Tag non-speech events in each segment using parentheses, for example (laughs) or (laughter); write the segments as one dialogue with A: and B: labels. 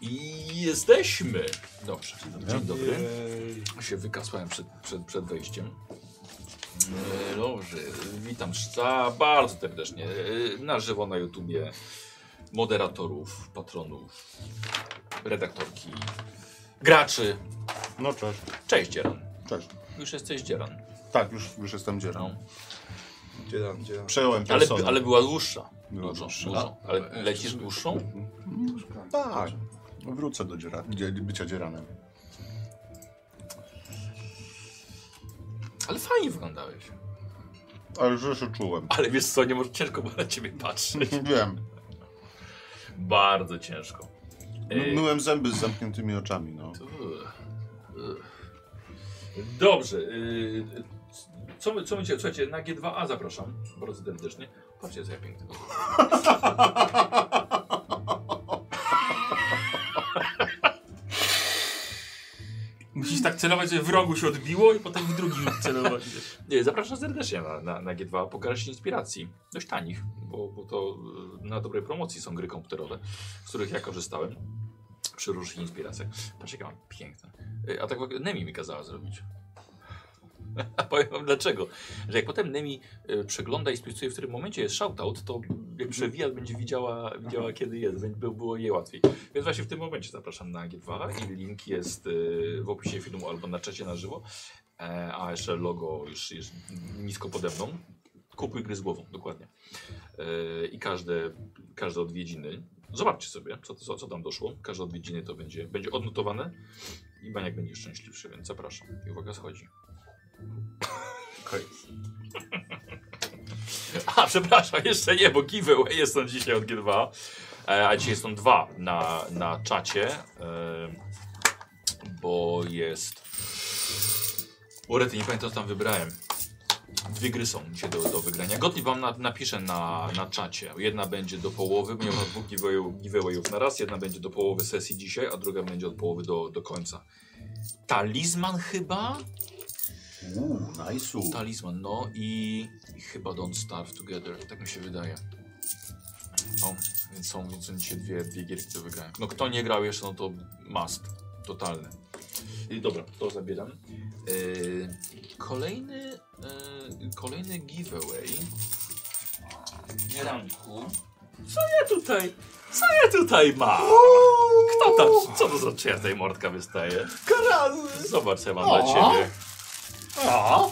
A: I jesteśmy. Dobrze, dzień dobry.
B: Ej,
A: Się wykasłem przed, przed, przed wejściem. E, Dobrze, witam za bardzo serdecznie e, na żywo na YouTubie moderatorów, patronów, redaktorki, graczy.
B: No cześć.
A: Cześć Dzieran.
B: Cześć.
A: Już jesteś Dzieran.
B: Tak, już, już jestem dzierą.
A: No.
C: Gdzie tam, gdzie tam?
B: Przejąłem
A: Ale,
B: personę.
A: ale była dłuższa.
B: Była
A: Dużo,
B: dłuższa.
A: dużo. Ale lecisz dłuższą?
B: Tak. Wrócę do dziera... dzie- bycia dzieranem.
A: Ale fajnie wyglądałeś.
B: Ale że się czułem. No
A: Ale wiesz co, nie może ciężko było na ciebie
B: (laughs)
A: patrzeć.
B: Wiem.
A: Bardzo ciężko.
B: My,
A: Ej.
B: myłem zęby z zamkniętymi oczami, no.
A: Ugh. Ugh. Dobrze. y, Co my, co my cię, słuchajcie, na G2A zapraszam bardzo serdecznie. Patrzcie, co ja pięknego.
D: Musisz tak celować, że w rogu się odbiło i potem w drugim celować. wiesz.
A: Nie, zapraszam serdecznie na, na, na G2A. Pokażę się inspiracji. Dość tanich, bo, bo to y, na dobrej promocji są gry komputerowe, z których ja korzystałem przy różnych inspiracjach. Patrzcie, jakie mam piękne. Y, A tak w ogóle Nemi mi kazała zrobić. (laughs) A powiem wam dlaczego. Że jak potem Nemi y, przegląda i spisuje, w którym momencie jest shoutout, to jak przewija, będzie widziała, widziała kiedy jest, więc by było jej łatwiej. Więc właśnie w tym momencie zapraszam na G2 i link jest y, w opisie filmu albo na czacie na żywo. E, A jeszcze logo już jest nisko pode mną. Kupuj gry z głową, dokładnie. E, I każde, każde odwiedziny. Zobaczcie sobie, co, co, co tam doszło. Każde odwiedziny to będzie, będzie odnotowane. I Baniak będzie szczęśliwszy, więc zapraszam. I uwaga, schodzi. A, przepraszam, jeszcze nie, bo giveaway jest tam dzisiaj od G2. E, A dzisiaj są dwa na, na czacie. e, Bo jest... Urety, nie pamiętam co tam wybrałem. Dwie gry są dzisiaj do, do wygrania. Gotli wam na, napiszę na, na czacie. Jedna będzie do połowy, ponieważ mam dwóch giveaway- giveawayów na raz. Jedna będzie do połowy sesji dzisiaj, a druga będzie od połowy do, do końca. Talizman chyba?
B: Uuu, nice'u.
A: Talizman, no i, i chyba Don't Starve Together, tak mi się wydaje. No, więc są, więc są dzisiaj dwie, dwie gierki do wygrania. No kto nie grał jeszcze, no to must, totalny. I dobra, to zabieram. Yy, kolejny, yy, kolejny giveaway. Ranku. Co ja tutaj, co ja tutaj mam? Kto tam, co to za czyja tutaj mordka wystaje?
C: Karazy!
A: Zobacz, co ja mam
C: O.
A: dla ciebie.
C: O!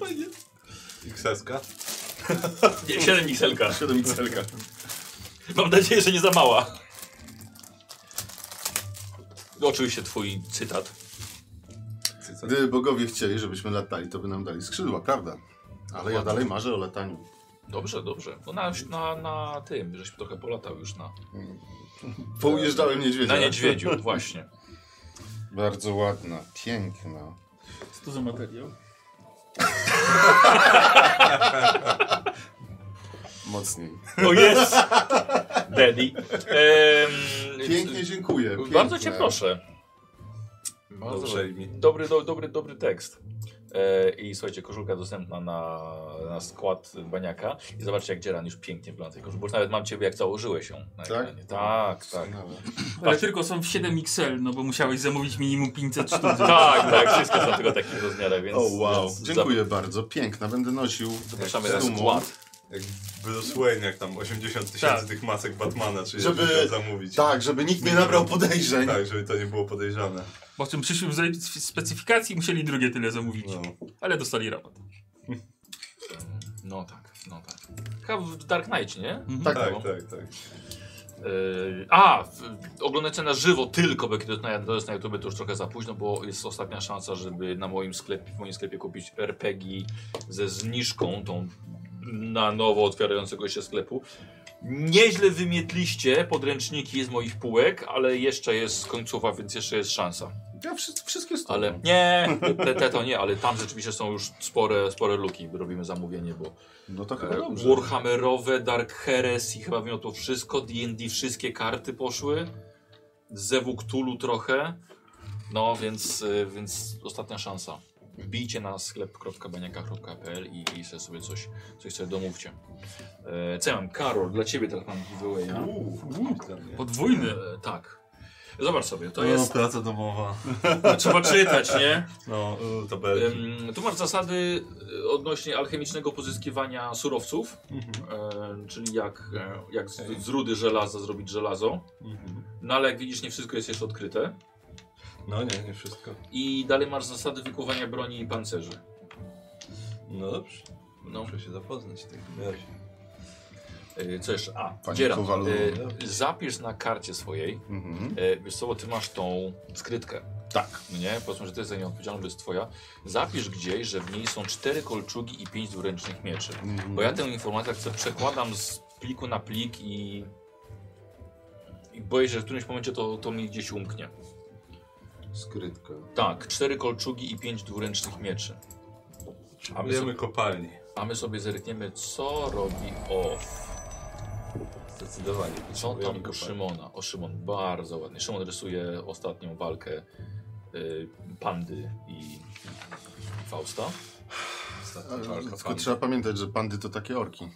C: Fajnie. I kseska?
A: Nie, 7 mikselka.
B: Siedem i celka.
A: Mam nadzieję, że nie za mała. No, Oczywiście twój cytat.
B: Gdyby bogowie chcieli, żebyśmy latali, to by nam dali skrzydła, prawda? Ale ja dalej marzę o lataniu.
A: Dobrze, dobrze. No na, na, na tym, żeś trochę polatał już na,
B: Poujeżdżałem niedźwiedzia.
A: na (laughs) niedźwiedziu, właśnie.
B: (laughs) Bardzo ładna, piękna.
D: Co to za materiał?
B: Mocniej.
A: O No jest! Daddy. Em,
B: Pięknie dziękuję. Piękne.
A: Bardzo cię proszę.
C: Bardzo
A: Dobrze.
C: przejmij.
A: Dobry, do, dobry, dobry tekst. E, I słuchajcie, koszulka dostępna na, na skład baniaka. I zobaczcie, jak Dzieran już pięknie wygląda w tej koszulce. Bo już nawet mam ciebie, jak założyłeś ją. na
B: Tak? No.
A: ekranie. Tak, tak.
B: Wspaniałe.
D: Ale tylko są w 7 XL, no bo musiałeś zamówić minimum 500 sztuk.
A: Tak, tak, wszystko są tylko takich rozmiarach, więc...
B: O wow,
A: więc
B: dziękuję bardzo, piękna, będę nosił
A: Zapraszamy
B: z
A: na
B: dumą.
A: skład.
C: Jak Bruce Wayne, jak tam 80 tysięcy
D: Tak.
C: tych masek Batmana, czy
B: Żeby-
C: żeby zamówić.
B: Tak, żeby nikt nie nabrał podejrzeń.
C: Tak, żeby to nie było podejrzane.
D: Bo w tym przyszłym zaj- specyfikacji musieli drugie tyle zamówić.
C: No.
D: Ale dostali rabat.
A: No tak, no tak. Chyba w Dark Knight, nie?
B: Tak,
C: Tak,
A: no.
C: tak, tak.
A: Yy, a, w- oglądacie na żywo tylko, bo kiedy to na- to jest na YouTube, to już trochę za późno, bo jest ostatnia szansa, żeby na moim sklepie, w moim sklepie kupić RPG ze zniżką, tą na nowo otwierającego się sklepu. Nieźle wymietliście podręczniki z moich półek, ale jeszcze jest końcowa, więc jeszcze jest szansa.
B: Ja wszy- wszystkie stoją.
A: Ale nie, te, te to nie, ale tam rzeczywiście są już spore, spore luki. Robimy zamówienie, bo
B: No to chyba
A: e,
B: dobrze.
A: Warhammerowe, Dark Heresy, chyba wiem to wszystko, D&D, wszystkie karty poszły, Zewu Cthulhu trochę, no więc, e, więc ostatnia szansa. wbijcie na sklep.baniaka.pl i, i se sobie coś, coś sobie domówcie. E, co ja mam? Karol, dla ciebie teraz mam giveawaya.
C: Uuu,
D: Podwójny.
A: E, tak. Zobacz sobie,
B: No,
A: to
C: To jest
A: jest... no,
C: praca domowa.
D: Trzeba czytać, nie?
C: No, y, tabelki.
A: Em, Tu masz zasady e, odnośnie alchemicznego pozyskiwania surowców, e, czyli jak, e, jak z, z rudy żelaza zrobić żelazo.
C: Mhm.
A: No ale jak widzisz, nie wszystko jest jeszcze odkryte.
C: No nie, nie wszystko.
A: I dalej masz zasady wykuwania broni i pancerzy.
C: No dobrze.
A: No.
C: Muszę się zapoznać z tym.
A: E, Co jeszcze? A,
B: Panie
A: Dzieran,
B: Kowalu.
A: e, zapisz na karcie swojej,
B: Mhm.
A: e, wiesz co, bo ty masz tą skrytkę,
B: Tak.
A: no nie? Powiedzmy, że ty jest za nią odpowiedzialny, to jest twoja. Zapisz gdzieś, że w niej są cztery kolczugi i pięć dwuręcznych mieczy.
B: Mhm.
A: Bo ja tę informację tak sobie przekładam z pliku na plik i, i boję się, że w którymś momencie to, to mi gdzieś umknie.
B: Skrytka.
A: Tak, cztery kolczugi i pięć dwuręcznych mieczy. A my,
C: Wiemy
A: sobie,
C: kopalni.
A: a my sobie zerkniemy, co robi off.
C: Zdecydowanie.
A: Co
C: potrzebujemy
A: tam u
C: kopalni.
A: Szymona? O, Szymon bardzo ładnie. Szymon rysuje ostatnią walkę y, Pandy i Fausta.
C: Ostatnia
B: Ale,
C: walka
B: tylko
C: pandy.
B: trzeba pamiętać, że pandy to takie orki.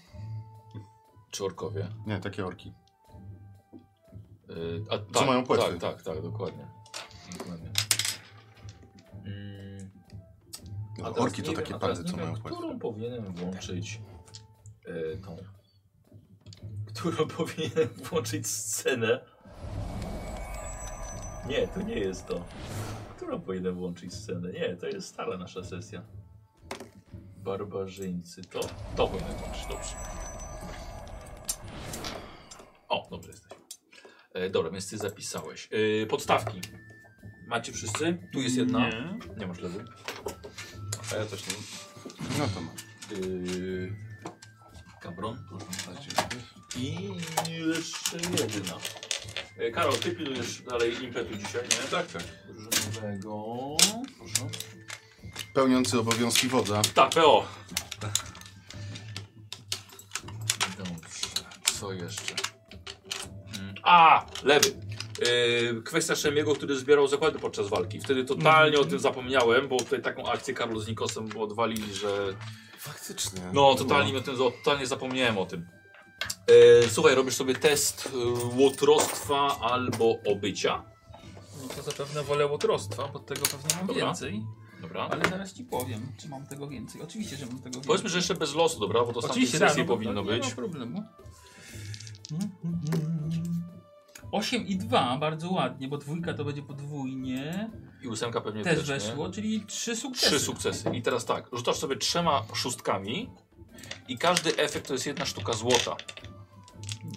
A: Czy orkowie?
B: Nie, takie orki.
A: Y, a,
B: Co mają płetwy.
A: Tak, tak, tak, dokładnie. dokładnie. Mm, a teraz
B: No, orki
A: nie
B: to
A: wiem-
B: takie
A: a teraz
B: pandy,
A: nie
B: co
A: wiem,
B: mają
A: Którą
B: płetwy.
A: powinienem włączyć y, tą... Którą (laughs) powinienem włączyć scenę? Nie, to nie jest to. Którą powinienem włączyć scenę? Nie, to jest stara nasza sesja. Barbarzyńcy. To, to powinienem włączyć, dobrze. O, dobrze jesteś. E, dobra, więc ty zapisałeś. E, podstawki. Macie wszyscy? Tu jest jedna. Nie,
D: Nie.
A: masz lewy.
C: A ja też nie.
B: No to masz.
A: Yy, kabron.
C: Tak.
A: I jeszcze jedna. E, Karol, ty pilujesz dalej impetu dzisiaj, nie?
C: Tak, tak.
A: Różowego. Proszę.
B: Pełniący obowiązki wodza.
A: Tak, PO. Dobrze. Co jeszcze? Mm, A! Lewy. Yy, kwestia Szemiego, który zbierał zakłady podczas walki. Wtedy totalnie o tym zapomniałem, bo tutaj taką akcję Karol z Nikosem odwalili, że
B: Faktycznie.
A: no, totalnie, o tym, totalnie zapomniałem o tym. E, słuchaj, robisz sobie test e, łotrostwa albo obycia.
D: No to zapewne wolę łotrostwa, bo tego pewnie mam
A: Dobra.
D: więcej.
A: Dobra.
E: Ale zaraz ci powiem, czy mam tego więcej. Oczywiście, że mam tego więcej.
A: Powiedzmy, że jeszcze bez losu, dobra? Bo to z
D: Oczywiście,
A: sesji
D: tak, no bo
A: powinno
D: to
E: Nie
A: być.
E: ma problemu. 8 i 2, bardzo ładnie, bo dwójka to będzie podwójnie.
A: I ósemka pewnie
E: Też
A: też nie?
E: weszło, czyli 3 sukcesy.
A: Trzy sukcesy. I teraz tak, rzucasz sobie trzema szóstkami i każdy efekt to jest jedna sztuka złota.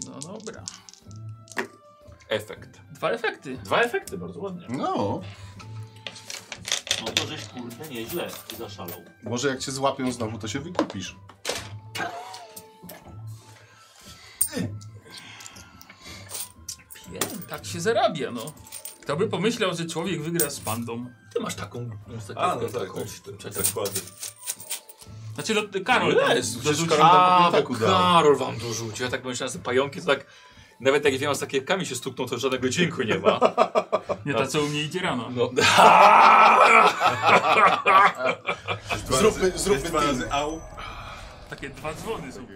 E: No dobra.
A: Efekt.
E: Dwa efekty.
A: Dwa efekty, bardzo ładnie.
B: No,
A: No to żeś kurde nieźle zaszalał.
B: może jak cię złapią znowu, to się wykupisz.
D: Wiem, tak się zarabia, no. Kto by pomyślał, że człowiek wygra z pandą?
A: Ty masz taką...
C: A, no tak,
A: taką-
C: tak. Zakłady.
D: Znaczy, no, Karol tam
A: Jest,
D: dorzucił.
B: Karol-
A: A,
B: nam po
A: bo
B: plecach dał.
A: Karol wam dorzucił. Ja tak myślałem, że pająki to tak... Nawet jak wiem, z takie kami się stukną, to żadnego dźwięku nie (laughs) ma.
D: Nie, ta co u mnie idzie rano.
A: No.
C: Dwa
B: Zróbmy-
C: razy-
B: zróbmy
C: jest dwa
B: team.
C: razy au.
D: Takie dwa dzwony są.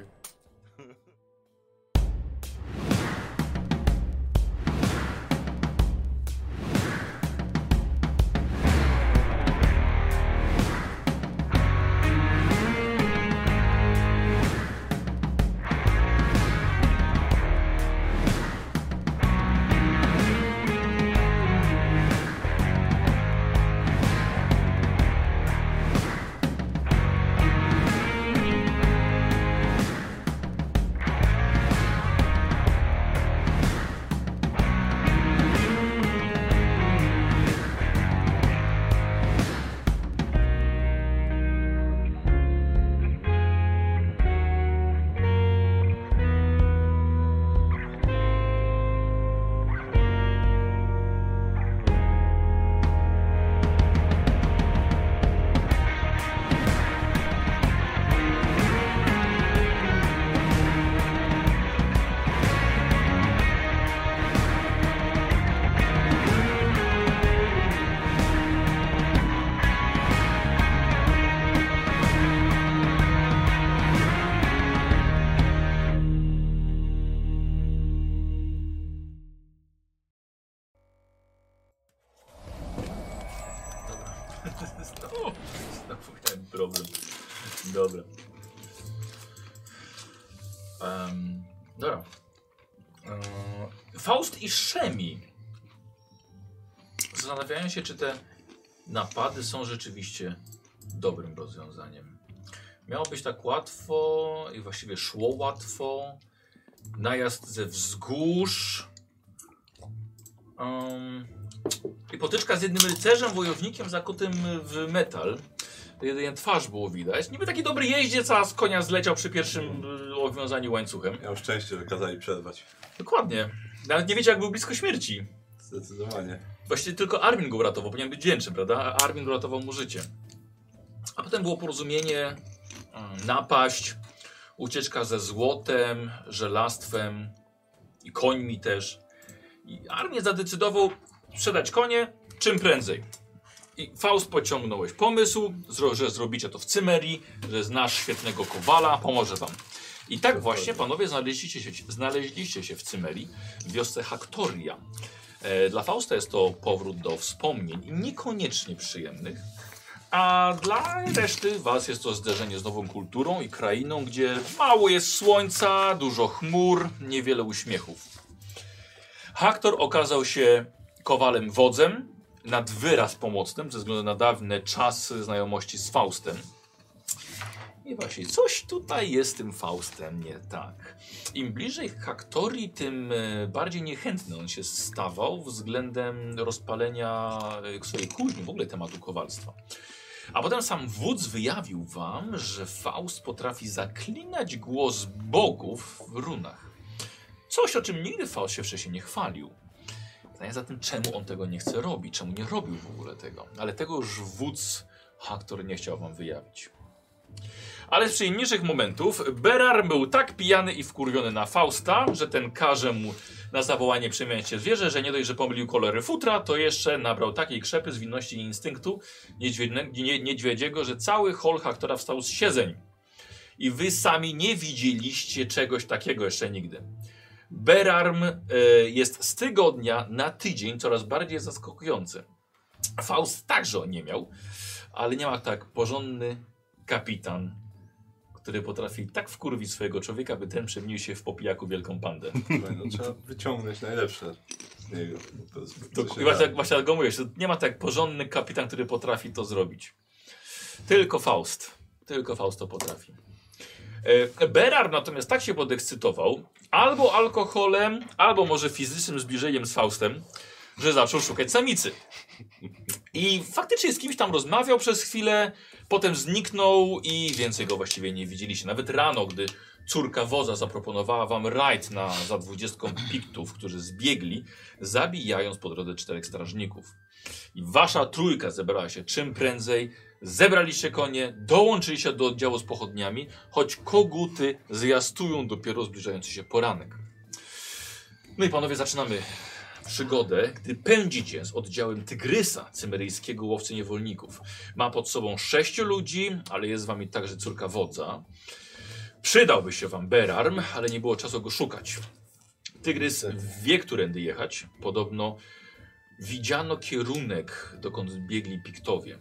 A: problem. Dobra. Em, dobra. Em, Faust i Szemi zastanawiają się, czy te napady są rzeczywiście dobrym rozwiązaniem. Miało być tak łatwo i właściwie szło łatwo. Najazd ze wzgórz. Em, I potyczka z jednym rycerzem, wojownikiem zakutym w metal. Jedynie twarz było widać. Niby taki dobry jeździec, a z konia zleciał przy pierwszym y, obwiązaniu łańcuchem.
C: Miałem szczęście, że kazali przerwać.
A: Dokładnie. Nawet nie wiedział, jak był blisko śmierci.
C: Zdecydowanie.
A: Właściwie tylko Armin go uratował, powinien być wdzięczny, prawda? A Armin uratował mu życie. A potem było porozumienie, mm, napaść, ucieczka ze złotem, żelastwem i końmi też. I Armin zadecydował sprzedać konie czym prędzej. I Faust pociągnąłeś pomysł, zro, że zrobicie to w Cymerii, że znasz świetnego kowala, pomoże wam. I tak właśnie panowie znaleźliście się, znaleźliście się w Cymerii, w wiosce Haktoria. E, Dla Fausta jest to powrót do wspomnień, niekoniecznie przyjemnych, a dla reszty was jest to zderzenie z nową kulturą i krainą, gdzie mało jest słońca, dużo chmur, niewiele uśmiechów. Haktor okazał się kowalem wodzem, nad wyraz pomocnym, ze względu na dawne czasy znajomości z Faustem. I właśnie, coś tutaj jest z tym Faustem nie tak. Im bliżej Haktori, tym e, bardziej niechętny on się stawał względem rozpalenia e, swojej kuźni, w ogóle tematu kowalstwa. A potem sam wódz wyjawił wam, że Faust potrafi zaklinać głos bogów w runach. Coś, o czym nigdy Faust się wcześniej nie chwalił. Pytanie zatem, czemu on tego nie chce robić, czemu nie robił w ogóle tego. Ale tego już wódz Haktor nie chciał wam wyjawić. Ale z przyjemniejszych momentów Berar był tak pijany i wkurwiony na Fausta, że ten każe mu na zawołanie przemieniać się w zwierzę, że nie dość, że pomylił kolory futra, to jeszcze nabrał takiej krzepy z winności i instynktu niedźwiedne- nie, niedźwiedziego, że cały hol Haktora wstał z siedzeń. I wy sami nie widzieliście czegoś takiego jeszcze nigdy. Berarm e, jest z tygodnia na tydzień coraz bardziej zaskakujący. Faust także on nie miał, ale nie ma tak porządny kapitan, który potrafi tak wkurwić swojego człowieka, by ten przemienił się w popijaku wielką pandę.
C: No, trzeba wyciągnąć najlepsze. z niego. To jest-
A: To,
C: co się
A: i właśnie,
C: da.
A: tak, właśnie tak go mówię, że nie ma tak porządny kapitan, który potrafi to zrobić. Tylko Faust. Tylko Faust to potrafi. E, Berar natomiast tak się podekscytował, albo alkoholem, albo może fizycznym zbliżeniem z Faustem, że zaczął szukać samicy. I faktycznie z kimś tam rozmawiał przez chwilę, potem zniknął i więcej go właściwie nie widzieliście. Nawet rano, gdy córka woza zaproponowała wam rajd na za dwudziestką piktów, którzy zbiegli, zabijając po drodze czterech strażników. I wasza trójka zebrała się czym prędzej, zebraliście konie, dołączyliście do oddziału z pochodniami, choć koguty zwiastują dopiero zbliżający się poranek. No i panowie, zaczynamy przygodę, gdy pędzicie z oddziałem Tygrysa, cymeryjskiego łowcy niewolników. Ma pod sobą sześciu ludzi, ale jest z wami także córka wodza. Przydałby się wam Berarm, ale nie było czasu go szukać. Tygrys wie, którędy jechać. Podobno widziano kierunek, dokąd biegli Piktowie.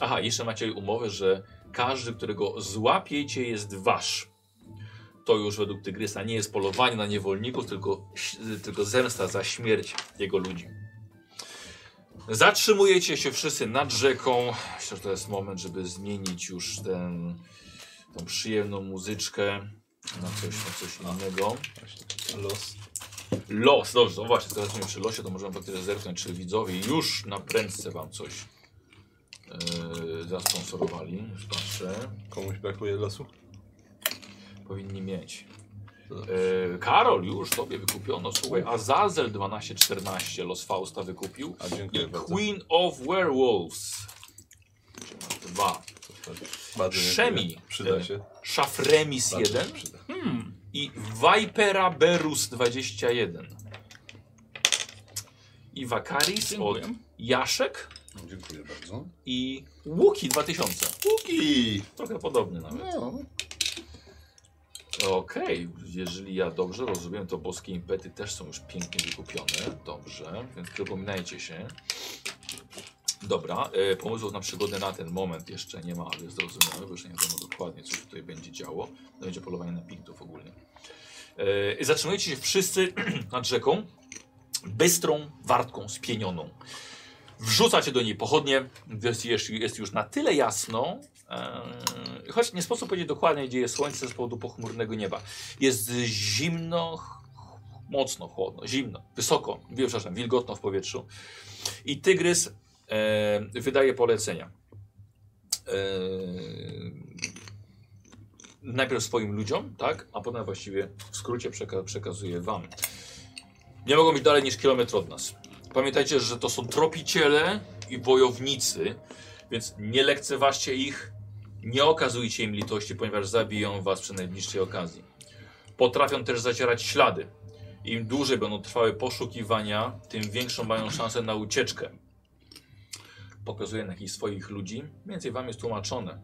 A: Aha, jeszcze macie umowę, że każdy, którego złapiecie, jest wasz. To już według Tygrysa nie jest polowanie na niewolników, tylko, tylko zemsta za śmierć jego ludzi. Zatrzymujecie się wszyscy nad rzeką. Myślę, że to jest moment, żeby zmienić już ten, tą przyjemną muzyczkę na coś, na coś innego.
C: Los.
A: Los, dobrze, no właśnie, teraz nie wiem przy losie, to możemy faktycznie zerknąć, czy widzowie już na prędce wam coś yy, zasponsorowali. Już patrzę,
C: Komuś brakuje losu?
A: powinni mieć. Yy, Karol, już tobie wykupiono, słuchaj, Azazel 1214 los Fausta wykupił.
C: A
A: I
C: dziękuję bardzo.
A: Queen of Werewolves. Czyli masz Dwa.
C: Bardzo dziękuję.
A: Szemi.
C: Przyda się.
A: Szafremis
C: Bardzo się
A: 1
C: Przyda.
A: i Vipera Berus 21. I Vakaris od
E: Dziękuję.
A: Jaszek.
B: Dziękuję bardzo.
A: i Łuki 2000.
B: Łuki!
A: Trochę podobny nawet.
B: No,
A: Okej, jeżeli ja dobrze rozumiem, to boskie impety też są już pięknie wykupione. Dobrze, więc przypominajcie się. Dobra, e, pomysłów na przygodę na ten moment jeszcze nie ma, ale zrozumiałe, bo już nie wiadomo dokładnie, co się tutaj będzie działo. To będzie polowanie na pintów ogólnie. E, i zatrzymujecie się wszyscy (clears throat) nad rzeką, bystrą wartką spienioną. Wrzucacie do niej pochodnie, jest, jest, jest już na tyle jasno, e, choć nie sposób powiedzieć dokładnie, gdzie jest słońce z powodu pochmurnego nieba. Jest zimno, ch- mocno chłodno, zimno, wysoko, wi- przepraszam, wilgotno w powietrzu. I tygrys e, wydaje polecenia. E, najpierw swoim ludziom, tak, a potem właściwie w skrócie przeka przekazuje wam. Nie mogą być dalej niż kilometr od nas. Pamiętajcie, że to są tropiciele i wojownicy, więc nie lekceważcie ich, nie okazujcie im litości, ponieważ zabiją was przy najbliższej okazji. Potrafią też zacierać ślady. Im dłużej będą trwały poszukiwania, tym większą mają szansę na ucieczkę. Pokazuje na jakichś swoich ludzi. Więcej wam jest tłumaczone.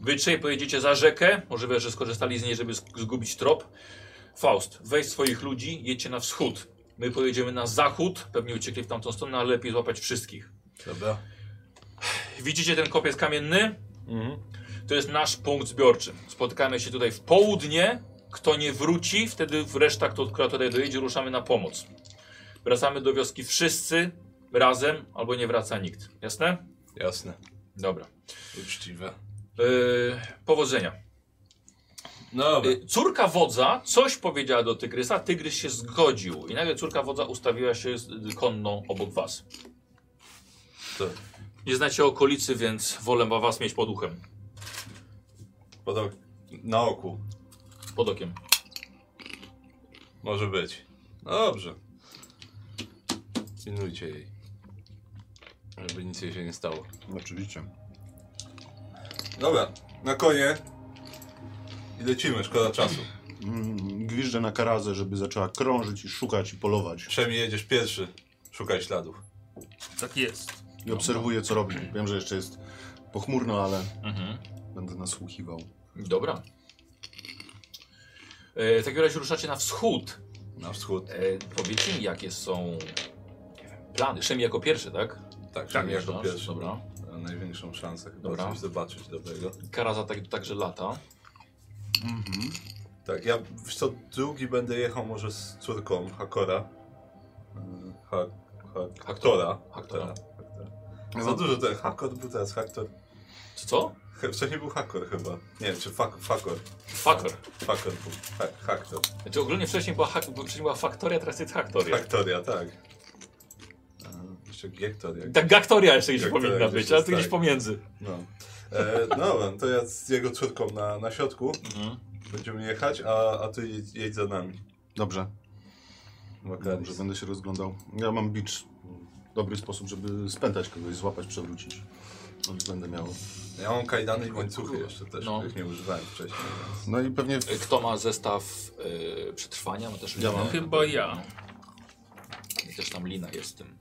A: Wy trzej pojedziecie za rzekę. Możliwe, że skorzystali z niej, żeby sk- zgubić trop. Faust, weź swoich ludzi, jedźcie na wschód. My pojedziemy na zachód, pewnie uciekli w tamtą stronę, ale lepiej złapać wszystkich.
C: Dobra.
A: Widzicie ten kopiec kamienny?
C: Mhm.
A: To jest nasz punkt zbiorczy. Spotykamy się tutaj w południe. Kto nie wróci, wtedy reszta, kto, która tutaj dojedzie, ruszamy na pomoc. Wracamy do wioski wszyscy razem, albo nie wraca nikt. Jasne?
C: Jasne.
A: Dobra.
C: Uczciwe.
A: Yy, powodzenia.
C: No
A: Y, Córka wodza coś powiedziała do tygrysa, tygrys się zgodził i nagle córka wodza ustawiła się z- y, konną obok was.
C: To.
A: Nie znacie okolicy, więc wolę ma was mieć pod uchem,
C: Pod ok- na oku.
A: pod okiem.
C: Może być. No dobrze. Pilnujcie jej. Żeby nic jej się nie stało.
B: Oczywiście.
C: Dobra, na konie. I lecimy, szkoda czasu.
B: Mm, Gwiżdżę na karazę, żeby zaczęła krążyć i szukać i polować.
C: Przemi jedziesz pierwszy. Szukaj śladów.
D: Tak jest.
B: I obserwuję, co robi. Wiem, że jeszcze jest pochmurno, ale
A: Mhm.
B: będę nasłuchiwał.
A: Dobra. E, W takim razie ruszacie na wschód.
C: Na wschód.
A: E, Powiedzcie mi, jakie są nie wiem, plany. Szemi jako pierwszy, tak?
C: Tak, Przemi jako
A: Wjeżdżasz?
C: pierwszy. no.
A: Dobra.
C: Ma największą szansę chyba
A: Dobra.
C: coś zobaczyć dobrego.
A: Karaza tak, także lata.
C: Tak, ja wiesz co, drugi będę jechał może z córką Hakora. Mm, Ha, ha, Haktora. Tak,
A: Haktora. No
C: Haktora. Za dużo ten Hakor był teraz, Haktor.
A: Co? co?
C: He- Wcześniej był Hakor chyba. Nie wiem, czy fak, Fakor.
A: Faktor.
C: Fakor był. Ha, haktor.
A: Znaczy ogólnie wcześniej była, hak- wcześniej była faktoria, teraz jest haktoria.
C: Haktoria, tak. A, jeszcze Gektor. Jak...
A: Tak, gaktoria jeszcze gdzieś
C: Gaktoria
A: powinna
C: gdzieś
A: być, ale
C: jest,
A: to gdzieś
C: tak.
A: pomiędzy.
C: No. E, no dobra, to ja z jego córką na, na środku
A: Mhm.
C: będziemy jechać, a, a ty jedź, jedź za nami.
B: Dobrze,
C: Wakaris.
B: dobrze, będę się rozglądał. Ja mam bicz. Dobry sposób, żeby spętać kogoś, złapać, przewrócić. Więc będę miał.
C: Ja mam kajdany i łańcuchy jeszcze też,
A: No.
C: których nie używałem wcześniej.
B: No i pewnie.
A: Y, Kto ma zestaw y, przetrwania, ma też
B: Ja mam.
E: Chyba ja
A: I też tam lina jest w tym.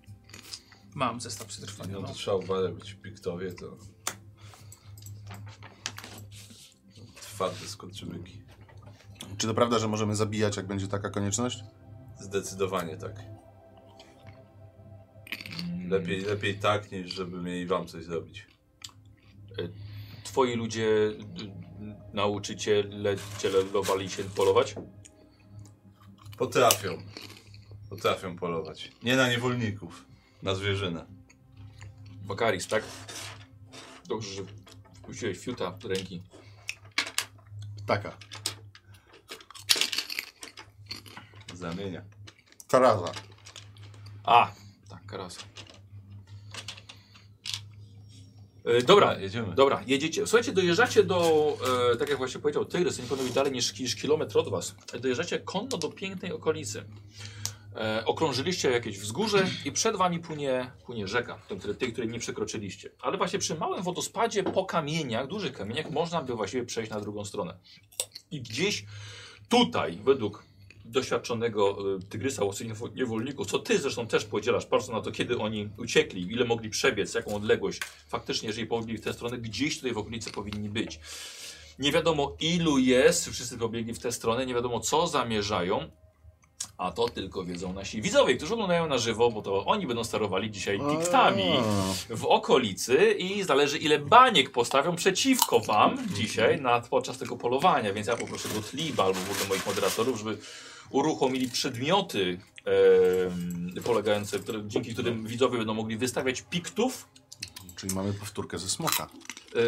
E: mam zestaw przetrwania.
C: No to
E: No.
C: trzeba uważać, bo ci piktowie to... Twarde skurczybyki.
B: Czy to prawda, że możemy zabijać, jak będzie taka konieczność?
C: Zdecydowanie tak. Lepiej, lepiej tak, niż żeby mieli wam coś zrobić.
A: Twoi ludzie, y, y, nauczyciele, ciele lobali się polować?
C: Potrafią. Potrafią polować. Nie na niewolników. Na zwierzynę.
A: Bakaris, tak? Dobrze, że wpuściłeś fiuta do ręki.
B: Taka.
C: Zamienia.
B: Karaza.
A: A, tak, karasa. Y, Dobra,
C: jedziemy.
A: Dobra, jedziecie. Słuchajcie, dojeżdżacie do, e, tak jak właśnie powiedział Tygrys, nie powinno być dalej niż, niż kilometr od was. Dojeżdżacie konno do pięknej okolicy. E, okrążyliście jakieś wzgórze i przed wami płynie, płynie rzeka, tej, której, tej, której nie przekroczyliście. Ale właśnie przy małym wodospadzie po kamieniach, dużych kamieniach, można by właściwie przejść na drugą stronę. I gdzieś tutaj, według doświadczonego e, tygrysa łowcy niewo- niewolników, co ty zresztą też podzielasz, patrząc na to, kiedy oni uciekli, ile mogli przebiec, jaką odległość. Faktycznie, jeżeli pobiegli w tę stronę, gdzieś tutaj w okolicy powinni być. Nie wiadomo ilu jest, wszyscy pobiegli w tę stronę, nie wiadomo co zamierzają, A to tylko wiedzą nasi widzowie, którzy oglądają na żywo, bo to oni będą sterowali dzisiaj piktami w okolicy i zależy ile baniek postawią przeciwko wam dzisiaj na, podczas tego polowania, więc ja poproszę Gottlieba albo w ogóle moich moderatorów, żeby uruchomili przedmioty em, polegające, które, dzięki którym widzowie będą mogli wystawiać piktów
B: Czyli mamy powtórkę ze smoka.
A: Yy,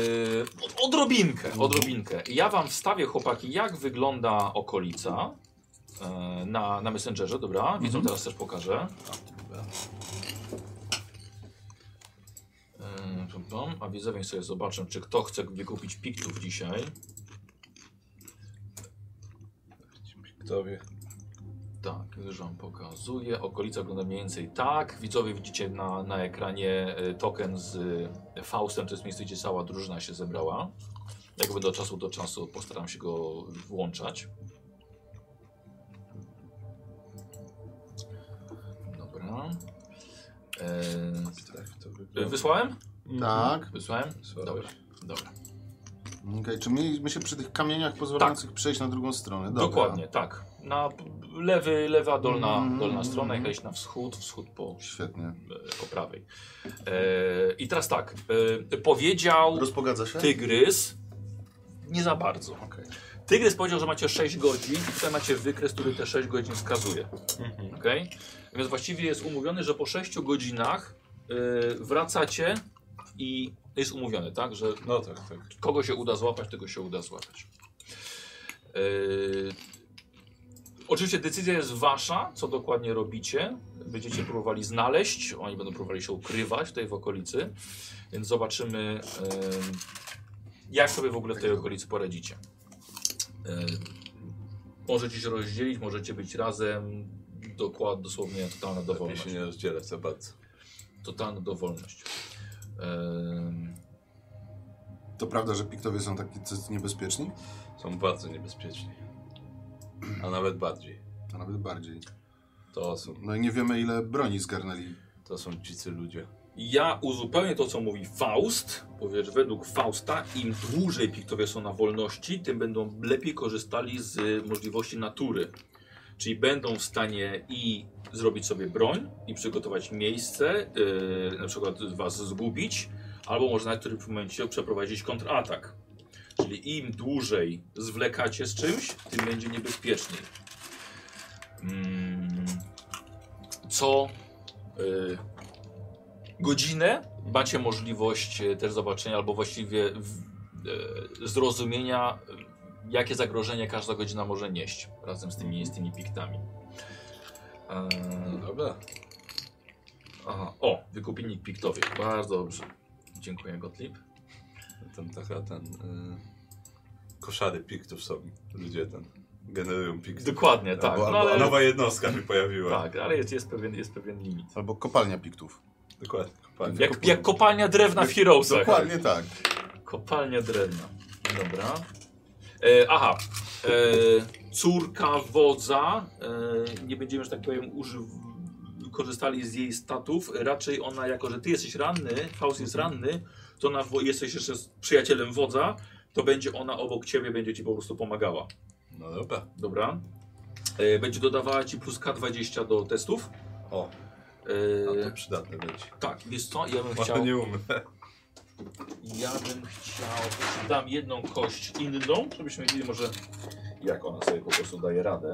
A: od- odrobinkę, odrobinkę. Ja wam wstawię, chłopaki, jak wygląda okolica yy, na, na Messengerze, dobra? Widzą, teraz też pokażę. Yy, pom, pom. A widzowie sobie zobaczę, czy kto chce wykupić piktów dzisiaj.
C: Kto wie.
A: Tak, już wam pokazuję. Okolica wygląda mniej więcej tak. Widzowie widzicie na, na ekranie y, token z y, Faustem. To jest miejsce, gdzie cała drużyna się zebrała. Jakby do czasu do czasu postaram się go włączać. Dobra.
C: Tak
A: E,
C: to wygląda.
A: wysłałem?
B: Tak.
A: Wysłałem?
C: Wysłałeś.
A: Dobra. Dobra.
B: Okej, czy mieliśmy się przy tych kamieniach pozwalających przejść na drugą stronę? Dobra.
A: Tak. Dokładnie, tak. Na p- lewy, lewa dolna,
B: Mm.
A: dolna strona, jakaś na wschód, wschód po
B: Świetnie.
A: e, po prawej. E, I teraz tak, e, powiedział
B: Rozpogadza się?
A: Tygrys, nie za bardzo.
B: Okej.
A: Tygrys powiedział, że macie 6 godzin i tutaj macie wykres, który te 6 godzin wskazuje.
C: Mhm.
A: Okay? Więc właściwie jest umówiony, że po 6 godzinach e, wracacie i jest umówione, tak? Że
C: No tak, tak.
A: kogo się uda złapać, tego się uda złapać. Yy, Oczywiście decyzja jest wasza, co dokładnie robicie. Będziecie próbowali znaleźć, oni będą próbowali się ukrywać tutaj w okolicy, więc zobaczymy, yy, jak sobie w ogóle w tej okolicy poradzicie. Yy, Możecie się rozdzielić, możecie być razem. Dokład, dosłownie totalna
C: Lepiej
A: dowolność.
C: się nie rozdzielać za bardzo.
A: Totalna dowolność. Yy,
B: To prawda, że piktowie są tacy tacy niebezpieczni?
C: Są bardzo niebezpieczni. A nawet bardziej.
B: A nawet bardziej.
C: To są,
B: No i nie wiemy, ile broni zgarnęli.
C: to są dzicy ludzie.
A: Ja uzupełnię to, co mówi Faust. Powie, że według Fausta, im dłużej piktowie są na wolności, tym będą lepiej korzystali z y, możliwości natury. Czyli będą w stanie i zrobić sobie broń, i przygotować miejsce, yy, na przykład was zgubić, albo może na którymś momencie przeprowadzić kontratak. Czyli im dłużej zwlekacie z czymś, tym będzie niebezpieczniej. Mm, co yy, godzinę macie możliwość e, też zobaczenia albo właściwie w, e, zrozumienia, e, jakie zagrożenie każda godzina może nieść razem z tymi, z tymi piktami. E,
C: No dobra.
A: aha, o, wykupiennik piktowie. Bardzo dobrze. Dziękuję, Gottlieb.
C: Tam taka ten... Y, koszary piktów są. Ludzie ten... Generują piktów.
A: Dokładnie, tak.
C: Albo,
A: No,
C: albo
A: ale,
C: nowa jednostka mi pojawiła.
A: tak, ale jest, jest, pewien, jest pewien limit.
B: Albo kopalnia piktów.
C: Tak, Dokładnie. Kopalnia.
A: Jak, jak kopalnia drewna w Heroesach.
B: Dokładnie tak.
A: Kopalnia drewna. Dobra. E, aha. E, córka wodza. E, nie będziemy, że tak powiem, używ... korzystali z jej statów. Raczej ona, jako że ty jesteś ranny, Faust jest
C: Mhm.
A: ranny, to na wo... jesteś jeszcze z przyjacielem wodza, to będzie ona obok ciebie, będzie ci po prostu pomagała.
C: No dobra.
A: Dobra. E, będzie dodawała ci plus K20 do testów.
C: O, a
A: E,
C: to przydatne będzie.
A: tak, wiesz co? Ja bym
C: Może
A: chciał...
C: nie umrę.
A: Ja bym chciał, dam jedną kość inną, żebyśmy wiedzieli może jak ona sobie po prostu daje radę.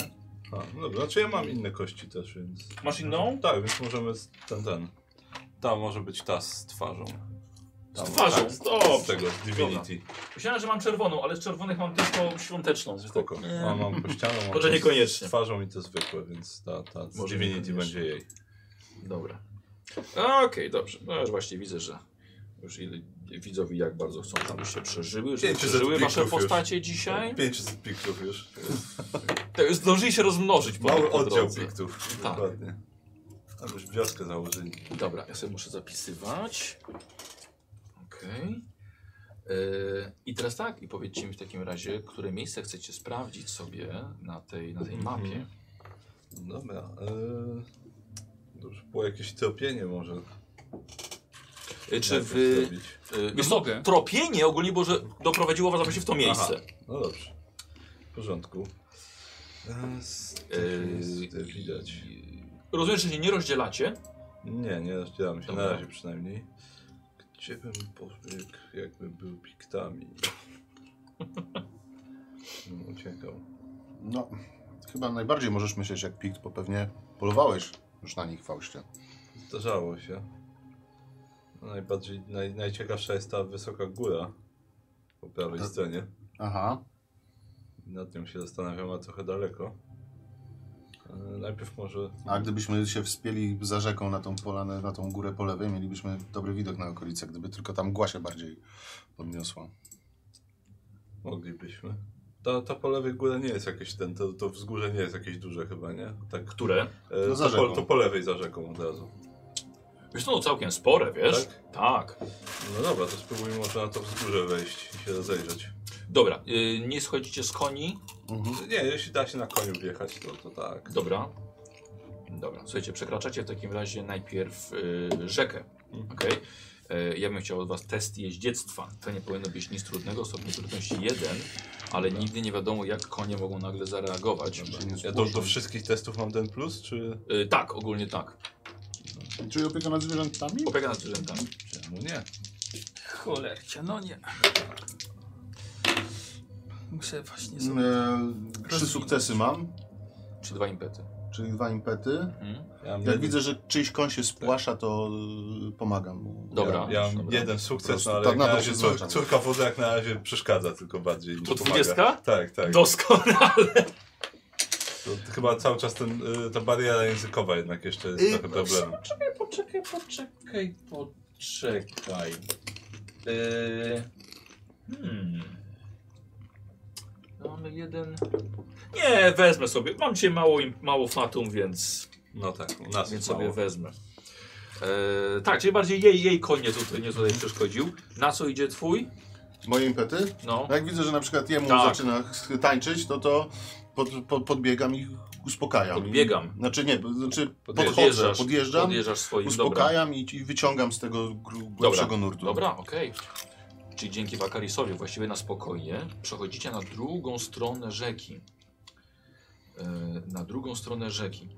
C: A, no dobra. Znaczy ja mam inne kości też, więc...
A: Masz inną?
C: Tak, więc możemy z- ten, ten. Ta może być ta z twarzą. Ta
A: Z twarzą?
C: Tak, z, o, z tego, z Divinity.
A: Myślałem, że mam czerwoną, ale z czerwonych mam tylko świąteczną. tak-
C: Spoko. Mam, mam kościaną, mam
A: Może
C: to z-
A: niekoniecznie.
C: Z twarzą i to zwykłe, więc ta, ta z
A: Może
C: Divinity
A: niekoniecznie.
C: będzie jej.
A: Dobra. Okej, dobrze. No już właśnie widzę, że już ile- widzowie jak bardzo chcą, żeby się przeżyły, że
C: Pięć
A: przeżyły
C: zetników
A: wasze
C: już.
A: postacie dzisiaj.
C: 500 piktów już.
A: To już zdążyli się rozmnożyć po,
C: Mały
A: po
C: oddział
A: drodze.
C: piktów.
A: Tak.
C: Dokładnie. Tam już wioskę założyli.
A: Dobra, ja sobie muszę zapisywać. Okej. Yy, I teraz tak, i powiedzcie mi w takim razie, które miejsce chcecie sprawdzić sobie na tej, na tej
C: Mhm.
A: mapie.
C: Dobra. Yy... Dobrze, było jakieś tropienie może.
A: Yy, czy
C: najpierw
A: wy...
C: zrobić.
A: Yy, wiesz co,
D: mogę.
A: tropienie
C: Tak
A: ogólnie, bo że doprowadziło was właśnie w to miejsce.
C: No dobrze. W No porządku.
A: Yy,
C: Yy, widać.
A: i- E, Rozumiem, że się nie rozdzielacie.
C: Nie, nie rozdzielamy się,
A: Dobra.
C: na razie przynajmniej. Gdzie bym pobiegł, jakbym był piktami? (laughs) No, Uciekał.
B: No, chyba najbardziej możesz myśleć jak Pikt, bo pewnie polowałeś już na nich, Faustie.
C: Zdarzało się. No, Najbardziej, naj, najciekawsza jest ta wysoka góra po prawej
B: To-
C: stronie.
B: Aha.
C: Nad nią się zastanawiam, a trochę daleko. E, Najpierw może...
B: A gdybyśmy się wspięli za rzeką na tą polanę, na tą górę po lewej, mielibyśmy dobry widok na okolice, gdyby tylko tam mgła się bardziej podniosła.
C: Moglibyśmy. Ta, ta po lewej górze nie jest jakieś ten, to, to wzgórze nie jest jakieś duże chyba, nie? Tak,
A: Które?
C: e,
B: No za
C: to, po,
B: rzeką.
C: to po lewej za rzeką od razu.
A: Wiesz, to no całkiem spore, wiesz? Tak.
C: No dobra, to spróbujmy może na to wzgórze wejść i się rozejrzeć.
A: Dobra, y, nie schodzicie z koni.
B: Mhm.
C: Nie, jeśli da się na koniu wjechać, to, to tak.
A: Dobra. Dobra, słuchajcie, przekraczacie w takim razie najpierw y, rzekę.
C: Mhm.
A: Okej. Y, Ja bym chciał od was test jeździectwa. To nie powinno być nic trudnego, stopień trudności jeden, ale
C: Dobra.
A: nigdy nie wiadomo jak konie mogą nagle zareagować.
C: Ja do, do wszystkich testów mam ten plus, czy...
A: Y, tak, ogólnie tak.
B: Czyli opieka nad zwierzętami?
A: Opieka nad zwierzętami.
C: Czemu nie?
E: Cholercia, no nie. Muszę właśnie sobie...
B: Eee, trzy sukcesy mam,
A: Czy dwa impety.
B: czyli dwa impety.
A: Mhm.
C: Ja mam
B: Jak
C: jeden-
B: widzę, że czyjś koń się spłasza, to y, pomagam mu.
A: Dobra.
C: Ja mam
A: Dobra.
C: jeden sukces,
B: prostu
C: no ale
B: tak
C: jak
B: na
C: na
B: to
C: razie
B: się
C: cór,
B: zwracam.
C: córka wodza jak na razie przeszkadza tylko bardziej niż
A: To
C: pomaga.
A: 20?
C: Tak, tak.
A: Doskonale.
C: To chyba cały czas ten, y, ta bariera językowa jednak jeszcze jest
B: Y,
C: trochę problemem.
D: Poczekaj, poczekaj, poczekaj, poczekaj. Eee,
A: Hmm. No, Mamy jeden. Nie, wezmę sobie. Mam dzisiaj mało, im- mało fatum, więc,
C: No tak, u nas
A: więc
C: jest
A: sobie
C: mało.
A: wezmę. E, tak, czyli bardziej jej, jej koń nie tutaj, nie tutaj przeszkodził. Na co idzie twój?
B: Moje impety?
A: No.
B: Jak widzę, że na przykład jemu
A: Tak.
B: zaczyna ch- tańczyć, to to pod, pod, podbiegam i uspokajam.
A: Podbiegam.
B: Znaczy nie, b- znaczy
C: Podjeżdżasz.
B: podchodzę, podjeżdżam,
A: Podjeżdżasz swoim. Dobra,
B: uspokajam i, i wyciągam z tego gru- głębszego nurtu.
A: Dobra okej. Czyli dzięki Wakarisowi właściwie na spokojnie przechodzicie na drugą stronę rzeki. E, na drugą stronę rzeki.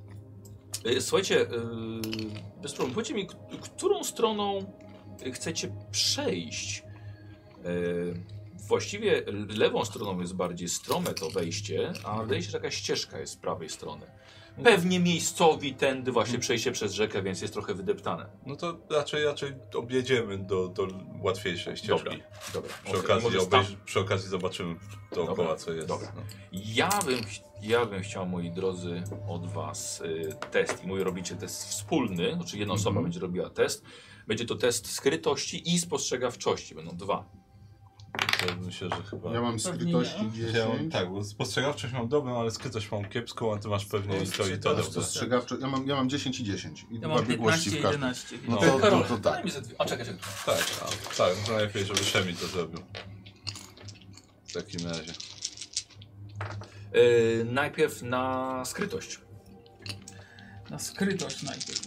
A: E, słuchajcie, e, bez problemu, powiedzcie mi, k- którą stroną chcecie przejść? E, właściwie lewą stroną jest bardziej strome to wejście, a wydaje się, że taka ścieżka jest z prawej strony. Hmm. Pewnie miejscowi tędy właśnie przejście przez rzekę, więc jest trochę wydeptane.
C: No to raczej, raczej objedziemy do, do łatwiejszej ścieżki.
A: Dobra, dobra.
C: Przy,
A: Okej,
C: okazji
A: możesz tam-
C: obejrz- przy okazji zobaczymy dookoła
A: Dobra,
C: co jest.
A: dobra.
C: No.
A: Ja bym, ch- ja bym chciał, moi drodzy, od Was y, test. I mój robicie test wspólny, znaczy jedna
C: Mhm.
A: osoba będzie robiła test. Będzie to test skrytości i spostrzegawczości. Będą dwa.
C: To myślę, że chyba...
B: Ja mam skrytości
C: Ja
B: 10.
C: mam, tak, bo spostrzegawczość mam dobrą, ale skrytość mam kiepską, a ty masz
B: No,
C: pewnie No i to i to
B: To
C: dobrze.
B: spostrzegawczo. Ja mam, ja mam 10 i 10. I
E: Ja
B: dwa
E: mam
B: biegłości
E: 15
B: w
E: i
B: każdym.
E: 11.
B: No
E: więc-
B: to, to,
D: Karol,
B: to
D: daj
B: tak.
D: mi ze dwie. A czekaj, czekaj.
C: Tak, a, tak, no lepiej, żeby Szemi to zrobił. W takim razie.
A: Y, najpierw na skrytość.
E: Na skrytość najpierw.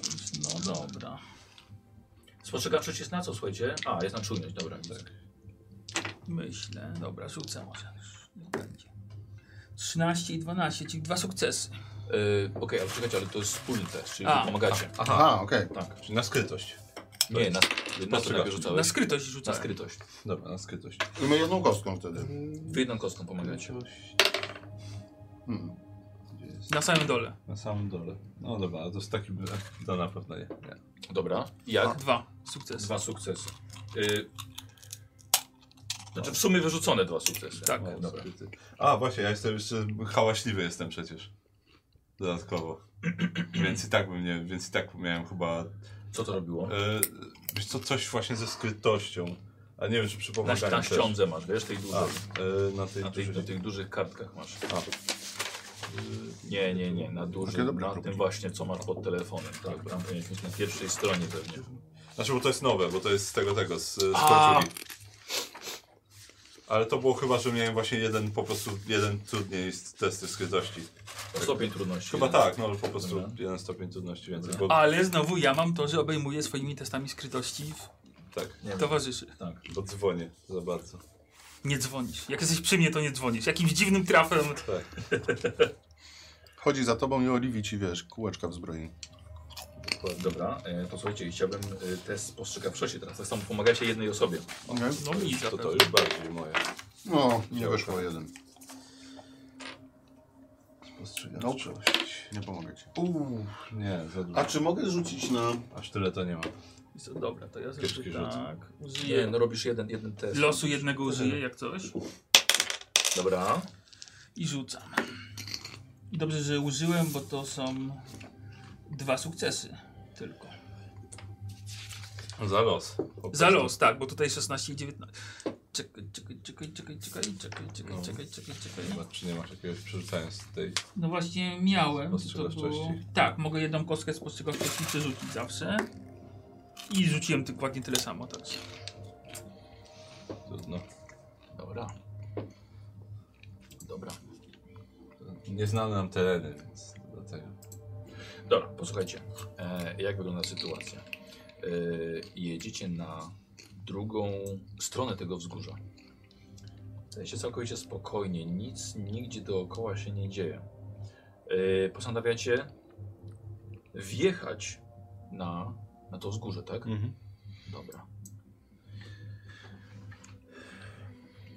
E: No dobra.
A: Spostrzegawczość jest na co, słuchajcie? A, jest na czujność, dobra. widzę.
C: Tak.
E: Myślę. Dobra, rzucę może. już Niech będzie. 13 i 12, czyli dwa sukcesy.
A: Y, Okej, ale czekajcie, ale to jest wspólny test, czyli
E: A,
A: wy pomagacie.
B: Aha, okej.
A: tak.
C: Czyli na skrytość.
A: Nie, na, na co najpierw
E: Na
A: rzucałeś?
E: skrytość
A: Na
E: rzucałem.
A: skrytość.
C: Dobra, na skrytość.
B: I my jedną kostką wtedy.
A: Wy jedną kostką pomagacie.
C: Mhm.
B: Hmm.
C: Gdzie jest?
E: Na samym dole.
C: Na samym dole. No dobra, ale to jest taki... To na pewno nie. nie.
A: Dobra. Jak?
E: Dwa sukcesy.
A: Dwa sukcesy. Y, znaczy w sumie wyrzucone dwa sukcesy.
B: No,
E: Tak.
A: O, dobra.
C: skryty. A właśnie, ja jestem jeszcze hałaśliwy jestem przecież. Dodatkowo. (clears throat) więc i tak bym nie, więc i tak miałem chyba.
A: Co to robiło?
C: E, wiesz co, coś właśnie ze skrytością. A nie wiem, czy
A: Na,
C: przypominam.
A: na ściądze masz, wiesz, tej dużej.
C: A, e, na tej
A: na tych, na
C: dużej-
A: tych dużych kartkach masz. Y,
C: A.
A: Nie, nie, nie, na
B: Takie
A: dużym,
B: dobre
A: na tym
B: próbki.
A: właśnie, co masz pod telefonem. Tak, tam powinieneś mieć na pierwszej stronie pewnie.
C: Znaczy, bo to jest nowe, bo to jest z tego, tego, z, z
A: A.
C: końcówki. Ale to było chyba, że miałem właśnie jeden, po prostu jeden trudniej z testy skrytości.
A: O stopień trudności.
C: Chyba
A: jeden.
C: tak, no po prostu
A: Dobra.
C: jeden stopień trudności więcej. Bo,
A: Dobra.
E: Ale znowu ja mam to, że obejmuję swoimi testami skrytości w
C: tak,
A: Nie wiem.
E: towarzyszy.
A: Tak.
C: bo dzwonię za bardzo.
E: Nie dzwonisz. Jak jesteś przy mnie, to nie dzwonisz. Jakimś dziwnym trafem.
C: Tak.
B: Chodzi za tobą i oliwi ci, wiesz, kółeczka w zbroi.
A: Dobra, e, to słuchajcie, chciałbym e, test spostrzegawczości teraz. Tak samo pomagacie jednej osobie.
B: Okay.
D: No mi
A: To to już bardziej moje.
B: No, nie
A: Działka.
B: wyszło jeden.
C: Spostrzegawczość.
B: Nie pomogę ci.
C: Uuu, nie, za dużo.
B: A czy mogę rzucić na...
C: Aż tyle to nie ma.
E: I co, dobra, to ja
C: Kiepski
E: zrobię
C: rzut.
E: tak.
A: Nie,
E: Użyję
A: no robisz jeden, jeden test.
D: Losu jednego użyję jak coś.
A: Dobra.
E: i rzucam. I dobrze, że użyłem, bo to są dwa sukcesy tylko.
C: No Za los. Po
E: Za
C: prostu.
E: los, tak, bo tutaj 16 i 19. Czekaj, czekaj, czekaj, czekaj, czekaj, czekaj, czekaj,
C: No.
E: czekaj, czekaj, czekaj.
C: Zobacz, czy nie masz jakiegoś przerzucania z tej.
E: No właśnie miałem. to to było...
C: Spostrzegawczości.
E: Tak, mogę jedną kostkę spostrzegawczości przerzucić zawsze. I rzuciłem dokładnie tyle samo, tak.
C: Trudno.
A: Dobra. Dobra.
C: Nieznane nam tereny, więc dlatego.
A: Dobra, posłuchajcie, e, jak wygląda sytuacja. E, jedziecie na drugą stronę tego wzgórza. Jesteście całkowicie spokojnie, nic nigdzie dookoła się nie dzieje. E, postanawiacie wjechać na, na to wzgórze, tak?
C: Mhm.
A: Dobra.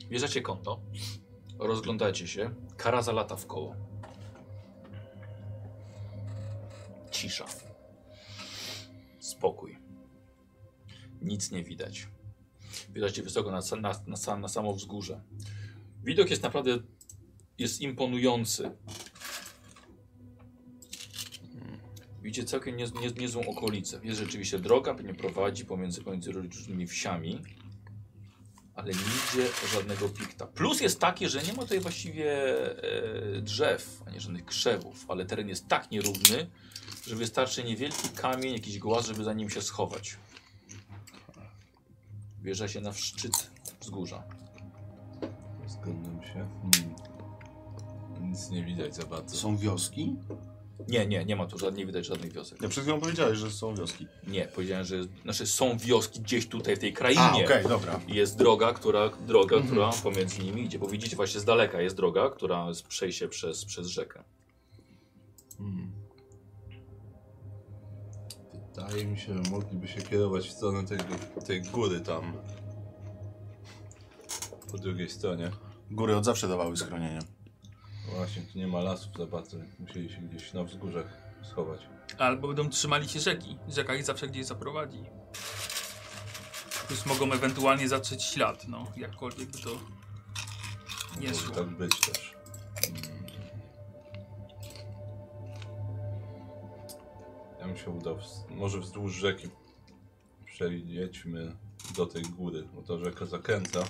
A: Bierzecie konto, rozglądacie się, kara zalata w koło. Cisza. Spokój. Nic nie widać. Wjeżdżacie wysoko na, sa- na, na, sa- na samo wzgórze. Widok jest naprawdę jest imponujący. Widzicie całkiem niez, niez, niezłą okolicę. Jest rzeczywiście droga, nie prowadzi pomiędzy, pomiędzy różnymi wsiami, ale nigdzie żadnego pikta. Plus jest taki, że nie ma tutaj właściwie e, drzew, ani żadnych krzewów, ale teren jest tak nierówny, że wystarczy niewielki kamień, jakiś głaz, żeby za nim się schować. Wjeżdża się na szczyt wzgórza.
C: Zgadzam się. Hmm. Nic nie widać za
B: To
C: bardzo.
B: są wioski?
A: Nie, nie, nie ma tu żadnych, nie widać żadnych wiosek.
B: Ja przed chwilą powiedziałeś, że są wioski.
A: Nie, powiedziałem, że znaczy są wioski gdzieś tutaj w tej krainie.
B: A, okej, dobra.
A: Jest droga, która, droga, która pomiędzy nimi idzie, bo widzicie właśnie z daleka jest droga, która jest przejście przez, przez rzekę.
C: Hmm. Wydaje mi się, że mogliby się kierować w stronę tego, tej góry tam. Po drugiej stronie.
B: Góry od zawsze dawały schronienie.
C: Właśnie, tu nie ma lasów za bardzo, więc musieli się gdzieś na wzgórzach schować.
E: Albo będą trzymali się rzeki. Rzeka ich zawsze gdzieś zaprowadzi. Plus mogą ewentualnie zatrzeć ślad, no, jakkolwiek by to nie
C: Może
E: szło.
C: tak być też. Mm. Ja bym się udał. wz- Może wzdłuż rzeki przejedźmy do tej góry, bo ta rzeka zakręca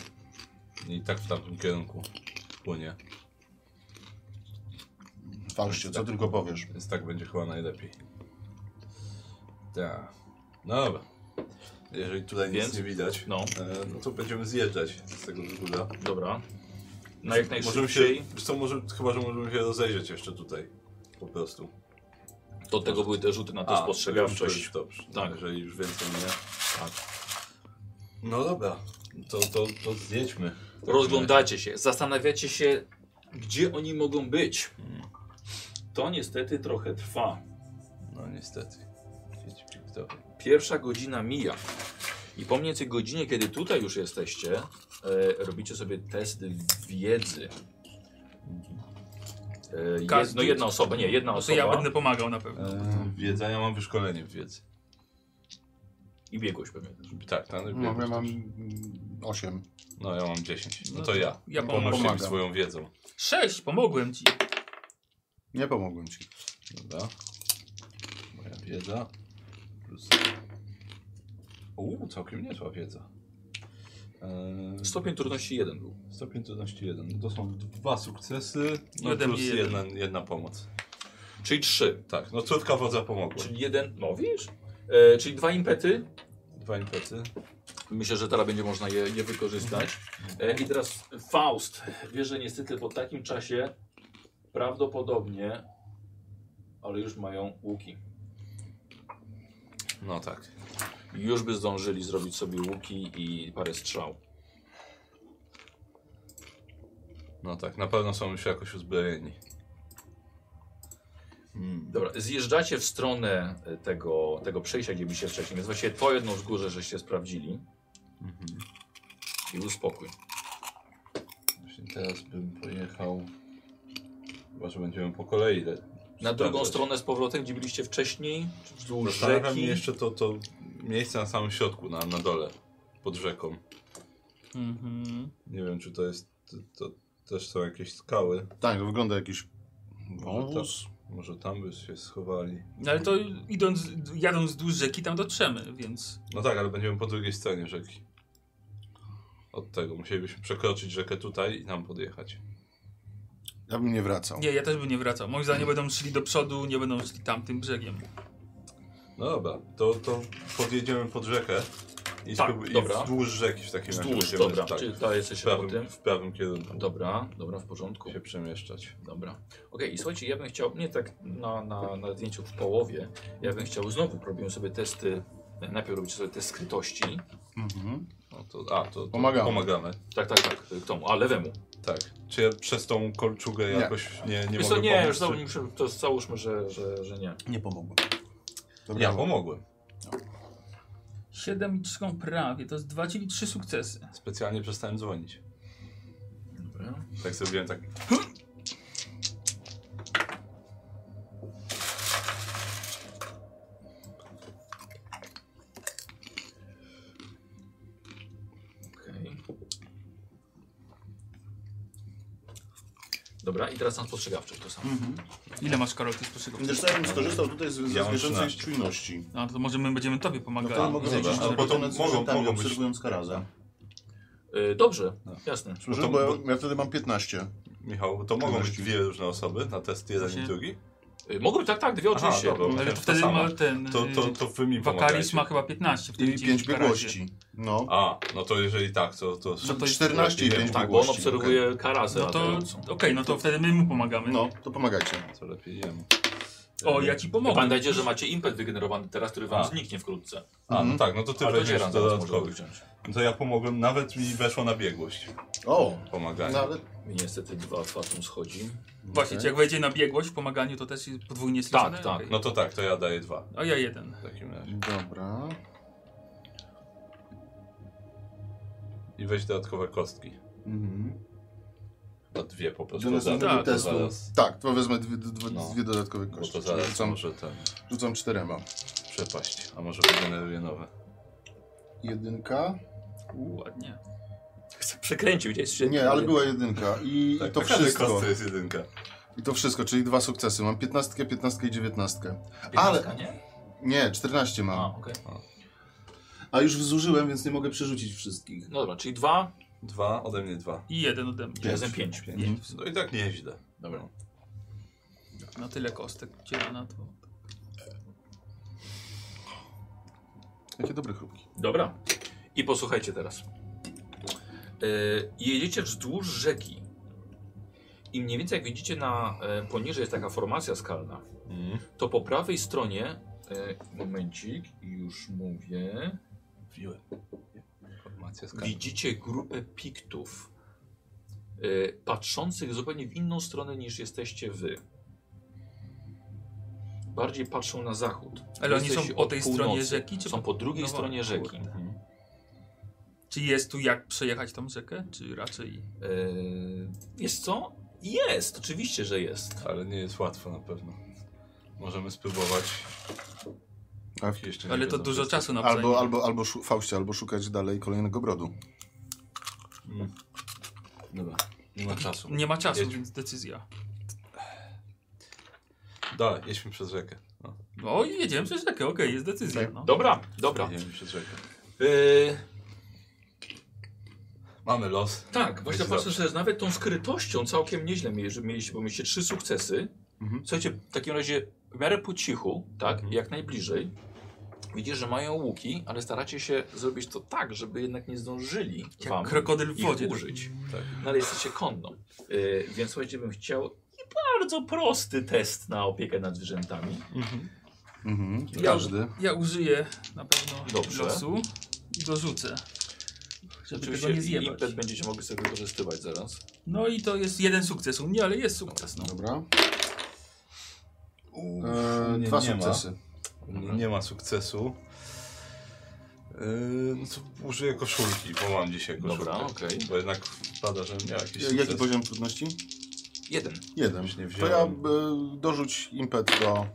C: i tak w tamtym kierunku płynie.
B: Chwal się, co tylko powiesz.
C: Więc tak będzie chyba najlepiej. Tak. No dobra. Jeżeli tutaj
A: Więc-
C: nic nie widać,
A: No,
C: e, no to będziemy zjeżdżać z tego wzgórza.
A: dobra. Na jak
C: Możemy się,
A: najszybciej.
C: wiesz co, może, chyba, że możemy się rozejrzeć jeszcze tutaj. Po prostu.
A: Do tego były te rzuty na tę
C: już
A: spostrzegawczość.
C: to już Dobrze,
A: Tak.
C: tak. jeżeli już więcej nie. Tak. No dobra, to, to, to zjedźmy.
A: Rozglądacie się, zastanawiacie się, gdzie oni mogą być. To niestety trochę trwa.
C: No niestety. Sieć piktowej.
A: Pierwsza godzina mija. I po mniej więcej godzinie, kiedy tutaj już jesteście, e, robicie sobie test wiedzy. E, jed,
E: Każdy-
A: no jedna osoba, nie, jedna
E: To
A: osoba
E: Znaczy, ja będę pomagał na pewno.
C: E, wiedza, ja mam wyszkolenie w wiedzy.
A: i biegłość pewnie też.
C: Tak, tak.
B: No, ja mam mm, osiem.
C: No ja mam 10. No
E: No
C: to
E: to
C: ja.
E: ja pomogę.
C: Pomóżcie mi
B: Pomagam.
C: swoją wiedzą.
E: Sześć, pomogłem ci.
B: Nie pomogłem ci.
C: Dobra. Moja wiedza. Plus. Uuu, całkiem niezła wiedza. Eee,
A: Stopień trudności jeden był.
C: Stopień trudności 1. To są dwa sukcesy, no
E: Ode
C: plus
E: mnie jeden.
C: jedna, jedna pomoc.
A: Czyli trzy.
C: Tak, no córka wodza pomogła.
A: Czyli jeden, no wiesz? E, czyli dwa impety.
C: Dwa impety.
A: Myślę, że teraz będzie można je, je wykorzystać. E, I teraz Faust. Wiesz, że niestety po takim czasie prawdopodobnie, ale już mają łuki.
C: No tak.
A: Już by zdążyli zrobić sobie łuki i parę strzał.
C: No tak, na pewno są już jakoś uzbrojeni.
A: Dobra, zjeżdżacie w stronę e, tego, tego przejścia, gdzie byliście wcześniej. Więc właściwie to jedno wzgórze, żeście sprawdzili. I był spokój.
C: Właśnie teraz bym pojechał. Chyba, że będziemy po kolei. le-
A: Na
C: sprawdzać.
A: drugą stronę z powrotem, gdzie byliście wcześniej, czy wzdłuż
C: Zastanawia mnie
A: rzeki.
C: jeszcze to, to miejsce na samym środku, na, na dole, pod rzeką.
E: Mhm.
C: Nie wiem, czy to jest. To, to też są jakieś skały.
B: Tak, to wygląda jakiś wąwóz.
C: Może tam by się schowali.
E: No, Ale to idąc, jadąc wzdłuż rzeki tam dotrzemy, więc...
C: No tak, ale będziemy po drugiej stronie rzeki. Od tego musielibyśmy przekroczyć rzekę tutaj i tam podjechać.
B: Ja bym nie wracał.
E: Nie, ja też bym nie wracał. Moim zdaniem będą szli do przodu, nie będą szli tamtym brzegiem.
C: No dobra, to, to podjedziemy pod rzekę i,
A: Tak,
C: spróbu- i
A: dobra.
C: wzdłuż rzeki w takim razie.
A: Wzdłuż,
C: będziemy-
A: dobra.
C: tak,
A: Czyli to
C: w,
A: jesteś po
C: prawym,
A: tym.
C: w prawym kierunku
A: Dobra, dobra, w porządku.
C: się przemieszczać.
A: Dobra. Okej, i słuchajcie, ja bym chciał, nie tak na, na, na zdjęciu w połowie, ja bym chciał znowu, robiłem sobie testy, najpierw robicie sobie test skrytości.
B: Mhm.
C: No to, a, to, to
B: Pomagamy.
C: pomagamy.
A: Tak, tak, tak, k tomu, a lewemu.
C: Tak. Czy ja przez tą kolczugę
B: Nie.
C: jakoś nie, nie
A: Wiesz co,
C: mogę
A: nie, już
C: pomóc?
A: znowu, muszę- to załóżmy, że, że, że nie.
B: Nie pomogłem.
C: czy...
B: Dobra,
C: Ja pomogłem.
E: 7 i 3 prawie, to jest 2, czyli 3 sukcesy.
C: Specjalnie przestałem dzwonić.
A: Dobra.
C: Tak zrobiłem tak.
A: Okej. Dobra, i teraz nas postrzegawczość to samo.
E: Ile masz Karol, ty z
B: Wiesz co, ja bym skorzystał tutaj z, z
C: Ja mam
B: zwierzęcej
C: 13.
B: czujności.
E: No to może my będziemy tobie
B: No
E: pomagali.
B: to mogę
C: dobra,
B: zjeździć
C: ale
B: na
C: potem
B: potem z
C: mogą-
B: zwierzętami,
C: mogą być-
B: obserwując karaza.
A: Y, dobrze, jasne.
B: Słyszysz,
C: No to-
B: bo ja- ja wtedy mam 15.
C: Michał, bo to mogą być
B: Czujności.
C: dwie różne osoby na test jeden i
E: Właśnie.
C: drugi?
A: Y, mogą tak, tak, dwie
C: Aha,
A: oczywiście.
C: dobra.
E: Ale
C: Myślałem,
E: to
C: że
E: wtedy
C: to samo.
E: ma ten...
C: To, to,
E: y,
C: to wy mi
E: Wakaris
C: pomagacie.
E: ma chyba 15. wtedy
B: I
E: ci
B: 5
E: w karazie.
B: biegłości. No.
C: A, no to jeżeli tak, to... to...
E: No to jest-
B: 14 i
C: Tak,
B: 5
A: tak, bo on
B: biegłości.
A: obserwuje karasę.
E: No to okej, no to wtedy my mu pomagamy.
B: Okej. No, to pomagajcie.
C: To lepiej jemu. no
E: O, ja ci pomogę.
A: Pamiętajcie, że macie impet wygenerowany teraz, który wam
C: A.
A: zniknie wkrótce.
C: A, no tak, no to ty
A: Ale to
C: weźmiesz
A: Dzieran zaraz może
C: dodatkowych.
A: wyciąć.
C: No to ja pomogłem, nawet mi weszło na biegłość.
B: O,
C: Pomaganie.
B: no ale...
A: Mi niestety dwa fatum schodzi.
E: Właśnie,
B: Okej.
E: czy jak wejdzie na biegłość w pomaganiu, to też jest podwójnie sliczone?
A: Tak, tak.
E: Okej.
C: No to tak, to ja daję dwa
E: A ja jeden.
C: w takim razie.
B: Dobra.
C: I weź dodatkowe kostki.
B: Mhm.
C: To dwie po prostu.
B: Do następnego
E: tak, to
B: testu.
C: zaraz.
B: Tak, to wezmę dwie, dwie,
C: No.
B: dwie dodatkowe
C: Bo
B: kości.
C: to
B: Czyli
C: zaraz
B: Rzucam,
C: może ten
B: rzucam czterema.
C: przepaść, a może wygeneruje nowe.
B: Jedynka.
E: Ładnie.
A: Przekręcił gdzieś się.
B: Nie, ale była jedynka. I, i to
C: na każdej
B: wszystko.
C: kostce jest jedynka.
B: I to wszystko, czyli dwa sukcesy. Mam piętnastkę, piętnastkę i dziewiętnastkę. Ale-
A: nie?
B: Nie, 14 mam.
A: No, A,
B: A,
A: okej.
B: już zużyłem, więc nie mogę przerzucić wszystkich.
A: No dobra, czyli dwa,
C: Dwa, ode mnie dwa.
E: I jeden ode mnie.
B: Pięć. Mhm.
A: razem pięć.
C: Pięć. No i tak nieźle.
A: Dobra.
E: Na tyle kostek dzielana to.
B: Jakie dobre chrupki.
A: Dobra. I posłuchajcie teraz. Yy, jedziecie wzdłuż rzeki. I mniej więcej jak widzicie na e, poniżej jest taka formacja skalna,
C: Mhm.
A: to po prawej stronie e, momencik, już mówię.
C: Wbiłem. Informacja z karty.
A: Widzicie grupę piktów e, patrzących zupełnie w inną stronę niż jesteście wy. Bardziej patrzą na zachód.
E: Ale oni
A: Jesteś
E: są po
A: od
E: tej
A: północy.
E: stronie rzeki? Czy
A: Są po drugiej
E: no
A: stronie
E: właśnie,
A: rzeki.
E: kurde.
C: Mhm.
E: Czy jest tu jak przejechać tą rzekę? Czy raczej.
A: Yy, jest co? Jest, oczywiście, że jest.
C: Ale nie jest łatwo na pewno. Możemy spróbować.
B: Tak.
C: Jeszcze nie
E: Ale to
A: no,
C: wiedzą
E: dużo
C: wszystko.
E: czasu na
B: Albo,
E: przejechanie.
B: albo, albo szu- Faustie, albo szukać dalej kolejnego brodu.
C: Mm. Dobra, nie ma czasu.
E: Nie ma czasu,
C: Jedźmy.
E: więc decyzja.
C: Dalej, jedźmy przez rzekę. No,
E: No i jedziemy przez rzekę, okej, jest decyzja.
B: Tak.
E: No.
A: Dobra, dobra.
C: jedziemy przez rzekę.
A: Yy,
C: Mamy los.
A: tak, właśnie
C: Jest
A: patrzę, że nawet tą skrytością całkiem nieźle mie- że mieliście, bo mieliście trzy sukcesy.
B: Mhm.
A: Słuchajcie, w takim razie w miarę po cichu, tak,
C: Mhm.
A: jak najbliżej. Widzisz, że mają łuki, ale staracie się zrobić to tak, żeby jednak nie zdążyli wam
E: Jak krokodyl w
A: ich
E: wodzie.
A: użyć.
C: Tak.
A: No ale jesteście konną. Yy, więc słuchajcie, bym chciał nie bardzo prosty test na opiekę nad zwierzętami.
B: Mhm.
E: Ja-
B: Każdy.
E: Ja użyję na pewno
A: Dobrze.
E: losu i dorzucę. Żeby tego
A: Oczywiście
E: nie zjebać.
A: impet będziecie mogli sobie wykorzystywać zaraz.
E: No i to jest jeden sukces u mnie, ale jest sukces. No.
B: Dobra.
C: U,
B: E,
C: nie,
B: dwa
C: nie
B: sukcesy.
C: Ma, nie, nie ma sukcesu. E, no to użyję koszulki, bo mam dzisiaj koszulkę.
A: Dobra, okej.
C: Bo jednak wpada, że miał jakiś
B: Jaki
C: sukces.
B: poziom trudności?
A: Jeden.
B: Jeden.
C: Już nie
B: To ja
C: wziąłem.
B: y, dorzuć impet do...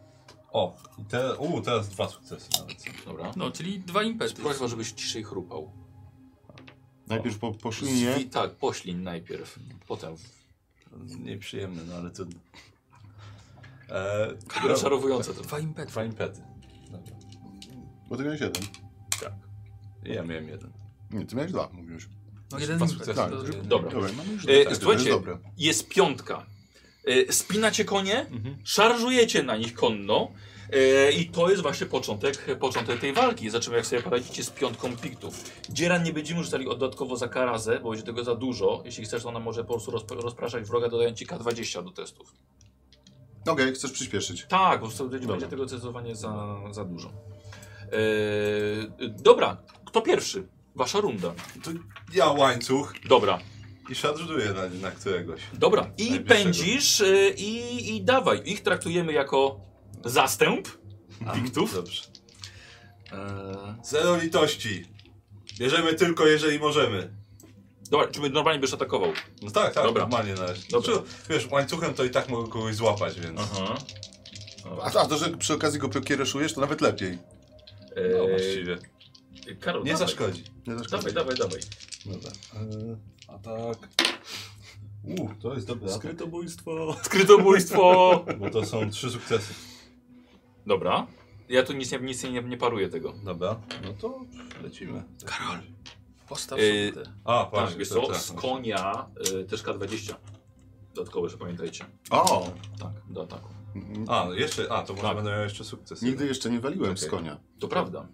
C: O, i te, u, teraz dwa sukcesy nawet.
A: Dobra.
E: No, czyli dwa impety.
A: Prośba, żebyś ciszej chrupał.
B: Najpierw po, po
A: Zwi-
B: szlinie.
A: tak, poślin najpierw. Potem.
C: Nieprzyjemne, no ale trudno. E,
A: Rozczarowujące to.
E: Dwa impety.
C: Dwa impety. Dobra.
B: Bo ty miałeś jeden.
C: Tak. Ja miałem jeden.
B: Nie, ty miałeś dwa, mówiłeś.
E: No, jeden
C: Dwa
E: impet.
C: sukcesy.
B: tak,
E: to-
B: żeby-
A: Dobra.
B: Dobra, mamy już
A: E,
B: dwa. Tak,
A: słuchajcie.
B: to jest dobre.
A: Jest piątka. E, spinacie konie,
C: Mhm.
A: szarżujecie na nich konno. E, I to jest właśnie początek, początek tej walki. Zobaczymy, jak sobie poradzicie z piątką piktów. Dzieran nie będziemy rzucali dodatkowo za karazę, bo będzie tego za dużo. Jeśli chcesz, to ona może po prostu rozp rozpraszać wroga, dodając ci K20 do testów.
B: Okej, chcesz przyspieszyć.
A: Tak, bo wtedy będzie
B: Dobra.
A: tego zdecydowanie za, za dużo. E, dobra, kto pierwszy? Wasza runda.
C: To ja łańcuch
A: Dobra,
C: i szarżuję na, na któregoś.
A: dobra. I
C: Najbliższego.
A: pędzisz e, i, i dawaj. Ich traktujemy jako zastęp. Piktów?
C: Dobrze.
A: E,
C: Zero litości. Bierzemy tylko, jeżeli możemy.
A: dobra, czy normalnie byś atakował?
C: No tak, tak,
A: Dobra.
C: normalnie na razie.
A: Dobra.
C: Znaczy, wiesz, łańcuchem to i tak mogę kogoś złapać, więc...
A: Aha.
B: A, a to, że przy okazji go pokiereszujesz, to nawet lepiej.
C: No właściwie.
A: E, Karol,
C: Nie
A: dawaj.
C: zaszkodzi.
B: Nie
A: Dawaj, dawaj, dawaj.
C: Dobra. A tak... Uuu, to jest dobre.
B: Skrytobójstwo.
A: Skrytobójstwo!
C: Bo to są trzy sukcesy.
A: (laughs) dobra. Ja tu nic, nie- nic nie, nie paruję tego.
C: Dobra, no to lecimy. Karol.
E: Postaw
A: Y,
E: sobie te.
C: A,
A: Tak,
C: właśnie,
A: wiesz
C: to
A: co,
C: tak,
A: z konia y, też K20. Dodatkowo, że pamiętajcie.
B: O!
A: Tak, do ataku.
B: N-
C: A, no jeszcze, a, to może
A: Tak.
C: będę miał jeszcze sukces.
B: Nigdy jeszcze nie waliłem z
C: Okej.
B: konia.
A: To prawda.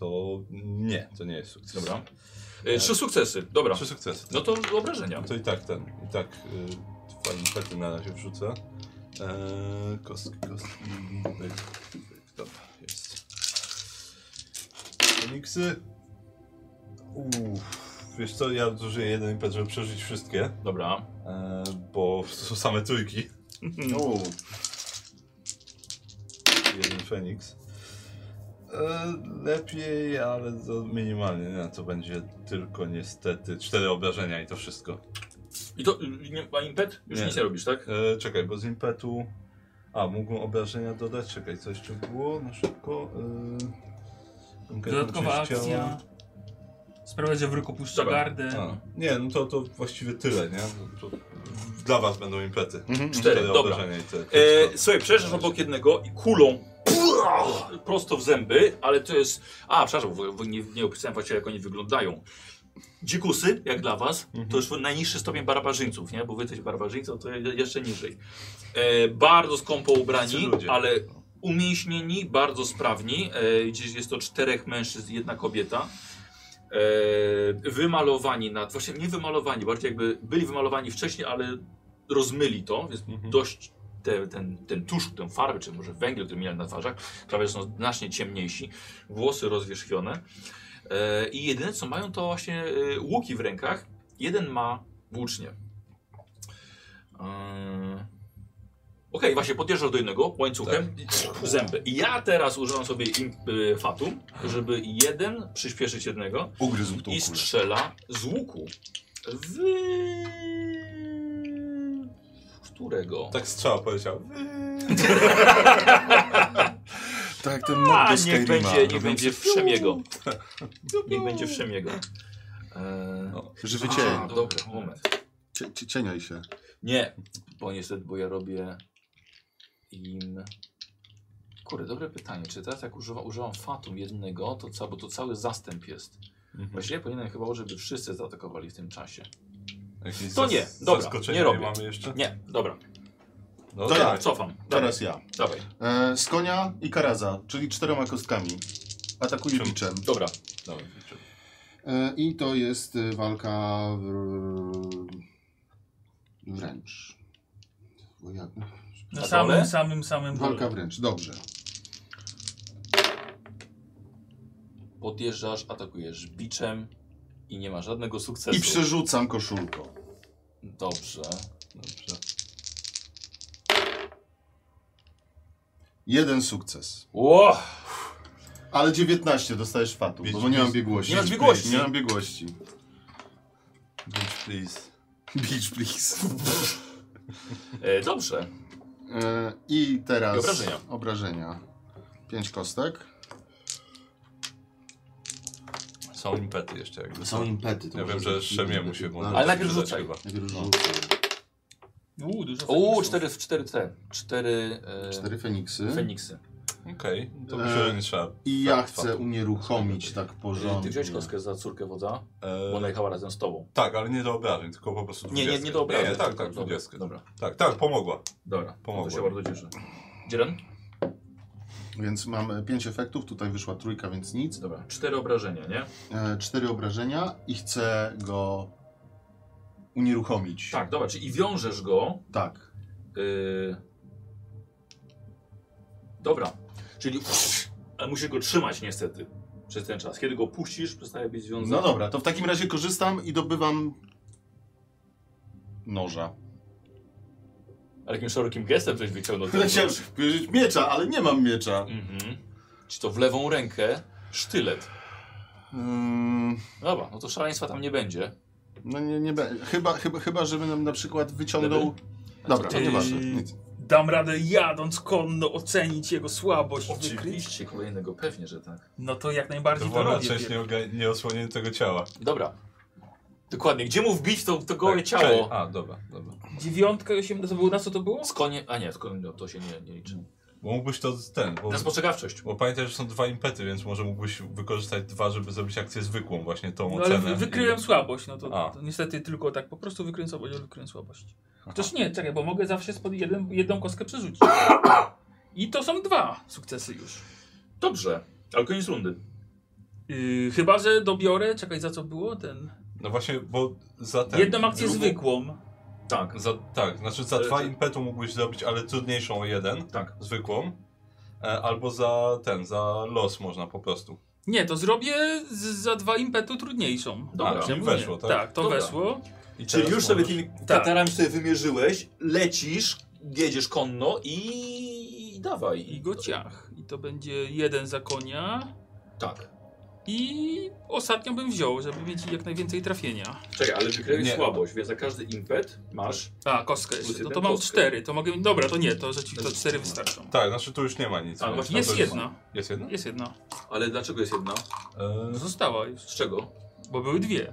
C: To nie, to nie jest sukces.
A: Dobra. Y, trzy sukcesy, dobra.
C: Tak. Trzy sukcesy.
A: No to obrażenia.
C: No to i tak ten, i tak y, dwa impety na razie wrzucę. Eee, kostki, kostki. Pyk, pyk, Dobra, jest. Komiksy. Uff. Wiesz co, ja zużyję jeden impet, żeby przeżyć wszystkie,
A: Dobra.
C: eee, bo to są same trójki.
B: O,
C: Jeden Feniks. Eee, lepiej, ale to minimalnie. Nie, to będzie tylko niestety cztery obrażenia i to wszystko.
A: I to, y, nie, a impet? Już
C: Nie.
A: nic nie robisz, tak?
C: E, czekaj, bo z impetu. A, mógłbym obrażenia dodać. Czekaj, coś tu było na szybko. E, konkretną
E: Dodatkowa
C: część ciała.
E: akcja. Sprawia, że wróg opuszcza
A: Dobra.
E: gardę.
C: A, nie, no to, to właściwie tyle, nie? To, to dla was będą impety.
B: Mhm.
A: Cztery, dobra.
C: obrażenia i tyle.
A: E, słuchaj, przejeżdżasz obok jednego i kulą pua, prosto w zęby, ale to jest... A, przepraszam, bo, bo nie, nie opisałem właściwie jak oni wyglądają. Dzikusy, jak dla was, to już najniższy stopień barbarzyńców, nie? Bo wy jesteście barbarzyńcą, to je- jeszcze niżej. E, bardzo skąpo ubrani,
C: Tacy ludzie.
A: ale umięśnieni, bardzo sprawni. E, gdzieś jest to czterech mężczyzn, jedna kobieta. E, wymalowani na... Właśnie nie wymalowani, bardziej jakby byli wymalowani wcześniej, ale rozmyli to, więc
C: Mhm.
A: dość te, ten, ten tusz, tę farbę, czy może węgiel, który mieli na twarzach, prawie są znacznie ciemniejsi, włosy rozwierzchnione. E, I jedyne co mają to właśnie e, łuki w rękach. Jeden ma włócznie. E, Okej, właśnie podjeżdżasz do jednego łańcuchem i zęby. I ja teraz używam sobie im, y, fatum, żeby jeden przyspieszyć jednego
B: Ugryzł tą
A: i
B: kulę.
A: strzela z łuku. W... którego?
C: Tak strzała
A: (laughs)
C: poleciała.
B: Tak jak ten mod
A: A,
B: do
A: niech
B: Skyrima.
A: będzie, niech
B: robiący
A: będzie
B: fiu,
A: wszemiego. Niech będzie wszemiego. Eee,
C: No,
B: Żywy cień.
A: a, Dobra, moment.
B: Cie- cie- Cieniaj się.
A: Nie, bo niestety, bo ja robię im... Kurde, dobre pytanie. Czy teraz jak używa, używam Fatum jednego, to ca, bo to cały zastęp jest.
C: Mhm.
A: Właściwie powinienem chyba, żeby wszyscy zaatakowali w tym czasie.
C: Jakieś
A: To
C: zas-
A: nie, dobra,
C: zaskoczenia
A: nie robię.
C: mamy jeszcze?
A: Nie, dobra.
C: No,
B: To ja.
C: tak.
A: Cofam. Dawaj,
B: Teraz ja.
A: dawaj.
B: E, z konia i karaza, czyli czterema kostkami. Atakuję
C: Czym?
B: biczem.
A: Dobra.
C: Dobra.
B: E, I to jest e, walka w- wręcz. Bo jak-
E: Na
A: Na
E: samym,
A: dole?
E: samym, samym
B: Walka
E: dole.
B: wręcz, dobrze.
A: Podjeżdżasz, atakujesz biczem i nie ma żadnego sukcesu.
B: I przerzucam koszulką.
A: Dobrze.
C: Dobrze.
B: Jeden sukces.
A: Ło!
B: Ale 19 dostajesz fatu,
C: Bić,
B: bo nie mam
C: bić.
B: biegłości.
A: Nie masz biegłości.
B: Nie mam biegłości.
C: Bitch, please.
B: Beach, please.
A: E, dobrze.
B: E, I teraz...
A: I obrażenia.
B: Obrażenia. Pięć kostek.
C: Są impety jeszcze jakby.
F: Są impety. to
C: Ja wiem,
F: może
C: że
F: być-
C: Szemiemu się
F: No,
C: włączy.
A: Ale najpierw
C: Że
A: rzucaj.
C: chyba.
B: Najpierw rzucę.
E: Uuu, dużo
A: Uuu,
E: fajnych są.
A: cztery, cztery te. Cztery, e,
B: Cztery feniksy.
A: Feniksy.
C: Okej, to myślę, że nie trzeba.
B: I ja
C: Tak,
B: chcę
C: fatu.
B: unieruchomić tak
A: E, Ty
B: porządnie.
A: wziąłeś kostkę za córkę wodza, bo ona
C: E,
A: jechała razem z tobą.
C: tak, ale nie do obrażeń, tylko po prostu
A: Nie, nie, nie
C: dwudziestkę.
A: do obrazu.
C: Nie, tak,
A: tylko-
C: tak,
A: dobra,
C: 20.
A: Dobra,
C: Tak, tak, pomogła.
A: dobra.
C: Pomogło.
A: To się bardzo cieszę. Dzieran?
B: Więc mam e, pięć efektów, tutaj wyszła trójka, więc nic.
A: Dobra. Cztery obrażenia, nie?
B: E, cztery obrażenia i chcę go unieruchomić.
A: Tak, dobra, czyli i wiążesz go.
B: Tak.
A: y, Dobra, czyli. (sniffs) Ale musisz go trzymać niestety przez ten czas. Kiedy go puścisz, przestaje być związany.
B: No dobra, to w takim razie korzystam i dobywam noża. (laughs)
A: Ale jakim szerokim gestem coś wyciągnął. ten
B: Chciałem
A: nóż.
B: powiedzieć miecza, ale nie mam miecza.
A: Mhm. Czy to w lewą rękę sztylet.
B: Ym,
A: Dobra, no to szaleństwa tam nie będzie.
B: Mm, no nie, nie be- chyba, chyba, chyba, żeby nam na przykład wyciągnął... Dobra, to
A: Yy,
B: nieważne, nic.
E: Dam radę jadąc konno ocenić jego słabość, wykryć.
A: Oczywiście kolejnego, pewnie, że tak.
E: No to jak
C: To
E: najbardziej to
C: wolna
E: robię.
C: część nieoga- nieosłoniętego ciała.
A: Dobra. Dokładnie, gdzie mu wbić to, to gołe
C: Tak,
A: ciało?
C: czekaj. A, dobra, dobra.
E: Dziewiątka, osiemnaście, to było na co to było?
A: Z konie, a nie, z konie, no, to się nie, nie liczy.
C: Bo mógłbyś to z- ten, bo,
A: Na spostrzegawczość.
C: bo pamiętaj, że są dwa impety, więc może mógłbyś wykorzystać dwa, żeby zrobić akcję zwykłą, właśnie tą
E: No ale
C: ocenę.
E: wy- wykryłem
C: I...
E: słabość, no to,
C: A.
E: to niestety tylko tak, po prostu wykryłem słabość, ale wykryłem słabość. Chociaż nie, czekaj, bo mogę zawsze spod jeden, jedną kostkę przerzucić. I to są dwa sukcesy już.
A: Dobrze, ale koniec rundy.
E: Yy, chyba, że dobiorę, czekaj, za co było ten...
C: No właśnie, bo za ten...
E: Jedną akcję
C: drugą-
E: zwykłą.
A: Tak,
C: Za, tak, znaczy za
A: Ale
C: dwa
A: to-
C: impetu mógłbyś zrobić, ale trudniejszą o jeden,
A: tak.
C: zwykłą. E, albo za ten, za los można po prostu.
E: Nie, to zrobię z, za dwa impetu trudniejszą.
A: Dobra.
C: A, czyli
E: Czemu
C: weszło,
E: nie?
C: tak?
E: Tak, to
A: Dobra.
E: weszło.
C: I
A: Czyli
C: teraz
A: już sobie
C: możesz-
A: tymi katarami sobie wymierzyłeś, lecisz, jedziesz konno i, i dawaj.
E: I go ciach. I to będzie jeden za konia.
A: Tak.
E: I ostatnią bym wziął, żeby mieć jak najwięcej trafienia.
A: Czekaj, ale wykryłeś
C: Nie.
A: słabość, więc za każdy impet masz...
E: A, kostkę
A: Plus
E: jeszcze. No
A: jeden
E: to mam
A: kostkę.
E: cztery. To mogę. Dobra, to nie, to
C: Znaczy,
E: rzeczywiście to cztery wystarczą.
C: Tak, znaczy tu już nie ma nic.
A: A,
C: więc
A: właśnie
C: tam
E: Jest
C: to
E: jedna.
C: Jest jedna?
E: Jest jedna. No,
A: Ale dlaczego jest jedna?
C: E,
E: Została już.
A: Z czego?
E: Bo były dwie.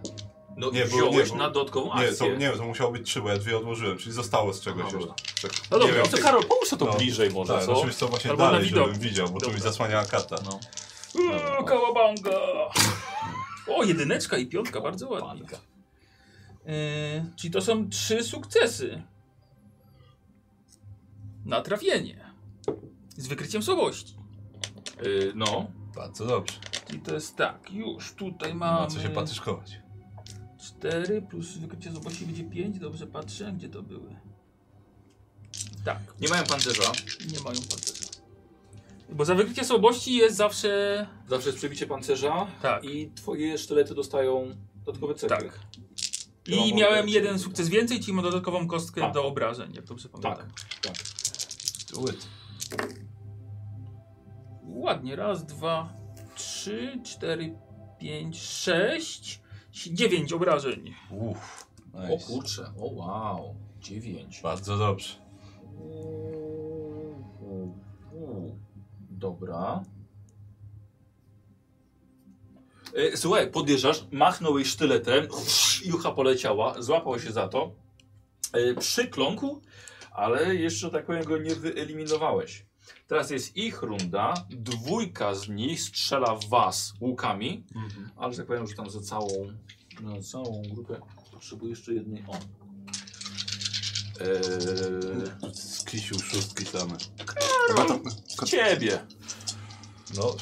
A: No
C: Nie,
A: nie,
C: bo- nie,
A: wziąłeś
C: bo-
A: na dodatkową
C: nie,
A: akcję.
C: to, nie, to musiało być trzy, bo ja dwie odłożyłem, czyli zostało z
A: Aha,
C: czegoś już.
A: dobra.
C: Tak,
A: No
C: nie
A: dobra,
C: wiem,
A: to
C: jak-
A: Karol, połóż to, tą
C: No.
A: bliżej może,
C: Tak,
A: co?
C: znaczy to właśnie
E: Albo na
C: dalej,
E: widok.
C: żebym widział, bo tu
E: Dobra.
C: mi zasłania kata.
A: No,
E: Uuu, kałabanga! O, jedyneczka i piątka, bardzo ładnie.
A: panika.
E: Yy, czyli to są trzy sukcesy. Na trafienie. Z wykryciem słabości.
A: Y, no,
C: Bardzo dobrze.
E: Czyli to jest tak, już tutaj
C: Nie
E: mamy...
C: ma co się patyczkować.
E: 4 plus wykrycie słabości będzie 5, dobrze patrzę, gdzie to były. Tak,
A: nie mają pancerza.
E: nie mają pancerza. Bo za wykrycie słabości jest zawsze...
A: Zawsze jest przebicie pancerza
E: Tak.
A: i twoje sztylety dostają dodatkowe cechy.
E: Tak.
A: Ja mam
E: I miałem
A: obrażeń.
E: jeden sukces więcej, czyli mam dodatkową kostkę
A: Tak.
E: do obrażeń, jak dobrze pamiętam.
C: Do it.
E: Ładnie, raz, dwa, trzy, cztery, pięć, sześć, si- dziewięć obrażeń.
C: Uff,
A: O
C: nice.
A: kurczę, o wow, 9.
C: Bardzo dobrze.
A: Dobra. E, Słuchaj, podjeżdżasz, machnął jej sztyletem, jucha poleciała, złapał się za to, e, przykląkł, ale jeszcze tak powiem go nie wyeliminowałeś. Teraz jest ich runda, dwójka z nich strzela w was łukami, ale że tak powiem, że tam za całą, za całą grupę potrzebuję jeszcze jednej on. E,
C: Skisił szóstki same.
A: Ciebie!
C: No,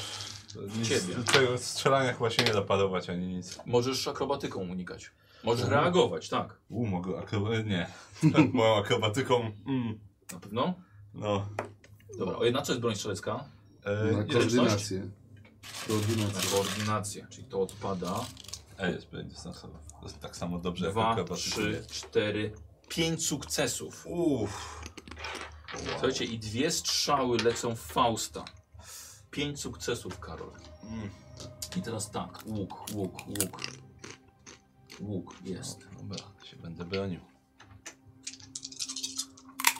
C: nic,
A: Ciebie.
C: tego strzelania chyba się nie da parować ani nic.
A: Możesz akrobatyką unikać. Możesz reagować, tak.
C: U, mogę akrobatyką, nie. (laughs) Moją akrobatyką, mm,
A: Na pewno.
C: no.
A: Dobra, o jedna co jest broń strzelecka?
B: Na
A: No,
C: E, jest,
B: koordynację.
A: Na
B: Koordynację.
A: koordynację, czyli to odpada.
C: e, jest dystansowa. To jest tak samo dobrze jak
A: Dwa,
C: akrobatyka.
A: trzy, cztery, pięć sukcesów.
C: Uff.
A: Słuchajcie, i dwie strzały lecą w Fausta. Pięć sukcesów, Karol. I teraz tak, łuk, łuk, łuk. Łuk, jest.
C: Dobra, się będę bronił.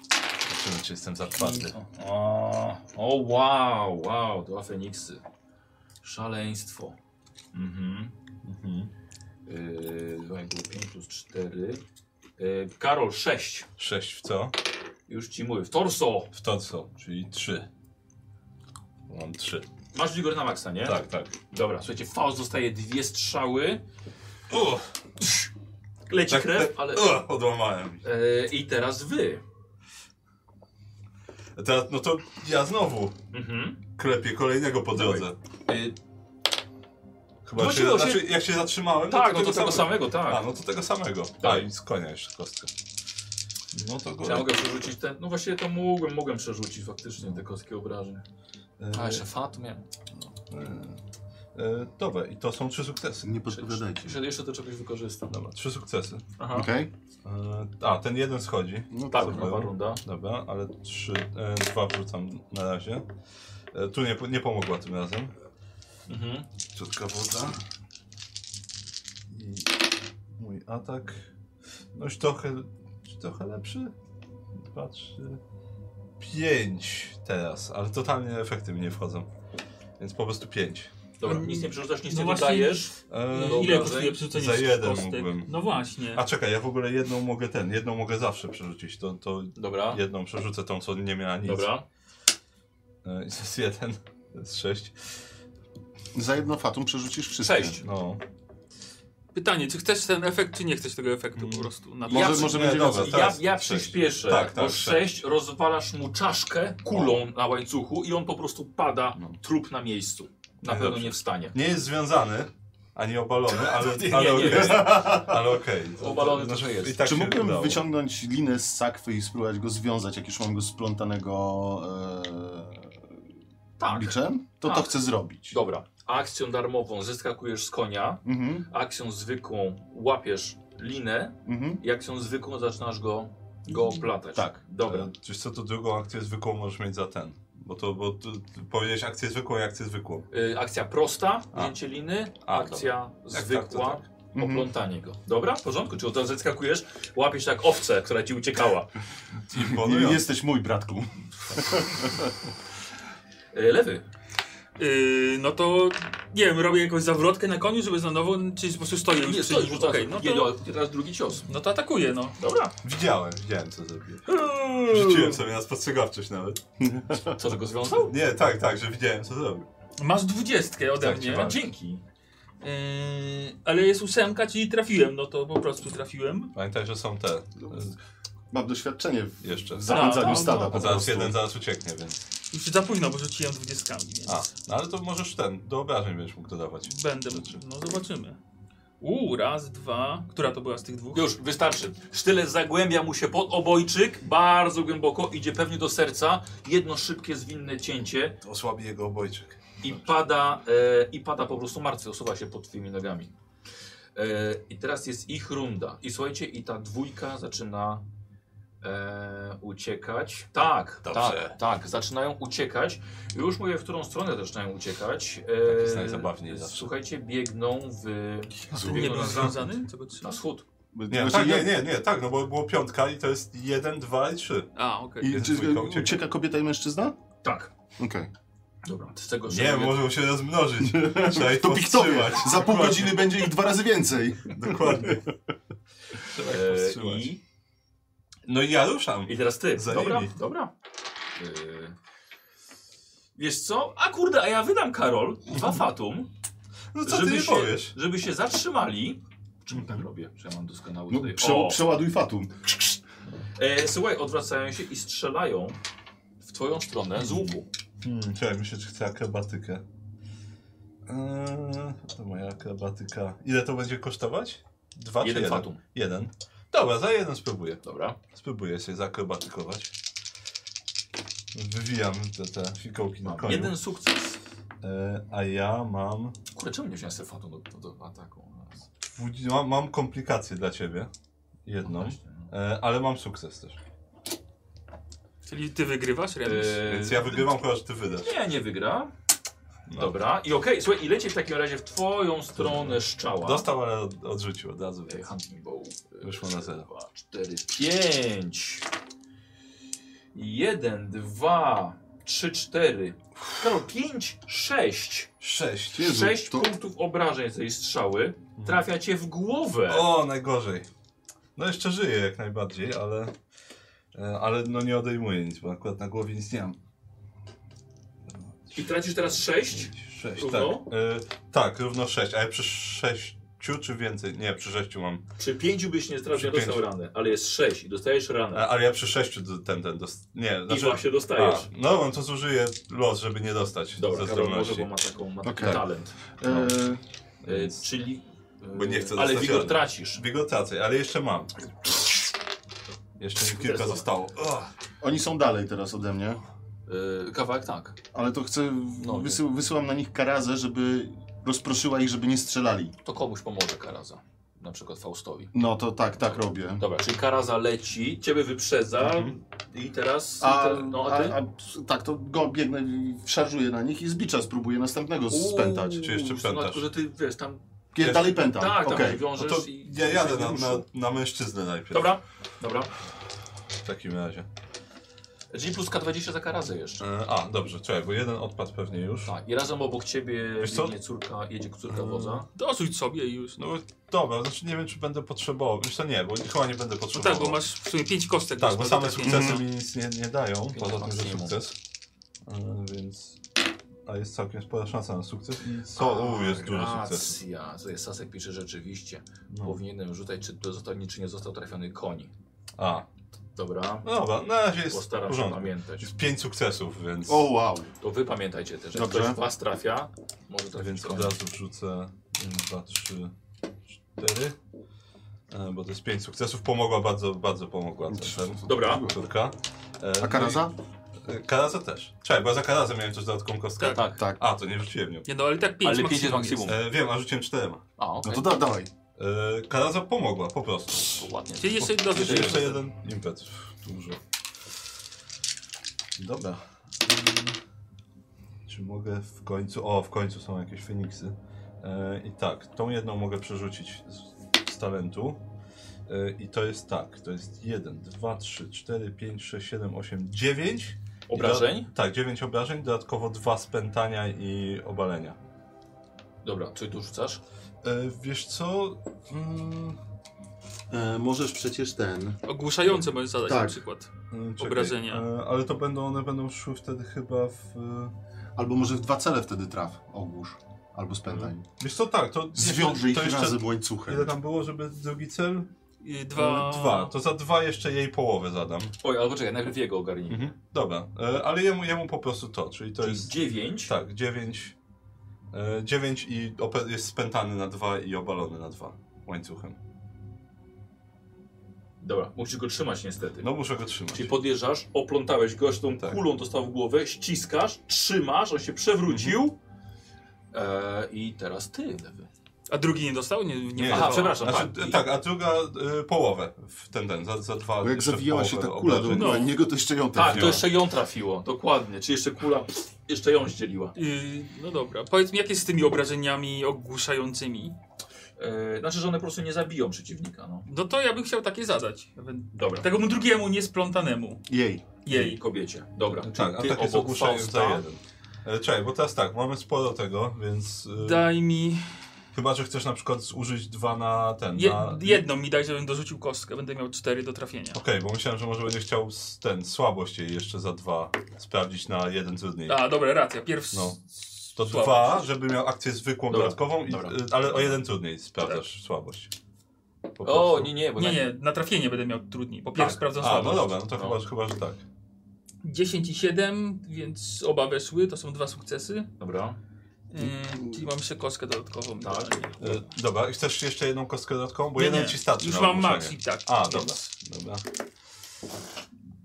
C: Zobaczymy, czy jestem zatwarty.
A: O, o wow, wow, dwa Feniksy. Szaleństwo. Mhm.
C: Mhm.
A: Yy, 5 plus 4. Yy, Karol, 6.
C: Sześć w co?
A: Już ci mówię. W torso!
C: W to co, czyli trzy. Mam trzy.
A: Masz Ligor na maksa, nie?
C: Tak, tak.
A: Dobra, słuchajcie, Faust dostaje dwie strzały.
C: O,
A: Leci
C: tak,
A: krew,
C: tak.
A: ale...
C: O, odłamałem.
A: Yy, I teraz wy.
C: Teraz, no to ja znowu
A: Mhm.
C: klepię kolejnego po drodze.
A: Yy,
C: Chyba się,
A: Zobaczyło się-
C: Znaczy, jak się zatrzymałem,
A: tak, no
C: tego
A: to tego samego, tak.
C: A, no to tego samego. A, i z konia jeszcze kostkę. No to
A: Czy ja
C: go.
A: mogę przerzucić ten? No właściwie to mógłbym, mogłem przerzucić faktycznie te kostki obrażeń. A, jeszcze fat miałem.
C: E, dobra, i to są trzy sukcesy.
B: Nie podpowiadajcie.
A: Jeszcze, jeszcze do czegoś wykorzystam.
C: Dobra, trzy sukcesy.
A: Aha.
B: Okej?
C: E, a, ten jeden schodzi.
B: No
A: Tak,
B: to-
A: nowa runda.
C: Dobra, ale trzy, e, dwa wrzucam na razie. E, tu nie, po- nie pomogła tym razem.
A: Mhm.
C: Ciotka woda. I mój atak. No już trochę, trochę lepszy. Dwa, trzy, pięć teraz, ale totalnie efekty mi nie wchodzą. Więc po prostu pięć.
A: Dobra,
E: Mm.
A: nic nie przerzucasz, nic
E: No
A: nie
E: właśnie-
A: dodajesz.
C: E,
A: No.
E: Ile
A: Dobra,
E: kosztuje
A: za-
E: przerzucenie
C: za jeden
E: kostek?
C: mógłbym.
E: No właśnie.
C: A czekaj, ja w ogóle jedną mogę ten, jedną mogę zawsze przerzucić. To, to
A: Dobra,
C: jedną przerzucę tą, co nie miała nic.
A: dobra.
C: E, i to jest jeden, to jest sześć.
B: Za jedno fatum przerzucisz wszystkie.
A: Sześć.
C: No.
E: Pytanie, czy chcesz ten efekt, czy nie chcesz tego
A: Mm.
E: efektu po prostu? Na
B: Może,
A: Ja-
B: może
C: nie,
B: będzie
C: dobra,
B: więcej.
A: Ja,
C: Teraz
A: ja
C: sześć.
A: przyspieszę,
C: Tak, tak,
A: bo
C: sześć.
A: 6 rozwalasz mu czaszkę kulą na łańcuchu i on po prostu pada,
C: No.
A: trup na miejscu. Na
C: No
A: pewno
C: dobrze.
A: nie wstanie.
C: Nie jest związany, ani obalony,
B: (laughs)
C: ale,
A: Nie,
C: ale
A: nie,
C: okej.
A: nie.
C: (laughs) Ale okej. To-
A: Obalony
C: to-
A: to, że
C: I
A: jest.
C: tak
B: Czy
C: się
B: mógłbym
C: udało.
B: wyciągnąć linę z sakwy i spróbować go związać, jak już mam go splątanego e,
A: Tak.
B: biczem? To to
A: Tak.
B: chcę zrobić.
A: Dobra, akcją darmową zeskakujesz z konia,
B: Mhm,
A: akcją zwykłą łapiesz linę
B: mhm.
A: i akcją zwykłą zaczynasz go, go oplatać.
B: Tak.
A: Dobra.
C: E, Wiesz co, to drugą akcję zwykłą możesz mieć za ten. Bo to, bo to, ty powiedziałeś akcję zwykłą i akcję zwykłą.
A: Y, akcja prosta,
C: tak. A.
A: zdjęcie liny,
C: A,
A: akcja zwykła,
C: tak, to
B: mhm.
A: oplątanie go. Dobra, w porządku, czyli to zeskakujesz, łapiesz jak owcę, która ci uciekała.
C: Imponujące.
B: Jesteś mój, bratku.
A: Y, lewy,
E: Yy, no to nie wiem, robię jakąś zawrotkę na koniu, żeby na nowo, czy po prostu stoję już
A: nie,
E: przy
A: stoisz,
E: nim.
A: rzucasz,
E: Okej, no, to,
A: jedno- teraz drugi cios.
E: no to atakuję, no.
A: Dobra.
C: Widziałem, widziałem co zrobiłem. Rzuciłem sobie na spostrzegawczość nawet.
A: Co, że go związał?
C: Nie, tak, tak, że widziałem co zrobił.
E: Masz dwudziestkę ode
C: Tak,
E: mnie.
C: trzeba.
A: Dzięki.
E: Yy, ale jest ósemka, czyli trafiłem, no to po prostu trafiłem.
C: Pamiętaj, że są te. e,
B: Mam doświadczenie w,
C: Jeszcze.
B: w zapędzaniu
A: A, no,
B: stada
A: no,
B: po
C: A zaraz
B: prostu.
C: jeden zaraz ucieknie, więc.
E: Już za późno, bo rzuciłem dwudziestkami, więc
C: A, no ale to możesz ten, do obrażeń będziesz mógł dodawać.
E: będę,
C: Znaczy-
E: no zobaczymy. Uuu, raz, dwa, która to była z tych dwóch?
A: Już, wystarczy. Sztylet zagłębia mu się pod obojczyk, bardzo głęboko, idzie pewnie do serca. Jedno szybkie, zwinne cięcie
C: Osłabi jego obojczyk.
A: i pada, e, i pada po prostu martwy, osuwa się pod twoimi nogami. E, I teraz jest ich runda. I słuchajcie, i ta dwójka zaczyna e, uciekać. Tak,
C: Dobrze.
A: tak, tak, zaczynają uciekać. Już mówię, w którą stronę zaczynają uciekać. E,
C: Tak jest najzabawniej zawsze.
A: Słuchajcie, biegną w...
B: Jezu. znaczy,
E: Nie
A: biegną
E: był
A: na-
E: związany? Czego trzy?
A: Na wschód.
C: Nie, tak, nie, nie, nie, tak, no bo było piątka i to jest jeden, dwa i trzy.
E: A, okej.
B: I, czy,
C: Dwójka ucieka.
B: ucieka kobieta i mężczyzna?
A: Tak.
B: Okej.
A: Dobra, z tego
C: Nie,
A: mogę-
C: mogą się (laughs) rozmnożyć. Trzeba ich
B: To piktowie!
C: powstrzymać.
B: Za pół godziny będzie ich dwa razy więcej.
C: Dokładnie. Trzeba ich
A: E,
C: powstrzymać.
A: i,
C: No i ja ruszam.
A: I teraz ty.
C: Za
A: dobra,
C: nimi.
A: dobra. E, wiesz co? A kurde, a ja wydam Karol dwa fatum,
C: No co ty
A: żeby,
C: nie
A: się,
C: powiesz?
A: żeby się zatrzymali. Czym tak robię? Że ja mam doskonały
B: No,
A: tutaj.
B: prze,
A: O!
B: przeładuj fatum.
A: E, słuchaj, odwracają się i strzelają w twoją stronę z łuku.
C: Hmm, czekaj, myślę, czy chcę akrobatykę. Eee, to moja akrobatyka. Ile to będzie kosztować? Dwa czy
A: Jeden
C: jeden?
A: fatum.
C: Jeden. Dobra, za jeden spróbuję.
A: Dobra.
C: Spróbuję się zakrobatykować. Wywijam te, te fikołki na
A: Mam
C: koniu.
A: jeden sukces.
C: E, a ja mam,
A: Kurde, czemu nie wziąłem sobie fatum do, do, do ataku?
C: dwu- mam... Mam
A: E,
C: komplikację dla ciebie. Jedną.
A: Właśnie, no.
C: E, ale mam sukces też.
E: Czyli ty wygrywasz, Remus?
A: Eee,
C: Więc ja No. wygrywam, chyba że ty wydasz.
A: Nie, nie wygra. Dobra. I okej, słuchaj, i leci w takim razie w twoją stronę szczała.
C: Dostał, ale od, odrzucił od razu.
A: Eee, Hunting bow. Eee,
C: Wyszło na zero.
A: 2, 4, 5. 1, 2, 3, 4. Karol, 5, 6.
C: Sześć.
B: Jezu,
A: 6
B: to-
A: punktów obrażeń z tej strzały. Trafia cię w głowę.
C: Mhm. O, najgorzej. No jeszcze żyję jak najbardziej, ale... e, Ale no nie odejmuję nic, bo akurat na głowie nic nie mam.
A: I tracisz teraz 6.
C: Sześć, tak.
A: Równo?
C: E, tak, równo sześć, ale przy sześciu czy więcej? Nie, przy sześciu mam.
A: Przy 5 byś nie stracił,
C: Przy
A: dostał
C: pięciu.
A: rany, ale jest 6 i dostajesz ranę.
C: A, E, ale ja przy sześciu do- ten, ten, dos- nie, znaczy,
A: I właśnie
C: a,
A: dostajesz.
C: no, on to zużyje los, żeby nie dostać
A: Dobra,
C: ze
A: Karol może,
C: zdolności. Tak.
A: bo ma taką ma taki
B: Okej.
A: talent.
B: Eee,
A: E, czyli.
C: Bo nie chcę
A: Ale
C: dostać
A: wigor
C: rany.
A: tracisz.
C: Biegł tacy, ale jeszcze mam. Jeszcze mi kilka
A: Zresztą.
C: zostało. Ugh.
B: oni są dalej teraz ode mnie,
A: E, kawałek tak.
B: ale to chcę,
A: No,
B: wysył, wysyłam na nich karazę, żeby rozproszyła ich, żeby nie strzelali.
A: To komuś pomoże Karaza. Na przykład Faustowi.
B: No to tak, tak robię.
A: Dobra, czyli Karaza leci, ciebie wyprzedza
C: Mhm.
A: i teraz.
B: A,
A: te, no,
B: a,
A: a ty?
B: a, tak, to go biegnę, i szarżuję na nich i zbicza spróbuję następnego spętać.
A: Uuu,
C: Czy jeszcze
A: no, tylko,
C: pętasz?
A: że ty wiesz, tam.
B: Pier- Dalej pętam,
A: tak, tam
B: okej.
A: się wiążesz
C: No to
A: i.
C: ja jadę na, na,
A: Ruszył.
C: na mężczyznę najpierw.
A: Dobra, dobra.
C: W takim razie.
A: Czyli plus K20 za Karazę jeszcze.
C: E, A, dobrze, czekaj, bo jeden odpadł pewnie już.
A: Tak, i razem obok ciebie
C: Wiesz co?
A: biegnie córka, jedzie córka
C: Mm.
A: woza.
E: Dosuć sobie i już.
C: No
E: No,
C: bo- dobra, znaczy nie wiem czy będę potrzebował. Wiesz to nie, bo chyba nie będę
E: no
C: potrzebował.
E: tak, bo masz w sumie pięć kostek.
C: Tak, bo same
E: trafienia.
C: sukcesy
A: Mhm.
C: mi nic nie, nie dają, poza tym, że
A: maksimum.
C: sukces. E, Więc... A jest całkiem spora szansa na sukces. I
A: Tak,
C: co? U, jest duży sukces.
A: Racja, to jest Sasek pisze rzeczywiście.
C: No.
A: Powinienem rzucać, czy, to został, czy nie został trafiony koń.
C: A,
A: Dobra,
C: no dobra, na razie jest w
A: postaram się
C: porządku.
A: pamiętać.
C: Jest pięć sukcesów, więc...
B: O wow,
A: To wy pamiętajcie też, jak
B: Dobrze.
A: ktoś was trafia, może trafić
C: Więc
A: koń.
C: od razu wrzucę 1, 2, 3, 4. E, Bo to jest 5 sukcesów. Pomogła bardzo, bardzo pomogła. ta- ta
A: Dobra,
C: Córka. E,
B: a karaza?
C: no i- e, Karaza też. Czekaj, bo ja za Karazem miałem też dodatkową kostkę.
E: Tak.
A: tak.
B: Tak.
C: A, to nie rzuciłem nią.
E: Nie no, ale i tak pięć
A: Ale pięć jest maksimum.
C: E, wiem, a rzuciłem czterema.
A: A, okej.
B: No to da, dawaj.
C: E, Karaza pomogła, po prostu.
A: To ładnie.
E: Czyli jeszcze dosyć.
C: Jeszcze, jeszcze
E: Jeszcze
C: jeden impet. Dużo. Dobra. Mm. Czy mogę w końcu... O, w końcu są jakieś Feniksy. E, I tak, tą jedną mogę przerzucić z, z talentu. E, I to jest tak, to jest 1, 2, 3, 4, 5, 6, 7, 8, 9.
A: Obrażeń?
C: Tak, 9 obrażeń, dodatkowo 2 spętania i obalenia.
A: Dobra, czyli tu rzucasz?
C: E, wiesz co? Mm,
F: E, możesz przecież ten.
E: Ogłuszające możesz zadać
F: Tak.
E: na przykład.
C: e, czekaj,
E: Obrażenia.
C: E, ale to będą, one będą szły wtedy chyba w... e,
B: Albo może w dwa cele wtedy traf, ogłusz. Albo spętaj.
C: Wiesz co, tak, to
B: Zwiąże
C: to
B: ich
C: jeszcze,
B: razem łańcuchem.
C: Ile tam było, żeby drugi cel?
E: I Dwa...
C: E, Dwa, to za dwa jeszcze jej połowę zadam.
A: Oj, albo czekaj, najpierw jego ogarnij.
C: Dobra, e, ale jemu, jemu po prostu to, czyli to
A: Czyli
C: jest...
A: 9.
C: Tak, dziewięć. E, dziewięć i ope- jest spętany na dwa i obalony na dwa łańcuchem.
A: Dobra, musisz go trzymać niestety.
C: No muszę go trzymać.
A: Czyli podjeżdżasz, oplątałeś goś tą
C: Tak.
A: kulą, dostał w głowę, ściskasz, trzymasz, on się przewrócił. E, I teraz ty, lewy.
E: A drugi nie dostał? Nie, nie,
C: Nie,
A: Aha,
E: Aha,
A: przepraszam,
C: Znaczy,
A: tak.
C: e, tak, a druga e, połowę w ten, ten, za, za dwa...
B: Bo jak
C: jeszcze w
B: zawijała się ta
C: połowę
B: kula do
C: obrażeń.
E: No.
B: niego, to jeszcze ją
A: Tak, to
B: trafiła.
A: jeszcze ją trafiło, dokładnie. Czyli jeszcze kula, pff, jeszcze ją zdzieliła.
E: Y, no dobra, powiedz mi, jak jest z tymi obrażeniami ogłuszającymi?
A: E, znaczy, że one po prostu nie zabiją przeciwnika, no.
E: No to ja bym chciał takie zadać. Ewen-
A: Dobra.
E: Tego mu drugiemu niesplątanemu.
B: Jej.
E: Jej.
A: kobiecie. Dobra,
C: Tak, a
A: ty
C: tak jest
A: obok
C: ogłuszająca
A: Fausta.
C: jeden. E, Czekaj, bo teraz tak, mamy sporo tego, więc... e,
E: Daj mi.
C: Chyba, że chcesz na przykład zużyć dwa na ten.
E: Je,
C: na...
E: jedną mi daj, żebym dorzucił kostkę. Będę miał cztery do trafienia.
C: Okej, bo myślałem, że może będzie chciał s- ten słabość jej jeszcze za dwa sprawdzić na jeden trudniej.
E: A, dobra, racja. Pierwszy.
C: No. To
E: Tak, słabość.
C: dwa, żeby miał akcję zwykłą,
A: Dobra,
C: dodatkową, i,
A: dobra.
C: y, ale o jeden trudniej sprawdzasz słabość. Po
A: O,
C: prostu.
A: nie, nie, bo tak-
E: Nie,
A: na-
E: nie, na trafienie będę miał trudniej. Po pierwsze sprawdzam
C: A, no
E: słabość.
C: dobra, no to
A: No.
C: Chyba, że, chyba, że tak.
E: 10 i 7, więc oba weszły, to są dwa sukcesy.
A: Dobra.
E: Yy, czyli mam jeszcze kostkę dodatkową.
A: Tak.
E: Dobra.
C: Y, dobra, i chcesz jeszcze jedną kostkę dodatkową? Bo
E: Nie,
C: jeden
E: nie,
C: ci starczy.
E: Już tak.
C: na
E: mam
C: ogłuszenie.
E: max i tak.
C: A,
E: więc,
C: dobra. Dobra.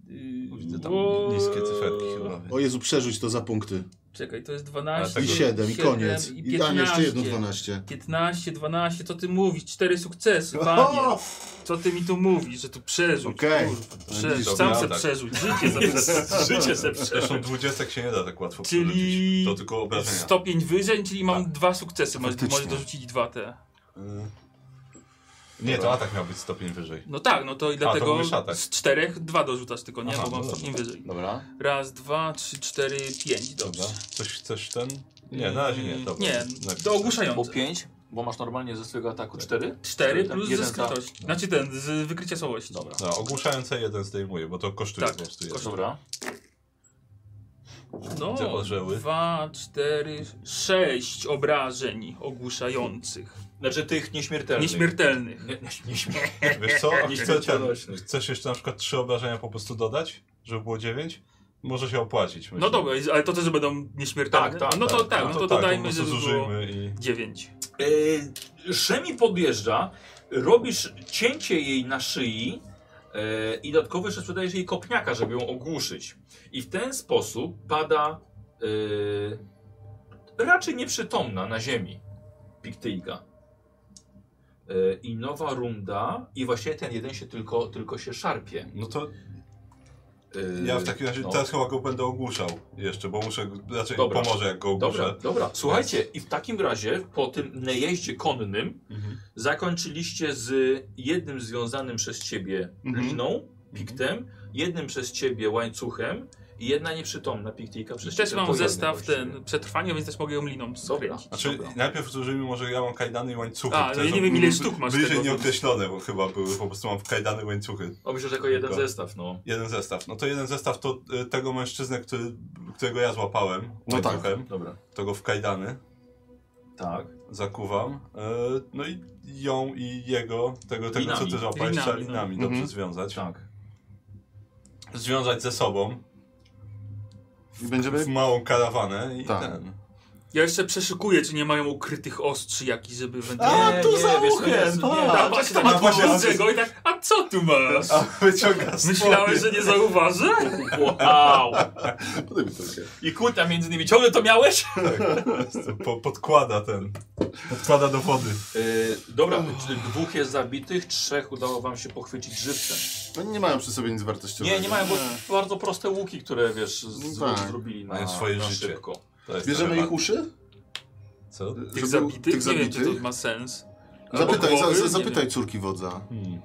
E: yy,
C: Widzę, tam niskie cyferki chyba.
B: O Jezu, przerzuć to za punkty.
E: Czekaj, to jest
A: Ale
E: 12.
A: tak
B: I 7, i
E: siedem,
B: koniec.
E: i
B: I danie jeszcze jedno
E: 15.
B: 12.
E: 15, 12, co ty mówisz? Cztery sukcesy,
B: O!
E: panie. Co ty mi tu mówisz, że tu przerzuć?
B: Okej. No
E: kurwa,
A: widzisz,
E: Przerzuć, sam
A: dobra,
E: se
A: tak.
E: przerzuć, życie
B: (laughs)
E: se, życie se
C: Zresztą
E: przerzuć.
C: dwudziestek się nie da tak łatwo
E: Czyli-
C: przerzucić. To tylko obrażenia.
E: Stopień wyżej, czyli mam
C: Tak.
E: dwa sukcesy, możesz,
B: Faktycznie.
E: możesz dorzucić dwa te.
B: e,
C: Nie, to atak miał być stopień wyżej.
E: No tak, no to i
C: to
E: dlatego
C: mówisz atak.
E: z czterech dwa dorzucasz tylko, nie?
C: Aha,
E: Bo
C: no
E: mam
C: dobra.
E: stopień wyżej.
A: Dobra.
E: Raz, dwa, trzy, cztery, pięć, dobrze. Mm,
C: Dobra. Coś, coś ten? Nie, na razie nie. Dobra.
E: Nie,
C: Napisać.
E: to
A: Bo
E: ogłuszające.
A: 5, bo masz normalnie ze swojego ataku 4.
E: Cztery plus ze
A: jeden za-
E: skrytości. Znaczy ten, z wykrycia słowości.
A: Dobra.
C: No, ogłuszające jeden zdejmuje, bo to kosztuje
E: Tak,
C: po prostu jeden.
E: kosztuje.
A: Dobra.
C: Te
E: No,
C: orzeły.
E: dwa, cztery, sześć obrażeń ogłuszających.
A: Znaczy tych nieśmiertelnych.
E: Nieśmiertelnych.
A: Nie, nie, nieśmier-
C: Wiesz co? A
A: Nie
C: chcę ten,
A: śmiertelności.
C: chcesz jeszcze na przykład trzy obrażenia po prostu dodać, żeby było dziewięć? Może się opłacić. Myślę.
E: No dobra, ale to też będą nieśmiertelne.
A: Tak, tak,
E: no to tak,
A: tak,
E: no to,
C: tak, po
E: dodajmy,
C: prostu
E: żeby było
C: zużyjmy i...
E: dziewięć.
A: E, Szemi podjeżdża, robisz cięcie jej na szyi e, i dodatkowo jeszcze sprzedajesz jej kopniaka, żeby ją ogłuszyć. I w ten sposób pada e, raczej nieprzytomna na ziemi Piktyjka. E, I nowa runda i właśnie ten jeden się tylko, tylko się szarpie.
C: No to
A: E,
C: ja w takim razie
A: no.
C: teraz chyba go będę ogłuszał jeszcze, bo muszę, go- raczej
A: Dobra.
C: pomoże jak go ogłuszę.
A: Dobra, dobra. Słuchajcie, i w takim razie po tym najeździe konnym
C: Mhm.
A: Zakończyliście z jednym związanym przez ciebie
E: Mhm.
A: liną, piktem, jednym przez ciebie łańcuchem i jedna nieprzytomna piktyjka przez
E: Też
A: ciebie.
E: mam
A: pojedynczą
E: zestaw
A: właściwie.
E: ten przetrwania, więc też mogę ją liną
A: Dobra.
E: skręcić.
C: Znaczy,
A: dobra.
C: najpierw zużyjmy może ja mam kajdany i łańcuchy.
E: A, no
C: które
E: ja nie
C: są
E: wiem, ile
C: bli-
E: sztuk masz
C: Bliżej
E: tego.
C: nieokreślone, bo chyba były, po prostu mam kajdany i łańcuchy.
A: O, myślę, że jako jeden
C: Tylko.
A: zestaw, no.
C: Jeden zestaw. No to jeden zestaw to y, tego mężczyznę, który, którego ja złapałem
B: No tak.
C: łańcuchem.
A: Dobra.
C: To go w kajdany
A: Tak.
C: zakuwam. Y, no i ją i jego, tego, tego co
A: Linami.
C: ty złapałeś,
E: Linami,
C: trzeba
E: no.
C: linami dobrze
B: Mhm.
C: związać.
A: Tak.
C: Związać ze sobą
B: I będziemy...
C: w małą karawanę i
B: Tak.
C: ten.
E: Ja jeszcze przeszykuję, czy nie mają ukrytych ostrzy jakichś, żeby
C: A,
E: wędrować.
A: Nie,
C: tu
A: nie,
C: za
A: wiesz,
C: uchem,
A: nie, nie,
C: patrz.
A: tak, właśnie
E: Tak, właśnie
A: tak.
E: tam no,
C: właśnie,
E: właśnie, i tak, a co tu masz?
C: A wyciąga swoje.
E: Myślałeś, że nie zauważę?
A: Wow.
B: Podoba mi to się.
A: I kłótnia między nimi. Ciągle to miałeś?
C: Po, podkłada ten. Podkłada do wody.
A: Yy, dobra, czy dwóch jest zabitych, trzech udało wam się pochwycić żywcem.
B: Oni No nie mają przy sobie nic wartościowego.
A: Nie, nie mają, bo bardzo proste łuki, które wiesz, z,
B: No tak.
A: zrobili na,
C: Mają swoje
A: na
C: życie.
A: szybko.
C: To jest
B: Bierzemy
C: taka-
B: ich uszy?
C: Co?
E: Tych
B: Żeby-
E: zabitych?
B: Tych
E: nie wiem, czy to
B: zabitych?
E: ma sens. Albo
B: Zapytaj, za,
E: głowy?
B: za,
E: Nie
B: zapytaj
E: wiem.
B: córki wodza.
C: Hmm.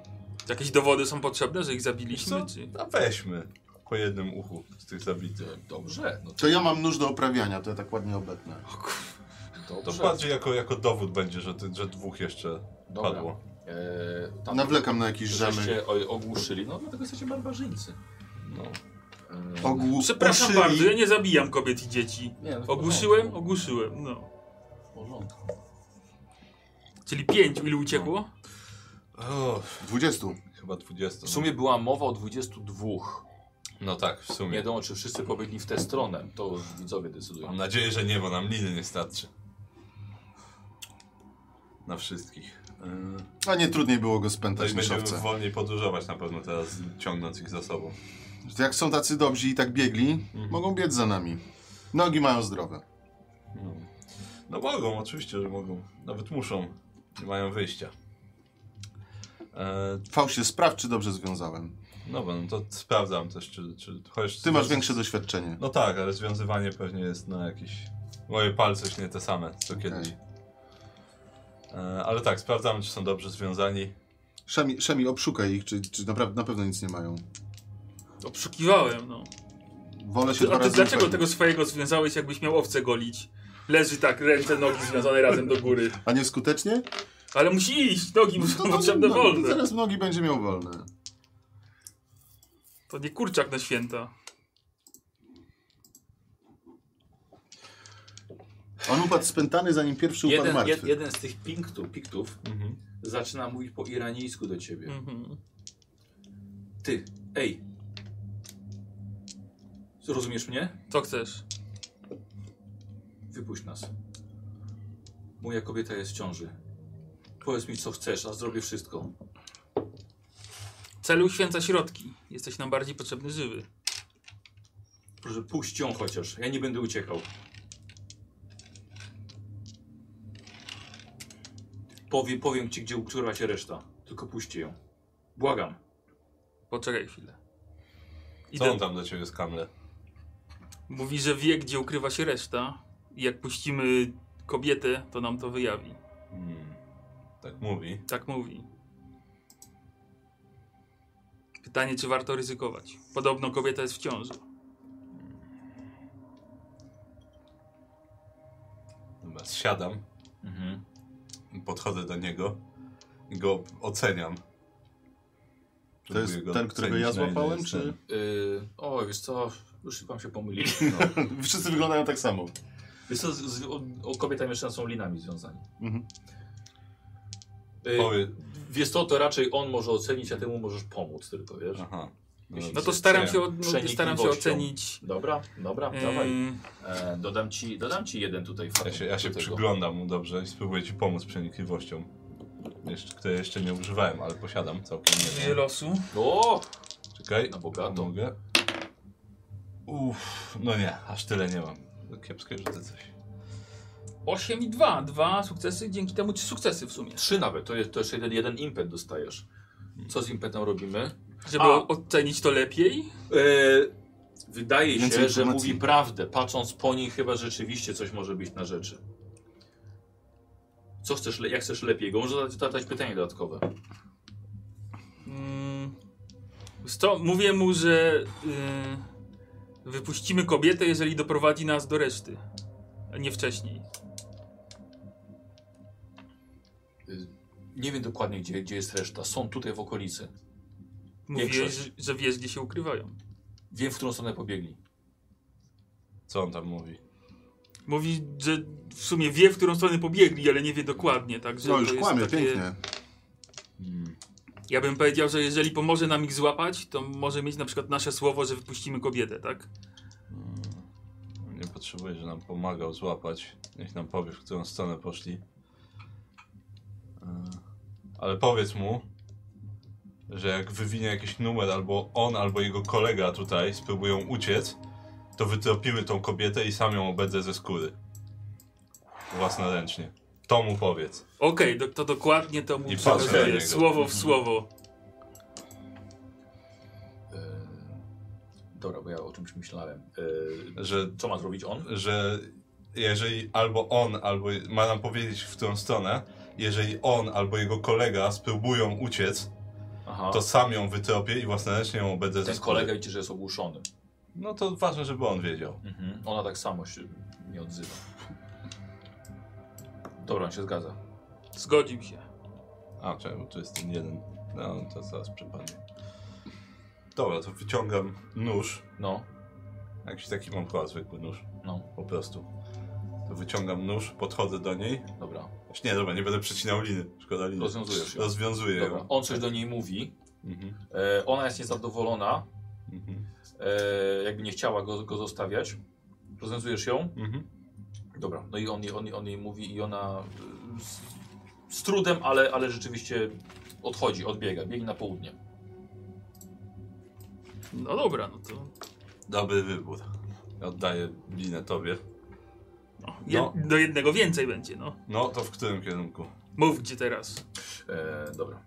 E: Jakieś dowody są potrzebne, że ich zabiliśmy?
C: Co?
E: Czy...
C: A weźmy po jednym uchu z tych zabitych.
A: Dobrze, no
B: To ja mam nóż do oprawiania, to ja tak ładnie obetnę.
A: to
C: To
A: dobrze.
C: bardziej jako, jako dowód będzie, że, ty, że dwóch jeszcze
A: Dobra.
C: padło.
A: Eee, tam
B: Nawlekam na jakieś rzemy.
A: żeście o- ogłuszyli, no dlatego jesteście barbarzyńcy.
C: No.
A: Eee,
B: Ogłu...
E: Przepraszam
B: uszyli.
E: bardzo, ja nie zabijam kobiet i dzieci.
A: nie, no w
E: Ogłuszyłem?
A: porządku,
E: Ogłuszyłem, no.
A: w porządku.
E: Czyli pięciu, ilu uciekło?
C: O,
B: 20.
C: chyba 20.
A: W sumie była mowa o 22.
C: No tak, w
A: Nie
C: sumie.
A: wiadomo, czy wszyscy pobiegli w tę stronę. To już widzowie decydują.
C: Mam nadzieję, że nie, bo nam liny nie starczy. Na wszystkich. Yy,
B: A nie trudniej było go
C: to i
B: spętać niż
C: będziemy
B: owce.
C: wolniej podróżować na pewno teraz, ciągnąc ich za sobą.
B: Jak są tacy dobrzy i tak biegli,
C: Mhm.
B: mogą biec za nami. Nogi mają zdrowe.
C: No. no mogą, oczywiście, że mogą. Nawet muszą. Nie mają wyjścia. E,
B: Fałsie, sprawdź, czy dobrze związałem.
C: dobra, no to sprawdzam też, czy... czy chociaż
B: Ty masz większe doświadczenie.
C: No tak, ale związywanie pewnie jest na jakieś... Moje palce już nie te same, co kiedyś. E, ale tak, sprawdzamy, czy są dobrze związani.
B: Szemi, Szemi obszukaj ich, czy, czy naprawdę, na pewno nic nie mają.
E: Obszukiwałem, no.
B: Wolę się
E: Ty,
B: dwa
E: a ty
B: razy
E: dlaczego
B: upewnić.
E: tego swojego związałeś, jakbyś miał owce golić? Leży tak, ręce, nogi związane razem do góry.
B: A
E: (laughs)
B: nie skutecznie?
E: Ale musi iść, nogi mu są
B: No to-
E: potrzebne
B: no,
E: wolne.
B: Zaraz nogi będzie miał wolne.
E: To nie kurczak na święta.
B: On upadł spętany, zanim pierwszy upadł
A: Jeden, jed,
B: martwy.
A: jeden z tych pinktów, piktów zaczyna mówić po iranijsku do ciebie.
E: Mhm.
A: Ty, ej. Rozumiesz mnie?
E: Co chcesz?
A: Wypuść nas. Moja kobieta jest w ciąży. Powiedz mi, co chcesz, a zrobię wszystko.
E: Celu święca środki. Jesteś nam bardziej potrzebny żywy.
A: Proszę, puść ją chociaż. Ja nie będę uciekał. Powiem, powiem ci, gdzie ukrywa się reszta. Tylko puśćcie ją. Błagam.
E: Poczekaj chwilę.
C: Co on
E: Idę.
C: tam do ciebie skamle?
E: Mówi, że wie, gdzie ukrywa się reszta. I jak puścimy kobietę, to nam to wyjawi.
C: Hmm. Tak mówi.
E: Tak mówi. Pytanie, czy warto ryzykować. Podobno kobieta jest w ciąży.
C: Dobra, siadam.
A: Mhm.
C: Podchodzę do niego i go oceniam.
B: To jest
C: Próbuję go
B: ten, którego ja
C: ocenić, na ile
B: złapałem,
C: jest
B: czy...
C: ten.
A: Yy, o, wiesz co, już wam się
C: (laughs)
A: pomylili. No.
B: (laughs) Wszyscy wyglądają tak samo.
A: Wiesz co, z, z, o, o kobietach jeszcze są linami związani.
B: Mhm.
A: Yy,
C: Powie...
A: wiesz co, to raczej on może ocenić, a temu możesz pomóc tylko, wiesz.
C: Aha.
A: Jeśli-
E: No to staram się,
C: Oceniam.
E: od, no, staram się
A: Przenikliwością.
E: ocenić.
A: Dobra, dobra, dawaj.
E: Ym,
A: E, dodam, ci, dodam ci jeden tutaj
C: Ja
A: fakt.
C: się, ja się
A: do tego.
C: przyglądam mu dobrze i spróbuję ci pomóc przenikliwością. Jeszcze, które jeszcze nie używałem, ale posiadam całkiem
E: Żyję
C: niewiele.
E: losu.
A: O!
C: Czekaj,
A: Na bogato.
C: Mogę. Uff, no nie, aż tyle nie mam. Kiepskie rzuty coś.
E: 8 i 2. Dwa sukcesy, dzięki temu trzy sukcesy w sumie.
A: Trzy nawet, to jest to jeszcze jeden, jeden impet dostajesz. Co z impetem robimy?
E: Żeby
A: A.
E: o- ocenić to lepiej.
A: E, wydaje
B: Więcej
A: się, że
B: informacji.
A: mówi prawdę. Patrząc po niej, chyba rzeczywiście coś może być na rzeczy. Co chcesz, le- jak chcesz lepiej go? Może zadać- zadać pytanie dodatkowe.
E: Mm, sto, mówię mu, że y, wypuścimy kobietę, jeżeli doprowadzi nas do reszty. a Nie wcześniej.
A: Nie wiem dokładnie, gdzie, gdzie jest reszta. Są tutaj w okolicy.
E: Mówiłeś, że,
A: Większość.
E: że wiesz, gdzie się ukrywają.
A: Wiem, w którą stronę pobiegli.
C: Co on tam mówi?
E: Mówi, że w sumie wie, w którą stronę pobiegli, ale nie wie dokładnie. Także
B: No
E: to
B: już
E: jest
B: kłamie,
E: takie-
B: pięknie.
C: Hmm.
E: Ja bym powiedział, że jeżeli pomoże nam ich złapać, to może mieć na przykład nasze słowo, że wypuścimy kobietę, tak?
C: Nie potrzebuje, że nam pomagał złapać. Niech nam powie, w którą stronę poszli. E, Ale powiedz mu, że jak wywinie jakiś numer, albo on, albo jego kolega tutaj spróbują uciec, to wytropimy tą kobietę i sam ją obedzę ze skóry. Własnoręcznie. To mu powiedz.
E: Okej, do- to dokładnie to mu
C: I patrzę na
E: przekazuję,
C: niego.
E: słowo w słowo.
A: Eee, dobra, bo ja o czymś myślałem. Eee,
C: Że,
A: co ma zrobić on?
C: że jeżeli albo on, albo ma nam powiedzieć, w którą stronę, jeżeli on albo jego kolega spróbują uciec,
A: Aha.
C: to sam ją wytropię i własnoręcznie ją obędę ze
A: No. Ten
C: skóry.
A: kolega widzi, że jest ogłuszony.
C: No to ważne, żeby on wiedział.
A: Ona tak samo się nie odzywa. Dobra, on się zgadza.
E: Zgodził się.
C: A, czekaj, bo tu jest ten jeden. No, to zaraz przypadnie. Dobra, to wyciągam nóż.
A: No,
C: Jakiś taki mam chyba zwykły nóż.
A: No.
C: Po prostu. To wyciągam nóż, podchodzę do niej.
A: dobra.
C: Właśnie, nie, dobra, nie będę przecinał liny. Szkoda liny.
A: Rozwiązujesz ją.
C: Rozwiązuję
A: dobra.
C: ją.
A: On coś do niej mówi.
C: Mhm.
A: E, ona jest niezadowolona.
C: Mhm.
A: E, jakby nie chciała go, go zostawiać. Rozwiązujesz ją.
C: Mhm.
A: Dobra. No i on, jej- on, jej- on jej mówi i ona y, z, z trudem, ale, ale rzeczywiście odchodzi, odbiega. Biegnie na południe.
E: No dobra, no to.
C: Dobry wybór. Oddaję linę tobie.
E: No, jed, Do jednego więcej będzie, no.
C: No, to w którym kierunku?
E: Mów gdzie teraz.
A: E, dobra.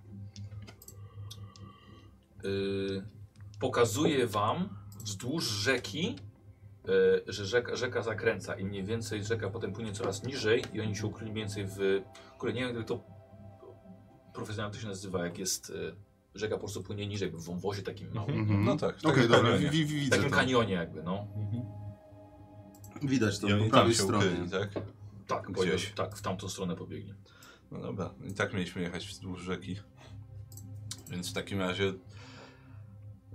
A: Y, pokazuję wam wzdłuż rzeki, e, że rzeka, rzeka zakręca i mniej więcej rzeka potem płynie coraz niżej i oni się ukryli mniej więcej w... Kurde, nie wiem jak to profesjonalnie to się nazywa, jak jest... E, rzeka po prostu płynie niżej, jakby w wąwozie takim małym.
B: Mhm. tak,
C: No tak, w
B: Okej,
C: takim
B: dobra,
C: kanionie.
B: wi- wi-
A: W
B: widzę
A: takim
B: to.
A: kanionie jakby, no.
C: Mhm.
F: Widać to
C: I
F: po
C: oni tam
F: prawej
C: się
F: stronie.
C: ukryli, tak?
A: Tak,
C: Gdzieś.
A: pojedzie- tak, w tamtą stronę pobiegnie.
C: No dobra, i tak mieliśmy jechać wzdłuż rzeki. Więc w takim razie.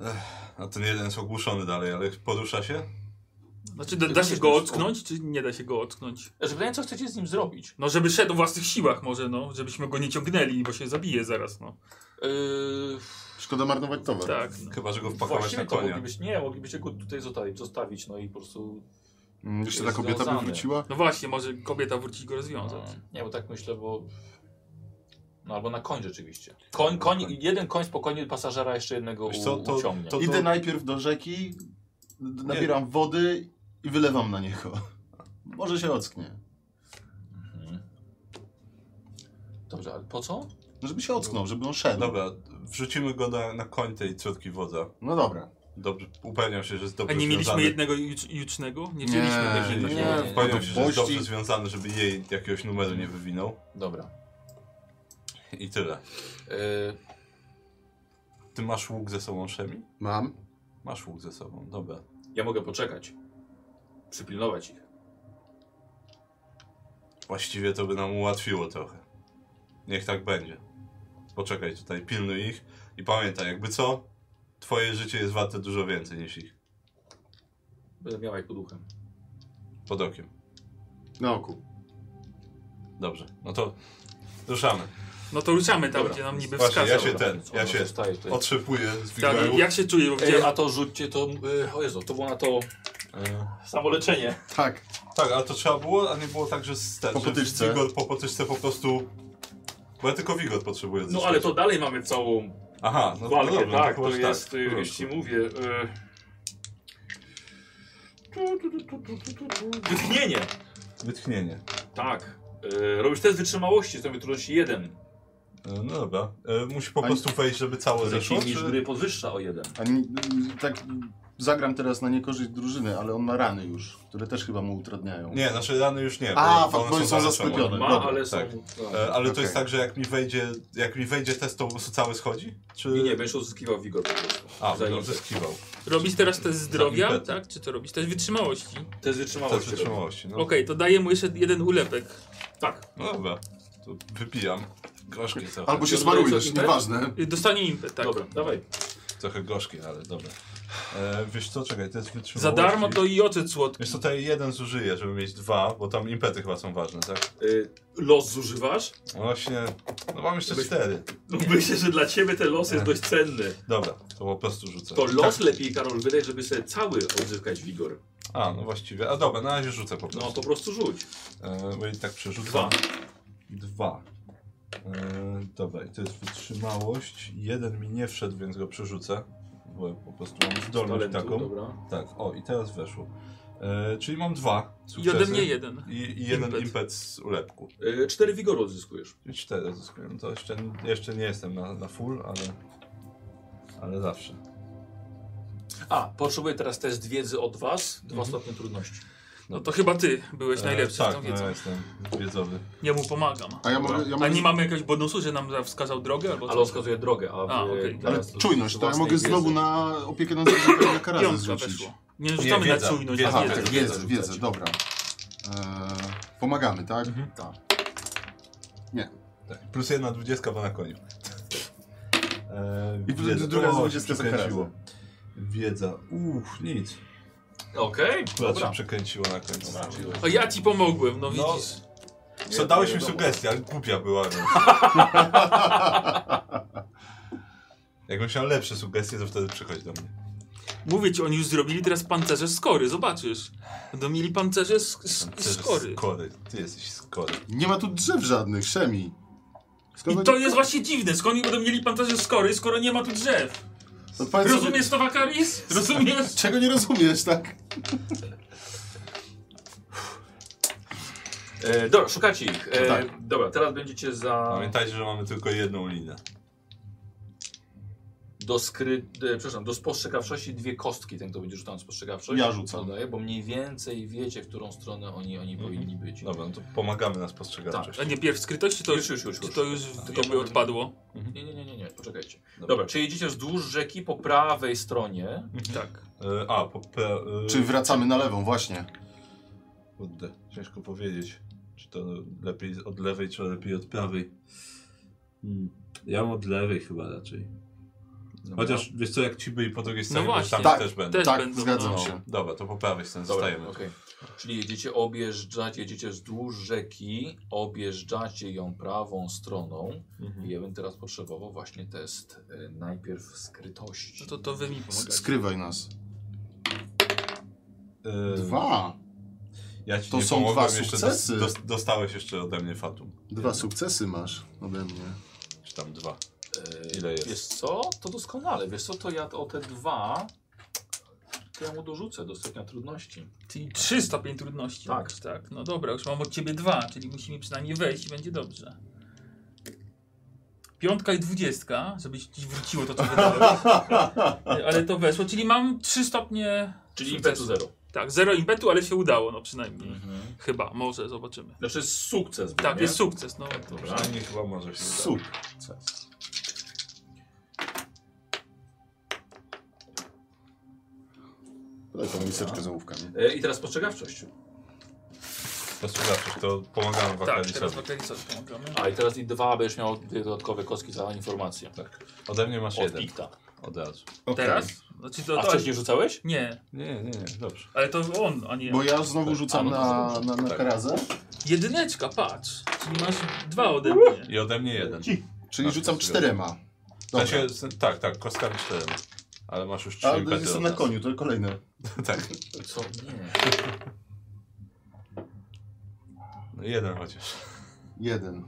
C: Ech, a ten jeden jest ogłuszony dalej, ale porusza się?
E: Znaczy, da, da się go ocknąć, czy nie da się go ocknąć?
A: E, Że pytanie, co chcecie z nim zrobić?
E: No, żeby szedł w własnych siłach, może, no. Żebyśmy go nie ciągnęli, bo się zabije zaraz, no.
A: Yy,
B: Szkoda marnować towar.
E: Tak. No.
C: Chyba, że go wpakować
A: właściwie
C: na
A: to
C: konia.
A: moglibyście, nie, moglibyście go tutaj zostawić, zostawić, no i po prostu
B: Mm, Jeszcze ta
A: Jest
B: kobieta by
A: związany.
B: wróciła.
E: no właśnie, może kobieta wrócić go rozwiązać.
A: No, Nie, bo tak myślę, bo. No albo na koń rzeczywiście. Koń, koń, jeden koń spokojnie pasażera jeszcze jednego
C: Tak, Wiesz co,
A: u,
C: to-
A: uciągnie.
C: to-
B: Idę najpierw do rzeki, d- nabieram wody i wylewam na niego. (laughs) Może się ocknie.
A: Mhm. Dobrze, ale po co?
B: No, Żeby się ocknął, żeby on szedł.
C: Dobra, wrzucimy go na, na koń tej córki wodza.
B: No dobra.
C: Dobrze, upewniam się, że jest
E: A
C: dobrze
E: nie mieliśmy
C: związany.
E: jednego jucz, jucznego? Nie chcieliśmy tak
B: nie,
E: jednego.
B: nie.
C: Upewniam się, że jest
B: Bości.
C: dobrze związany, żeby jej jakiegoś numeru nie wywinął.
A: Dobra.
C: I tyle.
A: E,
C: Ty masz łuk ze sobą, Szemi?
F: Mam.
C: Masz łuk ze sobą, dobra.
A: ja mogę poczekać. Przypilnować ich.
C: Właściwie to by nam ułatwiło trochę. Niech tak będzie. Poczekaj tutaj, pilnuj ich i pamiętaj, jakby co, twoje życie jest warte dużo więcej niż ich.
A: Będę miała ich pod uchem.
C: Pod okiem.
F: Na oku.
C: Dobrze, no to ruszamy.
E: No to ruszamy tam,
A: Dobra.
E: gdzie nam niby
C: Właśnie, ja
E: wskazał.
C: się ten,
A: Co
C: ja
A: ona
C: się
A: zostaje tutaj?
C: otrzepuję z
E: Tak,
C: Wigwaru.
E: jak się czuję? Bo
A: Ej,
E: widziałem-
A: a to rzućcie to... E, o Jezu, to było na to... E, samoleczenie.
B: Tak.
C: Tak, ale to trzeba było, a nie było tak, że z ten,
B: Po
C: że
B: potyczce.
C: Wigor po potyczce po prostu... Bo ja tylko Wigor potrzebuję
A: No
C: zyskać.
A: ale to dalej mamy całą
C: Aha, no
A: walkę,
C: to dobra,
A: tak,
C: no
A: to
C: to, chyba,
A: jest,
C: tak,
A: y,
C: w
A: już
C: porządku.
A: ci mówię... Y... Tu, tu, tu, tu, tu, tu, tu, tu. Wytchnienie!
C: Wytchnienie.
A: Tak. Y, robisz test wytrzymałości, to mi trudność jeden.
C: E, No dobra, e, musi po
B: Ani-
C: prostu wejść, żeby całe zeszło,
A: Zresztą niż
C: czy-
A: gry podwyższa o jeden.
B: A ni- y, tak zagram teraz na niekorzyść drużyny, ale on ma rany już, które też chyba mu utrudniają.
C: Nie, nasze rany już nie.
B: A,
C: bo
B: bo
C: one
B: oni są
C: zaleczone.
B: zasklepione.
A: Ma,
B: Dobra,
A: ale są...
C: tak.
A: tak.
C: E, Ale to
B: Okej.
C: jest tak, że jak mi wejdzie, jak mi wejdzie test, to po prostu cały schodzi? Czy...
A: Nie, nie, będziesz odzyskiwał wigor po prostu.
C: A,
A: Zanim-
C: będę uzyskiwał.
E: Robisz teraz test zdrowia,
C: impetem.
E: tak? Czy to robisz? Test wytrzymałości.
A: Test
C: Test
A: wytrzymałości. robisz.
C: wytrzymałości, no.
E: Okej, to daję mu jeszcze jeden ulepek.
A: Tak.
C: No dobra, to wypijam. Gorzkie trochę.
B: Albo się
A: Ja dodaję
B: zmarujesz,
A: coś
B: nieważne.
E: Y, Dostanie impet, tak.
A: Dobra, dawaj.
C: Trochę gorzkie, ale dobra. E, wiesz co, czekaj, test
E: Za
C: wytrzymałości.
E: darmo to i oczy słodki.
C: Wiesz co, tutaj jeden zużyję, żeby mieć dwa, bo tam impety chyba są ważne, tak?
A: Y, los zużywasz?
C: No Właśnie, no mam jeszcze
A: Byś-
C: cztery.
A: Myślę, że dla ciebie ten los jest
C: Nie.
A: dość cenny.
C: Dobra, to po prostu rzucę.
A: To los lepiej, Karol, wydaj, żeby sobie cały odzyskać wigor.
C: A, no właściwie. A dobra, na razie rzucę po
A: No
C: prostu.
A: po prostu rzuć.
C: E, bo i tak
A: Dwa.
C: przerzucam. Dwa. E, dobra, i to jest wytrzymałość. Jeden mi nie wszedł, więc go przerzucę. Bo po prostu mam zdolność
A: Talentu,
C: taką.
A: dobra.
C: Tak, o i teraz weszło. E, czyli mam dwa
E: I
C: sukcesy.
E: ode mnie jeden.
C: I, i jeden impet.
E: Impet.
C: z ulepku.
A: Y, cztery wigoru odzyskujesz.
C: I cztery zyskuję. To jeszcze, jeszcze nie jestem na, na full, ale, ale zawsze.
A: A, potrzebuję teraz test wiedzy od was. Dwa stopnie trudności.
E: No to chyba ty byłeś najlepszy
C: E,
E: z
C: tak,
E: tą
C: no, ja
E: wiedzą.
C: jestem wiedzowy.
E: Ja mu pomagam.
B: A ja mogę, ja
E: A
B: mogę
E: nie mamy jakiegoś bonusu, że nam wskazał drogę? Albo
A: Ale on wskazuje drogę, a,
E: A,
A: wy
E: okej.
A: teraz
B: Ale
A: z
B: czujność, to ja
A: własnej
B: mogę
A: wiedzy.
B: znowu na opiekę nad zwierzętami na karazy
E: Piątka
B: zrzucić.
E: weszło. Nie rzucamy na
C: wiedza,
E: czujność,
C: wiedza
E: na
B: Aha,
E: wiedzę.
A: tak.
B: wiedzę, wiedzę, wiedzę, dobra. Eee, pomagamy, tak? Tak.
C: Tak. Plus jedna dwudziestka, bo na koniu. E,
B: I plus- druga dwudziestka za
C: przekręciło. Wiedza. Uff, nic.
A: Okej,
C: Akurat się
A: dobra.
C: przekręciło na końcu.
E: A ja ci pomogłem, no
C: No,
E: widzisz.
C: Co, dałeś mi sugestię, ale głupia była. no. (laughs) więc. Jakbym miał lepsze sugestie, to wtedy przychodź do mnie.
E: Mówię ci, oni już zrobili teraz pancerze z kory, zobaczysz. Będą mieli pancerze z, z, z kory.
C: Skory. Ty jesteś skory.
B: Nie ma tu drzew żadnych, szemi.
E: I to jest właśnie dziwne, skąd oni będą mieli pancerze z kory, skoro nie ma tu drzew?
B: No powiedz sobie,
E: Rozumiesz to, Wakaris? Rozumiesz?
B: Czego nie rozumiesz, tak?
A: E, dobra, szukacie ich. E,
B: No tak.
A: Dobra, teraz będziecie za...
C: Pamiętajcie, że mamy tylko jedną linię.
A: Do skry... E, przepraszam, do spostrzegawczości dwie kostki. Ten, kto będzie rzucał na spostrzegawczość.
B: Ja rzucam.
A: Dodaję, bo mniej więcej wiecie, w którą stronę oni, oni powinni być.
C: Dobra, no to pomagamy na spostrzegawczość.
B: Tak,
E: A nie, pierw skrytość, czy to
A: Już, już, już,
E: czy
A: już.
E: to już
A: Tak.
E: jakby odpadło?
A: Nie, nie, nie, nie, nie, poczekajcie.
C: Dobra.
A: Dobra. czy jedziecie wzdłuż rzeki po prawej stronie?
E: Tak.
C: E, a, po... Pe, e,
B: Czy wracamy na lewą, właśnie.
C: Kurde, ciężko powiedzieć, czy to lepiej od lewej, czy lepiej od prawej.
F: Hmm. Ja mam od lewej chyba raczej.
A: Dobra.
C: Chociaż, wiesz co, jak ci byli po drugiej stronie,
E: No
C: bo tam
E: właśnie.
C: też będą.
E: Też
B: tak,
E: będą,
B: zgadzam
E: no.
B: się.
C: Dobra, to po prawej stronie
A: Dobra,
C: zostajemy.
A: okej. Czyli jedziecie, objeżdżacie, jedziecie wzdłuż rzeki, objeżdżacie ją prawą stroną. I
C: Mhm.
A: ja bym teraz potrzebował właśnie test e, najpierw skrytości.
E: No to, to wy mi
B: S-
E: pomagacie.
B: Skrywaj nas.
C: E,
B: Mhm. Dwa.
C: Ja ci
B: To
C: nie
B: są
C: pomogłem,
B: dwa
C: jeszcze
B: sukcesy.
C: dos- dos- dostałeś jeszcze ode mnie Fatum.
B: Dwa sukcesy masz ode mnie.
C: Czy tam dwa.
A: E,
C: ile jest?
A: Wiesz co? To doskonale. Wiesz co, to ja o te dwa... to ja mu dorzucę do stopnia trudności.
E: Czyli 3 stopień trudności.
A: Tak.
E: robisz, tak. No dobra, już mam od ciebie dwa, czyli musimy przynajmniej wejść i będzie dobrze. Piątka i dwudziestka, żeby ci wróciło to, co wydałeś. Ale to weszło, czyli mam 3 stopnie.
A: Czyli
E: sukcesu.
A: impetu zero.
E: Tak, zero impetu, ale się udało, no przynajmniej. Chyba, może, zobaczymy.
A: Znaczy jest sukces. był,
E: Tak,
A: nie?
E: jest sukces, no.
A: Dobra.
C: Przynajmniej chyba może się uda.
B: Sukces. Podaj tą miseczkę z ołówkami.
A: E, I teraz postrzegawczość.
C: Posłuchajcie, to pomagamy
E: Tak, teraz
C: Wakalisowi.
E: w Akelisowi pomagamy.
A: A i teraz i dwa będziesz miał dwie dodatkowe kostki za informację.
C: Tak. Ode mnie masz
A: Od
C: jeden.
A: Pikta. No
C: Od razu.
B: Okej.
E: Teraz? Znaczy to,
A: A
E: to,
A: wcześniej rzucałeś?
E: Nie,
C: Nie, nie, nie, dobrze.
E: ale to on, a nie.
B: Bo ja znowu rzucam
A: A, no
B: na, na, na
C: Tak.
B: karazę,
E: Jedyneczka, patrz. Czyli masz dwa ode mnie.
C: I ode mnie jeden.
B: czyli
C: Tak,
B: rzucam
C: to się
B: czterema. Dobra.
C: Znaczy, z- tak, tak, kostkami czterema. Ale masz już trzy
B: Ale
C: impety
B: jestem
C: od
B: na
C: nas.
B: koniu, to kolejne.
C: tak.
A: Co? Nie.
C: No jeden chociaż.
B: Jeden.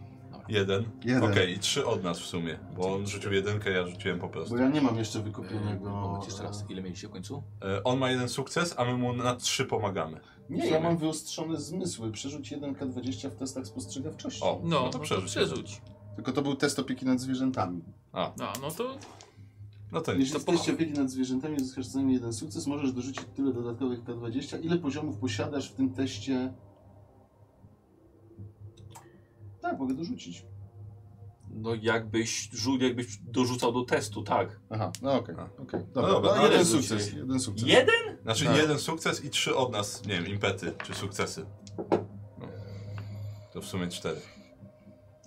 C: Jeden.
B: Jeden.
C: Okej, i trzy od nas w sumie. Bo on rzucił jedynkę, ja rzuciłem po prostu.
B: Bo ja nie mam jeszcze wykupionego...
A: Moment, jeszcze raz. Ile mieliście w końcu?
C: E, On ma jeden sukces, a my mu na trzy pomagamy.
B: Nie, ja mam wyostrzone zmysły. Przerzuć 1K20 w testach spostrzegawczości.
C: O,
E: No, no
C: to
E: to
C: przerzuć.
E: przerzuć.
B: Tylko to był test opieki nad zwierzętami.
E: A, no to
C: No to nic.
B: Jeśli jesteście opieki nad zwierzętami, uzyskasz co najmniej jeden sukces, możesz dorzucić tyle dodatkowych K20. Ile poziomów posiadasz w tym teście? Tak, mogę dorzucić.
A: No jakbyś, żu- jakbyś dorzucał do testu, tak.
B: Aha, no okej.
C: A.
B: okej.
C: No
B: Dobra,
C: dobra,
B: no
C: no
B: jeden
A: ale
B: sukces,
A: rzuciłeś.
B: jeden sukces.
A: Jeden?
C: Znaczy
B: Tak.
C: jeden sukces i trzy od nas, nie wiem, impety czy sukcesy. No. To w sumie cztery.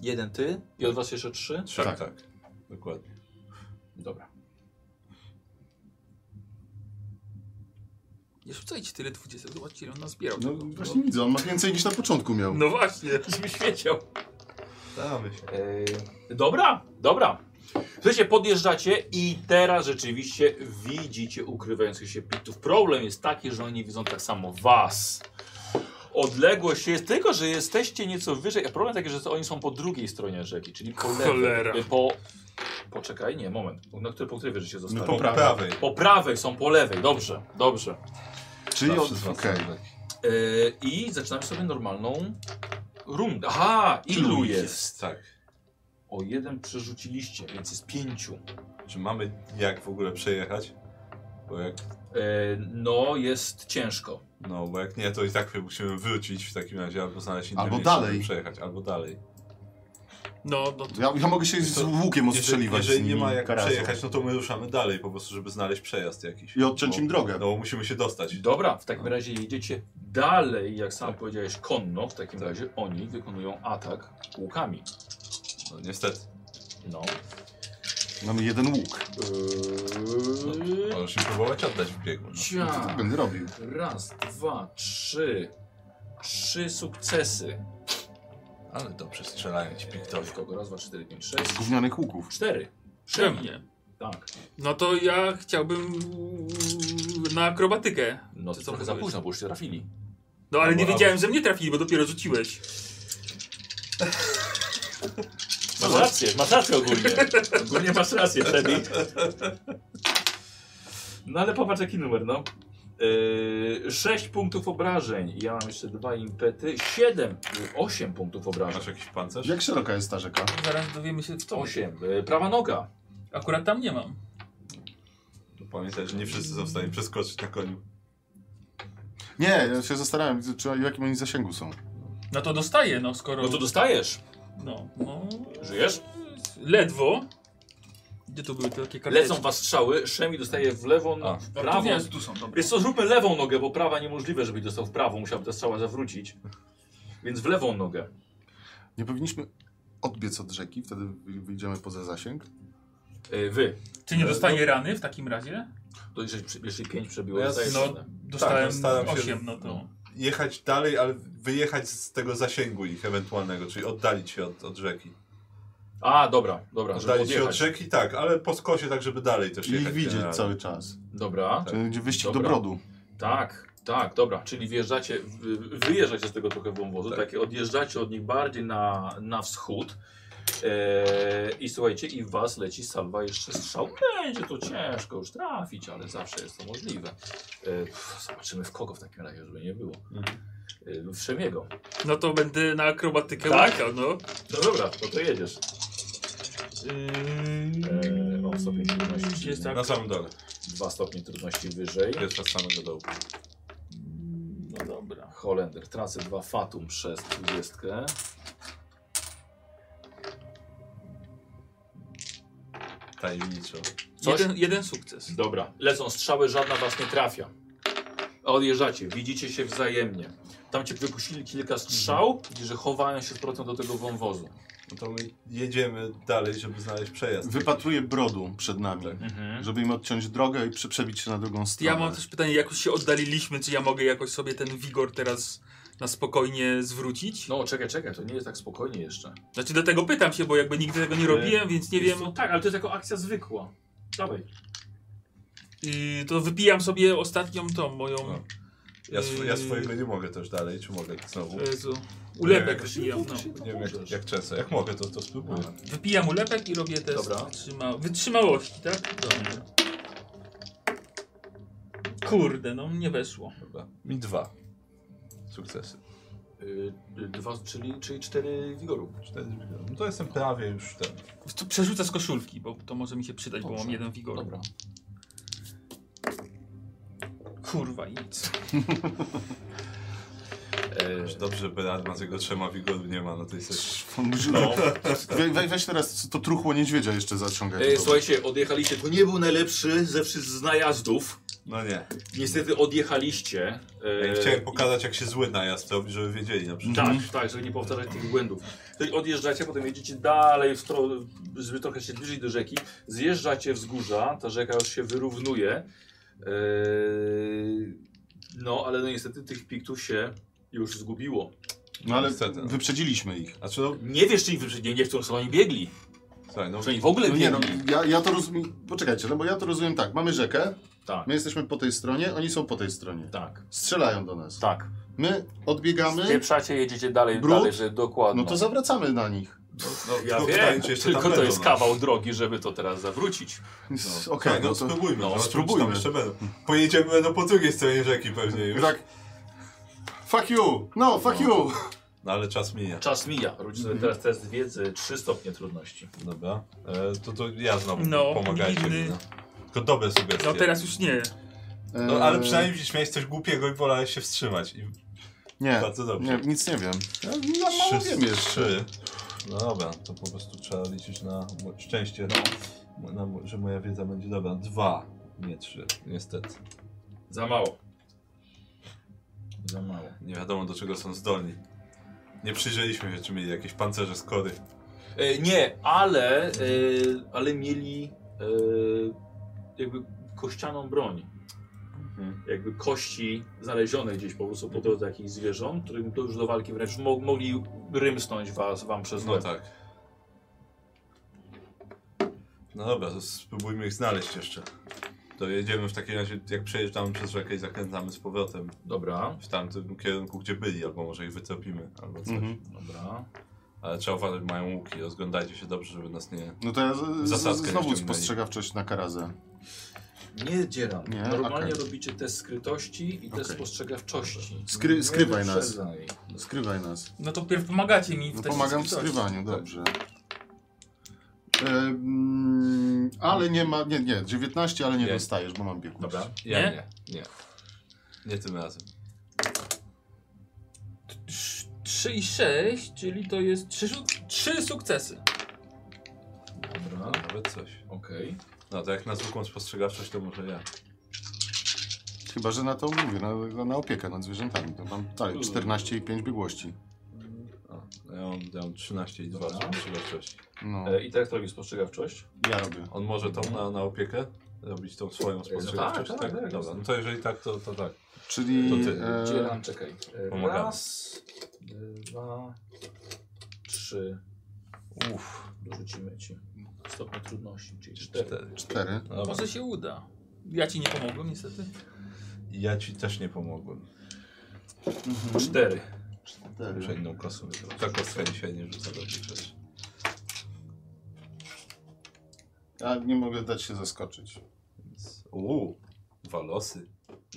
A: Jeden ty i od was jeszcze trzy?
C: Trzy,
B: Tak.
C: tak. Dokładnie.
A: Dobra.
E: nie rzucajcie tyle 20, zobaczcie ile on nazbierał.
B: No
E: tego.
B: właśnie widzę, on ma więcej niż na początku miał.
E: No właśnie, żebyś wiedział.
C: Damy się.
A: Eee, dobra, dobra. Słuchajcie, podjeżdżacie i teraz rzeczywiście widzicie ukrywających się pitów. Problem jest taki, że oni widzą tak samo was. Odległość jest tylko, że jesteście nieco wyżej, a problem taki, że oni są po drugiej stronie rzeki, czyli po
E: Cholera.
A: lewej. Po... Poczekaj, nie, moment. Na której, po której wyżej
B: No
A: zostali?
B: po
C: Po
B: prawej.
C: prawej.
A: Po prawej, są po lewej, dobrze, dobrze.
B: Czyli
C: Zawsze
B: od...
C: z was
B: Okej.
C: są
A: Yy, I zaczynamy sobie normalną rundę. Aha, ilu jest?
C: Tak.
A: O jeden przerzuciliście, więc jest pięciu.
C: Czy mamy jak w ogóle przejechać? Bo jak,
A: Yy, no, jest ciężko.
C: no, bo jak nie, to i tak musimy wrócić w takim razie, albo znaleźć inny
B: Albo
C: miejsce,
B: dalej.
C: żeby przejechać, albo dalej.
E: No, no to
B: Ja, ja mogę się z
C: To-
B: łukiem
C: Jeżeli,
B: ostrzeliwać
C: jeżeli
B: z nimi
C: nie ma jak
B: karazą.
C: przejechać, no to my ruszamy dalej po prostu, żeby znaleźć przejazd jakiś.
B: I odciąć
C: Bo-
B: im drogę.
C: No bo musimy się dostać.
A: Dobra, w takim razie idziecie dalej, jak sam
C: Tak.
A: powiedziałeś, konno. W takim
C: Tak.
A: razie oni wykonują atak łukami.
C: No niestety.
A: No.
B: Mamy jeden łuk.
A: Yy,
C: Możesz się próbować oddać w biegu. No.
B: No to tak
A: ciach.
B: będę robił.
A: Raz, dwa, trzy. Trzy sukcesy.
C: Ale dobrze strzelają ci
A: To
C: piktowie.
A: w kogo? Raz, dwa, cztery, pięć, sześć.
B: Z gównianych łuków.
A: Cztery.
E: przy mnie.
A: Tak.
E: No to ja chciałbym na akrobatykę.
A: No
E: Ty
A: to
E: co
A: trochę za
E: próbujesz?
A: późno, bo już się trafili.
E: No ale nie
C: Wow.
E: wiedziałem, że mnie trafili, bo dopiero rzuciłeś.
A: Masz rację, masz rację ogólnie. (laughs) Ogólnie masz rację, Freddy. No ale popatrz jaki numer, no. Yy, 6 punktów obrażeń. Ja mam jeszcze dwa impety. 7, 8 punktów obrażeń.
C: Masz jakiś pancerz?
B: Jak szeroka jest ta rzeka?
E: Zaraz dowiemy się co.
A: 8. Yy, prawa noga.
E: Akurat tam nie mam.
C: Pamiętaj, że nie wszyscy są w stanie przeskoczyć na koniu.
B: Nie, ja się zastanawiam, czy, w jakim oni zasięgu są.
E: No to dostaję, no skoro...
A: No to dostajesz.
E: No, no.
A: Żyjesz?
E: Ledwo. Gdzie tu były takie karteczki?
A: Lecą was strzały. Szemi dostaje w lewo, no,
C: A.
A: w
E: No,
A: prawą.
E: tu, nie, tu są, dobra.
A: Więc co, zróbmy lewą nogę, bo prawa niemożliwe, żeby dostał w prawą. Musiałby ta strzała zawrócić. Więc w lewą nogę.
B: Nie powinniśmy odbiec od rzeki, wtedy wy- wyjdziemy poza zasięg.
A: Yy, wy.
E: Czy nie dostaję
A: no.
E: rany w takim razie?
A: To jeżeli, jeżeli 5 przebiło,
C: No ja-
A: dostajesz
E: No,
A: jedynę. Tak,
E: dostałem
C: dostałem się-
E: 8, no to...
C: Jechać dalej, ale wyjechać z tego zasięgu ich ewentualnego, czyli oddalić się od, od rzeki.
A: A, dobra, dobra, żeby
C: Oddalić się od
A: odjechać.
C: rzeki, tak, ale po skosie, tak żeby dalej też
B: I ich
C: jechać.
B: widzieć
C: generalnie.
B: cały czas.
A: Dobra,
C: Tak.
B: To będzie wyścig do
A: Dobra.
B: brodu.
A: tak, tak, dobra, czyli wjeżdżacie, wy- wyjeżdżacie z tego trochę wąwozu,
C: Tak.
A: takie odjeżdżacie od nich bardziej na, na wschód. Eee, I słuchajcie, i w was leci salwa jeszcze strzał. Będzie to ciężko już trafić, ale zawsze jest to możliwe. Eee, pff, zobaczymy w kogo w takim razie, żeby nie było. Eee, w Szemiego.
E: No to będę na akrobatykę
A: Tak?
E: łakał, no.
A: No dobra, to ty jedziesz. Eee, o stopień trudności.
E: Jest tak.
C: Na samym dole.
A: Dwa stopnie trudności wyżej.
C: Jest od samego dołu.
E: No dobra.
A: Holender, tracę dwa fatum przez 20.
C: Tajemniczo.
A: Coś?
E: Jeden, jeden sukces.
A: Dobra, lecą strzały, żadna was nie trafia. Odjeżdżacie, widzicie się wzajemnie. Tam cię wypuścili kilka strzał, że chowają się z powrotem do tego wąwozu.
C: No to my jedziemy dalej, żeby znaleźć przejazd.
B: Wypatruje brodu przed nami,
C: Tak.
A: Mhm.
B: żeby im odciąć drogę i prze- przebić się na drugą stronę.
E: Ja mam też pytanie, jak już się oddaliliśmy, czy ja mogę jakoś sobie ten wigor teraz na spokojnie zwrócić?
A: No, czekaj, czekaj, to nie jest tak spokojnie jeszcze.
E: Znaczy do tego pytam się, bo jakby nigdy tego nie robiłem, więc nie wiem.
A: No tak, ale to jest jako akcja zwykła. Dawaj.
E: Yy, to wypijam sobie ostatnią tą moją.
C: No. Ja, sw ja
E: Yy.
C: swojego nie mogę też dalej, czy mogę znowu?
E: Jezu,
C: Nie wiem,
E: ulepek
C: jak-
E: wypijam. No.
C: Nie wiem jak, jak często. Jak mogę, to, to spróbuję.
E: Wypijam ulepek i robię test
A: Dobra.
E: wytrzyma wytrzymałości, tak? Dobrze. Kurde, no nie weszło.
C: Dobra. Mi dwa sukcesy.
A: Y, y, Dwa, czyli, czyli cztery wigoru.
C: Cztery miliony. No to jestem prawie już ten.
E: To przerzucę z koszulki, bo to może mi się przydać, bo
A: Dobrze.
E: mam jeden wigor.
A: Dobra.
E: Kurwa i nic.
A: E,
C: Już dobrze, Berard ma z jego trzema wigorów nie ma na tej sesji.
A: no.
B: (laughs) We, we, weź teraz to truchło niedźwiedzia jeszcze zaciągaj. do
A: e,
B: dołu.
A: słuchajcie, odjechaliście. To nie był najlepszy ze wszystkich z najazdów.
C: No nie.
A: Niestety odjechaliście. e,
C: Ja chciałem pokazać jak się zły najazd robi, żeby wiedzieli na przykład.
A: Tak, tak, żeby nie powtarzać tych błędów. Czyli odjeżdżacie, potem jedziecie dalej, w tro, żeby trochę się bliżej do rzeki. Zjeżdżacie wzgórza, ta rzeka już się wyrównuje. Eee, no, ale no niestety tych piktów się już zgubiło.
B: No ale
C: Niestety, no.
B: wyprzedziliśmy ich.
C: A czy no,
A: Nie wiesz, czy ich wyprzednie, nie chcą, co oni biegli.
C: słuchaj, no,
A: Czy oni w ogóle
B: No
A: biegli.
B: nie no, ja, ja to rozumiem. Poczekajcie, no bo ja to rozumiem tak. Mamy rzekę,
A: Tak,
B: my jesteśmy po tej stronie, oni są po tej stronie.
A: tak,
B: Strzelają do nas.
A: tak.
B: My odbiegamy,
A: Pieprzacie, jedziecie dalej,
B: Brud?
A: dalej, że dokładnie.
B: no to zawracamy na nich.
C: no,
A: ja wiem,
C: tylko pytanie, czy jeszcze tam
A: tylko to
C: będą,
A: jest
C: no.
A: kawał drogi, żeby to teraz zawrócić.
C: No.
B: S-
C: Okej,
B: Okej,
C: no,
B: no to...
C: spróbujmy.
A: no,
C: zobaczymy, czy
B: spróbujmy.
C: Tam jeszcze będą. Pojedziemy będą po drugiej stronie rzeki pewnie już.
B: Tak. Fuck you! No, fuck
C: No.
B: you!
C: No ale czas mija.
A: Czas mija. Robicie sobie teraz test wiedzy, 3 stopnie trudności.
C: Dobra. E, to, to ja znowu
E: No,
C: pomagajcie mi.
E: winny.
C: No. Tylko dobre sugestie.
E: No teraz już nie.
C: No ale
B: Eee,
C: przynajmniej widzisz, miałeś coś głupiego i wolałeś się wstrzymać. I
B: Nie,
C: bardzo dobrze.
B: nie, nic nie wiem. Ja, ja mało
C: Trzy-
B: wiem jeszcze.
C: trzy. No dobra, to po prostu trzeba liczyć na mo- szczęście, no. mo- na, mo- że moja wiedza będzie dobra. Dwa, nie trzy, niestety.
A: Za mało. Za mało.
C: Nie wiadomo do czego są zdolni. Nie przyjrzeliśmy się, czy mieli jakieś pancerze z kory.
A: E, nie, ale, e, ale mieli e, jakby kościaną broń. Jakby kości znalezione gdzieś po prostu po drodze jakichś zwierząt, którym to już do walki wręcz mo mogli rymsnąć was, wam przez
C: No
A: noc.
C: tak. No dobra, to spróbujmy ich znaleźć jeszcze. To jedziemy w takim razie, jak przejeżdżamy przez rzekę i zakręcamy z powrotem
A: Dobra,
C: w tamtym kierunku, gdzie byli, albo może ich wytropimy, albo coś.
B: Mhm.
A: dobra.
C: Ale trzeba uważać, mają łuki, rozglądajcie się dobrze, żeby nas nie...
B: No to ja z, z,
C: Zasadzkę
B: znowu
C: jeszcze
B: spostrzegawczość na karazę.
A: Nie dzieram.
B: Nie?
A: Normalnie
B: Okej.
A: robicie test skrytości i test
B: Okej.
A: spostrzegawczości.
B: Skry-
A: Nie
B: skrywaj nas.
A: wyprzedzaj.
B: Skrywaj nas.
E: No to pierw pomagacie mi w
B: No
E: tej
B: pomagam w
E: sytuacji.
B: skrywaniu, dobrze. Ehm, ale nie ma, nie, nie, 19, ale nie,
C: Nie.
B: dostajesz, bo mam biegłość.
A: Dobra.
C: Ja
E: Nie?
C: nie, nie. Nie tym razem.
E: Trz- Trzy i sześć, czyli to jest trzy, su- trzy sukcesy.
A: Dobra,
C: No, nawet coś.
A: okej.
C: No to jak na zwykłą spostrzegawczość, to może ja.
B: Chyba, że na to mówię, na, na opiekę nad zwierzętami. To mam dalej
A: Mm.
B: 14 i 5 biegłości.
C: O, ja mam, ja mam 13 i 2
A: Dobra.
C: spostrzegawczości.
B: No,
A: E, I teraz robisz spostrzegawczość?
B: ja robię.
C: On może tą na, na opiekę? Robić tą swoją spostrzegawczość?
A: tak, tak,
C: Dobra,
A: tak.
C: no to jeżeli tak, to, to tak.
B: Czyli...
C: To ty.
B: e,
A: Dzielam, czekaj. E,
C: Pomagamy.
A: Raz, dwa, trzy. Uff, dorzucimy ci. Stopnie trudności, czyli cztery.
C: Cztery.
B: Cztery.
C: No Dobra.
E: Może się uda. Ja ci nie pomogłem niestety.
C: Ja ci też nie pomogłem.
A: Cztery.
C: Muszę inną kosą. Ta kostka dzisiaj nie rzuca dobrze przecież.
B: A nie mogę dać się zaskoczyć.
C: Więc... Uuu, dwa losy.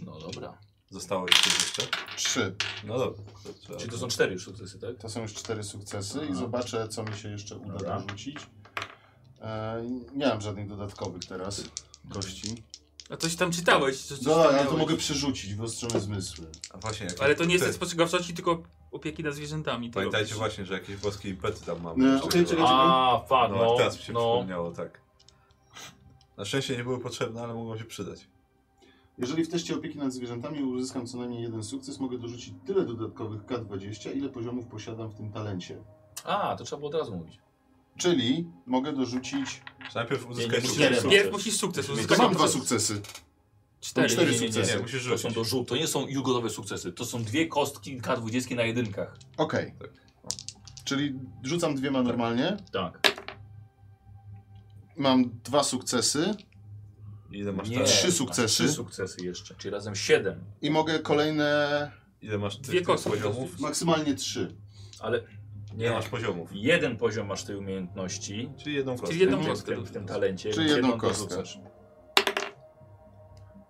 A: No dobra.
C: Zostało jeszcze jeszcze?
B: Trzy.
C: No dobra. to trzeba-
A: Czyli to są cztery już sukcesy, tak?
B: To są już cztery sukcesy i
A: Aha.
B: zobaczę, co mi się jeszcze uda
A: Dobra.
B: dorzucić. E, nie mam żadnych dodatkowych teraz kości.
E: A coś tam czytałeś. Coś coś
B: Dobra,
E: tam
B: No, ja to
E: miałeś.
B: mogę przerzucić w ostrzone zmysły.
C: A właśnie, jak
E: Ale to nie jest
C: Ty,
E: spostrzegawczości, tylko opieki nad zwierzętami. to
C: Pamiętajcie
E: robisz.
C: właśnie, że jakieś włoskie impety tam mamy.
B: No,
C: jeszcze
B: okej,
C: chyba.
B: czyli-
A: A, fuck,
C: No,
A: no.
C: teraz mi się
A: no.
C: przypomniało, tak. Na szczęście nie były potrzebne, ale mogą się przydać.
B: Jeżeli w teście opieki nad zwierzętami uzyskam co najmniej jeden sukces, mogę dorzucić tyle dodatkowych K20, ile poziomów posiadam w tym talencie.
A: A, to trzeba było od razu mówić.
B: Czyli mogę dorzucić...
C: Czy najpierw uzyskać
A: nie,
E: Nie,
A: nie,
C: sukces?
A: Sukces.
E: Pierw musisz sukces
A: To
B: To
E: uzyskać.
B: mam dwa
A: sukces.
B: sukcesy.
E: Cztery.
B: Cztery
A: nie, nie, nie,
B: sukcesy.
A: nie,
C: Nie, musisz
A: To są
C: rzucić.
A: do rzut, to nie są jugodowe sukcesy, to są dwie kostki K20 na jedynkach.
B: Okej.
C: Tak.
B: Czyli rzucam dwiema normalnie.
A: Tak.
B: Mam dwa sukcesy
C: Ile masz
A: Nie,
C: teraz?
B: Trzy
A: masz
B: sukcesy.
A: Trzy sukcesy jeszcze, czyli razem siedem.
B: i mogę kolejne
C: Ile masz ty,
E: Dwie
C: tych
E: kostki
C: poziomów?
B: maksymalnie trzy.
A: Ale
C: Nie masz poziomów.
A: jeden poziom masz tej umiejętności.
C: Czyli jedną kostkę.
E: jedną
A: w tym-
E: kostkę
A: w tym talencie.
B: Czyli jedną
A: jedną
B: kostkę.
A: dorzucasz.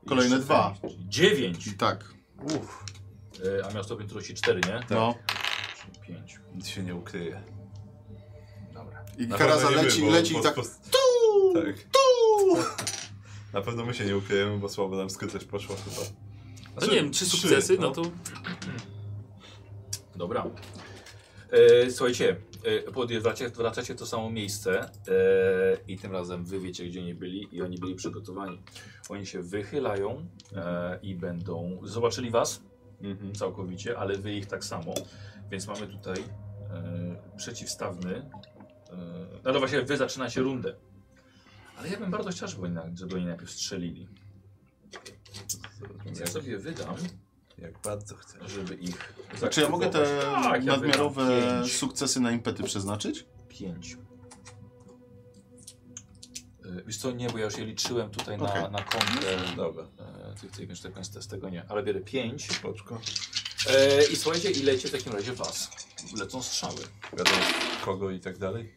B: Kolejne
A: Jeszcze
B: dwa.
A: ten- Dziewięć.
B: I tak.
C: Uff,
A: E, A miał stopień trudności cztery, nie?
C: Tak.
B: No.
A: Czyli pięć.
C: nic się nie ukryje.
A: Dobra.
B: I
C: Na
B: Karaza
C: pewno nie
B: leci,
C: my, bo-
B: leci
C: bo-
B: i tak.
C: bo- Tak. Na pewno my się nie ukryjemy, bo słabo nam skrytość poszła chyba. Znaczy,
E: No nie wiem, trzy sukcesy, no to
A: Dobra. E, słuchajcie, e, podjeżdżacie, wracacie w to samo miejsce e, i tym razem wy wiecie, gdzie nie byli i oni byli przygotowani. Oni się wychylają e, i będą... Zobaczyli was
C: Mhm.
A: całkowicie, ale wy ich tak samo. Więc mamy tutaj e, przeciwstawny... E, no to właśnie wy zaczynacie rundę. Ale ja bym bardzo chciał, żeby oni, na- żeby oni najpierw strzelili. Więc ja
B: Tak.
A: sobie wydam,
C: Jak bardzo chcę.
A: żeby ich
B: Czy Znaczy, ja mogę te
A: zaktywować. Tak, ja
B: nadmiarowe
A: wydam pięć.
B: sukcesy na impety przeznaczyć?
A: 5. E, Wiesz co, nie, bo ja już je liczyłem tutaj na,
B: Okej.
A: na kontrę
C: Dobra,
A: e, tych, tych, tych, tych, z tego nie, ale bierę 5.
C: poczko.
A: E, I słuchajcie, i lecie w takim razie was. Lecą strzały.
C: Wiadomo kogo i tak dalej.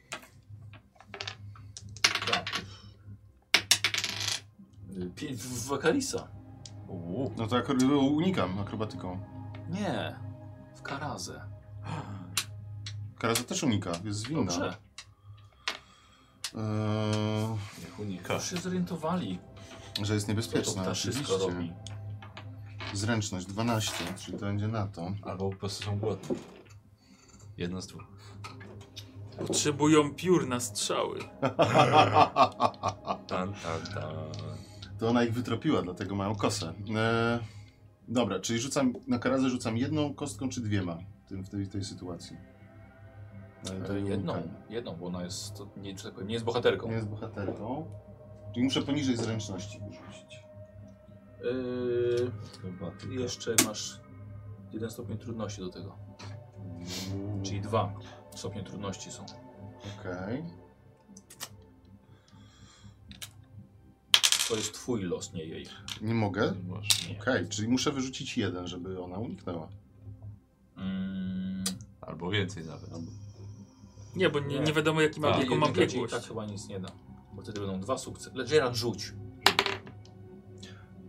A: Tak. E, pi- W Wakarisa.
C: Uuu.
B: No to akro- unikam akrobatyką.
A: Nie, w Karazę.
B: Karaza też unika, jest zwinna.
A: Dobrze,
B: Eee,
C: Niech unika.
A: już się zorientowali,
B: że jest
A: co to
B: niebezpieczna.
A: ptaszysko
B: oczywiście.
A: robi.
B: Zręczność 12, czyli to będzie na
A: (laughs)
B: to.
C: Albo po prostu są głodni. Jedno z dwóch.
E: potrzebują piór na strzały.
C: Tan, tan, tan.
B: To ona ich wytropiła, dlatego mają kosę. Eee, dobra, czyli rzucam na karazę rzucam jedną kostką czy dwiema w, tym, w tej, w tej sytuacji. Eee, Ale to
A: E,
B: jej
A: Jedną,
B: unikanie.
A: jedną, bo ona jest, to nie, że tak powiem, nie jest bohaterką.
B: Nie jest bohaterką. Czyli muszę poniżej zręczności wyrzucić.
A: Y,
C: Chyba tylko.
A: Jeszcze masz jeden stopień trudności do tego. Czyli dwa stopnie trudności są.
B: Okej.
A: To jest twój los, nie jej.
B: Nie mogę?
C: Nie
B: Okej,
C: masz.
A: Nie.
B: czyli muszę wyrzucić jeden, żeby ona uniknęła.
A: Mm,
C: Albo więcej nawet. No, Albo...
E: Nie, bo nie,
A: Nie.
E: nie wiadomo jaki
A: a,
E: ma, jaką ma
A: jedynka ci i
E: biegłość.
A: tak chyba nic nie da. Bo wtedy będą dwa sukcesy. Lecz Gerard rzuć.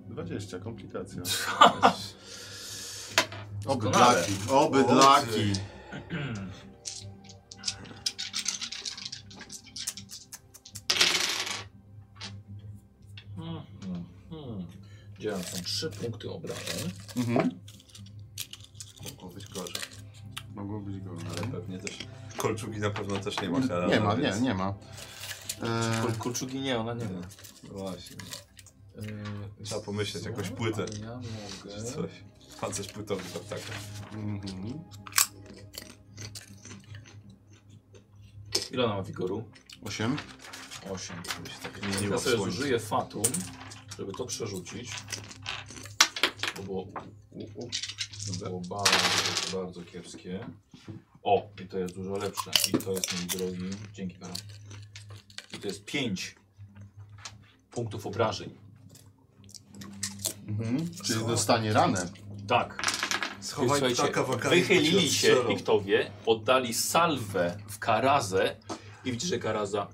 B: 20, komplikacja.
A: Doskonale.
B: Obydlaki, obydlaki.
A: Hmm, hmm, hmm. Gerard, są trzy punkty obrażeń.
B: Mhm.
C: Mogło być gorzej.
B: Mogło być gorzej.
C: Ale pewnie też. Kolczugi na pewno też nie ma. Karana,
B: Nie ma, nie,
C: więc-
B: nie ma. Eee,
A: Kul, kulczugi nie, ona nie ma.
C: No Właśnie.
A: Yy,
C: Trzeba pomyśleć,
A: co?
C: jakąś płytę.
A: A Ja
C: Czy
A: mogę...
C: coś. Pancerz płytowy to tak.
B: mhm.
A: Ile ona ma wigoru?
B: 8.
A: 8.
C: Żeby się tak
A: Ja
C: mieniło w
A: sobie
C: słońcu.
A: zużyję Fatum, żeby to przerzucić. To było, u, u, to było bardzo, bardzo kiepskie. O, i to jest dużo lepsze. I to jest mój drogi. Dzięki Karol. I to jest 5 punktów obrażeń.
B: Mhm. Czyli dostanie ranę.
A: Tak.
C: Schowaj
A: Słuchajcie,
C: ptaka w akali, bo
A: Wychylili
C: ci
A: się
C: odstrzelą.
A: Piktowie, oddali salwę w Karazę i widzicie, że Karaza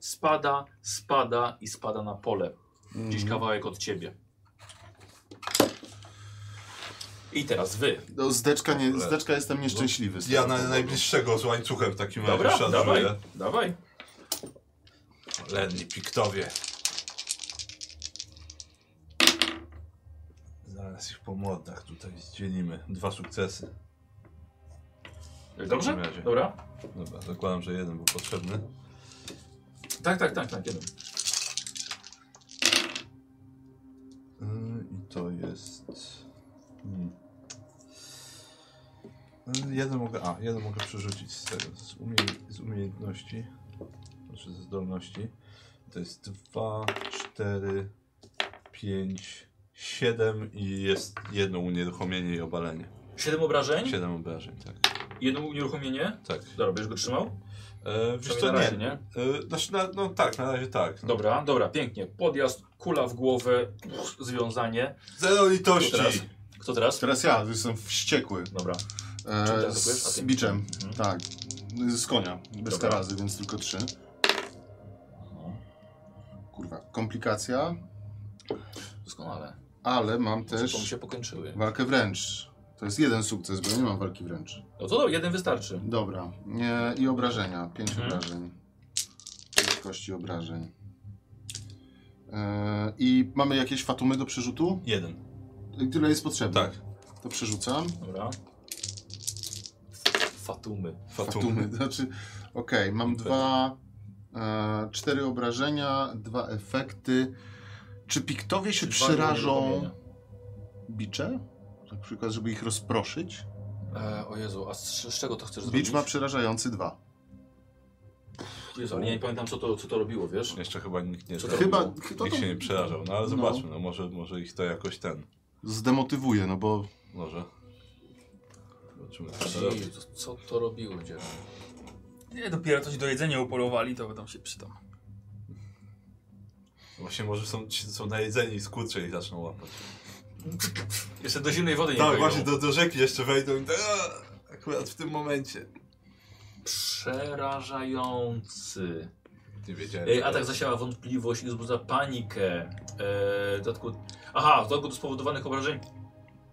A: Spada, spada i spada na pole. Gdzieś
B: Mhm.
A: kawałek od ciebie. I teraz wy.
B: No, zdeczka, nie, zdeczka jestem nieszczęśliwy. z
C: Ja
B: tego
C: na
B: powodu.
C: najbliższego z łańcuchem w takim razie
A: Dobra, dawaj,
C: szarżuję.
A: dawaj.
C: Lenni piktowie. Zaraz ich po młodach tutaj dzielimy. Dwa sukcesy.
A: Dobrze?
C: takim razie.
A: Dobra.
C: Dobra, zakładam, że jeden był potrzebny. Y,
A: Tak, tak, tak, tak. Jeden.
C: Yy, I to jest... Hmm. Yy, Jeden mogę... A, jeden mogę przerzucić z tego, z, umie- z umiejętności. Znaczy ze zdolności. To jest 2, 4, 5, 7 i jest jedno unieruchomienie i obalenie.
A: Siedem obrażeń,
C: 7 obrażeń, tak.
A: jedno unieruchomienie.
C: Tak.
A: Dobra, będziesz go trzymał?
C: E, wiesz
A: Przynajmniej
C: co,
A: na razie,
C: nie.
A: nie?
C: E, znaczy, na, no tak, na razie tak. No.
A: Dobra, dobra, pięknie. Podjazd, kula w głowę, pff, związanie.
C: Zero
A: Kto teraz?
C: litości!
A: Kto teraz?
B: Teraz ja, jestem wściekły.
A: Dobra. Czym
B: E,
A: teraz atakujesz? A
B: z
A: ty?
B: biczem,
A: Mhm.
B: tak. Z konia, bez
A: Dobra.
B: karazy, więc tylko trzy. Kurwa, komplikacja,
A: Doskonale.
B: ale mam
A: Też. mi
B: też
A: się pokończyły.
B: walkę wręcz. To jest jeden sukces, bo ja nie mam walki wręcz.
A: No to do, jeden wystarczy.
B: Dobra, nie, i obrażenia, pięć
A: Mhm.
B: obrażeń. Pięć kości obrażeń. E, I mamy jakieś fatumy do przerzutu?
C: Jeden.
B: Tyle jest potrzebne.
C: Tak.
B: To przerzucam.
A: Dobra. Fatumy.
B: Fatumy, (laughs) znaczy, okej, mam dwa, e, cztery obrażenia, dwa efekty. Czy piktowie się
A: Dwa
B: przerażą
A: unieruchomienia.
B: bicze? Na przykład, żeby ich rozproszyć?
A: E, o Jezu, a z, z czego to chcesz zrobić?
B: Bicz ma przerażający dwa.
A: Jezu, ale ja nie pamiętam co to, co to robiło, wiesz?
C: Jeszcze chyba nikt nie
A: Co
C: zrobił.
B: Chyba chyba
C: Nikt się nie przerażał, no ale
B: No.
C: zobaczmy, no może, może ich to jakoś ten,
B: zdemotywuje, no bo
C: może. Zobaczymy co to robi.
A: Jezu, co to robiło, dziecko?
E: Nie, dopiero coś do jedzenia upolowali, to tam się przyda.
C: Właśnie może są, ci są najedzeni i skurcze i zaczną łapać.
A: Jeszcze do zimnej wody nie
C: Tak,
A: wejdą.
C: właśnie do, do rzeki jeszcze wejdą i tak, aaa, akurat w tym momencie.
A: Przerażający.
C: Nie wiedziałem.
A: Ej, tak
C: że-
A: atak E, zasiała wątpliwość i wzbudza panikę. E, w dodatku... Aha, w dodatku do spowodowanych obrażeń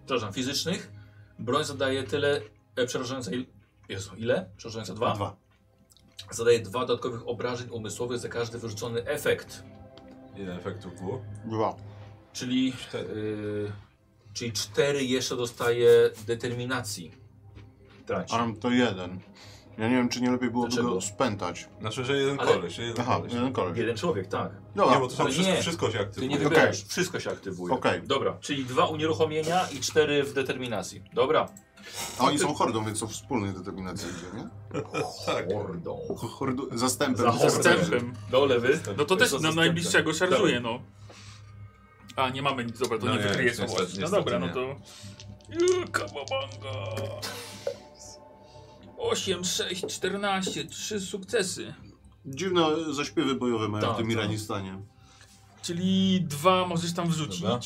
A: przepraszam, fizycznych broń zadaje tyle e, przerażające... il- Jezu, ile? Przerażające dwa?
B: dwa.
A: Zadaje dwa dodatkowych obrażeń umysłowych za każdy wyrzucony efekt.
C: Ile efektów było?
B: Dwa.
A: Czyli...
C: Cztery.
A: Y, czyli cztery jeszcze dostaje determinacji. Traci.
B: A to jeden. Ja nie wiem, czy nie lepiej byłoby
A: Dlaczego?
B: go spętać.
C: Znaczy, że jeden
A: Ale-
C: koleś, że jeden
B: Aha,
C: koleś.
B: jeden koleś.
A: Jeden człowiek, tak.
C: Nie,
B: Dobra,
C: bo to tam
A: To
C: wszystko,
A: nie.
C: wszystko
A: Ty
C: się
A: nie
C: aktywuje.
A: wybierasz, wszystko się aktywuje.
B: Okej.
A: Dobra, czyli dwa unieruchomienia i cztery w determinacji. Dobra.
B: a oni są hordą, więc są wspólnej determinacji, idzie, nie?
C: Tak.
A: Hordą.
B: Hordu, zastępem.
A: Za hordę.
E: Zastępem.
A: Do lewy.
E: No to też
A: Jest
E: na
A: zastępem.
E: najbliższego szarżuje, no. A, nie mamy nic, dobra, to
C: No
E: nie
C: nie,
E: wykryje
C: niestety,
E: słowości. No
C: niestety
E: dobra, no
C: nie.
E: to... Kababanga! 8, 6, 14, 3 sukcesy.
B: Dziwne zaśpiewy bojowe mają
A: Tak,
B: w tym
A: tak.
B: Iranistanie.
E: Czyli dwa możesz tam wrzucić.
C: Dobra.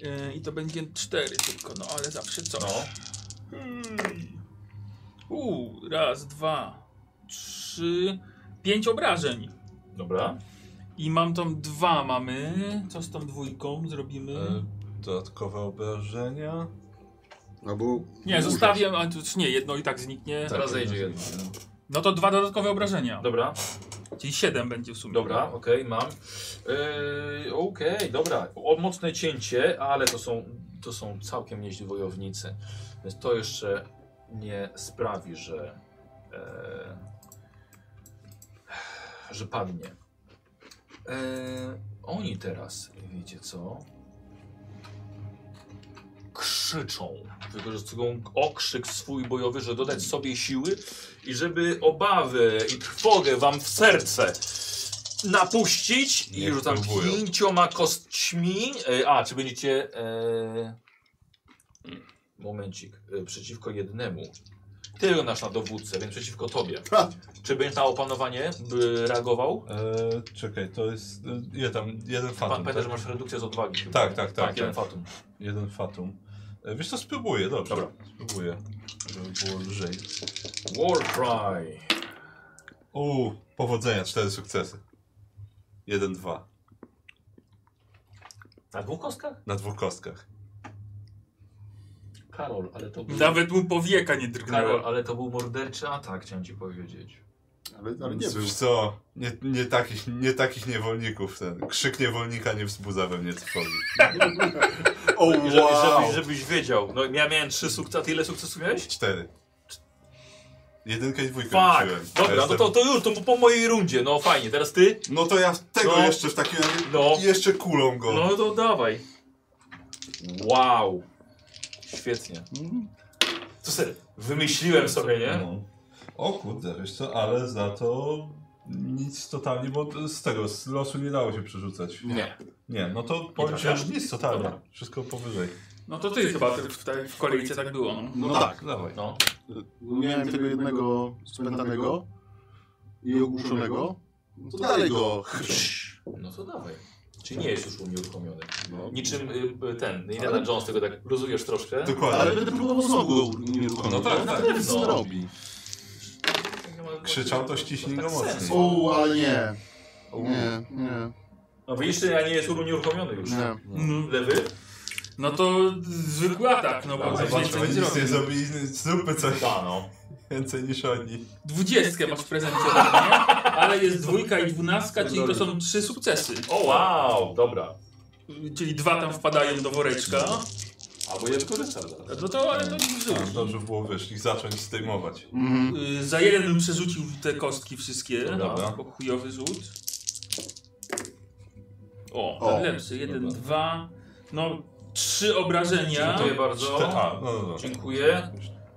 E: Yy, I to będzie cztery tylko, no ale zawsze coś.
A: No.
E: Hmm. Uuu, raz, dwa, trzy, pięć obrażeń.
A: Dobra.
E: I mam tam dwa mamy. Co z tą dwójką zrobimy?
C: E, Dodatkowe obrażenia.
B: Albo
E: nie, zostawiam, a tu nie, jedno i tak zniknie.
A: Zaraz zejdzie jedno.
E: No to dwa dodatkowe obrażenia.
A: Dobra,
E: Czyli siedem będzie w sumie.
A: dobra, okej, mam. Yy, okej, dobra. O, mocne cięcie, ale to są, to są całkiem nieźli wojownicy. Więc to jeszcze nie sprawi, że. E, że padnie. E, oni teraz, wiecie co? Krzyczą. Wykorzystują okrzyk swój bojowy, żeby dodać sobie siły i żeby obawy i trwogę wam w serce napuścić i
C: Nie
A: rzucam
C: próbują.
A: pięcioma kostćmi. E, A, czy będziecie... E... Momencik. E, Przeciwko jednemu. Ty nasz na dowódcę, więc przeciwko tobie.
B: Ha!
A: Czy będziesz na opanowanie by reagował?
C: E, czekaj, to jest. E, ile tam? Jeden
A: Pan
C: fatum.
A: pamięta,
C: tak?
A: że masz redukcję z odwagi. chyba,
C: Tak,
A: nie?
C: tak, tak,
A: Tak,
C: tak.
A: jeden fatum.
C: Jeden fatum. E, Wiesz co, spróbuję, dobrze.
A: Dobra.
C: Spróbuję, żeby było lżej.
A: Warcry.
C: Uuu, powodzenia, cztery sukcesy. Jeden, dwa.
A: Na dwóch kostkach?
C: Na dwóch kostkach.
A: Karol, ale to był...
E: Nawet mu powieka nie
A: Karol,
E: drgnęła.
A: ale to był morderczy atak, chciałem ci powiedzieć.
B: Ale, No, ale nie był.
C: Wiesz co? Nie, nie, takich, nie takich niewolników. Ten krzyk niewolnika nie wzbudza we mnie trwogi.
A: (laughs) O, żebyś, żebyś wiedział. No ja miałem trzy sukcesy, a ty ile sukcesów miałeś?
C: Cztery. Jedynkę i dwójkę rzuciłem.
A: Fuck!
C: Ja
A: Dobra, no
C: jestem-
A: to, to już, to po- po mojej rundzie. No fajnie, teraz ty?
C: No to ja tego
A: No.
C: jeszcze w takim razie...
A: No.
C: Jeszcze kulą go.
A: No to dawaj. Wow. Świetnie. Co sobie, wymyśliłem sobie, nie?
C: No. O kurde, wiesz co, ale za to nic totalnie, bo z tego, z losu nie dało się przerzucać.
A: Nie.
C: Nie, no to powiem ci,
A: trafiasz?
C: że nic totalnie.
A: Dobra.
C: Wszystko powyżej.
E: No to ty chyba w, tej- w kolejce tak było. No.
B: No tak.
C: Dawaj.
A: No.
B: Miałem tego jednego spętanego i ogłuszonego. No to dalej go.
A: No to dawaj. Czy nie jest już u mnie uruchomiony?
B: No.
A: Niczym y, ten, Indiana Jones, tego tak luzujesz troszkę.
B: Ale
C: Dokładnie.
B: będę próbował znowu nie uruchomić.
C: No tak,
B: Na
C: tak.
B: pewno.
A: No.
B: Zrobi.
C: Krzyczał, to ściśnij
A: No
C: go
A: tak
C: mocniej.
B: O, ale nie. Nie, nie,
A: No widzisz, ja nie jest u mnie uruchomiony już.
B: nie.
E: No,
A: Lewy?
E: no to zwykły atak, no bo
A: Dawaj,
E: coś
C: Zobaczmy,
E: więcej nie
C: nic
E: zrobił.
C: nie zrobili, zróbmy coś
A: Da, no.
C: więcej niż oni.
E: Dwudziestkę masz w prezencie ode mnie, ale jest dwójka i dwunastka, czyli to są trzy sukcesy.
A: O, wow, dobra.
E: Czyli dwa tam wpadają do woreczka.
A: Albo je wykorzystam zaraz.
E: No to, ale to
C: Tak, Dobrze było, wiesz, ich zacząć zdejmować.
B: Mhm.
E: Yy, Za jeden bym przerzucił te kostki wszystkie.
A: Dobra.
E: Bo chujowy rzut. O,
B: O.
E: ten lepszy. Jeden, dwa. No, trzy obrażenia.
A: Dziękuję bardzo.
C: Te- A, no, no, no.
A: Dziękuję.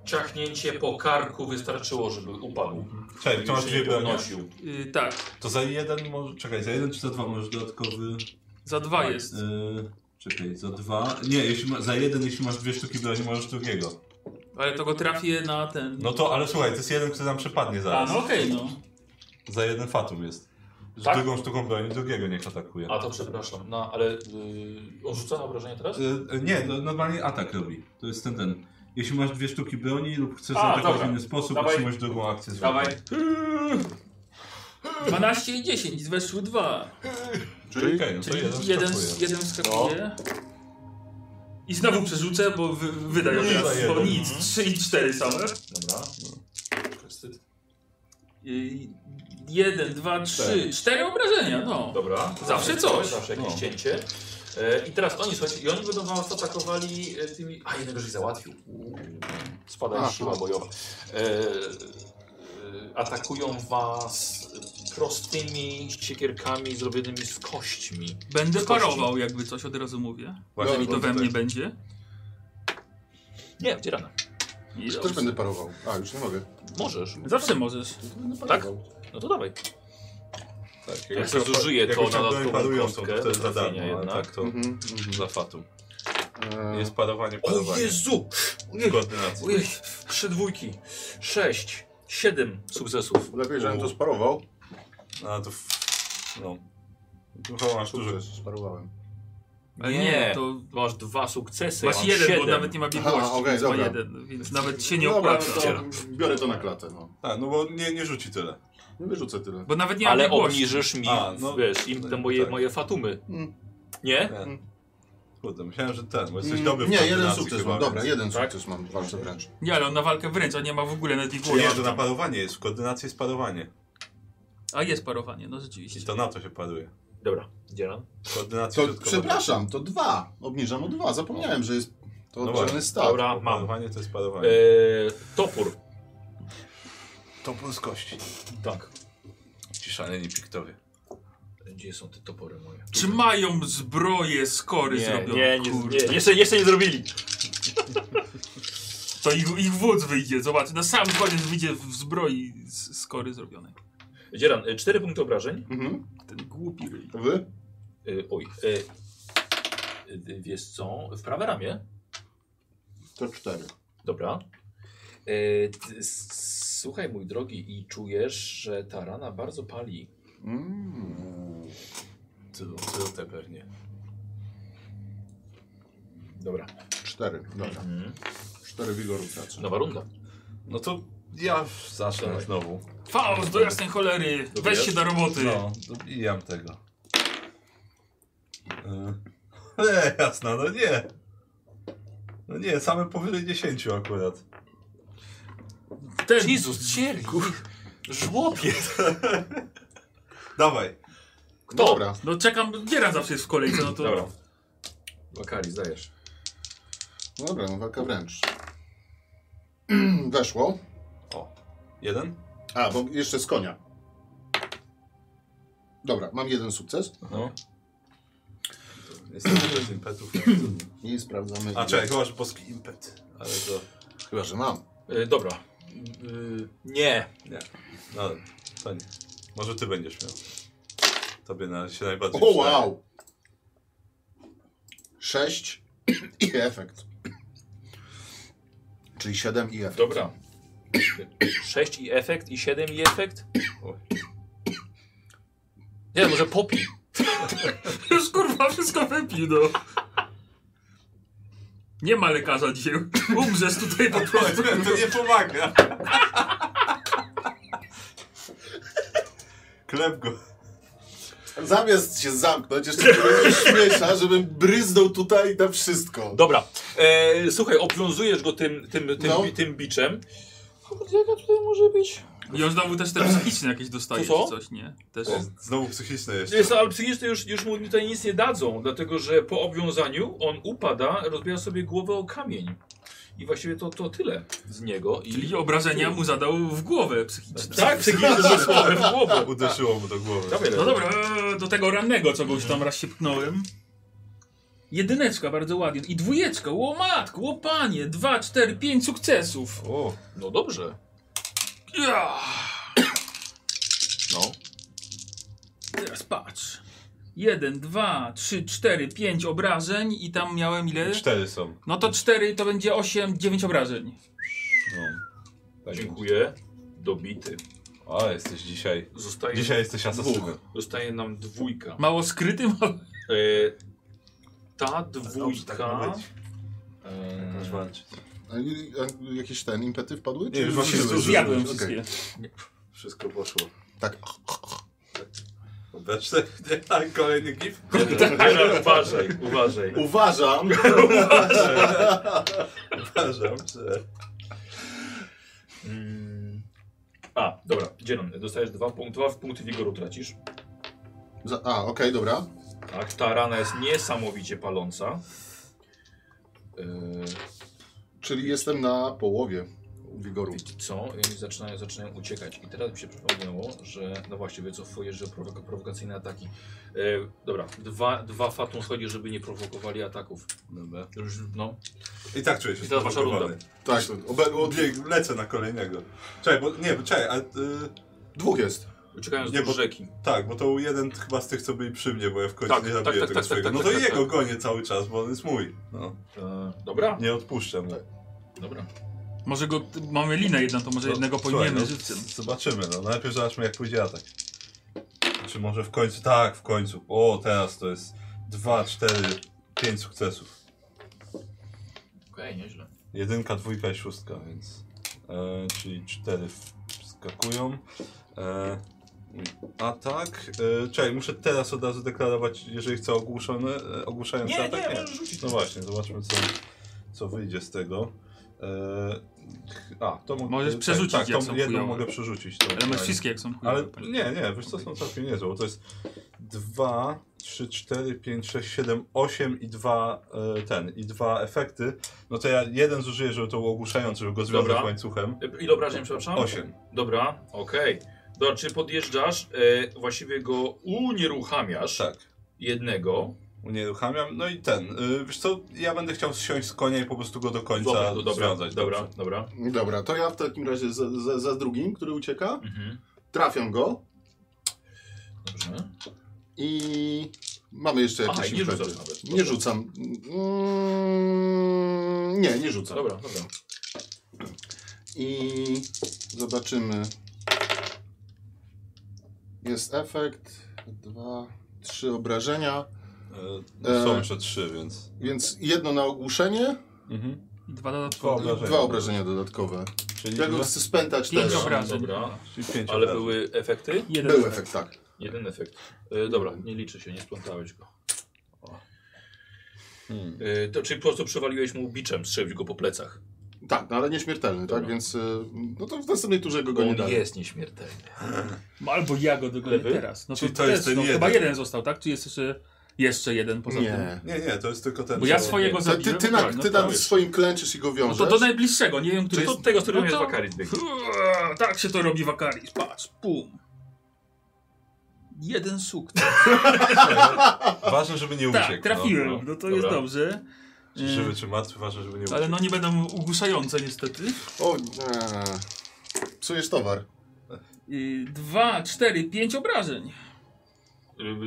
A: Ciachnięcie po karku wystarczyło, żeby upadł.
C: Czekaj, to masz
A: Już
C: dwie
A: nie
C: bronie.
A: podnosił.
E: Yy, tak,
C: To za jeden może...
F: Czekaj, za jeden czy za dwa możesz dodatkowy...
E: za dwa
C: Tak.
E: jest.
F: Yy, czekaj, za dwa... Nie, jeśli ma, za jeden, jeśli masz dwie sztuki broni, możesz drugiego.
E: Ale to go trafię na ten.
C: No to, ale słuchaj, to jest jeden, który nam przepadnie
E: A,
C: zaraz.
E: no okej, no.
C: Za jeden fatum jest. Z
A: Tak?
C: drugą sztuką broni drugiego niech atakuje.
A: A to przepraszam, no ale yy, on rzuca na obrażenie teraz?
F: Y, nie, no, normalnie atak robi. To jest ten, ten. Jeśli masz dwie sztuki broni lub chcesz
A: A,
F: zaatakować
A: dobra.
F: w inny sposób,
A: Dawaj.
F: otrzymasz drugą akcję z
A: Dawaj.
F: ruchu.
E: 12 i 10, weszły dwa.
C: Czyli okej, no to
E: Czyli
C: jeden,
E: jeden,
C: atakuje.
E: jeden skakuje. I znowu przerzucę, bo wy, wydają
C: Nic No za
E: teraz. Bo
C: jeden.
E: nic, trzy i cztery same.
A: Dobra. Troszkę wstyd.
E: Yy, Jeden, dwa, trzy,
C: Tak.
E: cztery obrażenia, no.
A: Dobra.
E: Zawsze coś.
A: Zawsze jakieś cięcie. E, I teraz oni, słuchajcie, i oni będą was atakowali e, tymi... A, jednego żeś załatwił. Spada
B: A.
A: im siła bojowa. E, e, atakują was prostymi siekierkami zrobionymi z kośćmi.
E: Będę
A: Skoczyć.
E: parował, jakby coś od razu mówię.
C: Właśnie,
E: Jeżeli to we
C: tak.
E: mnie będzie.
A: Nie, wdzierane.
E: I
B: Też
E: dobrze.
B: będę parował. A, już nie mogę.
C: Tak.
A: Możesz.
E: Zawsze możesz.
B: Będę
A: Tak?
B: parował.
A: No to dawaj.
C: Tak,
A: Jak się zużyje to no, na dodatkową kostkę
C: to
A: do
C: jest za
A: trafienia
C: darmo, jednak.
A: jednak.
C: Tak, to
B: Mhm.
C: za fatum.
B: Eee,
C: Jest parowanie,
A: O
C: parowanie.
A: Jezu! Ojej,
C: Koordynacja.
A: ojej, trzy dwójki, sześć, siedem sukcesów.
B: Lepiej, żebym to sparował.
C: A to... f- No. Tu chyba masz dużo.
B: Sukces, sparowałem.
E: Ale
A: Nie.
E: nie, to
A: Masz dwa sukcesy,
E: masz
A: mam
E: jeden,
A: siedem.
E: bo nawet nie ma biegłości.
B: Aha, okej,
E: więc ma
B: dobra.
E: jeden, więc nawet się nie
B: No Dobra,
E: opłaca.
B: to biorę to na klatę. No.
C: Tak, no bo nie, nie rzuci tyle.
B: Nie wyrzucę tyle.
E: Bo nawet nie ma
A: Ale
E: biegłości.
A: obniżysz mi,
C: A, no.
A: wiesz, im te moje,
C: Tak.
A: moje fatumy.
B: Mm.
A: Nie?
C: Nie.
B: Mm.
C: Kurde, myślałem, że ten, bo jesteś
B: Mm,
C: dobry w
B: Nie, jeden
C: koordynacji
B: sukces
C: chyba,
B: mam.
C: więc-
B: Dobra, jeden
A: Tak?
B: sukces mam. Walczę wręcz.
E: Nie, ale on na walkę wręcz, on nie ma w ogóle nawet
C: Czy nie, to
E: biegłości.
C: na parowanie jest, w koordynacji jest parowanie.
E: A jest parowanie, no
C: I
E: rzeczywiście.
C: to na to się paruje.
A: Dobra, dzielam.
C: Koordynacja
B: To,
C: środkowa.
B: przepraszam, to dwa. Obniżam o dwa. Zapomniałem, że jest to
C: No
B: oddzielny
C: właśnie.
B: stan.
A: Dobra, mam.
C: Parowanie to jest
A: E,
C: parowanie.
A: topór.
C: To polskości.
A: Tak.
C: Ci szaleni piktowie.
A: Gdzie są te topory moje?
E: Czy mają zbroje, skory
A: Nie,
E: zrobione?
A: nie, nie,
E: Kurde.
A: nie, jeszcze, jeszcze nie zrobili.
E: To ich, ich wódz wyjdzie, zobacz, na sam koniec wyjdzie w zbroi z- skory zrobione.
A: Dzieran, e, cztery punkty obrażeń.
B: Mhm.
E: Ten głupi ryj.
B: Wy?
A: E, oj. E, e, wiesz co? W prawe ramię.
B: To cztery.
A: Dobra. E, ty, s- słuchaj, mój drogi, i czujesz, że ta rana bardzo pali.
B: Mm.
C: Cyrutę pewnie.
A: Dobra.
B: Cztery. Dobra.
A: Mhm.
C: Mhm.
B: Cztery wigoru pracy.
A: Nowa runda.
C: No to Ja zacznę
A: Dawaj.
C: znowu.
E: Faust, do jasnej cholery! Weź
A: Dobijasz?
E: się do roboty!
C: No, dobijam tego. E, e, (laughs) jasna, no nie. No nie, same powyżej 10 akurat.
E: Ten,
A: Jezus, cierków! Żłopie!
C: Dawaj.
A: Kto?
B: Dobra.
E: no czekam, Giera zawsze jest w kolejce, no to...
A: Dobra. Wakali, zdajesz.
B: No Dobra, no walka wręcz. (clears throat) Weszło.
C: O. Jeden?
B: A, bo jeszcze z konia. Dobra, mam jeden sukces
C: No. Jestem bez impetów.
B: i sprawdzamy.
C: A
B: ile-
C: czekaj, chyba, że boski impet. Ale to...
B: Chyba, że mam.
A: E, dobra. Y, nie.
C: No, to nie. Może ty będziesz miał. Tobie na, się najbardziej
B: O,
C: przydaje.
B: wow! Sześć (clears throat) i efekt. Czyli siedem i efekt.
A: Dobra. 6 i efekt, i 7 i efekt?
C: Oj.
A: Nie, może popij.
E: Już kurwa wszystko wypił, no. Nie ma lekarza dzisiaj. Umrzesz tutaj po prostu.
C: (laughs) To nie pomaga. (laughs) Klep go.
B: Zamiast się zamknąć, jeszcze mnie śmiesza, żebym bryznął tutaj na wszystko.
A: Dobra. E, słuchaj, oplązujesz go tym, tym, tym,
B: No.
A: bi- tym biczem. Kurde, Jaka tutaj może być?
E: I on znowu też te psychiczne jakieś dostaje
A: Co, co?
E: czy coś, nie? Też.
C: Znowu psychiczne jeszcze.
A: Jest, ale psychiczne już, już mu tutaj nic nie dadzą, dlatego że po obwiązaniu on upada, rozbija sobie głowę o kamień. I właściwie to, to tyle z niego. I...
E: Czyli obrażenia mu zadał w głowę psychiczne.
A: Tak,
E: (laughs)
A: psychiczne dosłownie w głowę.
C: Uderzyło mu do głowy.
A: Dawaj,
E: No dobra, eee, do tego rannego, co go już tam raz się pchnąłem. Jedyneczka, bardzo ładnie. I dwójeczka, ło matku, ło panie. Dwa, cztery, pięć sukcesów.
C: O,
A: No dobrze.
E: Ja!
A: No.
E: Teraz patrz. Jeden, dwa, trzy, cztery, pięć obrażeń i tam miałem ile?
C: cztery są.
E: No to 4 to będzie 8, 9 obrażeń.
A: Dziękuję. Dobity.
C: No. O, jesteś dzisiaj.
A: Zostaje,
C: Dzisiaj jesteś asasynem.
A: dwóch. Zostaje nam dwójka.
E: Mało skrytym, ale
A: E, ta
C: Dobrze, tak ma
A: dwójka.
C: być.
A: e,
C: Masz walczyć.
B: A, i- a, jakieś ten impety wpadły?
C: Nie,
E: (laughs)
C: już właśnie
B: Okej.
E: zjadłem wszystkie.
C: Wszystko poszło. (laughs)
B: Tak.
C: We czterech dniach (laughs) kolejny gif. tak,
A: Teraz uważaj, uważaj.
B: Uważam.
C: Uważam, że...
A: Mm. A, dobra, dzielony. Dostajesz dwa, punkt, dwa punkty wigoru tracisz.
B: Za, a, okej, dobra.
A: Tak, ta rana jest niesamowicie paląca. E,
B: Czyli jestem na połowie wigoru.
A: wiecie co? I zaczynają, zaczynają uciekać. I teraz mi się przypomniało, że. No właśnie, wycofuję, że prowok prowokacyjne ataki. E, dobra, dwa, dwa fatum schodzi, żeby nie prowokowali ataków.
C: Dobra.
A: Już, no.
C: I tak czuję się
A: I teraz wasza runda.
C: sprowokowany.
B: Tak,
C: Obe- odbieg- Lecę na kolejnego. Czekaj, bo nie, bo czekaj, a... Y,
B: dwóch jest.
A: Uciekają z
C: Nie, bo-
A: rzeki.
C: tak, bo to był jeden chyba z tych, co byli przy mnie, bo ja w końcu
A: Tak,
C: nie
A: tak,
C: zabiję
A: tak,
C: tego
A: tak,
C: swojego.
A: tak,
C: no
A: tak,
C: to
A: tak,
C: jego gonię cały czas, bo on jest mój. No.
A: E, dobra,
C: Nie No, odpuszczę
A: Tak.
C: mu.
A: dobra.
E: Może go, mamy linę jedną, to może
C: No,
E: jednego
C: słuchaj,
E: pojmiemy
C: no,
E: żywcem.
C: Zobaczymy, no. Najpierw zobaczmy, jak pójdzie atak. Czy może w końcu... Tak, w końcu. O, teraz to jest 2, 4, 5 sukcesów.
A: Okej, nieźle.
C: Jedynka, dwójka i szóstka, więc. E, czyli cztery w- wskakują. E, atak. E, czekaj, muszę teraz od razu deklarować, jeżeli chcę ogłuszony, e, ogłuszający
A: Nie,
C: atak.
A: nie, możesz rzucić.
C: No właśnie, zobaczmy co, co wyjdzie z tego. E, a, to mogę.
E: Możesz przerzucić,
C: Tak,
E: jak
C: tak
E: są
C: tą jedną
E: chujowe.
C: mogę przerzucić. tą
E: Ale masz
C: fajną.
E: wszystkie jak są.
A: No,
C: Ale
A: tak.
E: chujowe.
C: nie, nie, wiesz co, są całkiem niezłe, bo to jest 2, 3, 4, 5, 6, 7, 8 i dwa e, ten, i dwa efekty. No to ja jeden zużyję, żeby to było ogłuszające, żeby go związać
A: Dobra.
C: łańcuchem.
A: E, Ile obrażeń, przepraszam?
C: 8.
A: Dobra, okej. Dobra, czy podjeżdżasz, e, właściwie go unieruchamiasz,
C: Tak.
A: jednego.
C: Unieruchamiam. No i ten, y, wiesz co, ja będę chciał zsiąść z konia i po prostu go do końca
A: Dobra, do- dobra,
C: związać.
A: dobra,
C: dobrze.
A: dobra.
B: Dobra, to ja w takim razie za, za, za drugim, który ucieka,
A: Mhm.
B: trafiam go
A: Dobrze.
B: i mamy jeszcze
A: Aha,
B: jakieś
A: i nie
B: impety.
A: rzucasz nawet.
B: Nie rzucam. Mm, nie, nie rzucam.
A: Dobra, dobra.
B: I zobaczymy. Jest efekt. Dwa, trzy obrażenia.
C: Y, no są
B: E.
C: jeszcze 3, więc.
B: Więc jedno na ogłuszenie,
C: Mhm.
E: Dwa
C: Dwa
E: dodatkowe.
C: obrażenia.
B: dwa obrażenia dodatkowe.
C: Czyli,
B: Ja go
C: ile?
B: chcę spętać
E: Pięć
B: też.
E: obrażeń.
A: Dobra.
C: Czyli pięć
A: Ale
C: obrażeń.
A: były efekty?
E: Jeden
B: Był efekt, tak.
A: Jeden efekt. E, dobra, nie liczy się, nie splątałeś go.
C: Hmm.
A: E, to, czyli po prostu przewaliłeś mu biczem, strzeliłeś go po plecach.
B: Tak, no ale nieśmiertelny,
A: Dobra.
B: tak? Więc y, no to w następnej turze go,
A: Bo
B: go nie
A: on
B: daje.
A: jest nieśmiertelny.
E: No, Albo ja go dogonię
A: Lewy?
E: teraz. No to,
C: Czyli
E: Czyli
C: to jest ten
E: no,
C: jeden.
E: Chyba jeden został, tak? Czy jest jeszcze, jeszcze jeden poza tym?
B: Nie.
C: Nie, nie, to jest tylko ten.
E: Bo ja
C: co-
E: swojego
B: Ty, ty,
E: zabiłem.
B: ty, na,
E: tak, no
B: ty
E: to-
B: tam swoim klęczysz i go
E: No
B: wiążesz.
E: to do najbliższego, nie wiem, który
A: Czy to
E: jest...
A: tego, z którym
E: no
A: jest
E: to-
A: Wakaris biegł?
E: Uaa, Tak się to robi Wakaris, patrz, pum. Jeden sukces.
C: Ważne, żeby nie uciekł.
E: Tak, trafiłem,
C: No,
E: no, to
C: no.
A: Dobra.
E: jest dobrze. E,
C: Czy Żywy czy martwy, ważne, żeby nie uciekł.
E: Ale no nie będą ugłuszające niestety.
B: O nie. Psujesz towar.
E: Y, Dwa, cztery, pięć obrażeń.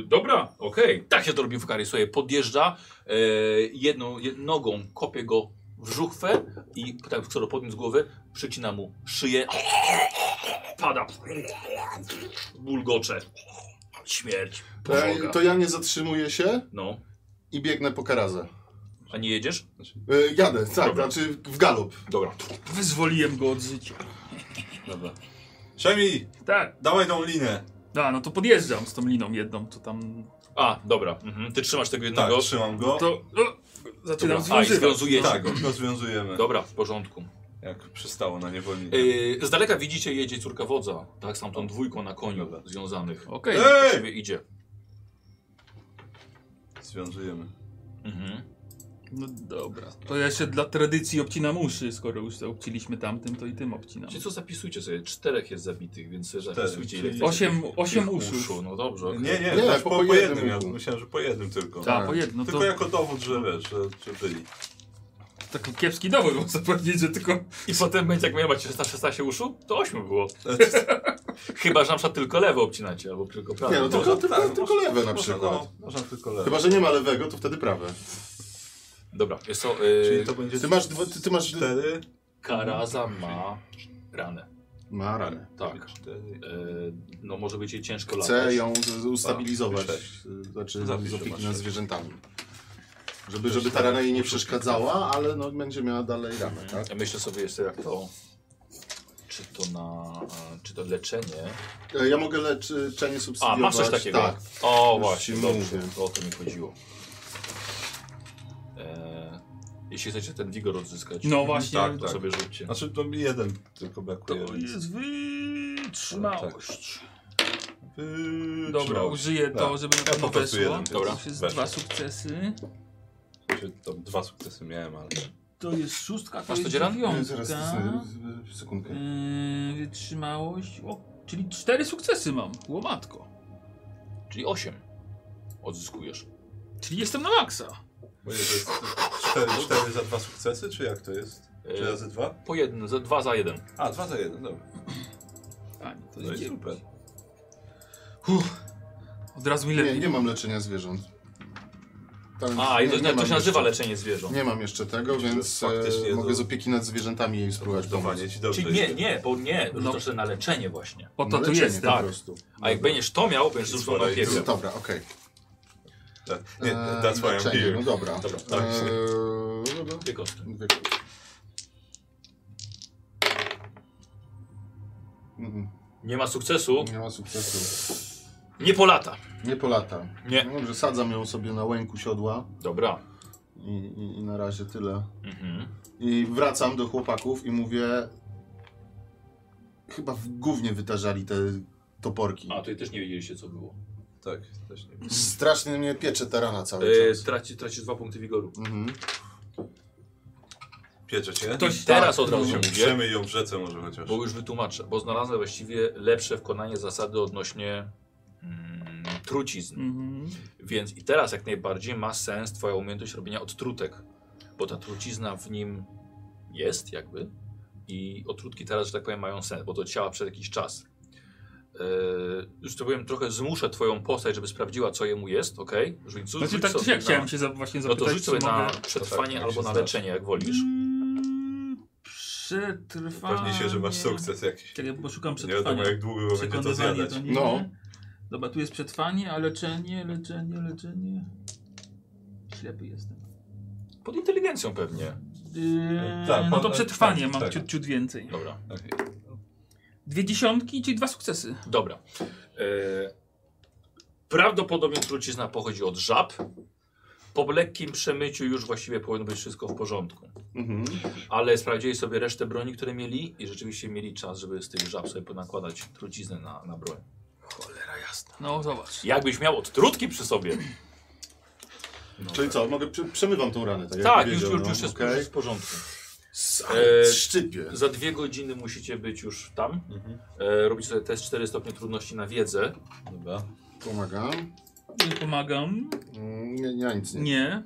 A: Y, Dobra, okej. Tak się to robi w karii. Słuchaj, podjeżdża e, jedną jed, nogą, kopie go w żuchwę i tak, skoro podniósł głowę, przycina mu szyję. Pada. Bulgocze. Śmierć.
B: E,
A: Pożoga.
B: to ja nie zatrzymuję się
A: No.
B: i biegnę po karazę.
A: A nie jedziesz?
B: E, jadę, tak,
A: Dobra.
B: znaczy w galop.
A: Dobra.
E: Wyzwoliłem go od życia.
C: Dobra. Szemi,
E: Tak,
C: dawaj tą linę.
E: da, no to podjeżdżam z tą liną jedną, to tam...
A: A, dobra. Mhm. Ty trzymasz tego
C: Tak,
A: jednego.
C: trzymam go.
E: No To... O, zaczynam
A: Dobra. A, i
E: związywać.
A: związujecie
C: tak,
A: go.
C: go związujemy.
A: Dobra, w porządku.
C: Jak przystało na niewolnika.
A: E, z daleka widzicie, jedzie córka wodza. Tak, z tamtą dwójką na koniu
C: Dobra.
A: związanych.
E: Okej,
A: Do
C: Ej!
A: ciebie idzie.
C: Związujemy.
A: Mhm.
E: no dobra. To ja się dla tradycji obcinam uszy, skoro już to obciliśmy tamtym, to i tym obcinam.
A: Czyli co zapisujcie sobie? Czterech jest zabitych, więc sobie zapisujcie ile
C: czyli-
A: chcecie.
E: Osiem, osiem
A: Tych
E: uszów.
A: uszu. No dobrze. okej.
C: Nie, nie,
B: Nie,
C: znaczy
B: po-
C: po,
B: po
C: po, jednym.
B: jednym
C: Ja
B: łuku.
C: myślałem, że po jednym tylko.
E: Tak, po jedno.
C: Tylko
E: To
C: jako dowód, że wiesz, że, że byli.
B: (laughs)
E: taki kiepski dowód, można powiedzieć, że tylko...
A: I potem będzie, jak miała macie 16 uszu, to 8 było. Chyba, że na przykład tylko lewo obcinacie, albo tylko prawo.
B: Nie, no to-
A: Może-
B: tylko- tylko
C: Tak, można-
B: lewe na
C: można,
B: przykład.
C: No, można tylko lewe.
B: Chyba, że nie ma lewego, to wtedy prawe.
A: Dobra, jest to...
C: Czyli
A: Yy,
C: to będzie
B: Ty masz, dwa, ty, ty masz...
C: cztery.
A: Karaza ma ranę.
B: Ma ranę.
A: Tak.
C: cztery.
A: Yy, no może być jej ciężko
B: Chcę
A: latać.
B: ją z- z- ustabilizować.
C: Sześć.
B: y, Znaczy
C: Zapisz,
B: z
C: masz
B: opieki nad
C: sześć.
B: zwierzętami. Żeby, żeby
E: tak
B: ta rana jej nie przeszkadzała, ale no, będzie miała dalej ranę, tak?
A: Ja myślę sobie jeszcze jak to... Czy to na... Czy to leczenie?
B: E, Ja mogę leczenie
A: A,
B: subsydiować.
A: masz coś takiego?
B: Tak.
A: O,
B: Już
A: właśnie,
B: ci
A: dobrze.
B: mówię.
A: To o to mi chodziło. E, jeśli chcecie ten wigor odzyskać,
E: No właśnie.
A: to
C: tak.
A: sobie rzućcie.
C: Znaczy to mi jeden tylko brakuje.
E: To jest wytrzymałość.
C: Wytrzymałeś.
E: Dobra, użyję to,
C: Tak.
E: żeby na
C: Ja
E: pewno
C: po prostu
E: weszło.
C: jeden,
A: dobra,
E: To jest
C: weszło.
E: dwa sukcesy.
C: Znaczy, Tam dwa sukcesy miałem, ale...
E: To jest szóstka, to
A: Masz to
E: jest
A: dzieran?
B: E, Zaraz,
E: dziewiątka.
B: z- z- sekundkę.
E: Yy, wytrzymałość. O, czyli cztery sukcesy mam. Łomatko.
A: Czyli 8 odzyskujesz.
E: Czyli jestem na maksa.
C: Bo to jest cztery, cztery za dwa sukcesy, czy jak to jest? Czy
A: E,
C: razy dwa?
A: Po jednym, za, dwa za jeden.
C: A, dwa za jeden, dobra.
E: Pani, to
C: To
E: jest
C: jest
E: dziewięć.
C: super.
E: Uff. Od razu mi
B: Nie,
E: lepiej.
B: nie mam leczenia zwierząt. Tam-
A: A, i to,
B: nie- nie
A: to
B: mam
A: się nazywa
B: jeszcze-
A: leczenie zwierząt.
B: Nie mam jeszcze tego, więc
C: faktycznie
B: e, mogę
C: do-
B: z opieki nad zwierzętami jej spróbować pomóc.
C: Zdecydowanie ci dobrze
A: Czyli nie,
C: idzie.
A: nie, bo nie,
E: No.
A: rzucasz no. na leczenie właśnie.
E: Po to
B: No,
E: tu
B: leczenie
E: jest,
B: po
E: tak.
B: prostu.
A: A jak będziesz to miał, będziesz
C: Jest
A: rzucał na
C: wolej.
A: opiekę.
B: Dobra, okej.
C: Tak. Nie,
B: E,
C: that's why I'm
B: leczenie, No
C: here.
B: dobra.
A: Dobra,
C: tak.
B: E, dobra.
A: Dwie kostki.
B: Dwie kostki. Mhm,
A: Nie ma sukcesu,
B: Nie ma sukcesu.
A: nie polata.
B: Nie po lata.
A: Nie.
B: No Dobrze, sadzam ją sobie na łęku siodła
A: Dobra.
B: i, i, i na razie tyle.
A: Mhm.
B: I wracam do chłopaków i mówię... Chyba w gównie wytarzali te toporki.
A: A, tutaj też nie wiedzieliście co było.
C: Tak, też nie wiem.
B: Strasznie mnie piecze ta rana cały
A: E,
B: czas.
A: traci, tracisz dwa punkty wigoru.
B: Mhm.
C: Piecze cię?
E: Ktoś
A: Teraz od razu mówię.
C: Przemy ją w rzece może chociaż.
A: Bo już wytłumaczę, bo znalazłem właściwie lepsze wkonanie zasady odnośnie mm, trucizn.
E: Mhm.
A: Więc i teraz jak najbardziej ma sens twoja umiejętność robienia odtrutek, bo ta trucizna w nim jest jakby i odtrutki teraz, że tak powiem, mają sens, bo to ciała przez jakiś czas. Yy, już to powiem, trochę zmuszę twoją postać, żeby sprawdziła, co jemu jest, ok? Rzuć,
E: Znaczy
A: rzuć
E: tak czy
A: sobie
E: siak
A: na-
E: chciałem się za, właśnie
A: No
E: zapytać,
A: to rzuć sobie
E: czy
A: na
E: mogę...
A: przetrwanie
C: tak, jak
A: albo
C: się
A: na
C: zna.
A: leczenie, jak wolisz.
E: Mm, Przetrwanie.
C: Pewnie się, że masz sukces jakiś.
E: Czekaj, bo szukam
C: Nie wiadomo
E: przetrwania.
C: jak długo będzie to
E: Przekonywanie
C: zjadać.
E: to nie.
B: No.
E: Dobra, tu jest przetrwanie, a leczenie, leczenie, leczenie. Ślepy jestem.
A: Pod inteligencją pewnie.
E: Yy,
C: Tak,
E: no to
C: tak,
E: przetrwanie
C: tak,
E: mam
C: tak.
E: Ciut, ciut więcej.
A: Dobra.
E: Dwie dziesiątki, czyli dwa sukcesy.
A: Dobra. E, prawdopodobnie trucizna pochodzi od żab. Po lekkim przemyciu już właściwie powinno być wszystko w porządku.
B: Mhm.
A: Ale sprawdzili sobie resztę broni, które mieli i rzeczywiście mieli czas, żeby z tych żab sobie ponakładać truciznę na, na broń. Cholera jasna.
E: No zobacz.
A: Jakbyś miał odtrutki przy sobie.
B: Czyli co, mogę, prze- przemywam tą ranę, tak? jak
A: No. tak, już,
B: powiedział,
A: już,
B: no,
A: już jest
B: okej.
A: już jest w porządku.
B: Ale
A: E,
B: Szczypie.
A: Za dwie godziny musicie być już tam.
C: Mhm.
A: E, robicie sobie test 4 stopnie trudności na wiedzę.
F: Dobra.
B: Pomagam.
E: Nie pomagam.
B: Mm, Nie, ja nic nie.
E: Nie.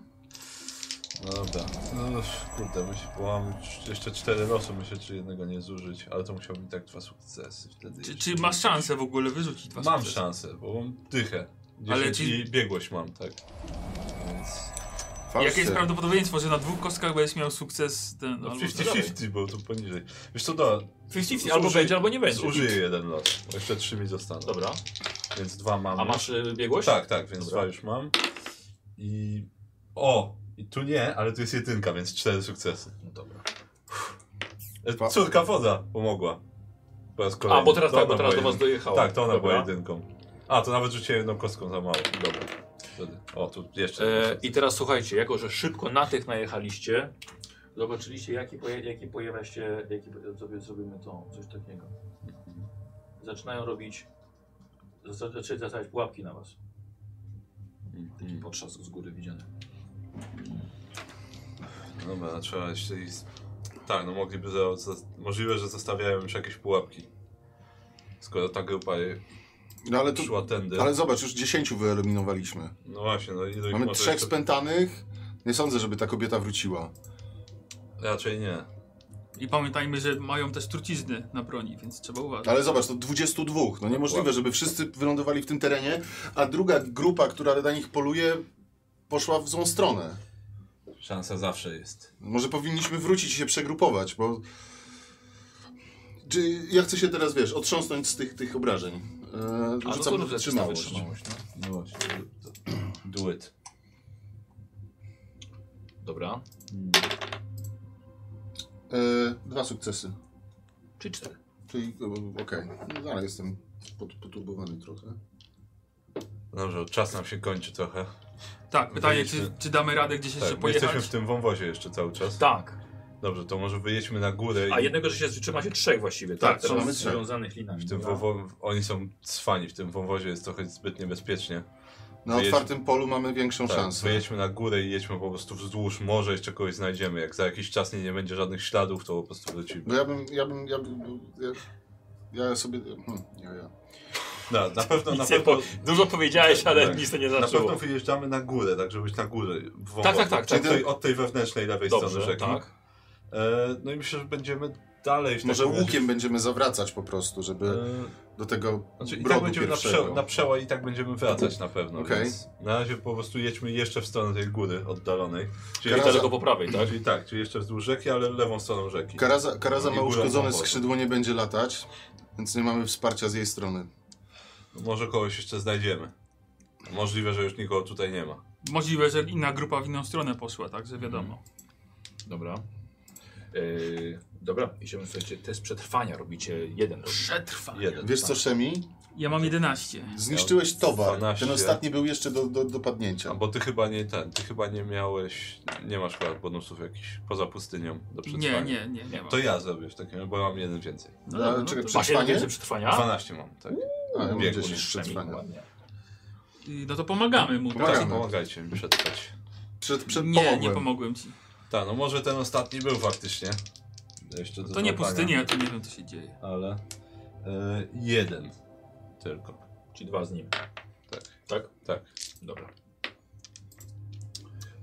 C: Dobra. No kurde, musi połamać jeszcze cztery losy, myślę, czy jednego nie zużyć, ale to musiałbym tak dwa sukcesy wtedy.
E: Czy,
C: jeszcze.
E: czy masz szansę w ogóle wyrzucić dwa
C: Mam
E: sukcesy?
C: szansę, bo mam dychę.
E: Ale
C: Ale
E: ci-
C: ci... i biegłość mam, tak. Więc...
B: Fałszywe.
E: Jakie jest prawdopodobieństwo, że na dwóch kostkach będziesz miał sukces ten...
C: No
E: albo-
C: 50-50, bo tu poniżej. Wiesz co, da,
A: 50
C: Zużyj-
A: albo będzie, albo nie będzie.
C: zużyję jeden los, bo jeszcze trzy mi zostaną.
A: Dobra.
C: Więc dwa mam.
A: A masz y, biegłość?
C: Tak, tak, więc
A: Dobra.
C: dwa już mam. I... O! I tu nie, ale tu jest jedynka, więc cztery sukcesy.
A: No dobra.
C: E, Córka woda pomogła. Po raz kolejny.
A: A, bo teraz,
C: To
A: tak,
C: ona
A: bo teraz do
C: była
A: was
C: jedynką.
A: dojechała.
C: Tak, to ona
A: Dobra.
C: była jedynką. A, to nawet rzuciłem jedną kostką za mało. Dobra. Wtedy. O, tu jeszcze.
A: E, I teraz słuchajcie, jako że szybko na tych najechaliście, zobaczyliście jaki, poje, jaki pojawia się, jaki, sobie, zrobimy to, coś takiego. Zaczynają robić, zaczę- zaczęli zastawiać pułapki na was. Taki
C: Mhm.
A: potrzask z góry widziany.
C: Dobra, trzeba jeszcze i... Tak, no mogliby... Za... Za... Możliwe, że zostawiają już jakieś pułapki. Skoro ta grupa je...
B: No ale, tu,
C: szła tędy.
B: ale zobacz, już 10 wyeliminowaliśmy.
C: No właśnie, no ilu ich
B: Mamy
C: może
B: trzech
C: jeszcze-
B: spętanych. Nie sądzę, żeby ta kobieta wróciła.
C: Raczej nie.
E: I pamiętajmy, że mają też trucizny na broni, więc trzeba
C: Tak,
E: uważać.
B: Ale zobacz, to 22. No niemożliwe,
C: Dokładnie.
B: żeby wszyscy wylądowali w tym terenie, a druga grupa, która na nich poluje, poszła w złą stronę.
F: Szansa zawsze jest.
B: Może powinniśmy wrócić i się przegrupować, bo... Czy ja chcę się teraz, wiesz, otrząsnąć z tych, tych obrażeń.
C: no
B: Eee, rzucam na
A: rzucę
B: wytrzymałość.
A: wytrzymałość, no.
F: No właśnie. do- do- Do it.
A: Dobra,
B: Eee, dwa sukcesy.
A: czyli cztery.
B: Czyli e, okej, no, ale jestem pod, poturbowany trochę.
C: Dobrze, czas nam się kończy trochę.
E: Tak, pytanie, czy,
C: Byliśmy-
E: czy damy radę gdzieś jeszcze
C: Tak, my jesteśmy
E: pojechać?
C: w tym wąwozie jeszcze cały czas.
A: Tak,
C: Dobrze, to może wyjedźmy na górę
A: a
C: i
A: jednego, że się trzyma się trzech właściwie,
B: Tak,
A: tak?
B: trzymamy
A: Teraz
B: trzech.
A: związanych No. linami.
C: w tym
A: Dobra.
C: wąwo... oni są cwani, w tym wąwozie jest trochę zbyt niebezpiecznie.
B: Na
C: Wyjedź-
B: otwartym polu mamy większą
C: Tak,
B: szansę.
C: wyjedźmy na górę i jedźmy po prostu wzdłuż, może jeszcze kogoś znajdziemy. Jak za jakiś czas nie, nie będzie żadnych śladów, to po prostu wrócimy.
B: No ja bym, ja bym, ja bym, ja, ja sobie, hmm, ja, ja.
C: Na, na pewno, na
A: Nic nie
C: pewno,
A: po- Dużo powiedziałeś, ale
C: Tak.
A: nic to nie
C: na
A: znaczyło.
C: pewno wyjeżdżamy na górę, tak żebyś na górę. Wąwozie,
A: Tak, tak, tak,
C: Czyli
A: tak.
C: tej, od tej wewnętrznej lewej strony
A: Dobrze,
C: rzeki.
A: tak.
C: E, no i myślę, że będziemy dalej. W
B: Może
C: takim razie-
B: łukiem będziemy zawracać po prostu, żeby
C: Tak E,
B: do tego
C: Znaczy, i tak
B: brodu
C: będziemy na,
B: pierwszego.
C: prze, na przełaj i tak będziemy wracać na pewno.
B: Okej.
C: Więc na razie po prostu jedźmy jeszcze w stronę tej góry oddalonej. Czyli,
A: Czyli
B: Karaza-
A: daleko po prawej, tak?
C: czyli tak, czyli jeszcze wzdłuż rzeki, ale lewą stroną rzeki.
B: Karaza, Karaza
C: No I
B: ma
C: górą
B: uszkodzone
C: wąwozu.
B: skrzydło, nie będzie latać, więc nie mamy wsparcia z jej strony.
C: Może kogoś jeszcze znajdziemy. Możliwe, że już nikogo tutaj nie ma.
E: Możliwe, że inna grupa w inną stronę poszła, także
C: Mhm.
E: wiadomo.
A: Dobra. Yy, dobra, idziemy, słuchajcie, test przetrwania robicie jeden.
E: Przetrwa.
C: Jeden.
B: Wiesz co, Szemi?
E: Ja mam 11.
B: Zniszczyłeś towar.
C: 12.
B: Ten ostatni był jeszcze do, do, do padnięcia.
C: A bo ty chyba nie ten, ty chyba nie miałeś, nie masz chyba bonusów jakichś poza pustynią do przetrwania.
E: Nie, nie, nie, nie mam.
C: To ja zrobię w takim, bo mam jeden więcej.
E: No
B: A,
E: dobra, no
B: czekaj,
E: to-
A: Masz jeden
B: Przetrwanie?
A: więcej przetrwania?
C: 12 mam, tak.
B: A, No, ja mam
C: biegło
B: 10
C: niż
B: przetrwania.
E: Y, No to pomagamy mu, tak?
B: Pomagamy.
C: Tak, pomagajcie mi przetrwać.
B: Przed, przed
E: Nie,
B: pomogłem.
E: nie pomogłem ci.
C: Tak, no może ten ostatni był faktycznie. Jeszcze do
E: To nie
C: złapania.
E: pustynia, to nie wiem co się dzieje.
C: ale e, jeden tylko.
A: Czyli dwa z nim.
C: Tak.
A: Tak?
C: Tak.
A: Dobra.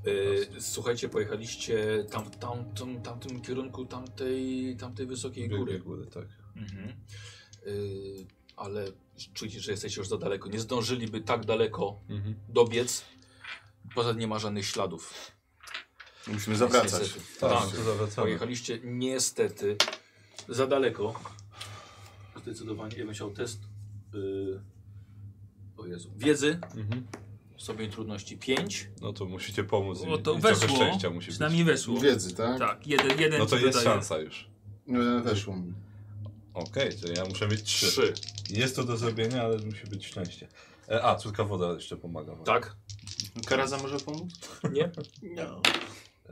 A: Yy, słuchajcie, pojechaliście tam, tam, tam, tamtym kierunku tamtej, tamtej wysokiej
C: Góry,
A: góry.
C: góry, tak.
A: Mhm. Yy, ale czujcie, że jesteście już za daleko. Nie zdążyliby tak daleko
C: Mhm.
A: dobiec. Poza tym nie ma żadnych śladów.
B: Musimy zawracać.
A: Niestety.
C: Tak,
A: Tak.
C: to zawracamy.
A: Pojechaliście niestety za daleko. Zdecydowanie. Ja bym chciał test. Yy, o y, Jezu. Wiedzy
C: Mhm.
A: Stopień trudności 5.
C: No to musicie pomóc i,
E: O, to
C: i
E: weszło.
C: trochę szczęścia musi być.
E: Przynajmniej weszło.
B: Wiedzy, tak?
E: Tak, jeden, jeden
C: No to
E: ci
C: jest
E: dodaje.
C: szansa już.
B: E, weszło mi.
C: Okej, to ja muszę mieć trzy.
A: 3.
C: Jest to do zrobienia, ale musi być szczęście. E, a, córka woda jeszcze pomaga. wam.
A: Tak?
B: Karaza może pomóc?
A: Nie?
C: E,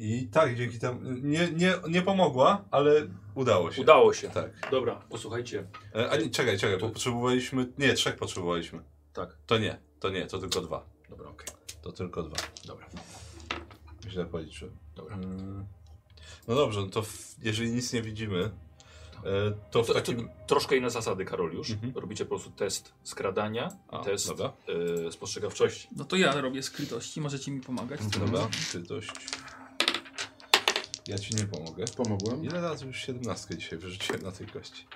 C: I tak, dzięki tam. Nie, nie, nie pomogła, ale udało się.
A: Udało się.
C: Tak.
A: Dobra, posłuchajcie.
C: E, a nie, czekaj, czekaj, bo potrzebowaliśmy. Nie, trzech potrzebowaliśmy.
A: Tak.
C: To nie, to nie, to tylko dwa.
A: Dobra, okej.
C: To tylko dwa.
A: Dobra.
C: Źle policzyłem.
A: Dobra.
C: Mm. No dobrze, no to w, jeżeli nic nie widzimy, e, to w
A: Tak. To, to,
C: takim...
A: troszkę inne zasady, Karol, już.
C: Mhm.
A: Robicie po prostu test skradania i
C: A,
A: test
C: dobra.
A: y, spostrzegawczości.
E: No to ja robię skrytości, możecie mi pomagać.
C: Dobra, skrytość. Ja ci nie pomogę.
B: Pomogłem.
C: Ile razy już 17 dzisiaj wyrzuciłem na tej kości?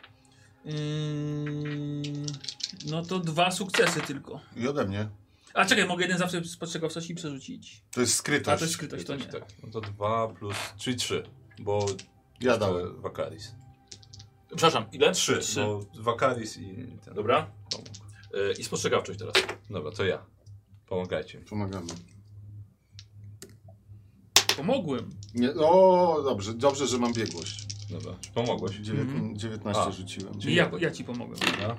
E: Ym, no to dwa sukcesy tylko.
B: I ode mnie.
E: A czekaj, mogę jeden zawsze spostrzegawczości przerzucić.
B: To jest
E: A
B: skrytość.
E: to jest skrytość, to nie.
C: Tak, no to 2 plus, czyli 3, bo
B: Ja dałem.
C: Wakaris.
A: Przepraszam, ile?
C: 3,
A: Trzy.
G: no.
C: bo Wakaris i ten.
A: Dobra.
C: Pomógł.
A: Y, I spostrzegawczość teraz.
C: Dobra, to ja. Pomagajcie mi.
B: Pomagamy.
E: Pomogłem.
B: Nie, o, dobrze, dobrze, że mam biegłość.
C: Dobra, czy pomogłeś?
B: Dziewię-
E: Mhm.
B: 19
C: A.
B: rzuciłem.
E: I ja, ja ci pomogłem.
G: Dobra.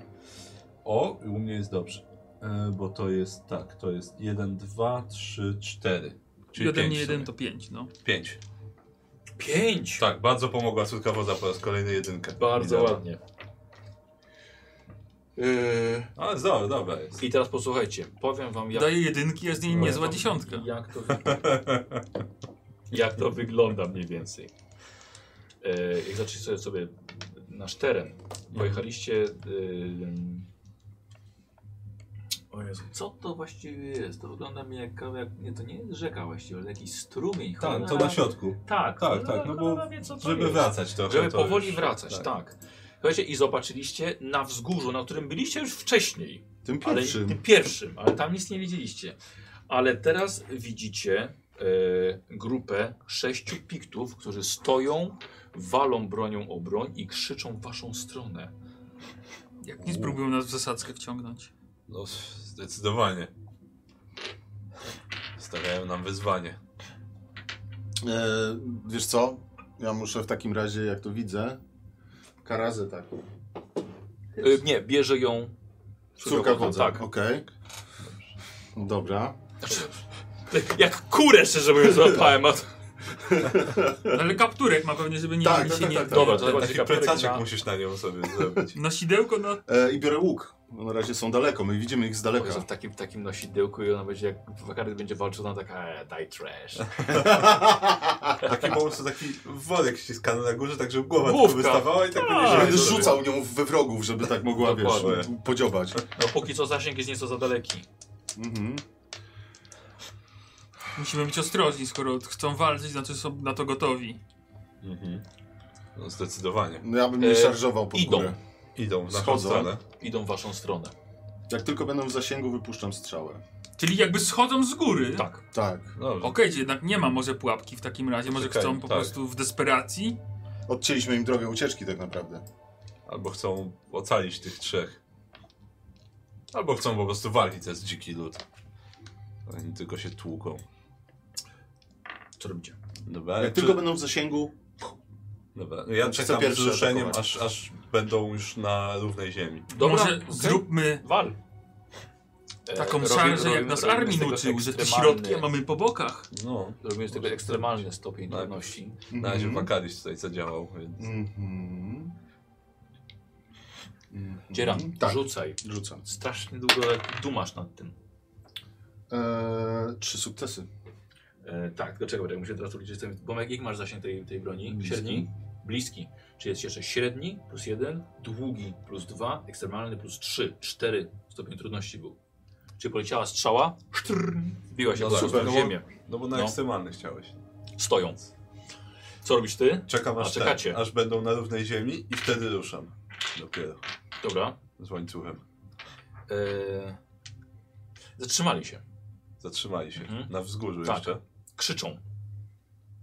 G: O, i u mnie jest dobrze. E, bo to jest tak, to jest 1, 2, 3, 4.
E: Czyli ode mnie jeden
C: to...
E: to pięć, no.
C: 5.
A: 5.
C: Tak, bardzo pomogła córka woda po raz kolejny jedynkę.
A: Bardzo
C: Mi dała.
A: ładnie.
B: Yy,
A: Y,
C: Ale dobra, dobra jest.
A: I teraz posłuchajcie, powiem wam jak,
E: Daję jedynki, a z niej
A: powiem
E: niezła
A: wam,
E: dziesiątka.
A: Jak to, wygląda. jak to wygląda mniej więcej. E, Jak zaczęliście sobie nasz teren, pojechaliście. y, ym, O Jezu, co to właściwie jest? To wygląda mi jak, jak nie, to nie jest rzeka właściwie, ale jakiś strumień.
G: Tak, to
A: cholera-
G: na środku.
A: Tak,
G: Tak,
A: cholera-
G: tak, no bo
A: cholera wie, co to
G: Żeby
A: jest.
G: wracać trochę.
A: Żeby
G: to
A: powoli
G: już-
A: wracać, tak. Słuchajcie, i zobaczyliście na wzgórzu, na którym byliście już wcześniej,
B: Tym
A: ale
B: pierwszym.
A: tym pierwszym, ale tam nic nie widzieliście. Ale teraz widzicie e, grupę sześciu piktów, którzy stoją, walą bronią o broń i krzyczą w waszą stronę.
E: Jak nie spróbują nas w zasadzkę wciągnąć.
C: No, zdecydowanie. Stawiają nam wyzwanie.
B: E, wiesz co? Ja muszę w takim razie, jak to widzę, karazę tak.
A: E, nie, bierze ją
B: Córka wodza.
A: Tak.
B: Okej. Dobra.
A: (laughs) Jak kurę, szczerze mówiąc, złapałem. a to-
E: No ale kapturek ma pewnie, żeby nie
B: Tak,
E: nie
B: tak,
E: się
B: tak,
E: nie...
B: tak, tak.
A: Dobra, to tak.
C: Taki
A: zobaczcie kapturek
C: plecaczek
A: na-
C: musisz na nią sobie zrobić.
E: Na sidełko, no, na...
B: E, I biorę łuk. No, na razie są daleko, my widzimy ich z
A: Boże,
B: daleka.
A: w takim, w takim nosidełku i ona będzie, jak Wakary będzie walczył, ona taka, e, daj trash.
C: Taki Tak po prostu taki worek ściskany na górze, tak żeby głowa
A: Główka.
C: tylko wystawała i tak
A: Tak,
B: Będę
C: będzie
A: dobrze.
B: rzucał nią we wrogów, żeby tak mogła, wiesz,
A: Dokładnie.
B: podziobać.
A: No póki co zasięg jest nieco za daleki.
B: Mhm.
E: Musimy być ostrożni, skoro chcą walczyć, znaczy są na to gotowi.
C: Mhm. No, zdecydowanie.
B: No ja bym nie
A: E,
B: szarżował pod
A: idą.
B: górę.
C: Idą w naszą
B: Schodzą.
C: stronę.
A: Idą w waszą stronę.
B: Jak tylko będą w zasięgu, wypuszczam strzałę.
E: Czyli jakby schodzą z góry.
A: Tak.
B: Tak.
C: Dobrze.
E: Okej, czy jednak nie ma może pułapki w takim razie, może
C: Czekaj,
E: chcą po
C: tak.
E: prostu w desperacji?
B: Odcięliśmy im drogę ucieczki tak naprawdę.
C: Albo chcą ocalić tych trzech. Albo chcą po prostu walczyć, to jest dziki lud. Oni tylko się tłuką.
A: Co robicie?
C: Dobra,
B: Jak
C: czy-
B: tylko będą w zasięgu,
C: Dobra. No, Ja
B: Chcę
C: czekam z
B: pierwszy
C: ruszeniem,
B: atakować.
C: aż, aż będą już na równej ziemi.
A: Dobra,
E: może
A: okej.
E: zróbmy
A: Wal.
E: taką
A: E, robię-
E: szarżę, jak
A: robimy-
E: nas
A: robimy
E: armii
A: z tego
E: nuczył, że te
A: ekstremalny-
E: środki a mamy po bokach.
C: No.
A: Robimy z tego ekstremalny stopień
C: Tak.
A: trudności.
C: Na razie Wakaris tutaj zadziałał, więc...
B: Mhm. Mhm.
A: Dzieran,
B: Tak,
A: rzucaj.
B: rzucam.
A: Strasznie długo dumasz nad tym.
B: Eee, trzy sukcesy.
A: E, tak, do czego? Bo Jak muszę teraz liczyć, ten- bo jak jaki masz zasięg tej, tej broni?
B: Bliski.
A: Średni? Bliski. Czyli jest jeszcze średni plus jeden, długi plus dwa, ekstremalny plus trzy, cztery stopień trudności był. Czyli poleciała strzała, sztrrn, wbiła się
C: No
A: po
C: tak,
A: prostu w
C: no bo-
A: ziemię.
C: No bo na
A: No.
C: ekstremalny chciałeś.
A: Stoją. Co robisz ty?
C: Czekam
A: A,
C: aż, ten,
A: czekacie.
C: aż będą na równej ziemi i wtedy ruszam. Dopiero.
A: Dobra.
C: Z łańcuchem.
A: E, zatrzymali się.
C: Zatrzymali się.
A: Mhm.
C: Na wzgórzu
A: Tak.
C: jeszcze.
A: Krzyczą.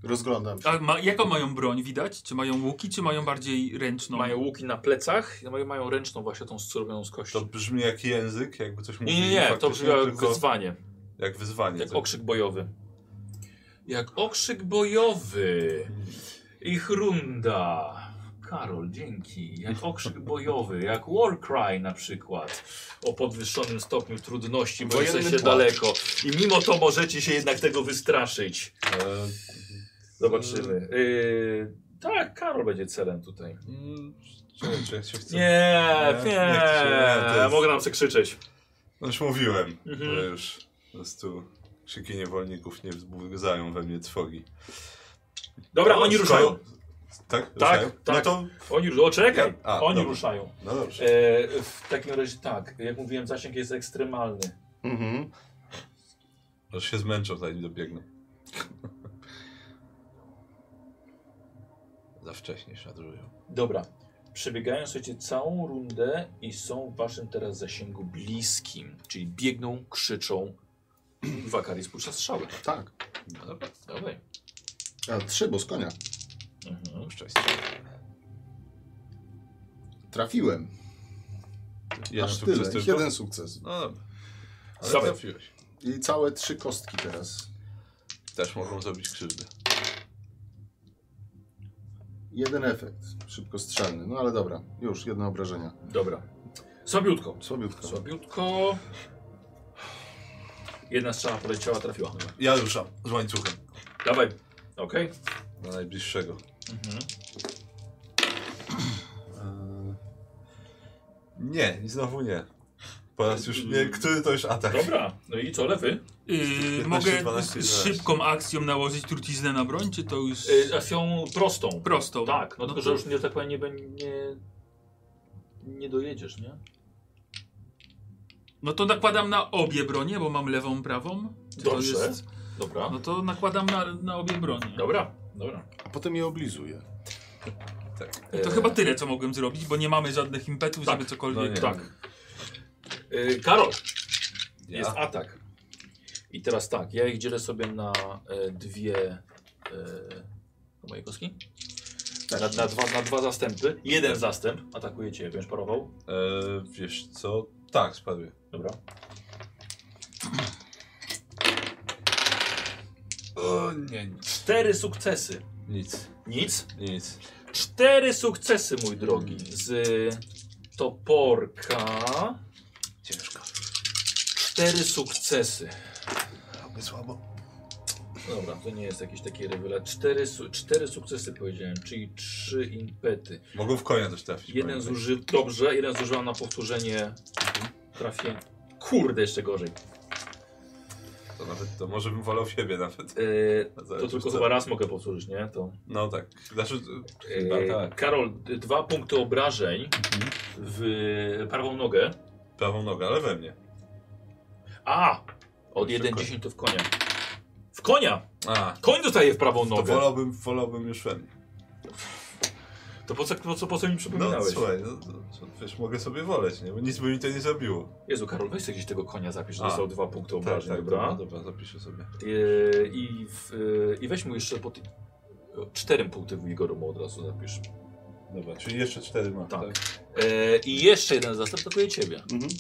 B: Rozglądam się.
E: A ma, jaką mają broń widać? Czy mają łuki, czy mają bardziej ręczną?
C: No.
A: Mają łuki na plecach, mają, mają ręczną właśnie tą surowioną z kości.
C: To brzmi jak język, jakby coś mówili.
A: Nie, nie, nie, to
C: faktycznie,
A: brzmi jak
C: tylko
A: wyzwanie,
C: jak wyzwanie.
A: jak
C: tak.
A: okrzyk bojowy. Jak okrzyk bojowy. Ich runda. Karol, dzięki. Jak okrzyk bojowy, jak war cry na przykład. O podwyższonym stopniu trudności, bo
B: Wojenny
A: jesteście
B: płacz.
A: daleko. I mimo to możecie się jednak tego wystraszyć.
B: Eee,
C: E,
A: Zobaczymy. Yy, tak, Karol będzie celem tutaj.
C: mm, czekaj, czy jak się chce.
A: Nie, nie,
C: Nie, nie chcę, to jest-
A: mogę nam przekrzyczeć.
C: No już mówiłem,
A: Mhm.
C: że już po prostu krzyki niewolników nie wzbudzają we mnie trwogi.
A: Dobra,
C: No,
A: oni
C: szko-
A: ruszają.
C: Tak?
A: Tak,
C: ruszają?
A: tak.
C: No to...
A: Oni ruszają. O, czekaj,
C: Ja- a,
A: oni
C: dobra.
A: ruszają.
C: No dobrze.
A: E, w takim razie tak, jak mówiłem, zasięg jest ekstremalny.
B: Mhm.
C: Aż się zmęczą, zanim dobiegną. (laughs) Za wcześnie szadrują.
A: Dobra. Przebiegają słuchajcie całą rundę i są w waszym teraz zasięgu bliskim. Czyli biegną, krzyczą. (clears throat) Wakaris puszcza strzały.
B: Tak.
A: No dobra, dawaj.
B: A trzy, bo z konia.
A: Mhm.
C: Szczęście.
B: Trafiłem.
C: Jeden
B: Aż tyle.
C: sukces tylko?
B: Jeden sukces.
C: No dobra. Ale
A: Zawy-
C: trafiłeś.
B: I całe trzy kostki teraz.
C: Też mogą zrobić krzywdę.
B: Jeden efekt. Szybko strzelny. No ale dobra. Już, jedno obrażenia.
A: Dobra. Słabiutko.
B: Słabiutko.
A: Słabiutko. Jedna strzała poleciała, trafiła.
C: Ja ruszam z łańcuchem.
A: Dawaj. Okej.
C: Na najbliższego.
A: Mhm.
C: Eee, Nie, i znowu nie. Po raz już nie. Który to już atak?
A: Dobra. No i co, lewy?
E: Yy,
B: (laughs)
C: 15,
E: mogę
C: 12,
E: z
C: 11.
E: szybką akcją nałożyć truciznę na broń, czy to już
A: Y, akcją prostą.
E: prostą?
A: Tak, no, tylko,
E: to-
A: że już nie, że tak powiem, nie, bę- nie, nie dojedziesz, nie?
E: No to nakładam na obie bronie, bo mam lewą, prawą. Czy
A: Dobrze.
E: To jest,
A: Dobra.
E: no to nakładam na, na obie bronie.
A: Dobra, dobra.
B: A potem je oblizuję.
E: I to
A: E,
E: chyba tyle, co mogłem zrobić, bo nie mamy żadnych impetów,
A: Tak,
E: żeby cokolwiek...
C: no nie.
A: Tak. Y, Karol,
C: Ja?
A: jest atak. I teraz tak, ja ich dzielę sobie na e, dwie... E, to moje kostki? Na, na, dwa, na dwa zastępy. Tak. Jeden zastęp atakuje cię, będziesz parował.
C: Eee, wiesz co? Tak, spadły.
A: Dobra.
C: O, nie, nic.
A: Cztery sukcesy.
C: Nic,
A: Nic.
C: nic.
A: Cztery sukcesy, mój drogi. Z toporka...
C: Ciężko.
A: Cztery sukcesy.
C: Aby słabo.
A: Dobra, to nie jest jakiś taki rewelacja. Cztery, su cztery sukcesy powiedziałem, czyli trzy impety.
C: Mogą w konia też trafić. tak.
A: Jeden
C: pamiętaj.
A: zużył, dobrze, jeden zużyłam na powtórzenie trafienia. Kurde, jeszcze gorzej.
C: To nawet to może bym wolał siebie nawet.
A: Yy,
C: Zależy,
A: to tylko
C: co-
A: chyba raz mogę powtórzyć, nie? To,
C: No tak. Znaczy,
A: yy,
C: Chyba tak. Mhm.
A: Karol, d- dwa punkty obrażeń w prawą nogę.
C: prawą nogę, ale we mnie.
A: A! Od
C: Jeszcze
A: 1
C: koń.
A: 10 to w konia. W konia!
C: A,
A: Koń dostaje w prawą
C: to
A: nogę.
C: wolałbym, wolałbym już we mnie.
A: To po co, po co, po co mi
C: No
A: przypominałeś?
C: słuchaj, no, to, to, wiesz, mogę sobie woleć, nie? Bo nic by mi to nie zrobiło.
A: Jezu, Karol, weź sobie gdzieś tego konia zapisz, że
C: A.
A: dostał dwa punkty
C: Tak,
A: obrażeń,
C: tak,
A: dobra?
C: dobra, dobra, zapiszę sobie.
A: Yy, I, w, yy, I weź mu jeszcze po ty... czterem punkty wigoru mu od razu zapisz.
C: Dobra, czyli jeszcze cztery mam,
A: Tak.
C: tak?
A: Yy, I jeszcze jeden zastęp atakuje ciebie.
B: Mhm.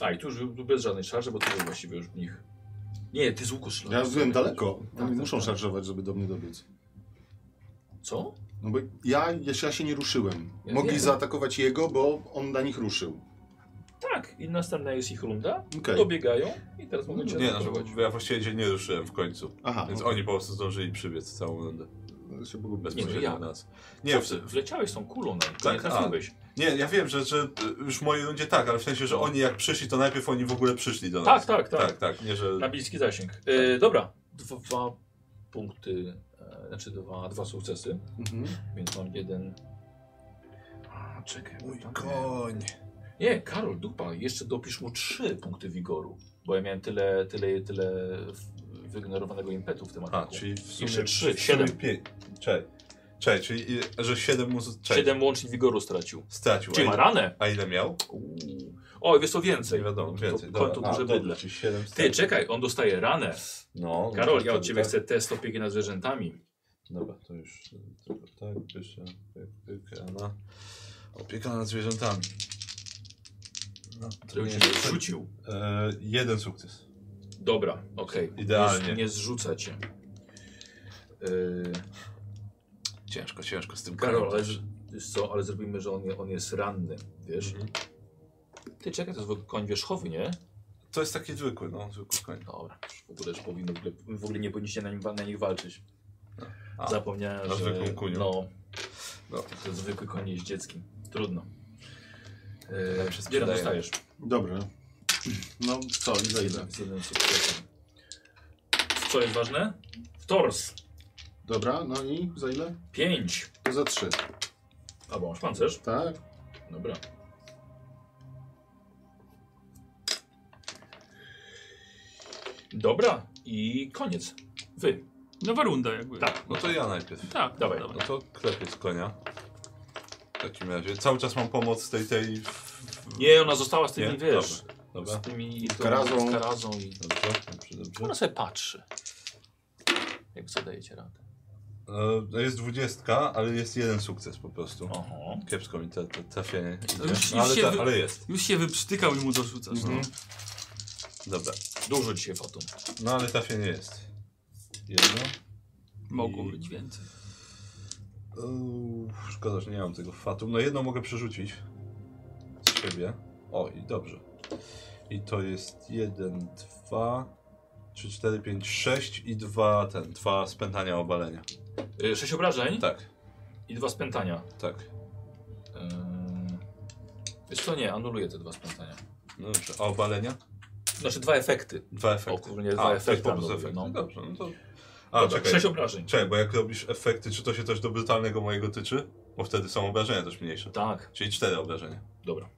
A: A i tu już tu bez żadnej szarży, bo ty już właściwie już w nich. Nie, ty z łuku strzelasz.
B: Ja byłem daleko.
A: Tak,
B: Oni
A: tak,
B: muszą
A: tak.
B: szarżować, żeby do mnie dobiec.
A: Co?
B: No bo ja, ja, się- ja się nie ruszyłem.
A: Ja
B: Mogli
A: wiem.
B: zaatakować jego, bo on na nich ruszył.
A: Tak, i następna jest ich runda.
B: Okej.
A: Dobiegają i teraz mogą cię
C: Nie, no,
A: atakować.
C: bo ja właściwie się nie ruszyłem w końcu.
B: Aha.
C: Więc
B: no,
C: oni po prostu zdążyli przybiec całą rundę.
B: to się mogło bez...
A: Nie, no
C: Bezpośrednio
A: ja.
C: na nas. Nie,
A: Co ty,
C: w,
A: Tak, wleciałeś tą kulą na nich,
C: Tak,
A: nie trafiłeś.
C: nie, ja wiem, że, że już w mojej rundzie tak, ale w sensie, że oni jak przyszli, to najpierw oni w ogóle przyszli do
A: Tak,
C: nas.
A: tak, tak.
C: tak, tak nie, że...
A: Na bliski zasięg. Yy, dobra, dwa, dwa punkty, e, znaczy dwa, dwa sukcesy.
B: Mhm.
A: Więc mam jeden. A, czekaj. bo
C: Mój
A: tam-
C: koń.
A: Nie, Karol, dupa. Jeszcze dopisz mu trzy punkty wigoru. Bo ja miałem tyle, tyle, tyle w- wygenerowanego impetu w tym
C: A,
A: ataku.
C: czyli w sumie...
A: Jeszcze trzy, siedem.
C: Pięć. Czekaj. Czekaj, czyli y, że 7 mu z- czekaj,
A: 7 łącznie wigoru stracił.
C: stracił.
A: Czyli
C: a,
A: ma
C: ile,
A: ranę.
C: a ile miał?
A: O, wiesz co więcej.
C: Nie wiadomo, więcej.
A: To, to, to
C: dobra. A,
A: duże
C: dobra,
A: bydle.
C: Czyli 7
A: Ty, czekaj, on dostaje ranę.
C: No, no
A: Karol,
C: to
A: ja od
C: wtedy
A: ciebie
C: tak.
A: chcę test opieki nad zwierzętami.
C: Dobra, to już y, tylko tak, piszę, pyk, pyk, a na... Opieka nad zwierzętami. No,
A: Żeby
C: nie,
A: się
C: to-
A: zrzucił.
C: e, jeden sukces.
A: Dobra, okej. Nie,
C: Idealnie.
A: nie zrzuca cię. Yy,
C: Ciężko, ciężko z tym
A: Karol,
C: kołem
A: ale,
C: też.
A: z- wiesz co, ale zrobimy, że on, on jest ranny, wiesz? no.
C: Mhm.
A: Ty, czekaj, to jest w ogóle koń wierzchowy, nie?
C: To jest taki zwykły, no, zwykły koń.
A: Dobra, już w ogóle, już powinno, w ogóle, w ogóle nie powinniście na, nim, na nich walczyć. No.
C: A,
A: Zapomniałem,
C: na
A: że...
C: zwykłym koniu.
A: No,
C: No.
A: to jest zwykły koń jeździecki. Trudno. Yy,
C: się
A: jeden
C: sprzedaje.
A: dostajesz.
B: Dobra. No co, i za ile?
A: Z jednym sukcesem. Co jest ważne? W tors.
B: Dobra, no i za ile?
A: Pięć.
B: To za trzy.
A: A bo masz pancerz?
B: Tak?
A: Dobra. Dobra, i koniec. Wy.
E: Nowa runda jakby.
A: Tak,
C: No to ja najpierw.
E: Tak,
A: Dawaj.
E: dobra.
C: No to klepię z konia. W takim razie. Cały czas mam pomoc tej, tej...
A: Nie, ona została z tymi,
C: Nie?
A: wiesz,
C: Dobra,
A: z tymi tą-
B: Karazą.
A: Z karazą i...
C: dobrze, dobrze, dobrze.
A: Ona sobie patrzy. Jak co dajecie radę?
C: E, no jest dwudziestka, ale jest jeden sukces po prostu.
A: Oho.
C: Kiepsko mi te, te trafienie
E: już- już
C: idzie. No, Ale,
E: się
C: ta,
E: wy-
C: ale jest.
E: Już się wyprztykał i mu dorzucasz. no.
C: Mhm. Dobra.
A: Dużo dzisiaj fatum.
C: No ale trafienie jest. Jedno.
E: Mogło
C: I-
E: być więcej.
C: Uuu, szkoda, że nie mam tego fatum. No jedną mogę przerzucić z siebie. O, i dobrze. I to jest 1, 2, 3, 4, 5, 6 i dwa ten, dwa spętania obalenia.
A: Y, Sześć obrażeń
C: Tak,
A: i dwa spętania.
C: tak.
A: Ym, Wiesz co, nie, anuluję te dwa spętania.
C: No dobrze. A obalenia?
A: Znaczy dwa efekty.
C: Dwa
A: O
C: efekty.
A: kurde,
C: A,
A: dwa
C: to jest
A: efekty
C: po prostu
A: anuluję.
C: efekty.
A: No.
C: Dobrze, no to... A,
A: Dobra,
C: czekaj.
A: Sześć obrażeń.
C: Czekaj, bo jak robisz efekty, czy to się też do brutalnego mojego tyczy? Bo wtedy są obrażenia też mniejsze.
A: Tak,
C: Czyli cztery obrażenia.
A: dobra.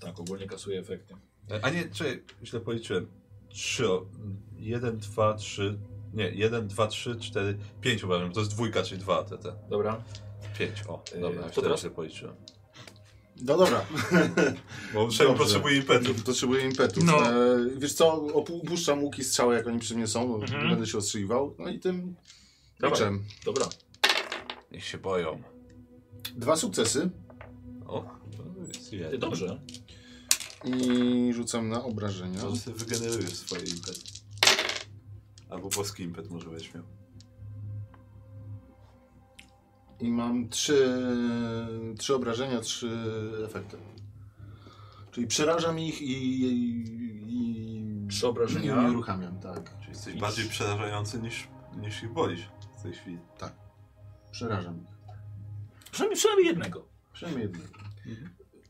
A: Tak, ogólnie kasuję efekty.
C: A nie, czekaj, źle policzyłem. 3, 1, 2, 3, nie, 1, 2, 3, 4, 5 uważam, bo to jest dwójka, czyli 2 ATT.
A: Dobra.
C: 5, o,
A: Yy,
C: dobra,
A: to
C: wtedy
A: teraz?
C: źle policzyłem.
B: No dobra.
C: Bo przynajmniej
B: Dobrze.
C: potrzebuję impetu.
B: Potrzebuję impetu.
E: No.
B: E, wiesz co, opuszczam łuki strzały, jak oni przy mnie są, bo
A: Mhm.
B: będę się ostrzeliwał. No i tym
A: Dawaj.
B: liczem.
A: Dobra.
C: Niech się boją.
B: Dwa sukcesy
C: O, to jest
A: Ty,
C: jeden.
A: dobrze.
B: i rzucam na obrażenia.
C: Może sobie wygenerujesz swoje impet. Albo boski impet może weźmie.
B: I mam trzy, trzy obrażenia, trzy efekty. Czyli przerażam ich i, i, i,
A: Trzy
B: i
A: obrażenia.
B: uruchamiam, tak.
C: Czyli jesteś
A: Idź.
C: bardziej przerażający niż, niż ich bolisz w tej chwili.
B: Przerażam ich.
A: Przynajmniej, przynajmniej jednego.
B: Przynajmniej jednego.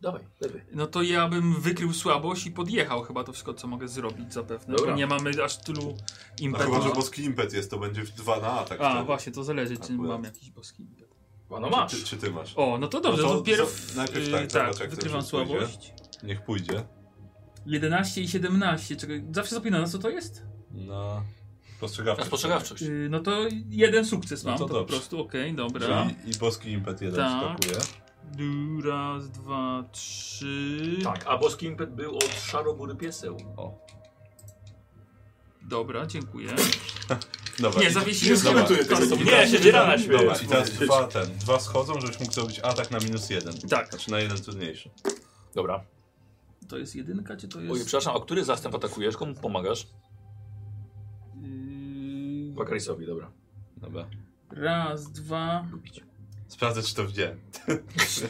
A: Dawaj, lewy.
E: No to ja bym wykrył słabość i podjechał chyba to wszystko, co mogę zrobić zapewne.
A: Dobra.
E: Bo nie mamy aż tylu
C: No
E: impetu.
C: chyba, że boski impet jest, to będzie 2 na atak.
E: A,
C: wtedy.
E: właśnie, to zależy, czy
C: Akurat.
E: mam jakiś boski impet.
A: A no
C: Czy, ty-
A: masz.
C: czy ty masz?
E: O, no to dobrze,
C: No to
E: to, pierw...
C: za- najpierw
E: y,
C: tak, zobacz, jak to
E: wykrywam
C: już pójdzie.
E: słabość.
C: Niech pójdzie.
E: 11 i 17, czekaj, zawsze zapominam, na co to jest?
C: Na
A: Na
C: spostrzegawczość.
A: spostrzegawczość.
E: Y, no to jeden sukces
C: No
E: mam,
C: to
E: to, po
C: dobrze.
E: prostu, okej, dobra.
C: Czyli I boski impet jeden
E: Tak.
C: skakuje.
E: Du, Raz, dwa, trzy...
A: Tak, a boski impet był od szarobury pieseł.
E: Dobra, dziękuję.
C: Dobra.
E: Nie,
C: i-
E: zawiesiłem Tak,
C: dobra.
E: się na-
C: Dobra.
A: Nie, się dziela na świecie.
C: Dobra, i teraz dwa ten, dwa schodzą, żebyś mógł zrobić atak na minus jeden.
E: Tak.
C: Znaczy na jeden trudniejszy.
A: Dobra.
E: To jest jedynka, czy to
A: Oj,
E: jest...
A: przepraszam, a który zastęp atakujesz? Komu pomagasz?
E: Yy,
A: Bakarisowi, dobra.
C: Dobra.
E: Raz, dwa,
C: Sprawdzę, czy to widziałem.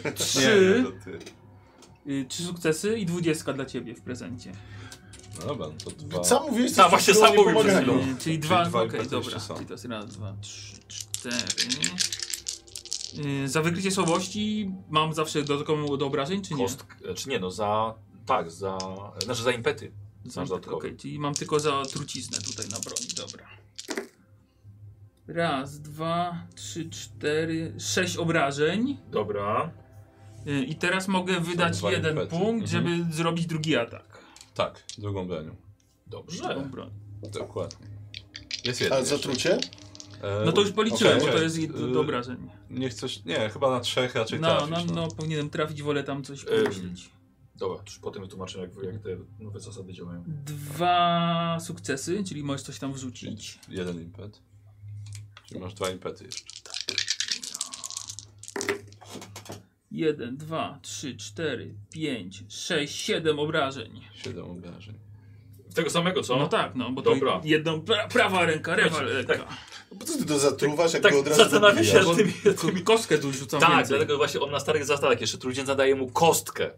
C: Nie,
E: trzy.
C: nie, to ty.
E: Y, Trzy sukcesy i dwudziestka dla ciebie w prezencie.
C: No dobra, no to dwa.
B: Sam mówiłeś,
A: Tak, właśnie sam mówił przed
E: Y,
A: chwilą.
B: pomagają.
E: Czyli, dwa,
C: dwa
E: okej,
C: impety
E: dobra.
C: jeszcze są.
E: Czyli to jest raz, dwa, trzy, cztery. Y, Za wykrycie słabości mam zawsze dodatkową do obrażeń, czy nie?
A: Kost, czy nie, no za... Tak, za... Znaczy za impety.
E: Za-
A: masz dodatkowy.
E: Okej, czyli mam tylko za truciznę tutaj na broni, dobra. Raz, dwa, trzy, cztery, sześć obrażeń.
A: Dobra.
E: Y, I teraz mogę wydać
C: dwa
E: jeden
C: impety.
E: punkt,
C: Mhm.
E: żeby zrobić drugi atak.
C: Tak, drugą bronią.
A: Dobrze.
E: Drugą broń.
C: Dokładnie. Jest jeden.
B: A zatrucie?
C: E,
E: No to już policzyłem,
C: okej, E,
E: bo to
C: okej.
E: jest do, do obrażeń.
C: Nie chcesz. Nie, chyba na trzech raczej
E: No,
C: trafisz,
E: no,
C: no. E,
E: no, powinienem trafić, wolę tam coś
A: Ym,
E: pomyśleć.
A: Dobra, już potem wytłumaczymy, jak, jak te nowe zasady działają.
E: Dwa sukcesy, czyli możesz coś tam wrzucić.
C: Jeden impet. Czyli masz dwa impety jeszcze.
E: Jeden, dwa, trzy, cztery, pięć, sześć, siedem obrażeń.
C: Siedem obrażeń.
A: Tego samego, co?
E: No tak, no, bo to
A: Dobra.
E: jedną pra, prawa ręka, lewa ręka.
B: No Po co ty to zatruwasz, jak
A: tak
B: go od razu
A: zastanawiam się,
B: dobijasz?
A: że tymi,
E: Ko- Kostkę tu rzucam
A: Tak,
E: więcej.
A: dlatego właśnie on na starych zasadach jeszcze trudzień daje mu kostkę.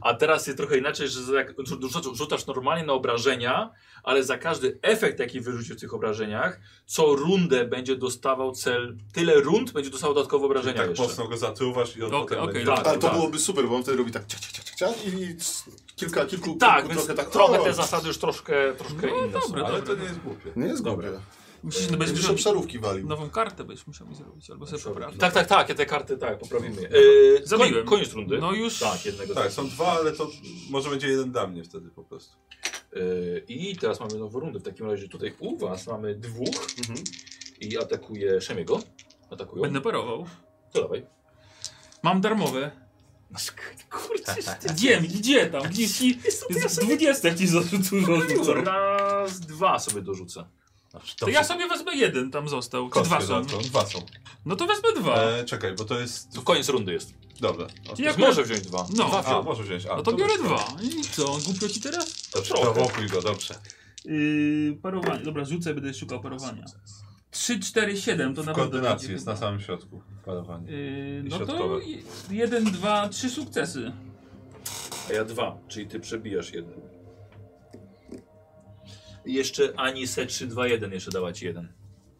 A: A teraz jest trochę inaczej, że jak rzu- rzu- rzucasz normalnie na obrażenia, ale za każdy efekt, jaki wyrzucisz w tych obrażeniach, co rundę będzie dostawał cel. Tyle rund będzie dostawał dodatkowe obrażenia
C: Tak
A: jeszcze.
C: mocno go zatruwasz i on
E: Okej,
C: potem
E: okej,
C: będzie...
A: dobra.
B: Ale to
A: Tak.
B: byłoby super, bo on wtedy robi tak cia, cia, cia, cia, cia i c- kilka, kilku,
A: Tak,
B: kilku
A: więc
B: trochę tak.
A: trochę
B: o,
A: te zasady już troszkę, troszkę
E: No
A: inne
E: dobra,
A: są.
C: Ale
A: Ale
C: to nie jest głupie.
B: Nie jest
A: Dobra.
B: głupie.
E: Musisz, no, będziesz
B: Będziesz
E: musiał,
B: obszarówki walił.
E: nową kartę będziesz musiał mi zrobić, albo sobie poprawić.
A: Tak, tak, tak, ja te karty tak, poprawimy. Yy,
E: Zabiłem.
A: koń- Koniec rundy.
E: No już-
A: Tak, jednego
C: Tak, są dwa, ale to może będzie jeden dla mnie wtedy po prostu.
A: Yy, I teraz mamy nową rundę. W takim razie tutaj u was mamy dwóch
B: Mhm.
A: i atakuje Szemiego. Atakują.
E: Będę parował.
A: To dawaj.
E: Mam darmowe.
A: Kurczę,
E: Gdzie, gdzie tam? Gdzie ci? Jest 20 ci
A: No
E: zarzucą.
A: Raz, dwa sobie dorzucę.
E: To ja sobie wezmę jeden, tam został. Czy dwa są?
C: Kostkę za to. Dwa są.
E: No to wezmę dwa.
C: E, czekaj, bo to jest...
A: To koniec rundy jest.
C: Dobra.
E: Czyli jak
A: Może wziąć dwa.
E: No.
A: Dwa
C: A,
A: wziął.
C: może wziąć. A,
E: No to biorę
C: dobrze.
E: dwa. I co, głupio ci teraz?
C: Dobrze,
A: Trochę.
C: prowokuj go, dobrze.
E: Yy, parowanie. Dobra, rzucę, będę szukał parowania. 3, 4, 7 to
C: W
E: naprawdę
C: koordynacji
E: będzie
C: jest
E: chyba.
C: na samym środku. Parowanie.
E: Yy,
C: I
E: no to
C: środkowe.
E: je- jeden, dwa, trzy sukcesy.
A: A ja dwa, czyli ty przebijasz jeden. I Jeszcze ani se 3, 2, 1 jeszcze dawać jeden.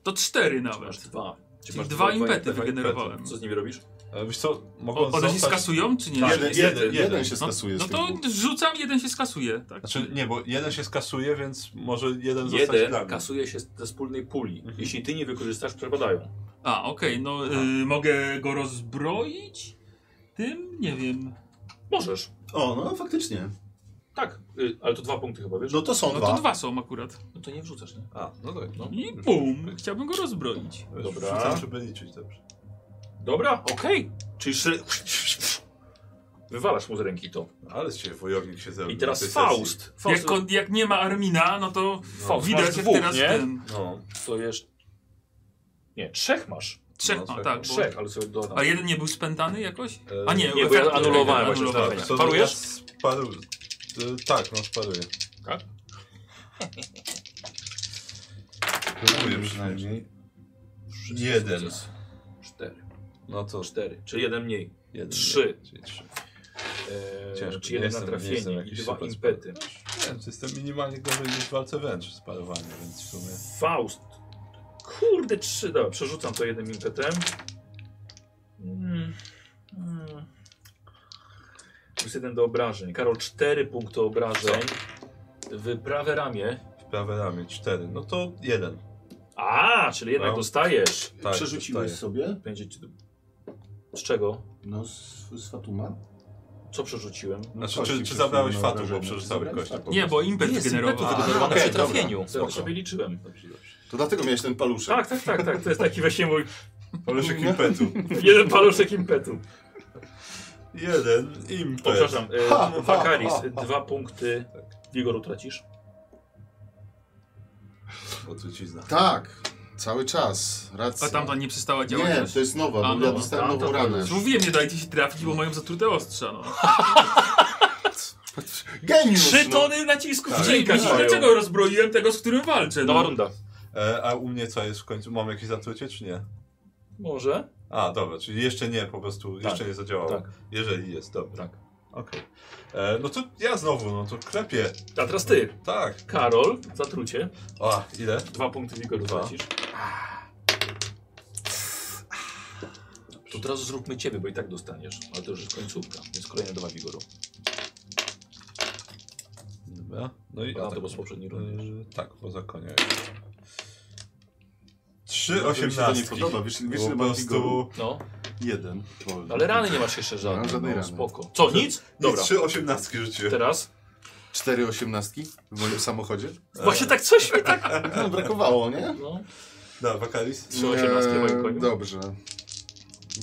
E: To cztery
A: Masz
E: nawet.
A: dwa.
E: Czyli dwa impety wygenerowałem.
A: Co z nimi robisz?
C: E, wiesz co, mogą
E: O, one się
C: zostać-
E: skasują, czy nie?
B: Jeden, jeden, jeden się
E: No,
B: skasuje
E: no
B: z tych
E: to
B: dwóch.
E: rzucam, jeden się skasuje. Tak?
C: Znaczy, nie, bo jeden się skasuje, więc może jeden zostać dla
A: Jeden
C: mnie.
A: kasuje się ze wspólnej puli. Jeśli ty nie wykorzystasz, przepadają.
E: A, okej, no y, mogę go rozbroić? Tym? Nie wiem.
A: Możesz.
B: O, no faktycznie.
A: Tak, y, ale to dwa punkty chyba, wiesz?
B: No to są
E: No
B: dwa.
E: to dwa są akurat.
A: No to nie wrzucasz, nie?
C: A, no tak. No.
E: I bum, chciałbym go rozbroić.
A: Dobra.
C: E, Rzucam, żeby liczyć, dobrze.
A: Dobra, okej. Czyli szre... (laughs) Wywalasz mu z ręki to.
C: Ale z ciebie wojownik się zrobił.
A: I
C: na
A: teraz
C: tej sesji.
A: Faust. Faust,
E: Jak, on, jak nie ma Armina, no to
A: Faust masz
E: widać jak
A: dwóch,
E: teraz
A: nie?
E: ten.
C: No,
A: To jest... Nie, trzech masz.
E: Trzech
C: No,
E: ma,
C: tak,
E: tak. bo-
A: Trzech, ale sobie dodam.
E: A jeden nie był spętany jakoś?
C: e,
E: A nie,
A: nie, bo ja
E: efekty-
A: anulowałem właśnie
E: anulowałem.
A: trafienie.
C: Tak, to
A: Parujesz?
C: ja Sparuję. E, tak, no sparuję.
A: Tak?
C: (laughs) Próbuję przynajmniej. Jeden.
A: Cztery.
C: No to
A: Cztery. Czyli jeden mniej.
C: jeden.
A: Trzy.
C: Czyli trzy.
A: Eee,
C: Ciężko,
A: Czyli jeden
C: nie
A: na
C: jestem- nie jestem
A: trafienie i
C: jakiś
A: dwa
C: super
A: impety.
C: Nie wiem, to jestem minimalnie gorzej niż w walce wręcz z parowaniem, więc w sumie...
A: Faust. Kurde, trzy. Dobra, przerzucam to jednym impetem. Mm. Mm. Plus jeden do obrażeń. Karol, cztery punkty obrażeń. W prawe ramię.
C: W prawe ramię cztery, no to jeden.
A: A, czyli jednak
C: No.
A: dostajesz.
C: Tak,
B: Przerzuciłeś
C: dostaję.
B: sobie?
A: Będzie ci... Z czego?
B: No z, z Fatuma?
A: Co przerzuciłem?
B: No,
C: Znaczy,
B: kości
C: czy- czy
B: przed
C: zabrałeś
B: chwilą
C: Fatum, bo
B: obrażenia.
C: przerzucałeś
B: Zabrałeś
C: kości.
B: Fatum.
E: Nie, bo impet
A: Jest
E: wygenerował. znaczy
A: impetu wygenerowane
B: okej,
A: przy trafieniu.
B: dobra,
A: Ja
B: spoko.
A: sobie liczyłem.
C: Dobrze, dobrze.
B: To dlatego miałeś ten paluszek.
A: Tak, tak, tak, tak. To jest taki właśnie mój
C: (laughs) Paluszek impetu.
A: jeden paluszek impetu.
C: Jeden
A: O,
C: impet.
A: przepraszam,
B: Ha,
A: y,
B: ha,
A: Wakaris,
B: ha, ha.
A: dwa punkty wigoru tracisz.
C: Bo trucizna.
B: Tak, cały czas. Racja.
E: A tamta nie przestała działać.
B: Nie,
E: też.
B: to jest nowa,
E: A, no
B: bo ja
E: nowa.
B: dostałem
A: Tamta
B: nową
A: to
B: ranę.
A: już-
E: tak. Mówiłem, nie dajcie się trafić, bo mają zatrute ostrza, no.
B: Geniusz!
A: Trzy
B: no.
A: tony nacisku w
E: Dzięki,
A: dziękach mają.
E: dlaczego rozbroiłem tego, z którym walczę?
A: Nowa
E: No.
A: runda.
C: E, a u mnie co jest w końcu? Mam jakieś zatrucie, czy nie?
A: Może?
C: A, dobra, czyli jeszcze nie, po prostu jeszcze nie zadziałało.
A: Tak.
C: Jeżeli jest, dobra.
A: Tak.
C: Okej. E, No to ja znowu, no to klepię.
A: A teraz ty,
C: Tak.
A: Karol, zatrucie.
C: A, ile?
A: Dwa punkty wigoru
C: Dwa.
A: tracisz. To teraz zróbmy ciebie, bo i tak dostaniesz. Ale to już jest końcówka, więc kolejne dwa wigoru.
C: Dobra. No i
A: A to było z poprzedniej rundy.
C: E, tak, poza konia. Trzy
B: To mi się to nie
C: osiemnastki.
B: podoba, wiesz, wiesz
C: Po
B: ile mam wigoru?
C: prostu
A: No,
B: Jeden. Wolny.
A: ale rany nie masz jeszcze żadnej.
B: Nie mam żadnej
A: no,
B: rany.
A: spoko. Co, nic? Dobra.
C: trzy osiemnastki rzuciłem.
A: Teraz?
B: Cztery osiemnastki w moim samochodzie?
A: Właśnie tak coś mi tak...
B: No, brakowało, nie?
A: No.
C: Da, Wakaris?
A: Trzy osiemnastki na
B: Eee,
A: moim koniu.
B: Dobrze.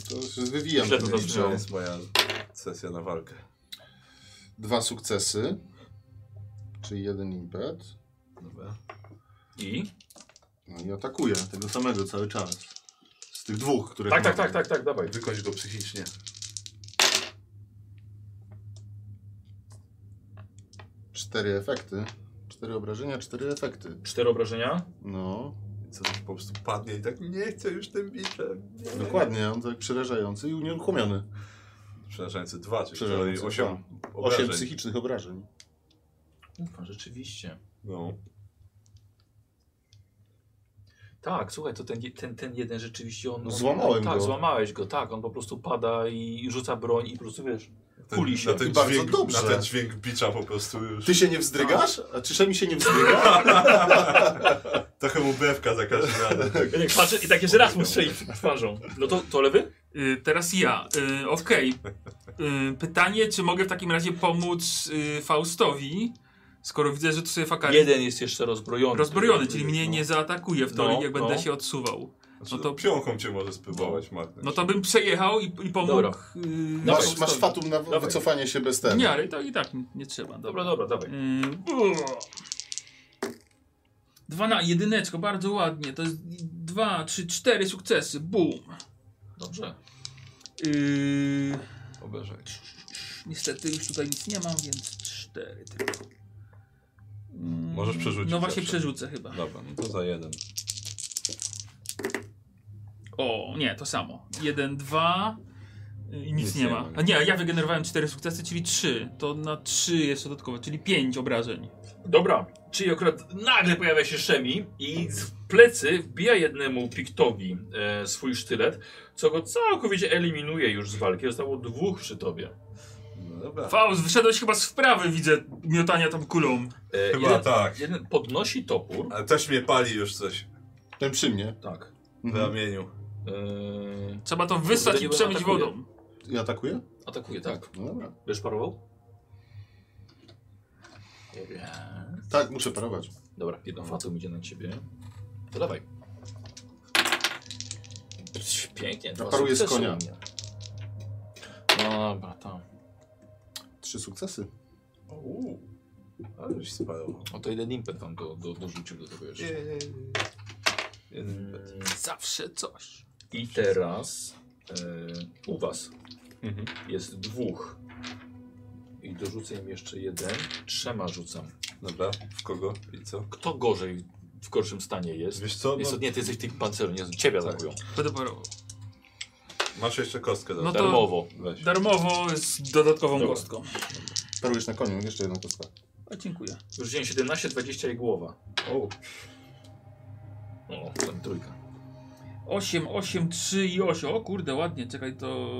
B: To się wywijam.
A: Źle to
B: tymi
A: zaznaczyłem.
B: liczbami.
C: To jest moja sesja na walkę.
B: Dwa sukcesy, czyli jeden impet.
C: Dobra.
A: I?
B: No i atakuję tego samego cały czas. Z tych dwóch, które.
A: Tak, tak, tak, tak, tak, dawaj.
C: Wykończ go psychicznie.
B: Cztery efekty. Cztery obrażenia, cztery efekty.
A: Cztery obrażenia.
B: No,
C: I Co po prostu padnie i tak nie chcę już tym biczem. Nie.
B: dokładnie. On tak przerażający i unieruchomiony.
C: Przerażający dwa, czyli
B: Przerażający,
C: osiem.
B: Osiem
C: obrażeń.
B: psychicznych obrażeń.
A: Ufa, rzeczywiście.
C: No.
A: Tak, słuchaj, to ten, je- ten, ten jeden rzeczywiście on...
B: No,
A: on
B: złamałem
A: tak,
B: go.
A: złamałeś go, tak. On po prostu pada i rzuca broń i po prostu wiesz...
C: Ten,
A: Kuli się.
C: Na ten,
B: I bardzo
C: dźwięk,
B: dobrze.
C: na ten dźwięk bicza po prostu już.
B: Ty się nie wzdrygasz? A czy mi się nie wzdryga?
C: Trochę mu bewka za każdym razem.
H: Ja tak patrzę i tak jeszcze raz mu strzeli twarzą.
A: No to, to lewy?
E: Y, teraz ja. Y, Okej. Y, pytanie, czy mogę w takim razie pomóc y, Faustowi, skoro widzę, że tu sobie fakali
A: Jeden jest jeszcze rozbrojony.
E: Tak. rozbrojony, czyli mnie nie zaatakuje w to,
A: No,
E: jak
A: no.
E: będę się odsuwał.
C: Znaczy,
E: No
C: to
E: to-
C: pionką cię może spróbować, Magnes.
E: No to bym przejechał i, i pomógł.
A: Dobra.
E: Y,
B: Masz,
E: Faustowi.
B: No masz fatum na wycofanie się bez tego.
E: Nie, ale to i tak nie trzeba.
A: Dobra, dobra, dawaj.
E: Mm, brrr. Dwa na jedyneczko, bardzo ładnie. To jest dwa, trzy, cztery sukcesy. Boom.
A: Dobrze.
E: Yy,
C: Oberzaj.
E: niestety już tutaj nic nie mam, więc cztery tylko. Mm,
C: Możesz przerzucić
E: No właśnie
C: zawsze.
E: przerzucę chyba.
C: Dobra, no to za jeden.
E: O, nie, to samo. Jeden, dwa yy, i nic, nie, ma. A nie, ja wygenerowałem cztery sukcesy, czyli trzy. To na trzy jeszcze dodatkowe, czyli pięć obrażeń.
A: Dobra, czyli akurat nagle pojawia się Szemi i w plecy wbija jednemu Piktowi e, swój sztylet, co go całkowicie eliminuje już z walki. Zostało dwóch przy tobie.
C: No dobra.
E: Faust, wyszedłeś chyba z wprawy, widzę miotania tam kulą.
A: E,
C: Chyba
A: jeden,
C: tak.
A: jeden podnosi topór.
C: Ale też mnie pali już coś
B: Ten przy mnie.
C: Tak. w
B: Mhm.
C: ramieniu.
A: E,
E: Trzeba to wysłać i
A: Zraniłem,
E: przemyć
A: atakuje.
E: wodą.
B: I atakuje?
A: atakuje, tak.
B: No dobra.
A: Będziesz parował? Raz.
B: Tak, muszę parować.
A: Dobra, jedną fatum idzie na ciebie. To dawaj. Pięknie. dwa
B: Paruję z
A: sukcesy
B: konia.
A: u mnie. Dobra, tam.
B: Trzy sukcesy.
C: Uuu. Ale już sparował.
A: O to jeden impet tam do, do, dorzucił do tego jeszcze.
C: Jeden impet.
A: Mm,
E: Zawsze coś.
A: I teraz e, u was jest dwóch. I dorzucę im jeszcze jeden. Trzema rzucam.
C: Dobra, w kogo i co?
A: Kto gorzej w gorszym stanie jest?
C: Wiesz co,
A: Jest
C: no,
A: od nie, ty jesteś tych pancerów, nie ciebie
C: Tak.
A: atakują.
E: Będę parował.
C: masz jeszcze kostkę do
E: No to-
A: Darmowo.
C: Weź.
E: Darmowo z dodatkową
A: Dobra.
E: kostką.
B: Parujesz na koniu, jeszcze jedna kostka.
E: O, dziękuję.
A: Już dzień 17, 20 i głowa.
C: O,
A: O, tam trójka.
E: 8, 8, 3 i 8. O kurde, ładnie, czekaj, to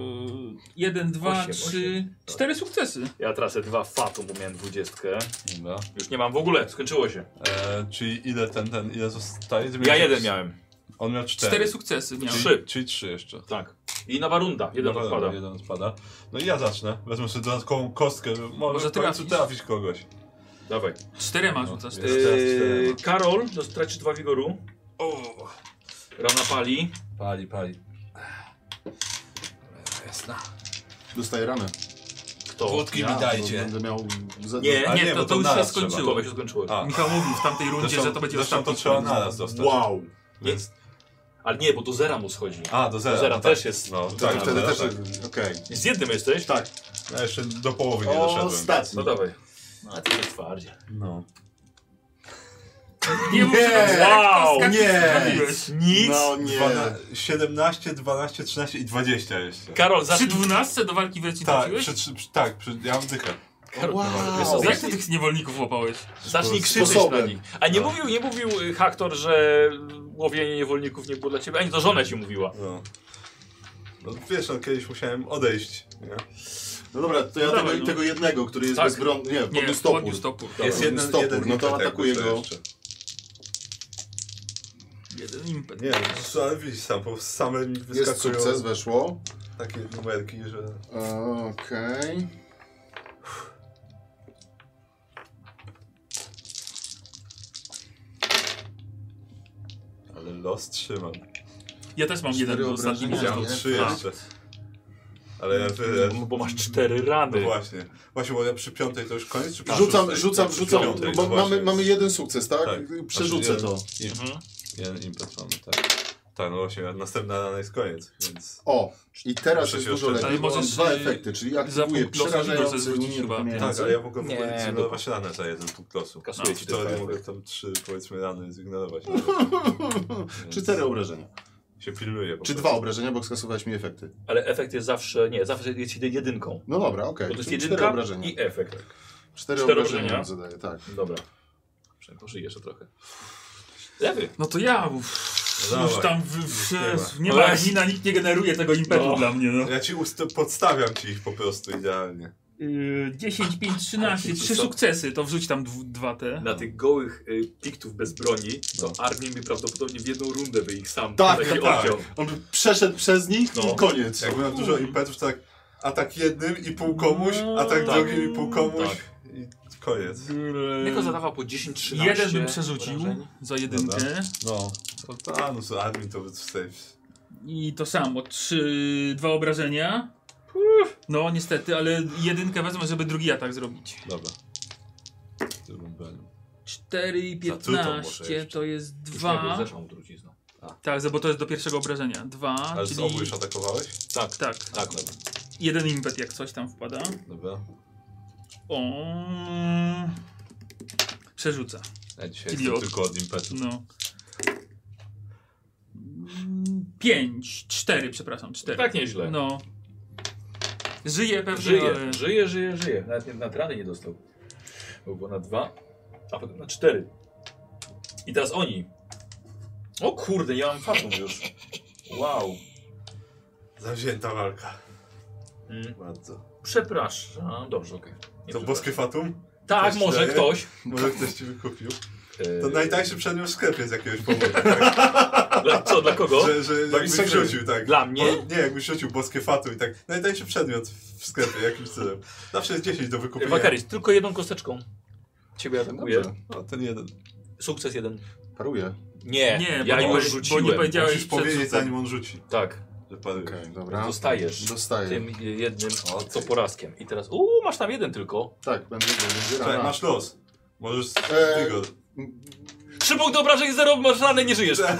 E: 1, 2,
A: Osiem,
E: 3, 4 sukcesy.
A: Ja tracę dwa fatu, bo miałem dwudziestkę.
C: dobra.
A: Już nie mam w ogóle, skończyło się.
C: E, czyli ile ten, ten, ile zostaje? Ty
A: Ja
C: miałeś-
A: jeden miałem.
C: On miał cztery.
E: 4 sukcesy miałem.
A: Trzy.
C: Czyli trzy jeszcze.
A: Tak. I nowa runda. Jeden
C: Dobra,
A: odpada.
C: Jeden odpada. No i ja zacznę. Wezmę sobie dodatkową kostkę, żeby może
E: Może
C: w końcu
E: trafisz.
C: trafić kogoś.
A: Dawaj.
E: Czterema
C: No,
E: rzucasz.
C: jest.
E: teraz.
C: teraz
A: Eee,
C: czterema.
A: Karol, no, traci dwa wigoru.
C: O,
A: Rana pali.
C: pali, pali. Dobra, Jasna.
B: Dostaję ranę.
A: Kto?
C: Wódki
B: Ja,
C: mi
B: bo
C: dajcie.
B: Będę miał. za-
A: Nie,
C: A
E: nie,
C: nie, bo
E: to,
C: to
E: to już się
C: naraz trzeba.
A: to
E: skończyło.
A: by się skończyło.
C: A,
E: Michał mówił w tamtej rundzie,
C: zresztą,
E: że to będzie
C: zresztą to
E: ostatni.
C: trzeba naraz dostać.
B: Wow.
C: Więc,
A: Ale nie, bo do zera mu schodzi.
C: a, do zera.
A: Do zera
C: no tak.
A: też jest.
C: No,
B: To,
C: tak,
B: to
C: do
B: wtedy
C: zera,
B: też.
C: tak.
B: Okej.
A: Z jednym jesteś?
B: Tak.
C: Ja jeszcze do połowy nie doszedłem.
B: Ostatni.
A: No dawaj. No to jest twardzie.
C: No.
E: Nie mów, że to
B: Nie!
E: czterech kostkach
B: Nie!
E: zrobiłeś.
A: Nic.
B: No nie.
C: 12, 17, 12, 13 i 20 jeszcze.
A: Karol,
E: Przy
A: zacznij.
E: 12 do walki wreszcie
C: Tak,
E: trafiłeś?
C: przy, przy, przy, tak przy, ja mam dychę.
A: Karol,
B: Wow.
E: Jak ty tych niewolników łapałeś?
A: Zacznij krzyczeć
B: Sposobem. No.
A: na nich. A nie mówił, nie mówił y, Haktor, że łowienie niewolników nie było dla ciebie, ani to żona ci mówiła.
C: No. No wiesz, no, kiedyś musiałem odejść. Nie?
B: No dobra, to ja
E: No
B: tego,
E: dawaj, no.
B: tego jednego, który jest
A: Tak.
B: tak. bezbronny. Nie,
E: Nie,
B: podniósł topór.
E: podniósł topór.
B: Jest jeden stopór, no to
C: impet jakby
B: atakuje
C: co
B: go.
C: jeszcze.
E: Jeden impet.
C: Nie, no, ale widzisz sam, bo same mi
B: Jest
C: wyskakują
B: sukces, weszło.
C: takie numerki, że...
B: Okej.
C: Ale los trzymam.
E: Ja też mam jeden
B: Cztery
E: do ostatnich
B: obrażenia,
E: gwiazd.
B: nie?
C: no, Trzy
E: Tak.
C: jeszcze. Ale ja wy...
A: Bo- Bo masz cztery rany.
C: No właśnie. Właśnie, bo ja przy piątej to już koniec, czy przy
B: Rzucam,
C: szóstej?
B: rzucam,
C: Przy
B: rzucam.
C: piątej,
B: bo
C: no
B: mamy,
C: Tak. właśnie.
B: mamy jeden sukces, tak?
C: Tak.
B: Przerzucę
C: Znaczy,
B: to.
A: Mhm.
C: Jeden impet mamy, tak. Tak, no właśnie, a następna rana jest koniec, więc...
B: O, i teraz
C: Muszę
B: jest
C: się
B: dużo
C: oszczędzać.
B: lepiej.
E: Ale
B: bo Mam
E: możesz,
B: dwa
E: y,
B: efekty, czyli
E: za
B: aktywuję
E: punkt losu
B: przerażający
E: dużo zwrócić chyba.
C: Tak,
B: unieruchomiający.
C: ale ja mogę w ogóle
A: no Nie,
C: zignorować ranę za jeden punkt losu.
A: Kasuję
C: Czy
A: ci
C: to
A: te
C: ja
A: efekty.
C: mogę tam trzy, powiedzmy, rany
A: (laughs)
C: zignorować.
B: Cztery obrażenia.
C: Się pilnuję po
B: Czy
C: prostu.
B: dwa obrażenia, bo skasowałeś mi efekty.
A: Ale efekt jest zawsze, nie, zawsze jest jedy- jedynką.
B: No dobra, okej.
A: Bo to jest
B: Czyli cztery
A: jedynka
B: obrażenia.
A: i efekt.
B: Cztery
A: cztery
B: obrażenia
A: obrażenia.
B: zadaję, tak.
A: Dobra. Przynajmniej Pożyj jeszcze trochę. Lewy.
E: No to ja uff,
C: No
E: już
C: dawaj.
E: tam w, w,
C: Nie ma.
E: nie ma mina, nikt nie generuje tego impetu
A: No.
E: dla
C: (laughs)
E: mnie. No.
C: Ja ci ust- podstawiam ci ich po prostu idealnie.
E: Yy, 10, 5, 13,
A: Wiecie
E: trzy
A: co?
E: sukcesy, to wrzuć tam dw- dwa te.
A: Na tych gołych y, piktów bez broni, to
C: No.
A: armię mi prawdopodobnie w jedną rundę by ich sam
B: Tak,
A: taki
B: tak.
A: odciął.
B: On by przeszedł przez nich
A: No.
B: i koniec.
C: Jak miałem dużo impetów, to tak atak jednym i pół komuś,
A: Tak.
C: atak drugim i pół komuś
A: Tak.
C: i koniec.
A: Jako zadawał po 10-13.
E: Jeden bym przerzucił za jedynkę
C: No, to ta, no to admin to safe.
E: i to samo, trzy, dwa obrażenia. No niestety, ale jedynkę wezmę, żeby drugi atak zrobić.
C: Dobra. W tym braniu.
E: 4 i
C: Za tutą może
E: 15
C: jeszcze.
E: to jest
A: Dwa.
E: dwa.
A: Zeszłą trucizną.
E: Tak, bo to jest do pierwszego obrażenia. Dwa,
C: Ale z
E: czyli...
C: obu już atakowałeś?
A: Tak,
E: Tak,
A: tak. Dobra.
E: jeden impet jak coś tam wpada.
C: Dobra.
E: O. Przerzuca.
C: Ja dzisiaj
E: Idiot.
C: jestem tylko od impetu.
E: No. Mm, Pięć, cztery, przepraszam, cztery.
A: Tak nieźle.
E: No. Żyje pewnie,
A: Żyje,
E: ale...
A: żyje, żyje, żyje. Nawet nie, nad rany nie dostał. Bo Było na dwa, a potem na cztery. I teraz oni. O kurde, ja mam fatum już. Wow.
C: Zawzięta walka.
A: Mm,
C: Bardzo.
A: Przepraszam. Dobrze, okej. Nie
C: To
A: przepraszam.
C: boskie fatum?
A: Tak,
C: Ktoś
A: może
C: daje?
A: ktoś.
C: Może ktoś ci wykupił?
A: Eee,
C: To najtańszy przedmiot w sklepie z jakiegoś powodu. Tak?
A: Dla, co, dla kogo?
C: Że, że jakbyś
A: Instagramie.
C: rzucił, tak.
A: Dla mnie?
C: Bo, nie, jakbyś rzucił boskie fatu i tak. Najtańszy przedmiot w sklepie, jakimś cudem. Zawsze jest 10 do wykupienia.
A: Wakaris, tylko jedną kosteczką. Ciebie atakuję.
B: Dobrze,
C: O, ten jeden.
A: Sukces jeden.
B: paruję.
A: Nie,
E: Nie,
A: ja
E: bo nie
A: już
E: powie- bo
A: rzuciłem.
E: nie powiedziałeś-
C: Musisz powiedzieć,
E: przed
C: zanim on rzuci,
A: Tak,
C: że padłeś.
B: Okej, dobra.
A: dostajesz.
B: Dostaję.
A: Tym jednym,
C: O,
A: co
C: ty.
A: porazkiem. I teraz, uuu, masz tam jeden tylko.
B: Tak, będę będzie
C: Czekaj,
B: rana.
C: masz los. Możesz.
B: Eee.
C: Eee.
B: (laughs)
A: Trzy punkty obrażeń, zero, masz ranę, nie żyjesz.
C: Tak.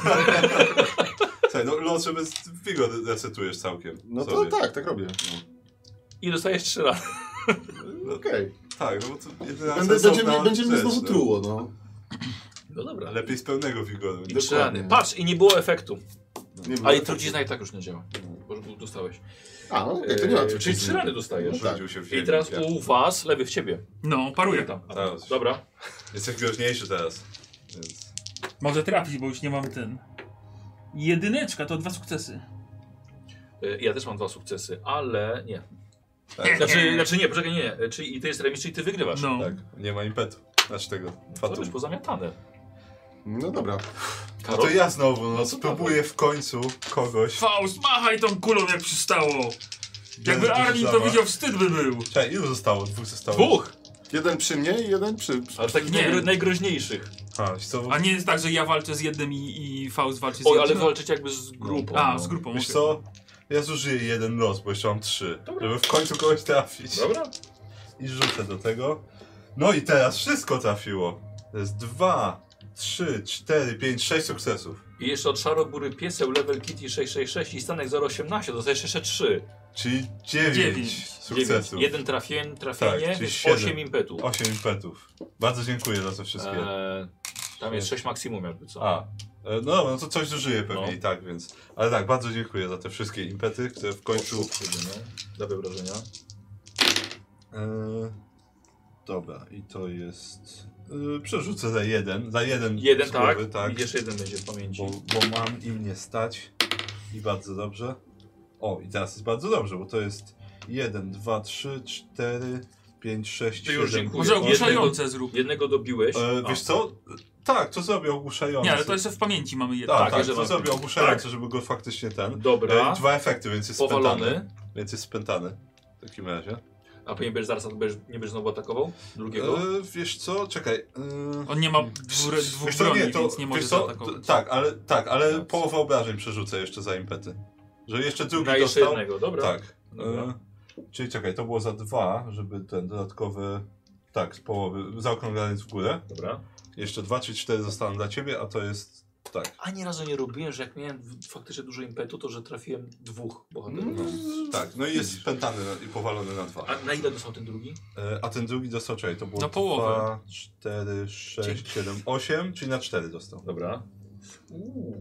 C: Czekaj, no los, żeby z- wigor resetujesz całkiem.
B: No to
C: sobie.
B: tak, tak robię.
A: I dostajesz trzy rany.
C: No,
B: Okej.
C: tak, no bo to jedyna
B: Będę,
C: sensowna
B: będzie, mnie- będzie mnie
C: rzecz,
B: znowu
C: no.
B: truło, no.
A: No dobra.
C: Lepiej z pełnego wigoru.
A: I trzy
B: dokładnie. No
A: rany. Patrz, i nie było efektu.
B: Nie
A: A i
B: wiem.
A: trucizna i tak już nie działa. Bo już dostałeś.
B: A, no, okej, to nie ma
A: Eee,
B: trucizny.
A: Czyli trzy rany dostajesz.
B: No tak.
C: Rzucił się w
A: I
C: ziemię.
A: teraz
C: Ja.
A: u was, lewy w ciebie.
E: No, paruje tam.
A: Tam.
C: Zaraz.
A: Dobra.
C: Jesteś groźniejszy teraz. Więc...
E: Może trafić, bo już nie mam ten. Jedyneczka to dwa sukcesy.
A: Eee, Ja też mam dwa sukcesy, ale nie.
C: Tak.
A: Znaczy, znaczy nie, poczekaj, nie. Eee, Czyli i to jest remis, czyli ty wygrywasz.
E: No.
C: Tak, nie ma impetu. Znaczy tego.
A: To już
C: Fatum.
A: pozamiatane.
B: No dobra.
C: No
A: Karol?
C: to ja znowu, no,
A: No to
C: spróbuję w końcu kogoś.
E: Faust, machaj tą kulą jak przystało. Jakby
C: Będę
E: Armin to
C: rzucała.
E: widział, wstyd by był.
C: Czekaj, ilu zostało? Dwóch zostało.
A: Dwóch!
B: Jeden przy mnie i jeden przy...
A: Ale takich
E: Nie.
A: najgro, najgroźniejszych.
C: A, wiesz co,
E: A nie jest tak, że ja walczę z jednym i, i Faust walczy z
A: Oj,
E: jednym.
A: ale walczyć jakby z grupą.
E: A,
A: no.
E: z grupą.
C: wiesz
E: okej.
C: co? Ja zużyję jeden los, bo jeszcze mam trzy. Żeby w końcu kogoś trafić.
A: Dobra.
C: I rzucę do tego. No i teraz wszystko trafiło. To jest dwa, trzy, cztery, pięć, sześć sukcesów.
A: I jeszcze od szarobury pieseł, level kitty 666 i stanek 018, dostajesz jeszcze 3.
C: Czyli dziewięć,
E: Dziewięć.
C: sukcesów.
A: Jeden trafienie, trafienie
C: czyli
A: więc
C: siedem.
A: 8 impetu.
C: Osiem impetów. Bardzo dziękuję za to wszystkie. E,
A: Eee, tam jest 6 maksimum jakby co.
C: A, e, no dobra, no to coś zużyję pewnie
A: No.
C: i tak, więc. Ale tak, bardzo dziękuję za te wszystkie impety, które w końcu.
A: Kurde, no. Dobre wrażenia.
C: E, dobra, i to jest. E, przerzucę za jeden. Za jeden.
A: Jeden
C: z
A: tak,
C: głowy,
A: i jeszcze jeden będzie w pamięci.
C: bo, bo mam i mnie stać i bardzo dobrze. O, i teraz jest bardzo dobrze, bo to jest 1, 2, 3, 4, 5, 6,
A: To już
C: 7.
A: dziękuję.
E: Może
A: Jednego,
E: ogłuszające zrób.
A: jednego dobiłeś.
C: E, wiesz
A: A,
C: co? Tak, to zrobię ogłuszające.
E: Nie, ale to jeszcze w pamięci mamy jedno.
C: Tak,
A: Tak,
C: tak,
A: że
C: to
A: mam-
C: zrobię ogłuszające, żeby go faktycznie ten.
A: Dobra,
C: E, dwa efekty, więc jest spętany.
A: powalony.
C: Więc jest spętany. W takim razie.
A: A pewnie będziesz zaraz, będziesz, nie będziesz znowu atakował? Drugiego?
C: E, wiesz co, czekaj. e,
E: On nie ma dwóch dwu
C: wiesz co,
E: broni, więc nie
C: wiesz
E: może
C: co,
E: zaatakować. No,
C: t- Tak, ale, tak, ale
A: Dobrze.
C: połowę obrażeń przerzucę jeszcze za impety. Że jeszcze drugi
A: Na jeszcze
C: dostał.
A: jednego, dobra.
C: Tak.
A: Dobra.
C: E, czyli czekaj, to było za dwa, żeby ten dodatkowy. Tak, z połowy, zaokrąglając w górę.
A: Dobra.
C: Jeszcze dwa, czy cztery zostaną dla ciebie, a to jest. Tak.
A: Ani razu nie robiłem, że jak miałem w- faktycznie dużo impetu, to że trafiłem dwóch bohaterów.
C: Tak, no i jest spętany na- i powalony na dwa.
A: A na ile dostał ten drugi?
C: E, A ten drugi dostał, czekaj, to było
E: Na połowę.
C: 2, 4, 6,
A: Dzięki.
C: 7, 8, czyli na 4 dostał.
A: Dobra. Uuu,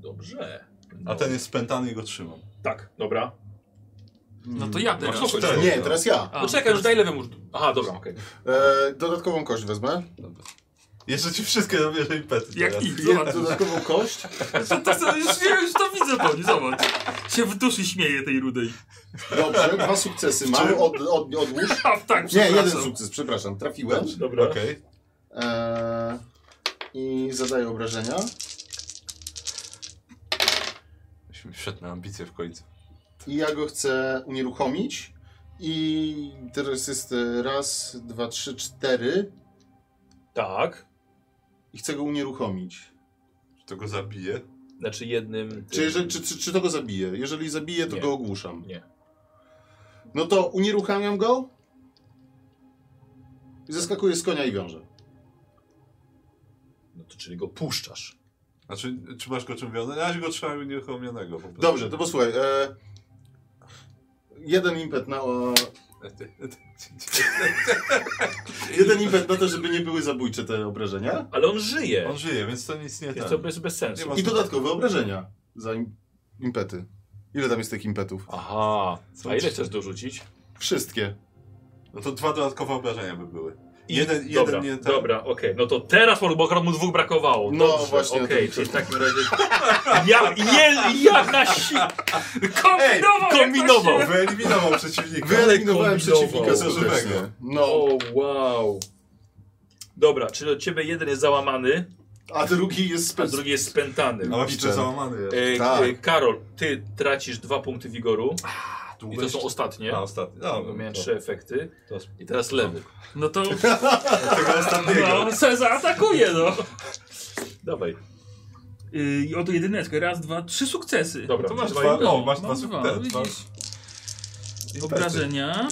A: dobrze.
C: A ten jest spętany i go trzymam.
A: Tak, dobra.
E: No to ja teraz.
A: Masz to
C: Cztery.
B: Nie, teraz ja.
E: A,
A: Poczekaj, No już daj lewemu. Aha, dobra, okej.
B: E, dodatkową kość wezmę.
C: Jeszcze ci wszystkie zabierze impety
E: Jak
C: teraz.
E: nic,
A: (laughs)
B: Jed-
E: zobacz.
B: (laughs) Dodatkową kość.
E: To, to, to, już, już to widzę po nim, zobacz. Się w duszy śmieje tej rudej. (laughs)
B: Dobrze, dwa sukcesy mamy. Od, od, odłóż.
E: A tak,
B: Nie, jeden
E: przepraszam.
B: sukces, przepraszam. Trafiłem.
A: Dobra.
C: Okej.
B: E, I zadaję obrażenia.
C: Myśmy Wszedł na ambicje w końcu.
B: I ja go chcę unieruchomić. I teraz jest e, raz, dwa, trzy, cztery.
A: Tak.
B: I chcę go unieruchomić.
C: Czy to go zabije?
A: Znaczy jednym.
B: Czy, jeżeli, czy, czy, czy to go zabije? Jeżeli zabije, to
A: Nie.
B: go ogłuszam.
A: Nie.
B: No to unieruchamiam go. I zeskakuję z konia i wiążę.
A: No to czyli go puszczasz.
C: Znaczy, czy masz go czym wiązać? Ja go trzymam nieruchomionego po prostu.
B: Dobrze, to posłuchaj. E, jeden impet na. O, jeden impet na to, żeby nie były zabójcze te obrażenia.
A: Ale on żyje.
C: (laughs) On żyje, więc to nic nie
A: Jest
C: ten.
A: to bez, bez sensu.
C: Nie ma-
B: I dodatkowe obrażenia za im, impety. Ile tam jest tych impetów?
A: Aha.
C: Są
A: A ile
C: trzy.
A: chcesz dorzucić?
B: Wszystkie.
C: No to dwa dodatkowe obrażenia by były.
A: I-
C: Jeden- jeden
A: dobra,
C: nie- tak.
A: Dobra, okej. No to teraz bo bo akurat mu dwóch brakowało.
B: No,
A: Dobrze,
B: właśnie o
A: Okej,
B: tym
A: czyli w takim razie. (laughs) Ja, je, ja na si...
E: Kombinował! jak
A: kombinował.
E: to się-
C: Wyeliminował przeciwnika.
B: Wyeliminowałem
A: kombinował.
B: przeciwnika
C: Skutecznie.
B: żywego. No,
A: O, wow. Dobra, czyli od ciebie jeden jest załamany,
B: a drugi jest
A: a
B: spec...
A: drugi jest spętany.
C: A jeszcze załamany jest.
A: E,
B: tak.
A: e, Karol, ty tracisz dwa punkty wigoru i to są ostatnie.
C: A, ostatnie. No,
A: Bo Miałem
C: to-
A: trzy efekty.
C: to jest-
A: I teraz lewy. (laughs)
E: No to
C: Tego ostatniego.
E: no, se zaatakuje, no.
A: Dawaj.
E: Yy, I oto jedyneczkę. Raz, dwa, trzy sukcesy.
A: Dobra,
C: To masz
A: dwa
C: dwa,
A: impety.
C: no, masz dwa
E: Mam dwa,
C: sukcesy. dwa-
E: widzisz. Obrażenia.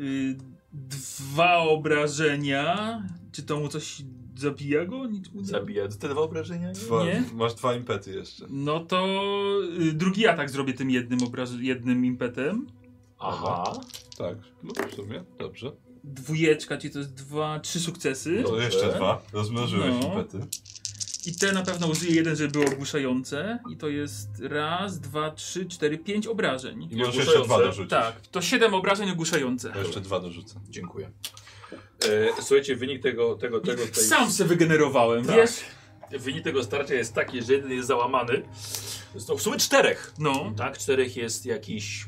E: Y, dwa obrażenia. Czy to mu coś zabija go? Nic mu nie-
A: Zabija. Te dwa obrażenia?
C: Dwa,
E: Nie?
C: masz dwa impety jeszcze.
E: No to y, drugi atak zrobię tym jednym obraż jednym impetem.
A: Aha.
C: Tak, no w sumie, dobrze.
E: Dwójeczka, czyli to jest dwa, trzy sukcesy.
C: To
A: Dobrze.
C: jeszcze dwa. Rozmnożyłeś
E: No.
C: impety.
E: I te na pewno użyję jeden, żeby były ogłuszające. I to jest raz, dwa, trzy, cztery, pięć obrażeń.
C: I możesz jeszcze
A: Ogłuszające.
C: dwa dorzucić.
E: Tak, to siedem obrażeń ogłuszające.
C: To jeszcze dwa dorzucę.
A: Dziękuję. E, słuchajcie, wynik tego, tego, tego, tej,
E: Sam se wygenerowałem,
A: Tak.
E: wiesz?
A: wynik tego starcia jest taki, że jeden jest załamany. To w sumie czterech.
E: No.
A: Tak, czterech jest jakiś.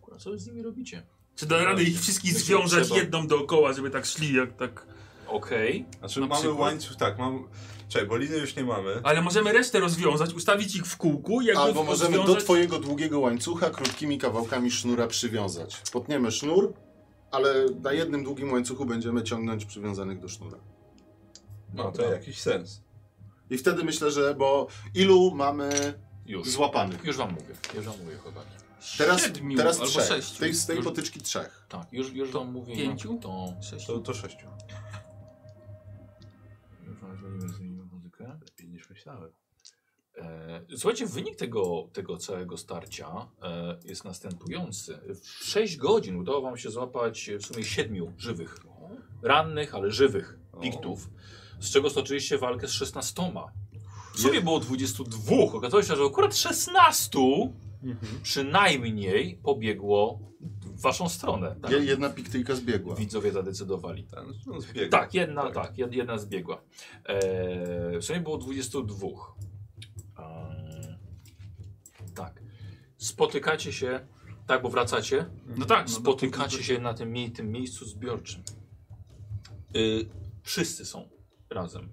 A: Kurwa, co z nimi robicie?
E: Czy da radę ich wszystkich
A: Będzie
E: związać
A: trzeba.
E: jedną dookoła, żeby tak szli jak tak...
A: Okej.
C: Znaczy
E: Na
C: mamy
E: przykład.
C: łańcuch, tak, mam... Czekaj, bo liny już nie mamy.
E: Ale możemy resztę rozwiązać, ustawić ich w kółku i jakby
B: Albo możemy do
E: rozwiązać-
B: twojego długiego łańcucha krótkimi kawałkami sznura przywiązać. Potniemy sznur, ale na jednym długim łańcuchu będziemy ciągnąć przywiązanych do sznura.
C: No to jakiś sens.
B: I wtedy myślę, że bo ilu mamy
A: Już.
B: złapanych?
A: Już wam mówię. Już wam mówię, chłopaki.
B: Teraz,
E: Siedmiu
B: teraz
E: albo
B: trzech.
E: sześciu.
B: Tej, z tej
E: Już-
B: potyczki trzech.
A: Tak, już, już wam mówię.
E: pięciu?
A: jak To...
E: Sześć.
C: To, to sześciu.
A: Już wam zmienimy, zmienimy muzykę. Lepiej niż myślałem. E, słuchajcie, wynik tego, tego całego starcia e, jest następujący. W 6 godzin udało wam się złapać e, w sumie 7 żywych. Rannych, ale żywych piktów. Z czego stoczyliście walkę z 16. W sumie było 22. Okazało się, że akurat 16
B: Mhm.
A: przynajmniej pobiegło w waszą stronę. Tak?
B: Je- Jedna piktyjka zbiegła.
A: Widzowie zadecydowali.
C: Ten, no zbieg.
A: Tak, jedna, tak, jed- jedna zbiegła. Eee, w sumie było 22. Eee, tak. Spotykacie się, tak, bo wracacie.
E: No tak, no,
A: Spotykacie się na tym, mie- tym miejscu zbiorczym. Yy, wszyscy są razem.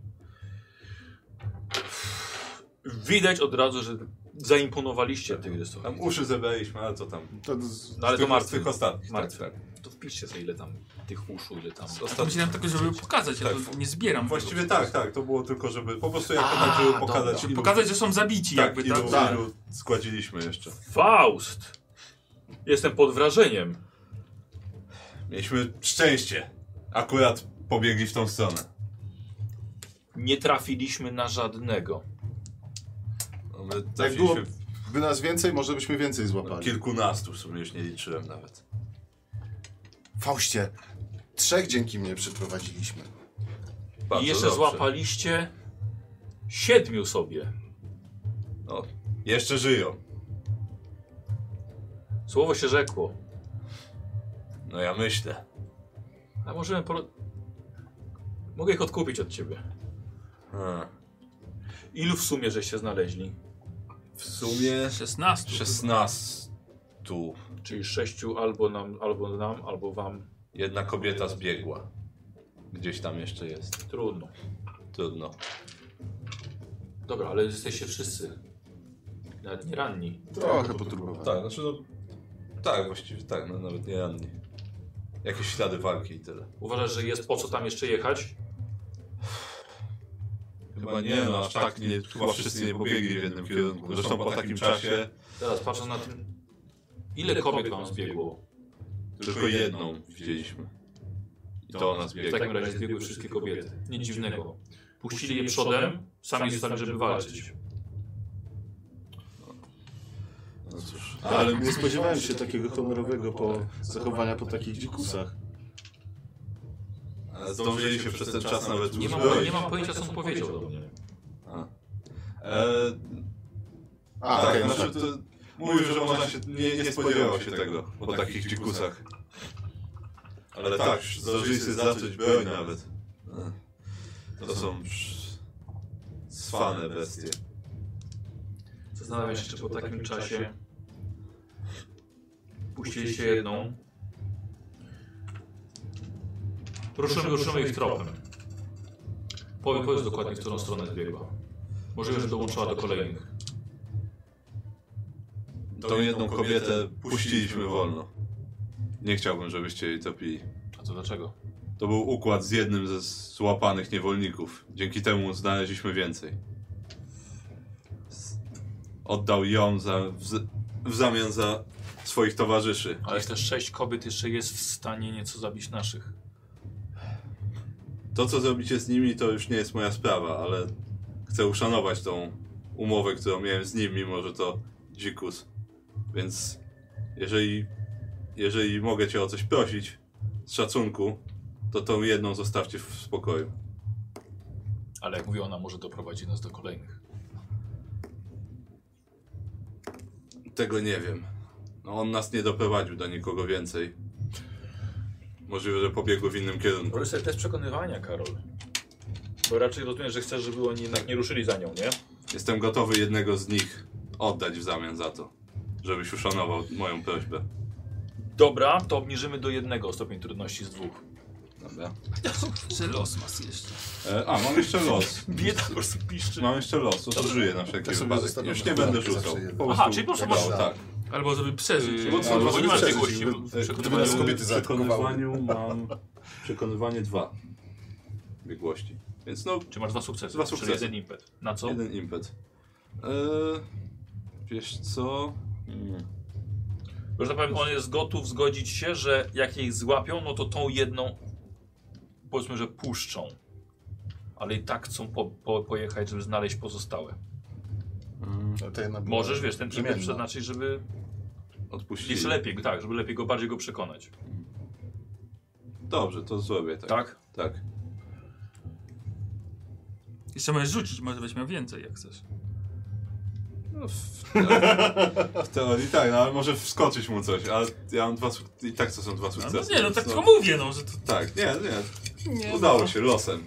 A: Widać od razu, że zaimponowaliście tych rysowi.
C: Tam uszy zebraliśmy, ale co tam?
B: To Tak z...
A: No ale
C: Z
A: to
C: tych- Z
A: martwych.
C: tych ostatnich, tak,
A: Martwych.
C: tak.
A: To wpiszcie sobie ile tam tych uszu, ile tam...
C: Z
E: To
C: ostatnich.
E: myślałem tylko, żeby pokazać, ja
C: Tak,
E: to nie zbieram.
C: Właściwie tak, tak, to było tylko, żeby po prostu jako tak, żeby pokazać
E: Żeby
C: ilu,
E: pokazać, że są zabici
C: tak,
E: jakby, tak?
C: ilu,
B: tak.
C: ilu składziliśmy jeszcze.
A: Faust! Jestem pod wrażeniem.
C: Mieliśmy szczęście. Akurat pobiegli w tą stronę.
A: Nie trafiliśmy na żadnego.
C: No My
B: Jak było,
C: trafiliśmy
B: by nas więcej, może byśmy więcej
C: w
B: złapali.
C: kilkunastu, w sumie już nie liczyłem nawet.
B: Fauście, trzech dzięki mnie przyprowadziliśmy.
C: Bardzo
A: I jeszcze
C: dobrze.
A: złapaliście siedmiu sobie.
C: No, jeszcze żyją.
A: Słowo się rzekło.
C: No ja myślę.
A: A możemy poro... Mogę ich odkupić od ciebie.
C: A,
A: Ilu w sumie żeście znaleźli?
C: w sumie
E: 16.
C: 16.
A: Czyli sześciu albo nam, albo nam, albo wam.
C: Jedna kobieta zbiegła. Gdzieś tam jeszcze jest.
A: Trudno.
C: Trudno.
A: Dobra, ale jesteście wszyscy. Nawet nie ranni.
B: Trochę poturbowali.
C: Tak, znaczy no, Tak, właściwie tak, no nawet nie ranni. Jakieś ślady walki i tyle.
A: Uważasz, że jest po co tam jeszcze jechać?
C: Chyba nie, no aż tak, nie, chyba wszyscy nie pobiegli w jednym kierunku. Zresztą po takim czasie
A: Teraz patrzę na tym. Ile kobiet wam zbiegło?
C: tylko jedną widzieliśmy. I to ona Tak.
A: W
C: zbiegła.
A: takim razie zbiegły wszystkie kobiety. Nic dziwnego. Puścili je przodem, sami zostali, żeby walczyć.
C: No cóż,
B: Ale nie spodziewałem się takiego honorowego po zachowania po takich dzikusach.
C: ale zdążyli się przez ten czas nawet
A: Nie mam,
C: uzbroić.
A: nie mam pojęcia, co on powiedział do mnie.
C: A. E,
B: A,
C: tak,
B: okej, no
C: znaczy
B: tak.
C: to mówił, że ona się nie, nie spodziewał się tego po takich dzikusach. Ale tak, zdążyli sobie zacząć broń nawet. E, To są psz- cwane bestie.
A: Zastanawiam się, czy po takim czasie puściliście jedną. Ruszymy, ruszymy ich tropem. Powiem, powiedz dokładnie, w którą stronę zbiegła. Może już dołączyła do kolejnych.
C: Tą jedną kobietę puściliśmy wolno. Nie chciałbym, żebyście jej topili.
A: A to dlaczego?
C: To był układ z jednym ze złapanych niewolników. Dzięki temu znaleźliśmy więcej. S- Oddał ją za, w, z- w zamian za swoich towarzyszy.
A: Ale też sześć kobiet jeszcze jest w stanie nieco zabić naszych.
C: To, co zrobicie z nimi, to już nie jest moja sprawa, ale chcę uszanować tą umowę, którą miałem z nim, mimo że to dzikus. Więc jeżeli, jeżeli mogę cię o coś prosić, z szacunku, to tą jedną zostawcie w spokoju.
A: Ale jak mówię, ona może doprowadzi nas do kolejnych.
C: Tego nie wiem. No, on nas nie doprowadził do nikogo więcej. Możliwe, że pobiegł w innym kierunku.
A: Rolysek też przekonywania, Karol. Bo raczej rozumiem, że chcesz, żeby oni jednak nie ruszyli za nią, nie?
C: Jestem gotowy jednego z nich oddać w zamian za to, żebyś uszanował moją prośbę.
A: Dobra, to obniżymy do jednego stopień trudności z dwóch.
C: Dobra.
E: Że los masz jeszcze.
C: E, a, mam jeszcze los.
A: Bieda po prostu piszczy.
C: Mam jeszcze los, odżyję na wszelki
B: To sobie
C: wypadek.
B: zostawiamy.
C: Już nie
B: Tak,
C: będę
B: zawsze
C: rzucał.
B: jedno.
C: Po
A: Aha,
C: prostu
A: czyli po prostu
C: dało,
A: masz-
C: tak.
E: Albo żeby
C: y,
E: przeżyć.
A: Bo co,
B: Ale
A: bo nie masz
B: przeżyć,
A: biegłości
B: gdyby-
A: w przekonywaniu.
B: Gdyby nas kobiety zaatakowały.
I: przekonywaniu mam przekonywanie 2.
C: Biegłości. Więc no,
A: Czy masz dwa sukcesy?
C: Dwa
A: Czyli
C: sukcesy.
A: jeden impet. Na co?
C: jeden impet. E, wiesz co? Mm.
A: Bo, że tak powiem, on jest gotów zgodzić się, że jak jej złapią, no to tą jedną powiedzmy, że puszczą. Ale i tak chcą po, po, pojechać, żeby znaleźć pozostałe.
B: Ale to jedna była
A: Możesz, wiesz, ten impet
B: brzemienna.
A: przeznaczyć, żeby
C: Odpuścili.
A: jeszcze lepiej, tak, żeby lepiej go, bardziej go przekonać.
C: Dobrze, to zrobię tak.
A: Tak?
C: Tak.
E: Jeszcze możesz rzucić, może byś miał więcej jak chcesz.
C: No, w, w teorii tak, no ale może wskoczyć mu coś, ale ja mam dwa suk- i tak to są dwa
E: A
C: sukcesy.
E: no nie, no
C: więc
E: tak tylko mówię, no, że to
C: Tak, nie, nie. Udało się losem.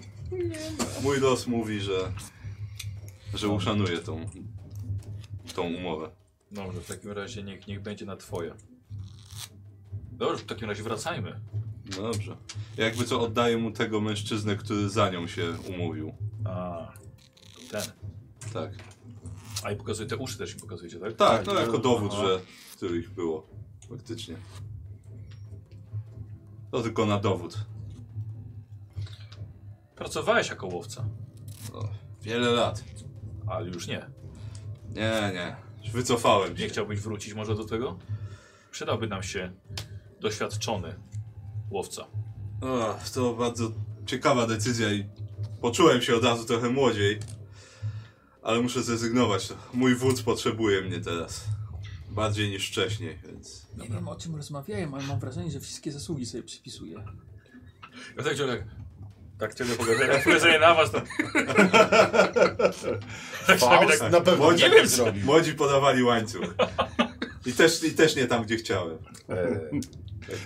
C: Mój los mówi, że, że uszanuje tą, tą umowę.
A: Dobrze, w takim razie niech, niech będzie na twoje. Dobrze, w takim razie wracajmy.
C: No dobrze. Jakby co oddaję mu tego mężczyznę, który za nią się umówił.
A: A, ten.
C: Tak.
A: A i pokazuje te uszy też mi pokazujecie, tak?
C: Tak, no jako dowód, że tylu ich było. Faktycznie. To tylko na dowód.
A: Pracowałeś jako łowca,
C: Wiele lat.
A: ale już nie.
C: Nie, nie. Już Wycofałem
A: Nie
C: się.
A: chciałbyś wrócić może do tego? Przydałby nam się doświadczony łowca.
C: Ach, to bardzo ciekawa decyzja i poczułem się od razu trochę młodziej. Ale muszę zrezygnować. Mój wódz potrzebuje mnie teraz. Bardziej niż wcześniej, więc...
E: Nie wiem o czym rozmawiałem, ale mam wrażenie, że wszystkie zasługi sobie przypisuję.
A: Ja tak ciągle... Tak ciągle pogadałem, wpływają na was tam. tak, tak, tak,
B: Na pewno
C: Młodzi,
B: nie wiem, zrobił.
C: młodzi podawali łańcuch. I też, I też nie tam, gdzie chciałem.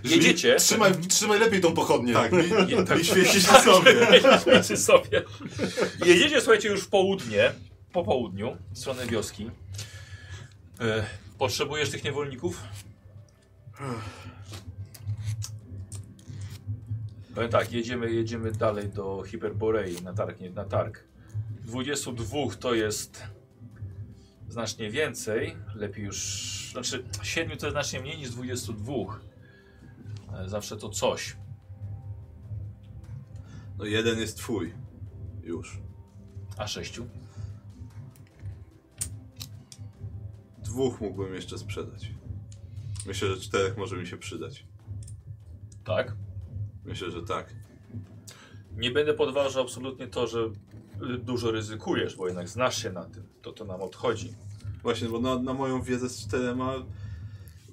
A: Jedziecie.
B: Trzymaj, trzymaj lepiej tą pochodnię.
C: Tak,
A: Je-
C: mi, mi świeci się sobie.
A: Wiecie sobie. Jedziecie, słuchajcie, już w południe, po południu, w stronę wioski. E, potrzebujesz tych niewolników? Powiem tak, jedziemy, jedziemy dalej do Hiperborei na targ, nie, na targ. 22 to jest znacznie więcej, lepiej już, znaczy 7 to jest znacznie mniej niż 22. E, Zawsze to coś.
C: No jeden jest twój. Już.
A: A 6?
C: Dwóch mógłbym jeszcze sprzedać. Myślę, że czterech może mi się przydać.
A: Tak.
C: Myślę, że tak.
A: Nie będę podważał absolutnie to, że y, dużo ryzykujesz, bo jednak znasz się na tym. To to nam odchodzi.
C: Właśnie, bo na, na moją wiedzę z czterema...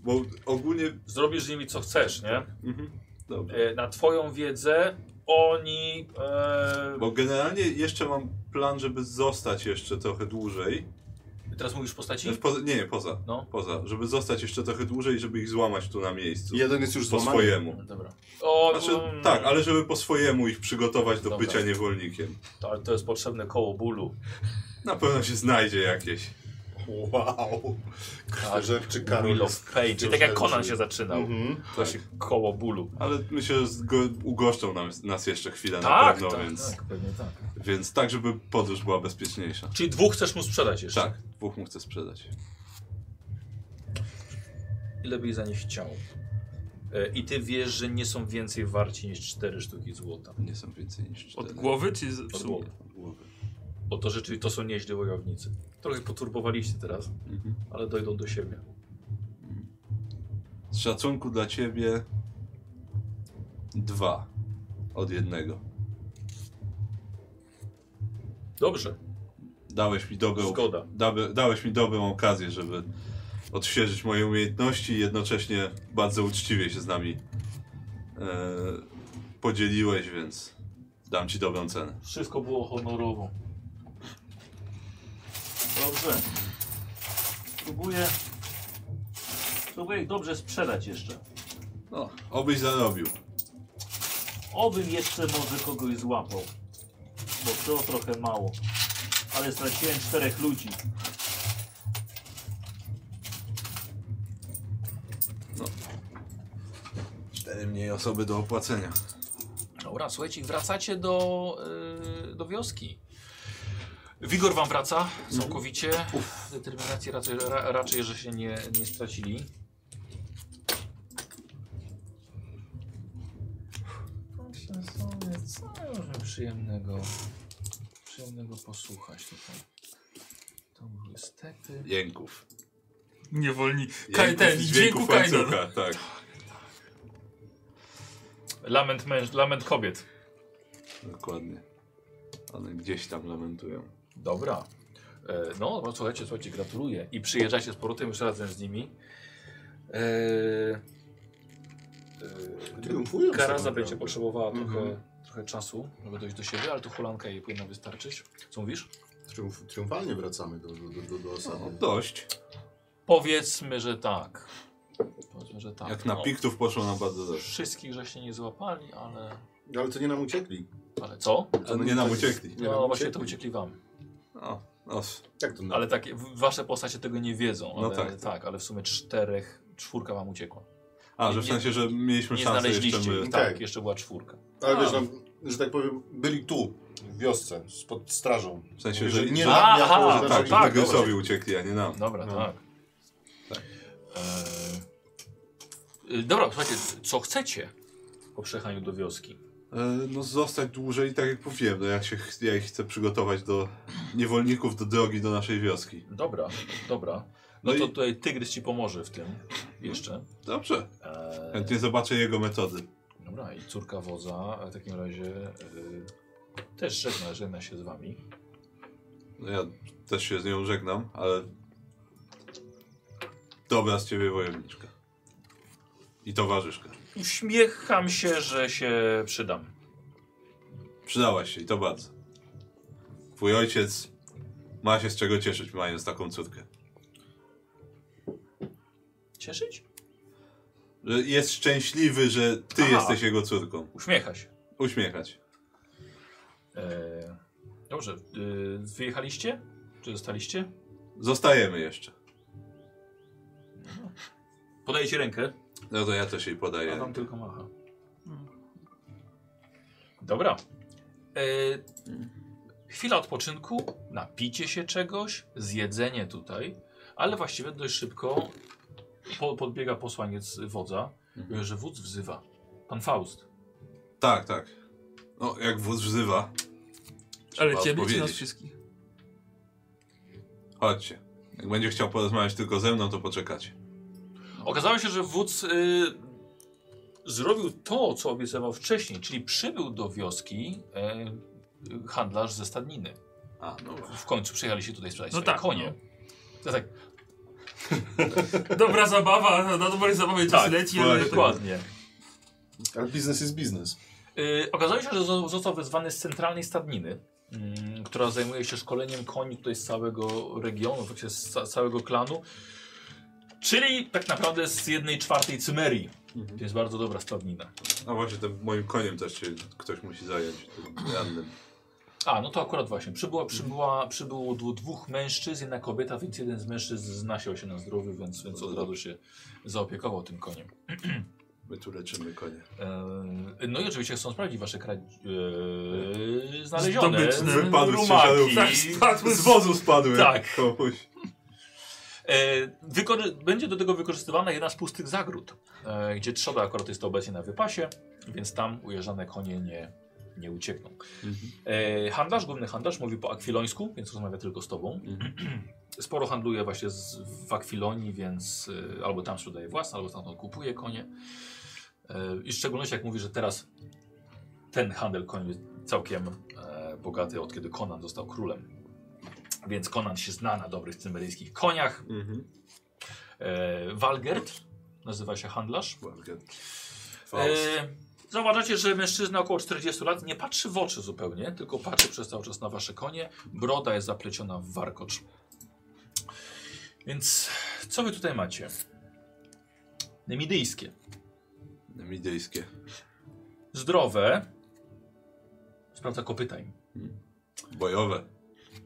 C: Bo ogólnie...
A: Zrobisz z nimi co chcesz, nie?
C: Mhm, dobra.
A: E, Na twoją wiedzę oni... E,
C: Bo generalnie jeszcze mam plan, żeby zostać jeszcze trochę dłużej.
A: teraz mówisz w postaci?
C: Znaczy, poza, nie, nie, poza.
A: No.
C: Poza. Żeby zostać jeszcze trochę dłużej, żeby ich złamać tu na miejscu.
B: Jeden jest już
C: po
B: złamany.
C: swojemu.
A: Dobra. O,
C: Znaczy,
A: mm,
C: tak, ale żeby po swojemu ich przygotować do
A: Dobra.
C: bycia niewolnikiem.
A: to, ale to jest potrzebne koło bólu.
C: Na pewno się znajdzie jakieś.
B: Wow. Krważerczy Karol.
A: Will of Pain, czyli tak jak Conan się zaczynał.
B: Mhm.
A: Właśnie koło bólu.
C: Ale myślę, że zgo- ugoszczą nam, nas jeszcze chwilę na
A: Tak,
C: pewno,
A: tak,
C: więc,
A: tak, pewnie tak.
C: więc tak, żeby podróż była bezpieczniejsza.
A: Czyli dwóch chcesz mu sprzedać jeszcze?
C: Tak, dwóch mu chcę sprzedać.
A: Ile byś za nie chciał? E, I ty wiesz, że nie są więcej warci niż cztery sztuki złota.
C: Nie są więcej niż cztery.
E: Od głowy czy z w
A: Od
E: sumie?
A: głowy.
C: Od głowy.
A: Bo to rzeczywiście to są nieźli wojownicy. Trochę poturbowaliście teraz,
C: Mhm.
A: ale dojdą do siebie.
C: Z szacunku dla ciebie dwa od jednego.
A: Dobrze,
C: Dałeś mi dobrą,
A: zgoda.
C: dabe- dałeś mi dobrą okazję, żeby odświeżyć moje umiejętności i jednocześnie bardzo uczciwie się z nami e, podzieliłeś, więc dam ci dobrą cenę.
A: Wszystko było honorowo. Dobrze. Próbuję. Próbuję ich dobrze sprzedać jeszcze.
C: No, obyś zarobił.
J: Obym jeszcze może kogoś złapał. Bo to trochę mało. Ale straciłem czterech ludzi.
C: Cztery mniej osoby do opłacenia.
A: Dobra, słuchajcie, wracacie do, y, do wioski. Wigor wam wraca całkowicie. Determinacji raczej, ra, raczej, że się nie, nie stracili. Myślę sobie, co może przyjemnego, przyjemnego posłuchać tutaj. To były stepy.
C: Jęków.
E: Niewolni.
C: Jęków
E: Kajten,
C: i
E: dźwięku no. kajdan.
C: łańcucha, tak.
A: Lament, męż, lament kobiet.
C: Dokładnie. One gdzieś tam lamentują.
A: Dobra. E, No, no słuchajcie, słuchajcie, gratuluję. I przyjeżdżacie z powrotem już razem z nimi. E,
B: Triumfują
A: e, Karaza
B: sobie,
A: będzie
B: prawda.
A: potrzebowała trochę,
B: Mhm.
A: trochę czasu, żeby dojść do siebie, ale to hulanka jej powinna wystarczyć. Co mówisz?
B: Triumf, triumfalnie wracamy do, do, do, do, do
C: No,
B: osady.
C: dość.
A: Powiedzmy, że tak. Powiedzmy, że tak.
C: Jak na
A: No,
C: piktów poszło nam bardzo dobrze.
A: Wszystkich żeście nie złapali, ale...
B: Ale to nie nam uciekli.
A: Ale co?
C: To nie nam
B: Nie
C: uciekli.
A: No
B: nam
A: właśnie
B: uciekli.
A: to uciekli wam.
C: No, no,
B: Jak to nam?
A: Ale tak, w- wasze postacie tego nie wiedzą.
C: No
A: Ale,
C: tak.
A: tak, ale w sumie czterech, czwórka wam uciekła.
C: a, że
A: Nie-
C: w sensie, że mieliśmy
A: Nie
C: szansę jeszcze
A: znaleźliście
C: my.
A: ich,
B: Tak.
A: tak, jeszcze była czwórka.
B: Ale
A: A.
B: wiesz, nam, że tak powiem, byli tu, w wiosce, pod strażą.
C: W sensie,
B: Jeżeli
C: że
B: nie
C: nie
B: na mnie,
K: Aha,
B: to
C: tak,
A: no
B: znaczy-
C: tak,
B: tak,
C: tak,
B: dobra.
C: sobie uciekli, a nie nam.
A: Dobra,
B: No.
A: tak. Eee, y, dobra, słuchajcie, co chcecie po przejechaniu do wioski?
C: E, No zostać dłużej, tak jak mówiłem, no ja, się, ch- ja ich chcę przygotować do niewolników, do drogi, do naszej wioski.
A: Dobra, dobra. No,
C: No
A: to
C: i-
A: tutaj tygrys ci pomoże w tym jeszcze.
C: Dobrze,
A: Eee,
C: chętnie zobaczę jego metody.
A: dobra, i córka wodza e, w takim razie y, też żegna, żegna się z wami.
C: No ja też się z nią żegnam, ale dobra z ciebie wojowniczka. I towarzyszka.
A: Uśmiecham się, że się przydam.
C: Przydałaś się i to bardzo. Twój ojciec ma się z czego cieszyć, mając taką córkę.
A: Cieszyć?
C: Że jest szczęśliwy, że ty
A: Aha.
C: jesteś jego córką.
A: Uśmiecha się.
C: Uśmiechać.
A: Eee, dobrze, y, wyjechaliście? Czy zostaliście?
C: Zostajemy jeszcze.
A: Podaję ci rękę.
C: No to ja też jej
A: A
C: podaję.
A: tam tylko macha. Dobra. E, chwila odpoczynku, napicie się czegoś, zjedzenie tutaj, ale właściwie dość szybko po, podbiega posłaniec wodza, że wódz wzywa. Pan Faust.
C: Tak, tak. No, jak wóz wzywa.
E: Ale
C: trzeba
E: ciebie czy nas
C: odpowiedzieć.
E: wszystkich?
C: Chodźcie. Jak będzie chciał porozmawiać tylko ze mną, to poczekacie.
A: Okazało się, że wódz y, zrobił to, co obiecywał wcześniej, czyli przybył do wioski y, handlarz ze stadniny.
C: A, no właśnie.
A: W końcu przyjechali się tutaj sprzedać
E: No
A: swoje
E: tak,
A: konie. No tak,
E: Dobra zabawa, na dobrej zabawie czas
A: Tak,
E: leci, ale...
C: właśnie.
A: dokładnie.
B: Ale biznes jest biznes.
A: Yy, okazało się, że zo- został wezwany z centralnej stadniny, mm, która zajmuje się szkoleniem koni tutaj z całego regionu, właściwie z ca całego klanu. Czyli tak naprawdę z jednej czwartej cymerii.
C: Mhm.
A: To jest bardzo dobra stadnina.
C: No właśnie, tym moim koniem też się ktoś musi zająć. Tym rannym.
A: A, no to akurat właśnie. Przybyła,
C: Mhm.
A: przybyła, przybyło dwu- dwóch mężczyzn, jedna kobieta, więc jeden z mężczyzn znasiał się na zdrowiu, więc, więc od razu się zaopiekował tym koniem.
C: My tu leczymy konie.
A: Eee, no i oczywiście chcą sprawdzić wasze kra... eee, znalezione
E: Zdobyczne.
C: E, Wypadły z
A: rumaki.
C: ciężarówki.
E: Tak, spadły
C: Z wozu spadły.
A: Tak.
C: Komuś.
A: E, wykorzy- będzie do tego wykorzystywana jedna z pustych zagród, e, gdzie trzoda akurat jest obecnie na wypasie, więc tam ujeżdżane konie nie, nie uciekną. E, handlarz, główny handlarz mówi po akwilońsku, więc rozmawia tylko z tobą. (clears throat) Sporo handluje właśnie z, w akwilonii, więc e, albo tam sprzedaje własne, albo tam kupuje konie. E, I w szczególności jak mówi, że teraz ten handel koni jest całkiem e, bogaty, od kiedy Conan został królem. Więc Conan się zna na dobrych cymeryjskich koniach.
C: Mhm.
A: E, Walgert, nazywa się handlarz. E,
C: Faust.
A: zauważacie, że mężczyzna około 40 lat nie patrzy w oczy zupełnie, tylko patrzy przez cały czas na wasze konie. Broda jest zapleciona w warkocz. Więc co wy tutaj macie? Nemidyjskie.
C: Nemidyjskie.
A: Zdrowe. Sprawdza kopyta im.
C: Bojowe.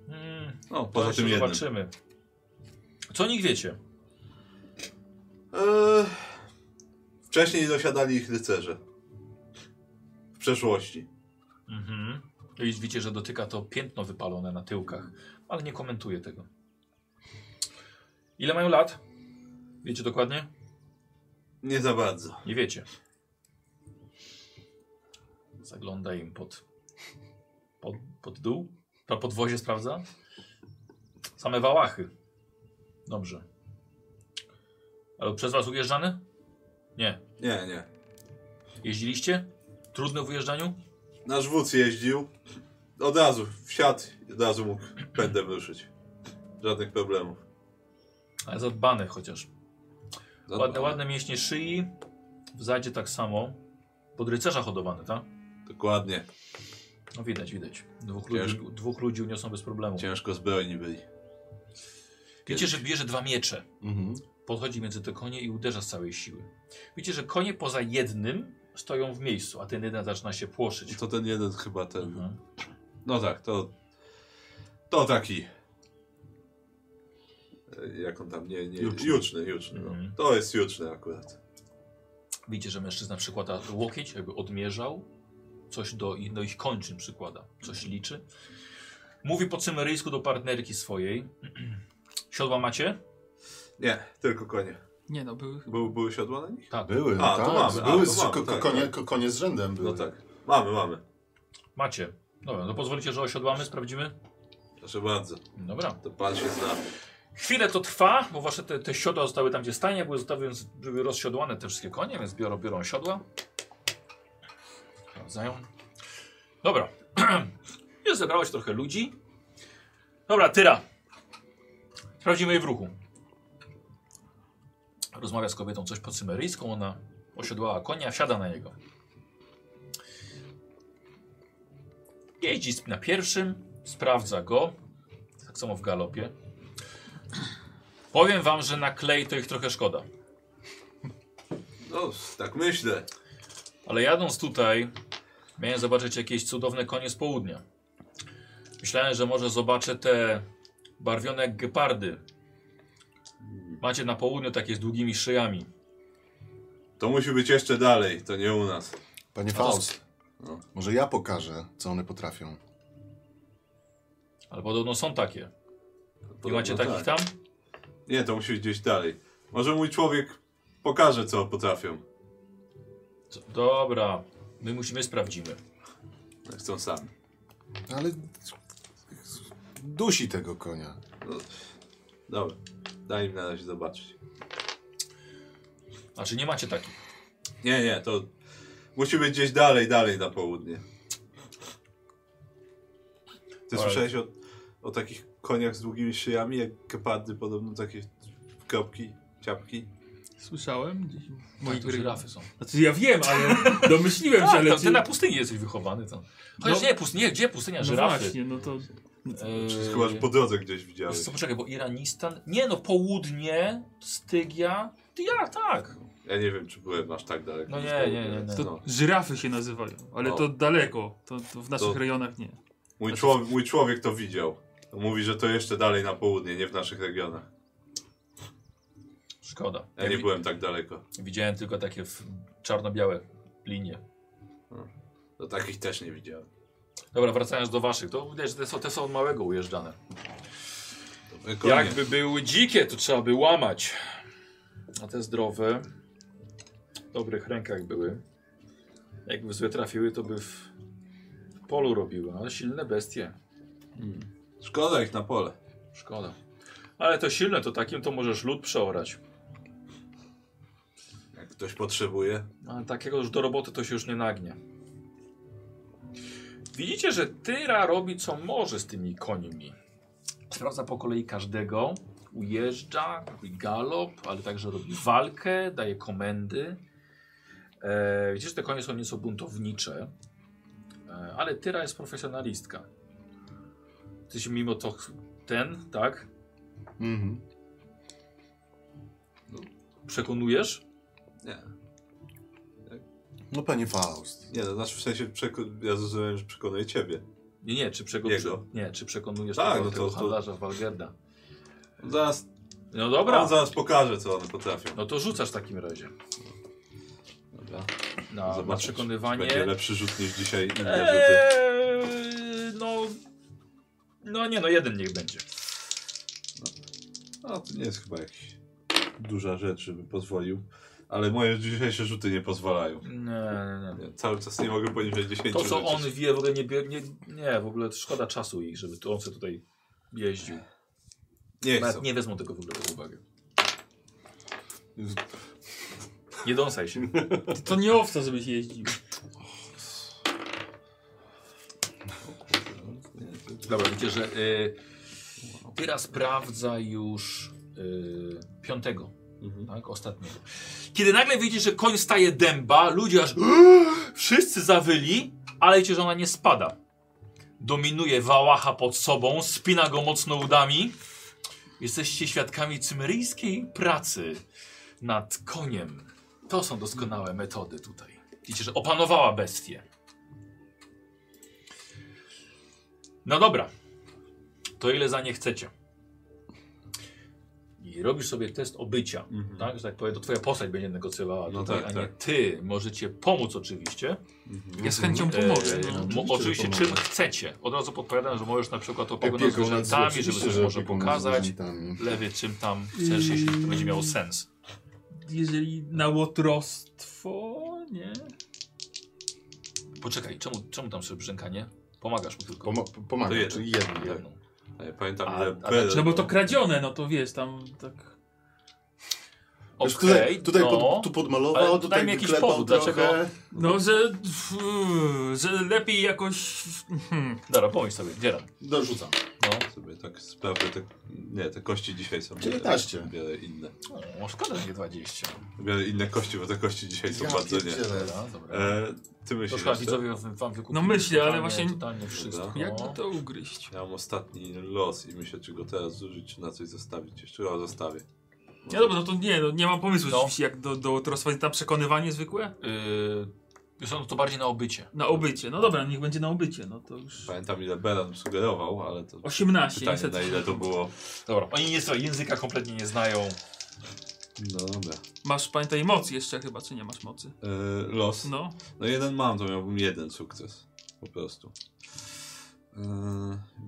A: Mm,
C: No,
A: to
C: poza
A: jeszcze
C: tym jednym.
A: zobaczymy. Co o nich wiecie?
C: Eee, Wcześniej dosiadali ich rycerze. W przeszłości.
A: Mhm. I widzicie, że dotyka to piętno wypalone na tyłkach, ale nie komentuję tego. Ile mają lat? Wiecie dokładnie?
C: Nie za bardzo.
A: Nie wiecie. Zagląda im pod, pod, pod dół. To podwozie sprawdza. Same wałachy. Dobrze. Ale przez was ujeżdżany? Nie.
C: Nie, nie.
A: Jeździliście? Trudne w ujeżdżaniu?
C: Nasz wódz jeździł. Od razu wsiadł i od razu mógł pędem ruszyć. Żadnych problemów.
A: Ale zadbane chociaż.
C: Zadbany.
A: Ładne, ładne mięśnie szyi. W zadzie tak samo. Pod rycerza hodowany, tak?
C: Dokładnie.
A: No widać, widać. Dwóch ludzi,
C: Ciężko.
A: dwóch ludzi uniosą bez problemu.
C: Ciężko zbrojni byli.
A: Wiecie, że bierze dwa miecze.
B: Mhm.
A: Podchodzi między te konie i uderza z całej siły. Widzicie, że konie poza jednym stoją w miejscu, a ten jeden zaczyna się płoszyć.
C: To ten jeden chyba ten.
A: Mhm.
C: No tak, to. To taki. E, Jak on tam nie. nie
B: Juczny.
C: juczny, juczny. no.
A: Mhm.
C: To jest juczny akurat.
A: Widzicie, że mężczyzna przykłada łokieć, jakby odmierzał. coś do, i- do ich kończyn przykłada, coś liczy. Mówi po cymeryjsku do partnerki swojej. (clears throat) Siodła macie?
C: Nie, tylko konie.
E: Nie no, były...
C: Były, były siodła na nich?
A: Tak.
B: Były,
C: A, to
B: tak.
C: mamy, a,
B: były
C: to
B: z-
C: mamy,
B: ko-
C: tak,
B: konie,
C: tak.
B: ko- konie z rzędem były.
C: No tak. Mamy, mamy.
A: Macie. Dobra, no pozwolicie, że osiodłamy, sprawdzimy?
C: Proszę bardzo.
A: Dobra.
C: To pan się zna.
A: Chwilę to trwa, bo wasze te, te siodła zostały tam, gdzie stanie, były, zostały, więc były rozsiodłane te wszystkie konie, więc biorą, biorą siodła. Sprawdzają. Dobra. (clears throat) Jest zebrałeś trochę ludzi. Dobra, Tyra. Sprawdzimy jej w ruchu. Rozmawia z kobietą coś po cymeryjską, ona osiodłała konia, siada na niego. Jeździ sp- na pierwszym, sprawdza go. Tak samo w galopie. Powiem wam, że na klej to ich trochę szkoda.
C: No, tak myślę.
A: Ale jadąc tutaj, miałem zobaczyć jakieś cudowne konie z południa. Myślałem, że może zobaczę te barwione jak gepardy. Macie na południu takie z długimi szyjami.
C: To musi być jeszcze dalej, to nie u nas.
B: Panie
A: to-
B: Faust, no, może ja pokażę, co one potrafią.
A: Ale podobno są takie. Nie
C: Podobno
A: macie takich
C: tak.
A: tam?
C: Nie, to musi być gdzieś dalej. Może mój człowiek pokaże, co potrafią.
A: Co- Dobra, my musimy sprawdzimy.
C: Jak chcą sami.
B: Ale dusi tego konia.
C: No, dobra, daj im na razie zobaczyć.
A: Znaczy nie macie takich.
C: Nie, nie, to musi być gdzieś dalej, dalej na południe. Ty
A: Ale-
C: słyszałeś o, o takich koniach z długimi szyjami, jak gepardy, podobno takie kropki, ciapki?
E: Słyszałem gdzieś w
A: Moje
E: moich
A: tak,
E: grach.
A: rafy są.
E: Znaczy ja wiem, ale (laughs) domyśliłem się,
A: Tak,
E: ale
A: tam, ty
E: czy...
A: na pustyni jesteś wychowany tam. Chociaż
E: No-
A: nie, pustyni, nie, gdzie pustynia?
E: No
A: Żyrafy.
E: właśnie, no to...
A: Eee,
C: Chyba, że po drodze gdzieś
A: Wiesz
C: widziałeś.
A: co, poczekaj, bo Iranistan... Nie no, południe, Stygia... Ty ja, tak.
C: Ja nie wiem, czy byłem aż tak daleko.
A: No
C: gdzieś
A: nie,
C: po-
A: nie, nie, nie.
E: To
C: No.
E: żyrafy się nazywają, ale
C: O.
E: to daleko. To, to w naszych
C: To-
E: rejonach nie.
C: Mój, człowiek, mój człowiek to widział. Mówi, że to jeszcze dalej na południe, nie w naszych regionach.
A: Szkoda.
C: Ja nie
A: wi-
C: byłem tak daleko.
A: Widziałem tylko takie w- czarno-białe linie.
C: Do takich też nie widziałem.
A: Dobra, wracając do waszych, to widać, że te są, te są od małego ujeżdżane.
C: Dobre konie.
A: Jakby były dzikie, to trzeba by łamać. A te zdrowe, w dobrych rękach były. Jakby złe trafiły, to by w, w polu robiły, ale silne bestie.
C: Szkoda ich na pole.
A: Szkoda. Ale to silne, to takim to możesz lód przeorać.
C: Jak ktoś potrzebuje.
A: No, Ale takiego już do roboty to się już nie nagnie. Widzicie, że Tyra robi co może z tymi końmi. Sprawdza po kolei każdego, ujeżdża, robi galop, ale także robi walkę, daje komendy. E, widzicie, że te konie są nieco buntownicze, e, ale Tyra jest profesjonalistka. Ty się mimo to ch- ten, tak?
B: Mhm.
A: Przekonujesz?
C: Nie,
B: No panie Faust.
C: nie, no, znaczy w sensie przeko- ja zrozumiałem, że przekonuje ciebie.
A: Nie, nie, czy, przeko
C: Jego.
A: nie, czy przekonujesz
C: Tak,
A: tego,
C: no to-
A: tego
C: to-
A: handlarza Walgerda?
C: On Zaraz,
A: No
C: on
A: Mm. dobra.
C: zaraz pokaże, co one potrafią.
A: No to rzucasz w takim razie.
C: Dobra.
A: Na, na
C: Zobaczysz,
A: przekonywanie.
C: Będzie lepszy rzut niż dzisiaj inne rzuty.
A: Eee, no. No nie no, jeden niech będzie.
C: No to nie jest chyba jakiś duża rzecz, żebym pozwolił. Ale moje dzisiejsze rzuty nie pozwalają.
A: Nie, nie, nie.
C: Ja cały czas nie mogę poniżej 10
A: To co
C: rzucić.
A: on wie, w ogóle nie, bie- nie, nie, w ogóle szkoda czasu ich, żeby tu on sobie tutaj jeździł.
C: Nie chcą.
A: Nawet nie wezmą tego w ogóle pod uwagę. Nie dąsaj
C: (laughs)
A: się.
E: Ty To nie owca, żebyś jeździł.
A: Dobra, widzicie, że y, Tyra sprawdza już y, piątego, tak, ostatniego. Kiedy nagle widzisz, że koń staje dęba, ludzie aż (gasps) wszyscy zawyli, ale widzicie, że ona nie spada. Dominuje wałacha pod sobą, spina go mocno udami. Jesteście świadkami cymeryjskiej pracy nad koniem. To są doskonałe metody tutaj. Widzicie, że opanowała bestię. No dobra. To ile za nie chcecie? i robisz sobie test obycia,
C: Mhm.
A: tak? Że tak powiem, to twoja postać będzie negocjowała
C: No
A: tutaj,
C: tak,
A: a nie
C: tak.
A: ty. Możecie pomóc oczywiście.
E: Ja z chęcią pomogę.
A: Eee,
E: No.
A: mo- oczywiście czym chcecie. Od razu podpowiadam, że możesz na przykład opieką nad
B: Opieką nad
A: zwierzętami, żeby
B: oczywiście, Mm.
A: coś
B: że
A: może
B: opieką nad
A: pokazać.
B: zwierzętami.
A: Lewie czym tam chcesz, jeśli to będzie miało sens.
E: Jeżeli na łotrostwo, nie?
A: Poczekaj, czemu, czemu tam sobie brzękanie? Pomagasz mu tylko. no.
B: Pomo- p- pomaga,
C: To jeden.
B: czyli jeden. tak.
A: Jedną.
C: A ja pamiętam,
A: A-
C: ile
A: a
C: Bel-
E: No bo to kradzione, no to wiesz, tam tak...
A: Okej,
B: Wiesz, tutaj, tutaj
A: no.
B: pod, tu podmalował,
A: Ale
B: tutaj
A: dajmy jakiś
B: wyklepał
A: powód,
B: trochę.
A: dlaczego-
E: No, że, że lepiej jakoś... Hmm.
A: Dobra, pomyśl sobie, dzieram.
B: Dorzucam.
A: No.
L: Sobie tak sprawdzę te... Nie, te kości dzisiaj są.
B: 19.
L: Biorę inne.
A: O, szkoda, że nie 20.
C: Biorę inne kości, bo te kości dzisiaj są
B: Ja
C: bardzo nie.
B: pierdzielę.
A: Dobra, dobra.
C: E, ty
A: to
C: myślisz
A: szkoda,
C: jeszcze?
A: widzowie wam wam wykupili.
E: No myślę, ale
A: totalnie-
E: właśnie-
A: Totalnie wszystko.
E: Jak by to ugryźć?
C: Ja mam ostatni los i myślę, czy go teraz zużyć, czy na coś zostawić. Jeszcze raz zostawię.
E: Ja dobra, no to nie, no, nie mam pomysłu
A: No.
E: rzeczywiście jak do, do łotrostwa. Tam przekonywanie zwykłe?
A: Yy, wiesz, no to bardziej na obycie.
E: Na obycie. No dobra, niech będzie na obycie, no to już...
C: Pamiętam, ile Beran sugerował, ale to
E: 18,
C: pytanie,
E: niestety.
C: na ile to było.
A: Dobra, oni nie, języka kompletnie nie znają.
C: No dobra.
E: Masz, pamiętaj, moc jeszcze chyba, czy nie masz mocy?
C: E, los. No.
E: No,
C: jeden mam, to miałbym jeden sukces. Po prostu. E,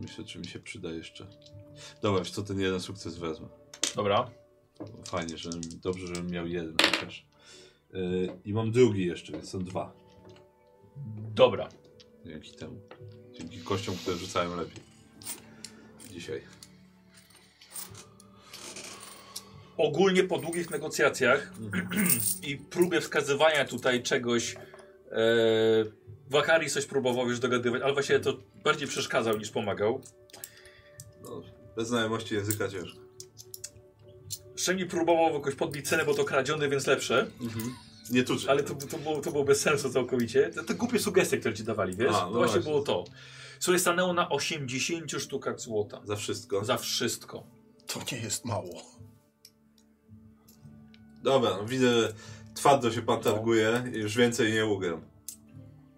C: myślę, czy mi się przyda jeszcze. Dobra, wiesz co, ten jeden sukces wezmę.
A: Dobra.
C: Fajnie, że dobrze, żebym miał jeden chociaż. E, I mam drugi jeszcze, więc są dwa.
A: Dobra.
C: Dzięki temu. Dzięki kościom, które rzucałem lepiej. Dzisiaj.
A: ogólnie po długich negocjacjach i próbie wskazywania tutaj czegoś, e, Wakari coś próbował już dogadywać, ale właśnie to bardziej przeszkadzał niż pomagał.
C: No, bez znajomości języka ciężko.
A: Szemi próbował jakoś podbić cenę, bo to kradziony, więc lepsze,
C: Nie tu, że-
A: ale to, to, było, to było bez sensu całkowicie. Te, te głupie sugestie, które ci dawali, wiesz?
C: A, no
A: to właśnie,
C: właśnie.
A: było to. Słuchaj, stanęło na 80 sztukach złota.
C: Za wszystko.
A: Za wszystko.
B: To nie jest mało.
C: Dobra, no, widzę, że twardo się pan targuje i już więcej nie ugram.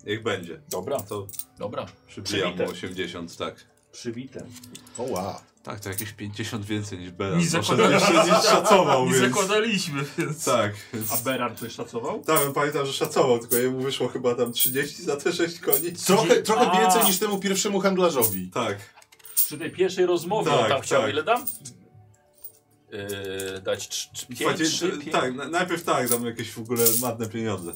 C: Niech będzie.
A: Dobra,
C: To
A: dobra.
C: przybijam mu
A: Przybite.
C: 80, tak.
A: Przywitem.
B: Oła.
C: Tak, to jakieś 50 więcej niż Bela.
E: Nie zakładam-
C: jeszcze nie szacował,
E: nie
C: więc...
E: zakładaliśmy, więc...
C: Tak, więc...
J: A Beran coś szacował?
C: Tak, pamiętam, że szacował, tylko jemu wyszło chyba tam 30 za te 6 koni.
B: Trochę, trochę
J: A.
B: więcej niż temu pierwszemu handlarzowi.
C: Tak.
A: Przy tej pierwszej rozmowie
C: Tak,
A: on tam chciał,
C: tak.
A: ile dam? Yy, dać 5,
C: Dwadzie-
A: 3, 5.
C: tak, na- najpierw tak, dam jakieś w ogóle madne pieniądze.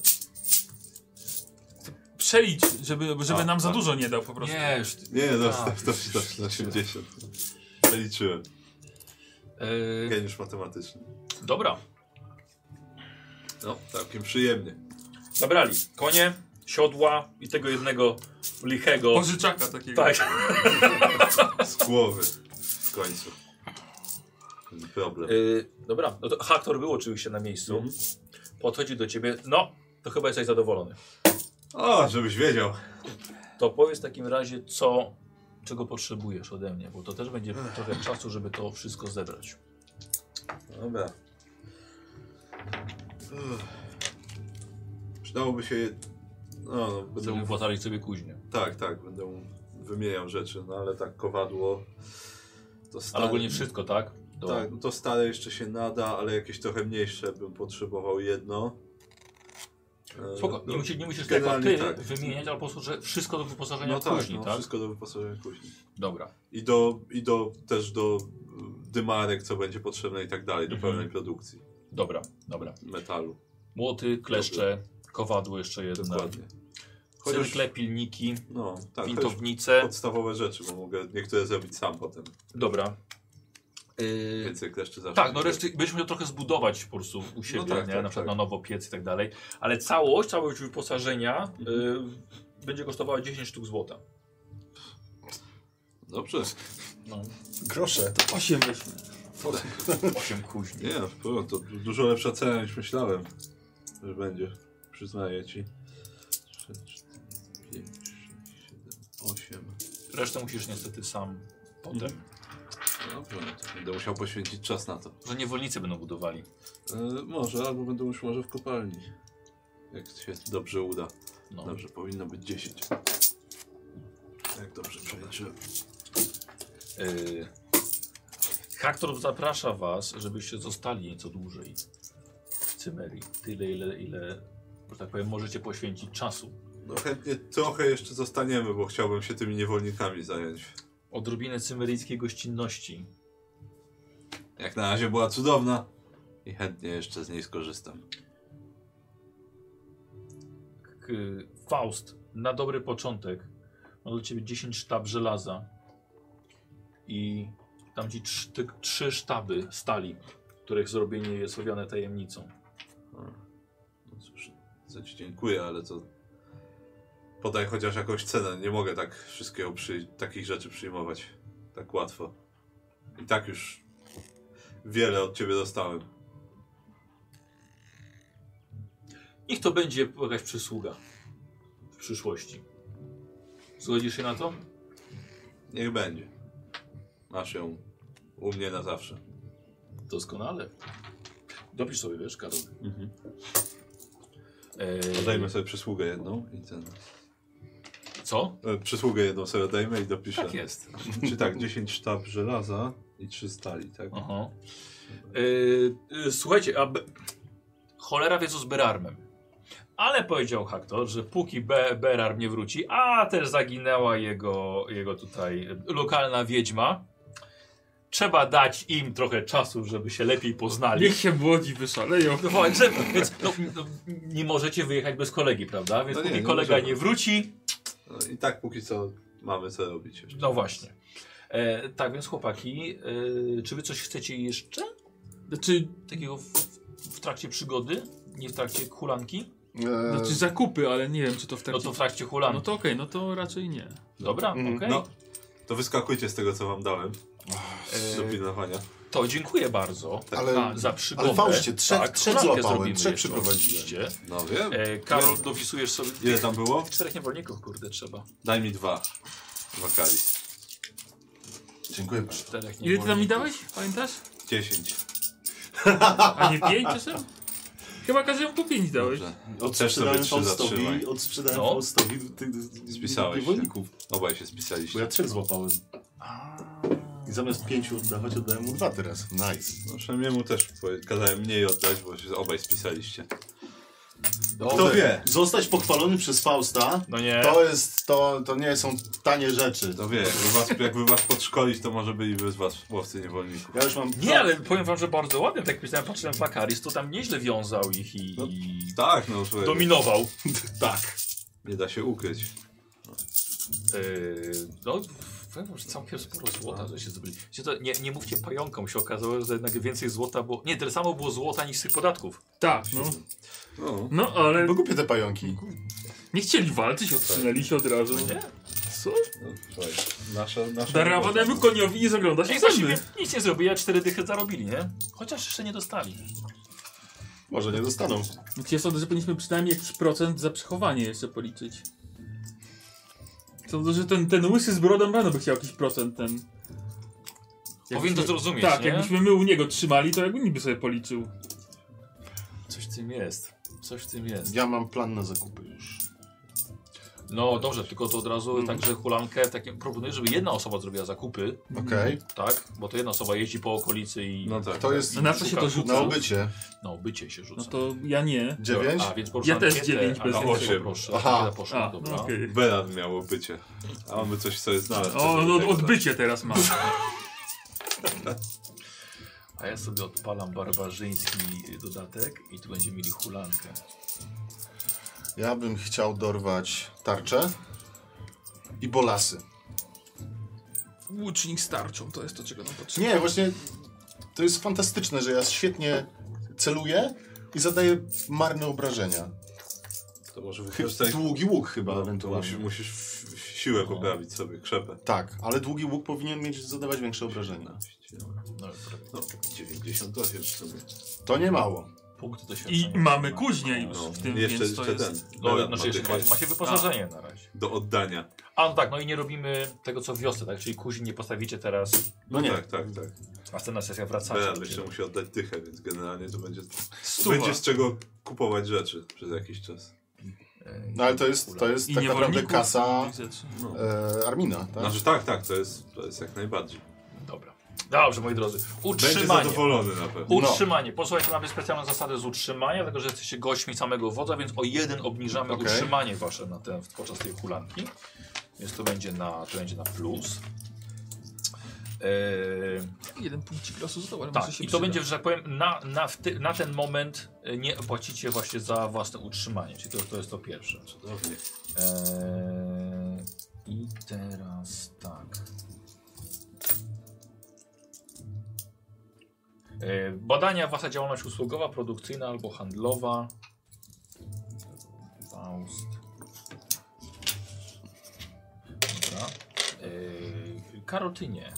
E: Przelicz, żeby, żeby
C: A,
E: nam za
C: tak.
E: dużo nie dał po prostu.
A: Nie, już.
C: Nie, no,
A: Tak,
C: to, to, to, to 80. Liczyłem.
A: Yy,
C: Geniusz matematyczny.
A: dobra,
C: No, całkiem przyjemnie.
A: zabrali konie, siodła i tego jednego lichego.
E: Pożyczaka takiego.
A: Tak.
C: Z głowy. W końcu. Ten Problem.
A: Yy, dobra, no to Haktor był oczywiście na miejscu. Podchodzi do ciebie. No, to chyba jesteś zadowolony.
C: O, żebyś wiedział.
A: To powiedz w takim razie, co, czego potrzebujesz ode mnie, bo to też będzie trochę czasu, żeby to wszystko zebrać.
C: Dobra. Przydałoby się. No, no będę
A: Chcemy
C: mu...
A: wpłatali sobie później.
C: Tak, tak, będę mu wymieniał rzeczy, no ale tak kowadło. To stare,
A: Ale ogólnie wszystko, tak? To,
C: Tak, no to stare jeszcze się nada, ale jakieś trochę mniejsze bym potrzebował jedno. E,
A: Spoko,
C: no,
A: nie, musisz, nie musisz tego
C: generalnie
A: ty
C: tak.
A: wymieniać, ale po prostu, że wszystko do wyposażenia
C: No tak,
A: później,
C: no,
A: tak?
C: wszystko do wyposażenia kuźni.
A: Dobra.
C: I do, i do też do y, dymarek, co będzie potrzebne i tak dalej, do
A: Mhm.
C: pełnej produkcji
A: Dobra, dobra.
C: metalu.
A: Młoty, kleszcze, kowadło jeszcze jedno.
C: Dokładnie.
A: No.
C: Chociaż,
A: Cyrkle, pilniki,
C: no, tak, chociaż
A: wintownice.
C: podstawowe rzeczy, bo mogę niektóre zrobić sam potem.
A: Dobra. Yy,
C: Więcej kleszczy zawsze.
A: tak, no reszty byśmy musiał trochę zbudować po prostu u siebie,
C: tak,
A: nie?
C: tak,
A: na przykład
C: tak.
A: na nowo piec i tak dalej. Ale całość, całość wyposażenia yy, będzie kosztowała 10 sztuk złota.
C: Dobrze.
A: No.
B: Grosze.
E: 8 weźmy.
A: 8 kuźni.
C: Nie, no, w porządku, to dużo lepsza cena niż myślałem, że będzie. Przyznaję ci. 3, 4, 5, 6, 7, 8.
A: Resztę musisz niestety sam
C: Mhm.
A: potem.
C: Dobrze, no to będę musiał poświęcić czas na to.
A: Że niewolnicy będą budowali.
C: E, może, albo będę już może w kopalni. Jak się dobrze uda.
A: No.
C: Dobrze, powinno być 10. Jak dobrze przeliczyłem.
A: Yy, Kaktor Y, zaprasza was, żebyście zostali nieco dłużej w Cymerii. Tyle, ile, ile, że tak powiem, możecie poświęcić czasu.
C: No chętnie trochę jeszcze zostaniemy, bo chciałbym się tymi niewolnikami zająć.
A: Odrobinę cymeryjskiej gościnności.
C: Jak na razie była cudowna i chętnie jeszcze z niej skorzystam.
A: K Faust, na dobry początek, ma do ciebie 10 sztab żelaza i tam ci trz- ty- trzy sztaby stali, których zrobienie jest owiane tajemnicą.
C: No cóż, za ci dziękuję, ale to podaj chociaż jakąś cenę. Nie mogę tak wszystkiego przy... takich rzeczy przyjmować tak łatwo. I tak już wiele od ciebie dostałem.
A: Niech to będzie jakaś przysługa w przyszłości. Zgodzisz się na to?
C: Niech będzie. Masz ją u mnie na zawsze.
A: Doskonale. Dopisz sobie, wiesz, Karol.
C: Mhm.
A: Eee,
C: Dajmy sobie przysługę jedną i ten.
A: Co?
C: E, przysługę jedną sobie dajmy i dopiszę.
A: Tak jest.
M: Czy tak, 10 sztab żelaza i 3 stali, tak?
A: Aha. Eee, e, słuchajcie, a be... cholera wie co z Berarmem. Ale powiedział Haktor, że póki Be Berarm nie wróci, a też zaginęła jego, jego tutaj e, lokalna wiedźma, trzeba dać im trochę czasu, żeby się lepiej poznali. (laughs)
E: Niech się młodzi wyszaleją.
A: No właśnie, więc no, no, nie możecie wyjechać bez kolegi, prawda? Więc
C: No nie,
A: póki
C: nie
A: kolega
C: możemy.
A: nie wróci,
C: No, I tak póki co mamy co robić jeszcze.
A: No właśnie. E, tak więc chłopaki, e, czy wy coś chcecie jeszcze?
E: Znaczy,
A: Czy takiego w, w trakcie przygody? Nie w trakcie hulanki?
B: E,
E: Znaczy zakupy, ale nie wiem czy to w
A: No
E: trakcie...
A: to w trakcie hulanki.
E: No to okej, no to raczej nie.
A: Dobra,
B: Mhm.
A: okej.
C: No, to wyskakujcie z tego, co wam dałem. Do
A: E,
C: pilnowania.
A: to dziękuję bardzo
B: ale
A: za przygodę. Tak,
B: ale Faustie, trzech- trzech
A: hulankę
B: złapałem,
A: zrobimy
B: trzech
A: jeszcze
B: przyprowadziłem.
A: oczywiście.
C: No wiem.
A: E, Karol, dopisujesz sobie...
C: Ile tam było?
A: Czterech niewolników, kurde, trzeba.
C: Daj mi dwa. Wakali.
B: dziękuję bardzo.
A: Czterech
E: Ile ty tam mi
A: niewolników.
E: dałeś? Pamiętasz?
C: Dziesięć.
E: A nie pięć czasem? Chyba każdemu po pięć dałeś.
C: Dobrze. Też sobie
B: Odsprzedałem
C: trzy zatrzymaj.
B: Faustowi, odsprzedałem
A: No.
B: Faustowi ty- ty- ty-
C: Spisałeś się.
B: niewolników,
C: Obaj się
B: bo
C: spisaliście.
B: ja trzech złapałem. I zamiast pięciu oddawać, oddałem mu dwa teraz. Nice.
C: No Szemiemu też powie- kazałem mniej oddać, bo się obaj spisaliście.
A: Dobra.
C: Kto wie?
B: No, Zostać pochwalony przez Fausta,
A: No nie.
B: to jest, to, to nie są tanie rzeczy.
C: Kto No wie? Jakby was, jakby was podszkolić, to może byliby z was łowcy niewolników.
B: Ja już mam...
A: Nie, ale powiem wam, że bardzo ładnie, tak pisałem, patrzyłem Wakaris, to tam nieźle wiązał ich i...
C: No.
A: i...
C: Tak, no słuchaj.
A: Dominował. tak.
C: Nie da się ukryć.
A: Yy, no, powiem, że całkiem sporo
B: Tak.
A: złota, że się zdobyli. Wiecie co, Nie, nie mówcie pająkom, się okazało, że jednak więcej złota było. Nie, tyle samo było złota niż z tych podatków.
E: Tak, no.
C: No.
E: No ale
B: Bo kupię te pająki.
E: nie chcieli walczyć, odsunęli się od razu.
A: Nie?
E: Co?
C: no słuchaj. Nasza, nasza
E: Darowanemu koniowi nie zagląda się
A: Ej,
E: w zęby.
A: właściwie nic nie zrobili, a cztery dychy zarobili, nie? Chociaż jeszcze nie dostali.
B: Może nie dostaną.
E: Więc ja sądzę, że powinniśmy przynajmniej jakiś procent za przechowanie jeszcze policzyć. Sądzę, że ten, ten łysy z brodą rano by chciał jakiś procent ten...
A: Powinien to zrozumieć,
E: Tak,
A: nie?
E: jakbyśmy my u niego trzymali, to jakby niby sobie policzył.
A: Coś w tym jest. Coś w tym jest.
B: Ja mam plan na zakupy już.
A: No dobrze, tylko to od razu także hulankę takim proponuję, żeby jedna osoba zrobiła zakupy,
B: Okej.
A: tak? Bo to jedna osoba jeździ po okolicy i
C: No tak.
B: To jest
E: A na co się to
B: na
E: rzuca?
B: obycie.
A: no bycie się rzuca.
E: No to ja nie.
B: Dziewięć.
A: A, więc poruszamy
E: też
A: piętę,
E: dziewięć
A: a
E: bez
A: na
C: więcej.
A: osiem, proszę.
B: Aha.
A: Tyle poszło,
E: A,
A: dobra.
E: no okej.
C: Belan miał bycie. A on by coś sobie znalazł.
E: O,
C: Co do
E: no
C: tego, tak?
E: odbycie teraz mam.
A: A ja sobie odpalam barbarzyński dodatek i tu będziemy mieli hulankę.
B: Ja bym chciał dorwać tarczę i bolasy.
E: Łucznik starczą, to jest to, czego nam potrzeba.
B: Nie, właśnie to jest fantastyczne, że ja świetnie celuję i zadaję marne obrażenia.
C: To może
B: Chyba
C: wykorzystać.
B: długi łuk chyba
C: To
B: ewentualnie.
C: musisz, musisz w- w siłę poprawić sobie, krzepę.
B: Tak, ale długi łuk powinien mieć zadawać większe
C: No,
B: obrażenia.
C: 98 no, w sumie.
B: To nie mało.
A: Punkty
E: I
A: doświadczenia.
E: mamy kuźnię już
C: No.
E: w tym,
C: jeszcze,
E: więc to
C: jeszcze
E: jest...
C: ten.
A: No,
C: Belan
A: znaczy
C: ma
A: jeszcze
C: dychę.
A: macie, macie wyposażenie na razie.
C: Do oddania.
A: A no tak, no i nie robimy tego co w wiosce, tak? Czyli kuzi nie postawicie teraz,
C: No nie. Tak, tak, tak.
A: a następna sesja
E: Tak,
A: wracacie.
C: Belan jeszcze musi oddać dychę, więc generalnie to będzie.
A: Stuwa.
C: Będzie z czego kupować rzeczy przez jakiś czas.
A: Ej,
B: No ale to jest, to jest
E: I
B: tak naprawdę
E: niewolników
B: kasa
E: tych rzeczy. No.
B: e, Armina, tak?
C: Znaczy tak, tak, to jest, to jest jak najbardziej.
A: Dobra. Dobrze, moi drodzy.
C: Będzie
A: Utrzymanie.
C: zadowolony No. na pewno.
A: Utrzymanie. Posłuchajcie, mamy specjalną zasadę z utrzymania, dlatego że jesteście gośćmi samego wodza, więc o jeden obniżamy
C: Okej.
A: utrzymanie wasze na ten, podczas tej hulanki. Więc to będzie na, to będzie na plus. Eee,
E: Jeden punkcik losu został, ale może
A: tak,
E: No się
A: i to
E: przyda.
A: będzie, że tak powiem, na, na, w ty, na ten moment y, nie płacicie właśnie za własne utrzymanie. Czyli to, to jest to pierwsze.
C: Cudownie.
A: Eee, I teraz tak. Eee, badania, wasza działalność usługowa, produkcyjna albo handlowa. Faust. Dobra. Eee, karotynie.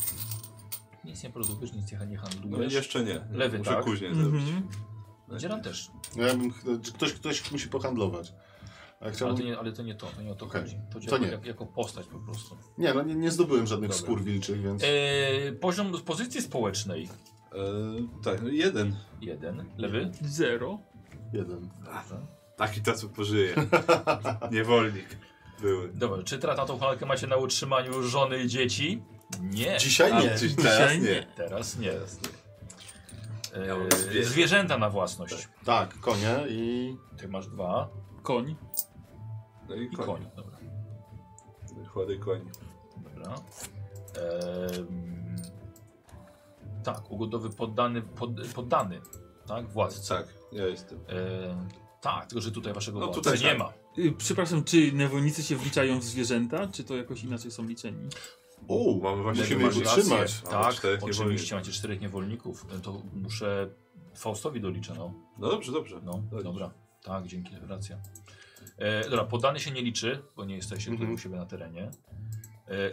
A: Nic nie produkujesz, nic nie nie
C: No
A: handlujesz.
C: jeszcze nie.
A: Lewy,
C: Muszę
A: tak.
C: później zrobić.
E: Mhm.
A: Dzieran też.
B: No Ja bym, ch- ktoś, ktoś musi pohandlować. A
A: Ale
B: chciałbym...
A: to,
B: nie...
A: nie, ale to nie to, to nie o to
B: Okej.
A: chodzi. To,
B: To nie.
A: Jak, jako postać po prostu.
B: no nie, nie zdobyłem żadnych
C: Dobra.
B: skór wilczych, więc...
E: E,
A: Eee, poziom z pozycji społecznej.
C: Eee, tak, no jeden.
A: Jeden. Lewy.
E: Zero.
B: Jeden.
C: Taki tacy pożyje. (laughs) Niewolnik. Były.
A: Dobra, czy teraz na tą halkę macie na utrzymaniu żony i dzieci? Nie.
B: Dzisiaj
C: A
B: nie.
C: dziś- teraz
E: Dzisiaj
C: nie.
A: Teraz nie.
C: mam
A: Eee,
C: zwierzę.
A: zwierzęta na własność.
B: Tak, konie i...
A: Ty masz dwa
E: Koń.
C: No i
A: i
C: koń.
A: koń. Dobra.
C: Chłody koń.
A: Dobra. Em, tak, ugodowy poddany, pod, poddany, tak, władcy.
C: Tak, ja jestem.
A: Em, tak, tylko że tutaj waszego
C: No
A: władcy
C: tutaj
A: nie
C: tak.
A: ma.
E: Y, Przepraszam, czy niewolnicy się wliczają w zwierzęta, czy to jakoś inaczej są liczeni?
B: O,
C: Mamy właśnie
B: Musimy
C: mamy
B: ich
C: rację.
B: utrzymać.
C: Mamy
A: Tak,
C: czterech
A: oczywiście
C: niewolników.
A: macie czterech niewolników. To muszę Faustowi doliczę, no.
C: No dobrze, dobrze.
A: No,
C: Dobrze.
A: dobra. Tak, dzięki, racja. E, dobra, podany się nie liczy, bo nie jesteście tutaj
B: Mhm.
A: u siebie na terenie. E,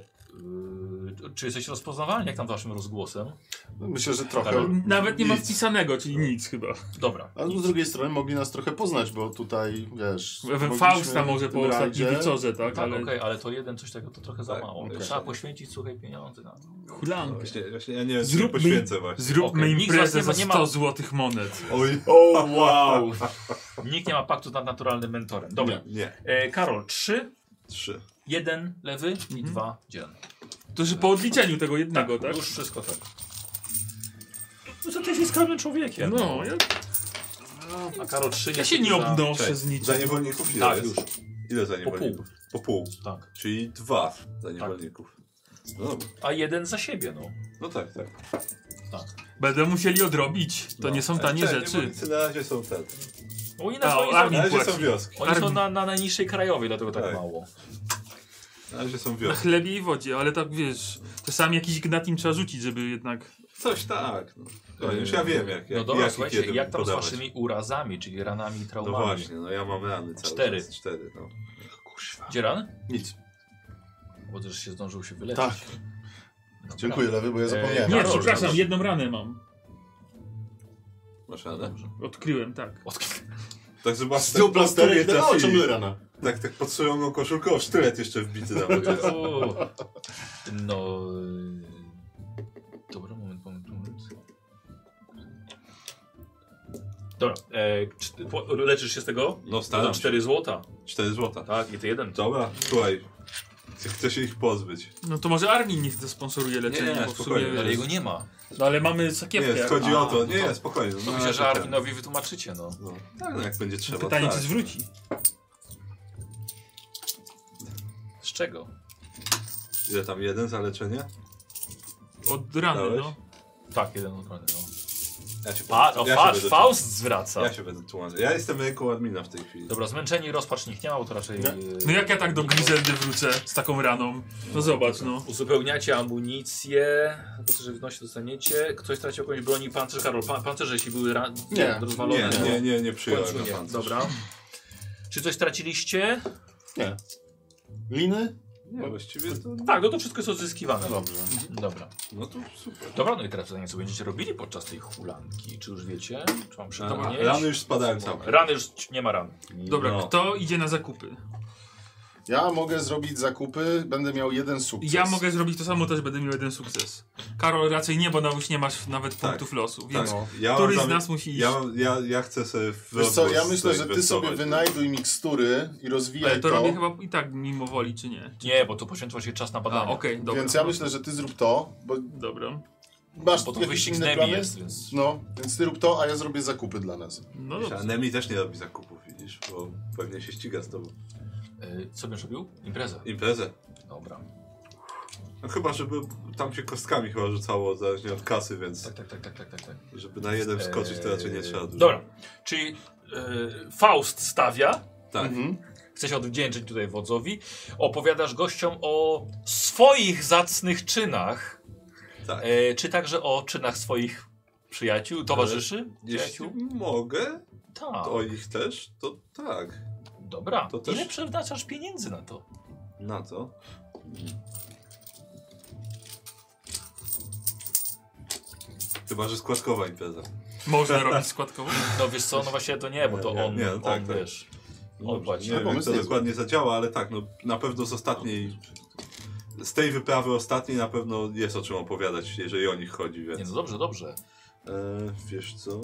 A: y, czy jesteście rozpoznawalni, jak tam waszym rozgłosem?
B: myślę, że trochę...
A: Karol.
E: Nawet nie ma
B: Nic. No.
E: wpisanego, czyli nic chyba.
A: Dobra.
B: Ale z drugiej strony mogli nas trochę poznać, bo tutaj, wiesz... mogliśmy
E: Fausta może
B: w
E: po
B: tym
E: ostatnim
B: rajdzie-
E: wieczorze, tak?
A: Tak,
E: ale
A: okej, ale to jeden coś takiego to trochę za
C: Tak,
A: mało.
B: okej.
A: Trzeba poświęcić, słuchaj, pieniądze na to.
C: No
E: Hulankę.
C: Właśnie, właśnie ja nie wiem,
E: Zróbmy-
C: Zróbmy. poświęcę właśnie.
E: Zróbmy
A: Okej,
E: im
A: nikt z was
E: imprezę
A: nie ma-
E: za
A: nie ma-
E: 100 złotych monet.
A: (laughs)
C: Oj,
B: O, wow!
A: Nikt nie ma paktu nad naturalnym mentorem. Dobra.
C: (laughs) nie.
A: E, Karol, trzy,
C: Trzy.
A: jeden lewy
C: Mhm.
A: i dwa dzielne.
E: To, że po odliczeniu tego jednego, tak?
A: Już wszystko tak. No co ty jesteś skromnym człowiekiem?
E: No, ja,
A: A Karol trzy
E: ja się nie
A: za-
E: obnoszę z niczym.
C: Za niewolników ile
A: Tak,
C: jest?
A: już.
C: Ile za
A: Po pół.
C: niewolników? Po pół.
A: Tak.
C: Czyli dwa za niewolników. No dobra.
A: A jeden za siebie, no.
C: No tak, tak.
E: Będę musieli odrobić. To
C: No.
E: nie są tanie
C: Te
E: rzeczy.
C: niewolnicy Na razie są te.
A: Oni
E: A,
A: na,
E: o,
A: oni
E: armii
C: Na
A: są,
C: razie są
E: płaci.
C: wioski.
A: oni są
E: armii.
A: na, na najniższej krajowej, dlatego tak,
C: Tak.
A: mało.
C: Na razie są
E: Na
C: wioski.
E: chlebie i wodzie, ale tak wiesz, czasami jakiś gnatim trzeba rzucić, żeby jednak...
C: Coś tak. No. No, już ja wiem jak. jak
A: no dobra,
C: jak i
A: słuchajcie,
C: kiedy
A: jak tam
C: podawać.
A: z waszymi urazami, czyli ranami i
C: No
A: traumami?
C: właśnie, no ja mam rany cały
A: Cztery.
C: czas. Cztery. No. Kurwa.
A: Dzieran?
B: Nic.
A: Bo też się zdążył się wyleczyć.
B: Tak.
A: Dobra.
B: Dziękuję, Lewy, bo ja zapomniałem.
E: E, Nie,
A: Karol,
E: przepraszam,
A: Karol.
E: jedną ranę mam.
C: Masz ranę?
E: Odkryłem, tak.
C: Tak zobaczcie.
B: Zdjął
C: tak po
B: plasterek,
C: stronie
B: no o,
C: trafili.
B: ciągle rana.
C: Tak, tak pod swoją koszulką sztylet jeszcze wbity tam.
A: (laughs) Uuu. No... y, Dobra, moment, moment, moment. Dobra, e, czt- po- leczysz się z tego?
C: No
A: Za
C: staram się.
A: 4 złota,
C: 4 złota.
A: tak? I ty jeden.
C: Dobra, słuchaj. Chcę- Chcę się ich pozbyć.
E: No to może Armin niech sponsoruje leczenie,
C: Nie,
E: bo w sumie...
C: spokojnie,
A: Ale
E: wiesz,
A: jego nie ma.
E: No ale mamy
C: Nie,
E: sakiewkę.
C: chodzi
A: A,
C: o to. Nie,
A: no to-
C: nie, spokojnie.
A: To
C: no,
A: myślę, że
C: tak,
A: Arminowi wytłumaczycie, no.
C: No, tak, no, jak będzie trzeba.
E: Pytanie,
C: tak.
E: czy zwróci.
A: Z czego?
C: no. Ile tam jeden za leczenie?
E: Od rany,
C: Dałeś?
E: no.
A: Tak, jeden obrony, no.
C: Ja się
A: Pa, o,
C: ja się
A: patrz,
C: będę-
A: Faust zwraca.
C: Ja się będę tłumaczył. Ja jestem ręką admina w tej chwili.
A: Dobra, zmęczeni i rozpacz nikt nie ma, bo to raczej...
B: Nie.
A: yy,
E: No jak ja tak do Griseldy wrócę z taką raną? No zobacz, no.
A: Uzupełniacie amunicję, pancerze żywności dostaniecie. Ktoś stracił jakąś broni, pancerz, Karol, pan, pancerze jeśli były ra-
B: Nie,
A: rozwalone.
C: Nie,
A: no.
C: nie, nie, nie
A: W końcu
C: przyjąłem na
A: nie.
C: pancerz.
A: Dobra. Czy coś straciliście?
B: Nie. Liny?
C: Nie, właściwie to...
A: Tak, no to wszystko jest odzyskiwane.
B: Dobrze.
A: Dobra.
C: No to super.
A: Dobra, no i teraz pytanie, co będziecie robili podczas tej hulanki? Czy już wiecie? Czy mam
C: Dobra,
A: przypomnieć?
C: rany już spadają całkiem.
A: Rany już nie ma ran.
E: Dobra,
C: No.
E: kto idzie na zakupy?
B: Ja mogę zrobić zakupy, będę miał jeden sukces.
E: Ja mogę zrobić to samo, też będę miał jeden sukces. Karol raczej nie, bo na już nie masz nawet
C: Tak.
E: punktów losu,
C: Tak,
E: więc
A: no?
C: ja
E: który
C: mam
E: z
C: zami-
E: nas musi iść?
C: Ja, mam- ja, ja chcę sobie w
B: Wiesz co, ja
C: rozgłos
B: myślę, że ty
C: zainwestować. tak.
B: sobie wynajduj mikstury i rozwijaj
E: Ale to
B: to,
E: robię chyba i tak mimo woli, czy nie?
A: Nie, bo tu poświęciło się czas na
E: A,
A: badania.
E: okej, dobra.
B: więc ja myślę, że ty zrób to, bo
E: Dobra.
B: Masz
A: Bo to
B: jakieś
A: wyścig z
B: inne
A: nami
B: plany?
A: jest, więc...
B: No, więc ty rób to, a ja zrobię zakupy dla nas.
E: No
C: Wiesz,
E: dobrze.
C: a Nemi też nie robi zakupów, widzisz, bo pewnie się ściga z tobą.
A: Y, co będziesz robił? Imprezę.
C: Imprezę.
A: Dobra.
C: No chyba, żeby tam się kostkami chyba rzucało, zależnie od kasy, więc
A: Tak, tak, tak, tak, tak, tak. tak.
C: żeby na jeden wskoczyć to raczej nie
A: Eee,
C: trzeba dużo.
A: Dobra, czyli y, Faust stawia,
C: Tak.
B: Mhm.
A: chce się odwdzięczyć tutaj wodzowi, opowiadasz gościom o swoich zacnych czynach,
C: Tak.
A: e, czy także o czynach swoich przyjaciół, towarzyszy,
C: Jeśli
A: przyjaciół.
C: mogę,
A: Tak,
C: to ich też, to tak.
A: dobra.
C: to też-
A: Ile przeznaczasz pieniędzy na to?
C: Na to. Chyba, że składkowa impreza.
E: Można robić składkową.
A: No wiesz co, no właśnie to nie, bo to
C: Nie, nie,
A: on,
C: nie, no tak,
A: on
C: tak.
A: wiesz,
C: No
A: on płaci.
C: Nie
B: No,
C: wiem, jak
B: pomysł
C: to
B: niezły.
C: dokładnie zadziała, ale tak, no na pewno z ostatniej,
A: No,
C: z tej wyprawy ostatniej na pewno jest o czym opowiadać, jeżeli o nich chodzi, więc...
A: Nie, no dobrze, dobrze.
C: E, wiesz co?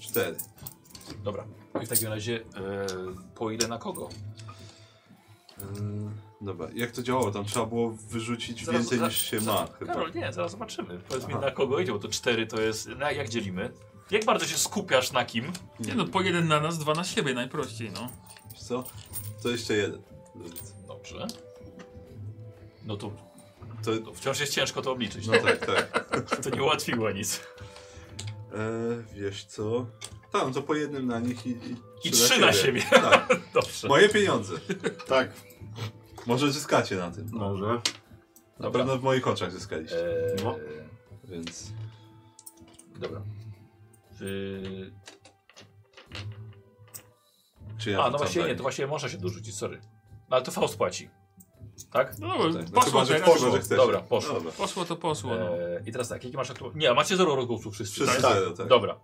C: Cztery.
A: Dobra. I w takim razie e, po ile na kogo?
C: E, dobra, jak to działało? Tam trzeba było wyrzucić więcej niż się ma chyba.
A: Karol, nie, zaraz zobaczymy. Powiedz mi
C: Aha.
A: na kogo idzie, bo to cztery to jest, na, jak dzielimy? Jak bardzo się skupiasz na kim?
E: Nie no, po jeden na nas, dwa na siebie najprościej, no.
C: Wiesz co? To jeszcze jeden.
A: Dobrze. No to
C: To,
A: to wciąż jest ciężko to obliczyć.
C: no tak, tak.
A: To nie ułatwiło nic. (laughs)
C: E, wiesz co? Tak, no to po jednym na nich i, i,
A: I trzy na siebie.
C: Tak.
A: Dobrze.
C: Moje pieniądze.
B: Tak.
C: Może zyskacie na tym.
B: Może.
C: Na pewno w moich oczach zyskaliście,
A: Eee,
B: No.
C: więc...
A: Dobra. Yy,
C: Czy ja
A: a, no
C: rzucam
A: właśnie
C: na
A: nie,
C: nich?
A: to właśnie można się dorzucić, sorry. No ale to Faust płaci. Tak?
E: No dobra,
C: No
E: poszło
C: chyba, że,
E: teraz.
C: chyba, że chcesz.
A: Dobra, poszło. Tak,
C: Dobra.
E: Poszło to poszło, no.
A: Eee, I teraz tak, jaki masz aktualnie? Nie, macie zero rozgłosów wszyscy. tak?
C: Wszyscy
B: tak.
C: zero, tak.
A: Dobra.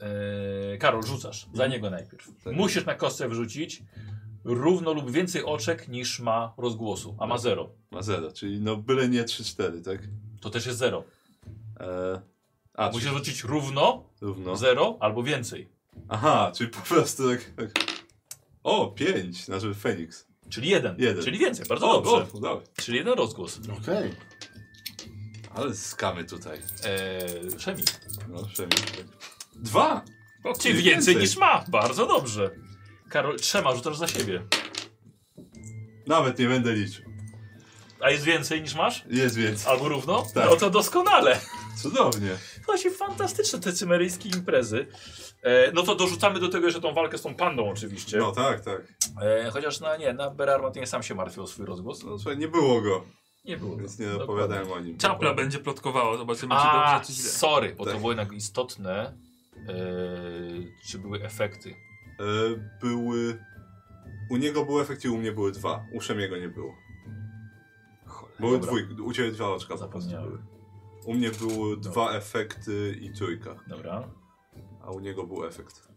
A: Eee, Karol, rzucasz. Za niego najpierw.
C: Tak.
A: Musisz na kostce wrzucić równo lub więcej oczek niż ma rozgłosu, a ma zero.
C: Ma zero, czyli no byle nie 3-4, tak?
A: To też jest zero.
C: E, a,
A: Musisz
C: czyli
A: rzucić równo,
C: równo.
A: No, zero albo więcej.
C: Aha, czyli po prostu tak... tak. O, 5, znaczy Feniks.
A: Czyli jeden.
C: Jeden.
A: Czyli więcej, bardzo
C: O,
A: dobrze.
C: dobrze, udało.
A: Czyli jeden rozgłos.
B: Okej.
C: Ale skamy tutaj.
A: Eee, Szemi.
C: No, przynajmniej tak. Dwa!
A: Czyli więcej, niż ma. Bardzo dobrze. Karol, trzema rzucasz za siebie.
C: Nawet nie będę liczył.
A: A jest więcej niż masz?
C: Jest więcej.
A: Albo równo?
C: Tak.
A: No to doskonale.
C: Cudownie.
A: Właśnie fantastyczne te cymeryjskie imprezy. E, no to dorzucamy do tego jeszcze tą walkę z tą pandą oczywiście.
C: No tak, tak.
A: E, chociaż na nie, na Berarmatnie sam się martwił o swój rozgłos.
C: No słuchaj, nie było go,
A: Nie było.
C: więc
A: go.
C: nie
A: Dokładnie.
C: opowiadałem o nim.
E: Czapla będzie plotkowała, zobaczymy czy
A: A,
E: Znaczy, dobrze, czy źle.
A: sorry, bo to
C: Tak.
A: było jednak istotne. Eee, czy były efekty?
C: E, były... U niego był efekt i u mnie były dwa. U Szemiego nie było.
A: Cholera.
C: Były
A: Dobra,
C: dwój, u ciebie dwa oczka po prostu
A: Zapomniałem.
C: były. U mnie były dwa efekty i trójka,
A: Dobra,
C: a u niego był efekt.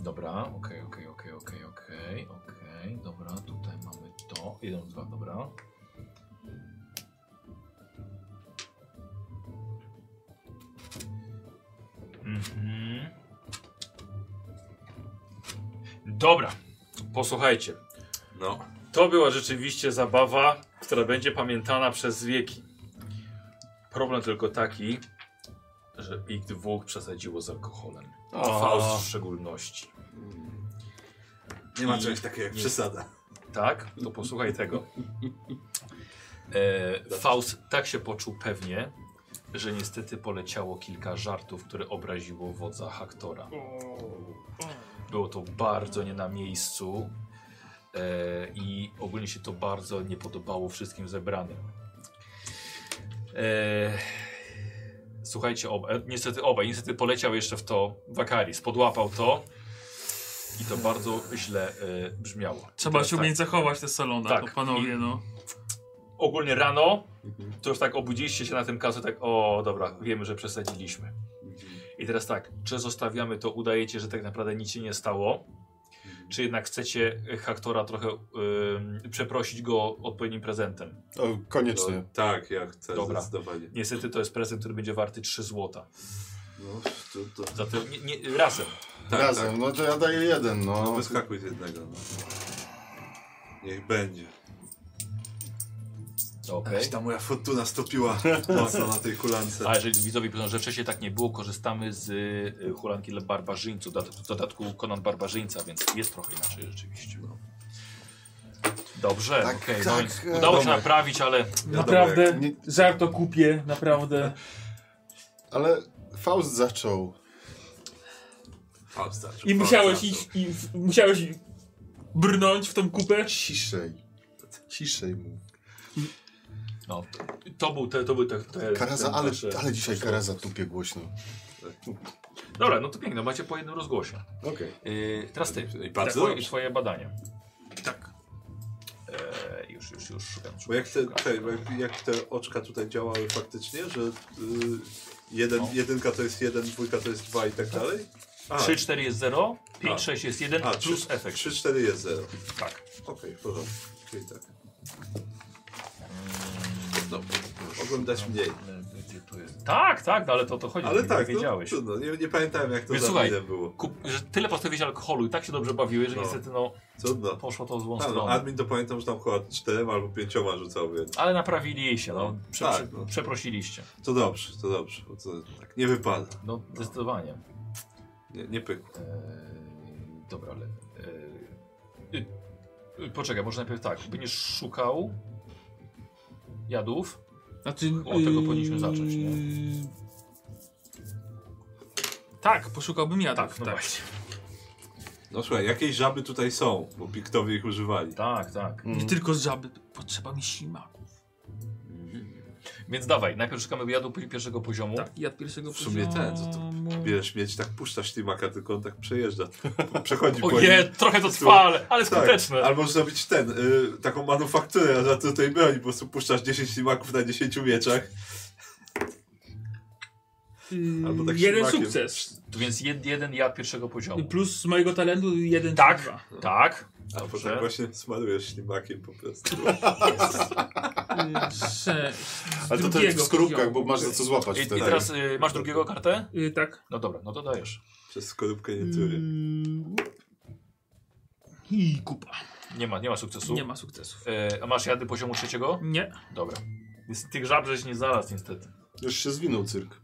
A: dobra, okej, okej, okej, okej, okej, okej, dobra, tutaj mamy to, jeden, dwa, dobra. Mhm. Dobra, posłuchajcie.
C: No.
A: To była rzeczywiście zabawa, która będzie pamiętana przez wieki. Problem tylko taki, że ich dwóch przesadziło z alkoholem.
B: O.
A: Faust w szczególności.
C: Nie ma czegoś takiego jak przesada.
A: Tak? To posłuchaj tego. E, Faust tak się poczuł pewnie, że niestety poleciało kilka żartów, które obraziło wodza Haktora. Było to bardzo nie na miejscu e, i ogólnie się to bardzo nie podobało wszystkim zebranym. E, słuchajcie, oba, e, niestety obaj, niestety poleciał jeszcze w to Wakaris, podłapał to i to bardzo źle e, brzmiało. I
E: Trzeba
A: teraz
C: Tak.
E: się umieć zachować te salona,
A: Tak.
E: tak. to panowie, no.
A: ogólnie rano,
C: (laughs)
A: to już tak obudziliście się na tym kasu, tak o dobra, wiemy, że przesadziliśmy. I teraz tak, czy zostawiamy to, udajecie, że tak naprawdę nic się nie stało, czy jednak chcecie Haktora trochę ym, przeprosić go odpowiednim prezentem.
B: O, Koniecznie.
C: No, tak, ja chcę
A: Dobra.
C: zdecydowanie.
A: Niestety to jest prezent, który będzie warty 3 złota.
C: No, to, to...
A: Zatem nie, nie, razem.
C: Tak,
B: Razem,
C: tak.
B: no to ja daję jeden, no.
C: Wyskakuj z jednego. No. Niech będzie.
A: Okej.
C: Aż ta moja fortuna stopiła mocno na tej (laughs) hulance.
A: A jeżeli widzowie piszą, że wcześniej tak nie było, korzystamy z y, hulanki dla barbarzyńców, w dodatku- w dodatku Konan Barbarzyńca, więc jest trochę inaczej rzeczywiście. No. Dobrze,
C: Tak,
A: okej,
C: tak,
A: no więc
C: e,
A: udało się
C: domek.
A: naprawić, ale
C: Naprawdę,
N: Naprawdę, żart o kupie, naprawdę.
B: Ale Faust zaczął.
C: Faust zaczął,
N: I
C: Faust
N: musiałeś
C: zaczął.
N: iść, i w- musiałeś brnąć w tą kupę.
B: Ciszej. Ciszej mu.
A: no, to był te, to był te, te
B: Karaza,
A: ten
B: ale,
A: wasze-
B: ale dzisiaj
A: wasze-
B: Karaza tupie głośno.
A: Dobra, no to piękne, macie po jednym rozgłosie.
B: Okej.
A: Y, teraz ty,
C: I
A: tak,
C: bardzo
A: twoje,
C: dobrze.
A: twoje badanie.
E: Tak.
A: E, już, już, już szukam.
C: Bo jak te,
A: szukam,
C: czekaj, bo jak, jak te oczka tutaj działały faktycznie, że y, jeden,
A: No.
C: jedynka to jest jeden, dwójka to jest dwa i tak dalej? A,
A: 3, 4 jest 0, 5,
C: A.
A: 6 jest 1,
C: a
A: plus
C: plus
A: efekt.
C: 3, 4 jest 0.
A: Tak.
C: Okej, w porządku. Czyli tak. Dobra, mogłem dać mniej.
A: Tak, tak, no ale to o to chodzi,
C: Ale
A: że
C: tak, no,
A: wiedziałeś.
C: trudno, nie, nie pamiętałem jak to
A: Więc
C: za
A: słuchaj.
C: ile było.
A: Kup, że tyle postawiłeś alkoholu i tak się dobrze bawiłeś, że
C: No.
A: niestety no,
C: Trudno.
A: poszło to w złą
C: A, no,
A: stronę.
C: admin to pamiętam, że tam chyba czterema albo pięcioma rzucał, więc
A: Ale naprawili się, no. Prze,
C: Tak,
A: prze,
C: no.
A: Przeprosiliście.
C: to dobrze, to dobrze, bo to tak nie wypada,
A: No, zdecydowanie.
C: nie, nie pykło.
A: Eee, dobra, ale... Eee, y, y, poczekaj, może najpierw tak. Będziesz szukał jadów.
N: Znaczy,
A: O, tego powinniśmy zacząć, nie?
N: yy,
E: Tak, poszukałbym jadów.
A: Tak, no
E: tak.
A: właśnie.
C: No słuchaj, jakieś żaby tutaj są, bo piktowie ich używali.
A: Tak, tak.
E: Nie tylko z żaby, potrzeba mi ślimaków.
A: Więc dawaj, najpierw szukamy jadu pi- pierwszego poziomu.
E: Tak, jad pierwszego
C: W sumie ten, to- to-
E: poziomu.
C: Bierzesz mieć, tak puszczasz ślimaka, tylko on tak przejeżdża, przechodzi
A: (laughs)
C: po Tak,
A: O nie, trochę to trwa, ale, ale skuteczne.
C: Albo zrobić ten, y, taką manufakturę na to tej broni, po prostu puszczasz 10 ślimaków na 10 mieczach.
E: Yy,
C: Albo tak
E: jeden
C: ślimakiem.
E: sukces.
A: Tu Więc jed, jeden jad pierwszego poziomu.
E: Plus z mojego talentu jeden
A: Tak.
E: czy dwa.
A: Tak.
C: A
A: Dobrze.
C: potem właśnie smarujesz ślimakiem po prostu.
E: Yy, Sześć. Z
B: Ale to też w
E: drugiego
B: skorupkach, bo
E: poziomu.
B: masz za co złapać
A: I, i
B: wtedy.
A: teraz y, masz drugiego kartę?
E: Yy, tak.
A: No dobra, no to dajesz.
C: Przez skorupkę nie turię.
A: Mm.
E: Mm. I kupa.
A: Nie ma, nie ma sukcesu.
E: Nie ma sukcesów.
A: E, a masz jady poziomu trzeciego?
E: Nie.
A: Dobra. Jest tych żab żeś nie znalazł niestety.
B: Już się zwinął cyrk.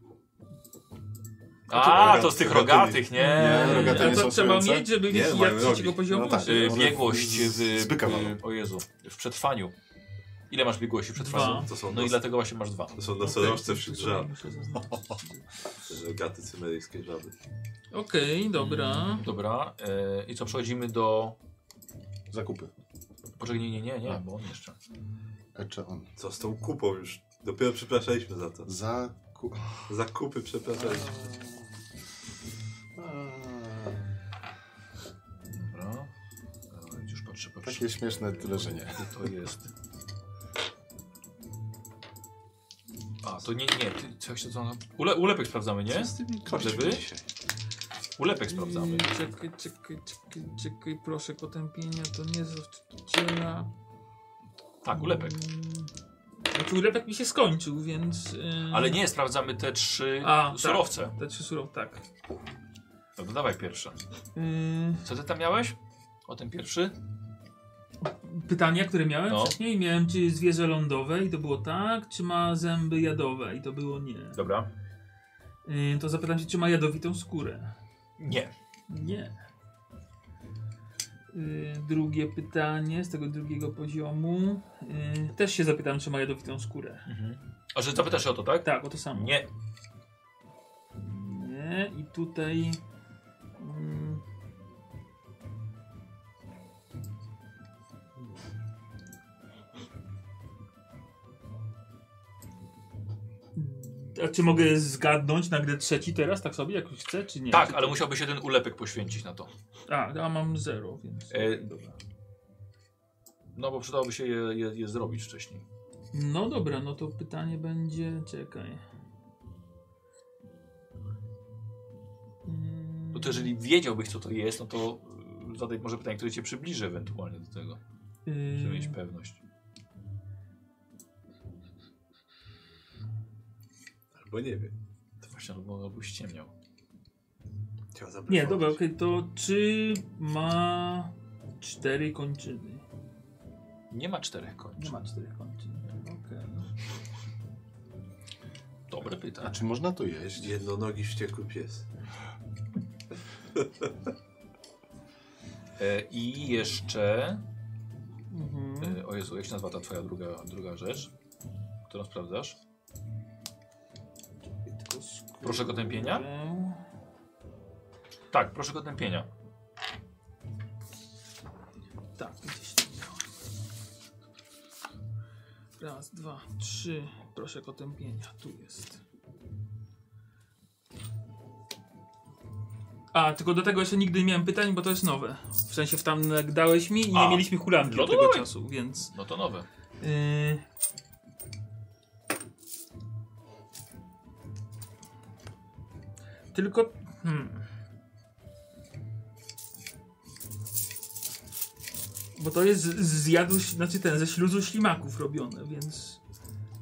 A: A,
C: rogat-
A: to z tych
C: rogatymi.
A: rogatych, nie.
B: Nie, rogate
E: A
B: nie
E: to
B: są
E: trzeba
B: stojące?
E: mieć, żeby
C: Nie,
E: mieć
C: mają
E: jad trzeciego
C: rogi.
E: poziomu.
B: No tak.
A: Y,
B: One
A: biegłość
B: z- z
A: w,
B: byka walą.
A: w, o Jezu, w przetrwaniu. Ile masz biegłości w przetrwaniu?
E: Dwa.
C: To są,
A: No i
C: nos,
A: dlatego właśnie masz dwa.
C: to są nosorożce
E: Okej,
C: wśród żab. Te Rogaty cymeryjskie żaby.
E: Okej, dobra.
A: Dobra, e, i co, przechodzimy do...
B: Zakupy.
A: Poczekaj, nie, nie, nie,
B: Tak.
A: nie, bo on jeszcze.
B: Ecze on.
C: Co z tą kupą już? Dopiero przepraszaliśmy za to.
B: Zakup.
C: Zakupy przepraszaliśmy.
A: Dobra. E, Już patrzę, patrzę.
B: Takie śmieszne tyle, że nie.
A: To jest. A, to nie, nie, ty, coś to co. Ule, ulepek sprawdzamy, nie?
C: Znaczy,
A: Lewy?
B: Tak
A: Ulepek sprawdzamy.
E: Yy, Czekaj, czekaj, czekaj, czekaj. Proszę potępienia, to nie zawczyciela.
A: Tak, ulepek.
E: Mm. Znaczy ulepek mi się skończył, więc... yy,
A: Ale nie, sprawdzamy te trzy
E: A, tak.
A: surowce.
E: Te trzy surow, tak.
A: No to dawaj pierwsze.
E: Yy,
A: Co ty tam miałeś? O ten pierwszy?
E: pytania, które miałem
A: No.
E: wcześniej, miałem czy jest zwierzę lądowe i to było tak, czy ma zęby jadowe i to było nie.
A: Dobra.
E: Yy, to zapytam się, czy ma jadowitą skórę.
A: Nie.
E: Nie. Yy, drugie pytanie z tego drugiego poziomu. Yy, też się zapytam, czy ma jadowitą skórę.
A: A że zapytasz się o to, tak?
E: Tak, o to samo.
A: Nie.
E: Nie, i tutaj. Mm, A czy mogę zgadnąć na grę trzeci teraz, tak sobie, jak już chcę, czy nie?
A: Tak,
E: Czy
A: ale
E: to-
A: musiałbyś jeden ulepek poświęcić na to.
E: A, ja mam zero, więc...
A: E,
E: Dobra.
A: No bo przydałoby się je, je, je zrobić wcześniej.
E: No dobra, no to pytanie będzie... Czekaj. Mm,
A: No to jeżeli wiedziałbyś, co to jest, no to y, zadaj może pytanie, które cię przybliży ewentualnie do tego, żeby
E: ym,
A: mieć pewność.
C: Albo nie wiem.
A: To właśnie no, albo, albo ściemniał.
C: Chciał zabrać
E: Nie,
C: wodę.
E: dobra, okej, to czy ma cztery kończyny?
A: Nie ma czterech
E: Nie
A: kończy.
E: ma czterech kończyn. Okej.
A: Dobre
B: A
A: pytanie.
B: czy można to jeść?
F: Jednonogi wściekły pies.
A: E, I jeszcze... E, o Jezu, jak się nazywa ta twoja druga, druga rzecz, którą sprawdzasz? Proszę go tępienia? Tak, proszę go tępienia.
E: Tak, gdzieś tam miałem. Raz, dwa, trzy. Proszę potępienia. Tu jest. A, tylko do tego jeszcze nigdy nie miałem pytań, bo to jest nowe. W sensie w tam jak dałeś mi i nie
A: A,
E: mieliśmy hulanki
A: no
E: od
A: to
E: tego
A: dawaj.
E: czasu, więc...
A: No to nowe.
E: Yy... Tylko... Hmm. Bo to jest z- z jadu, znaczy ten, ze śluzu ślimaków robione, więc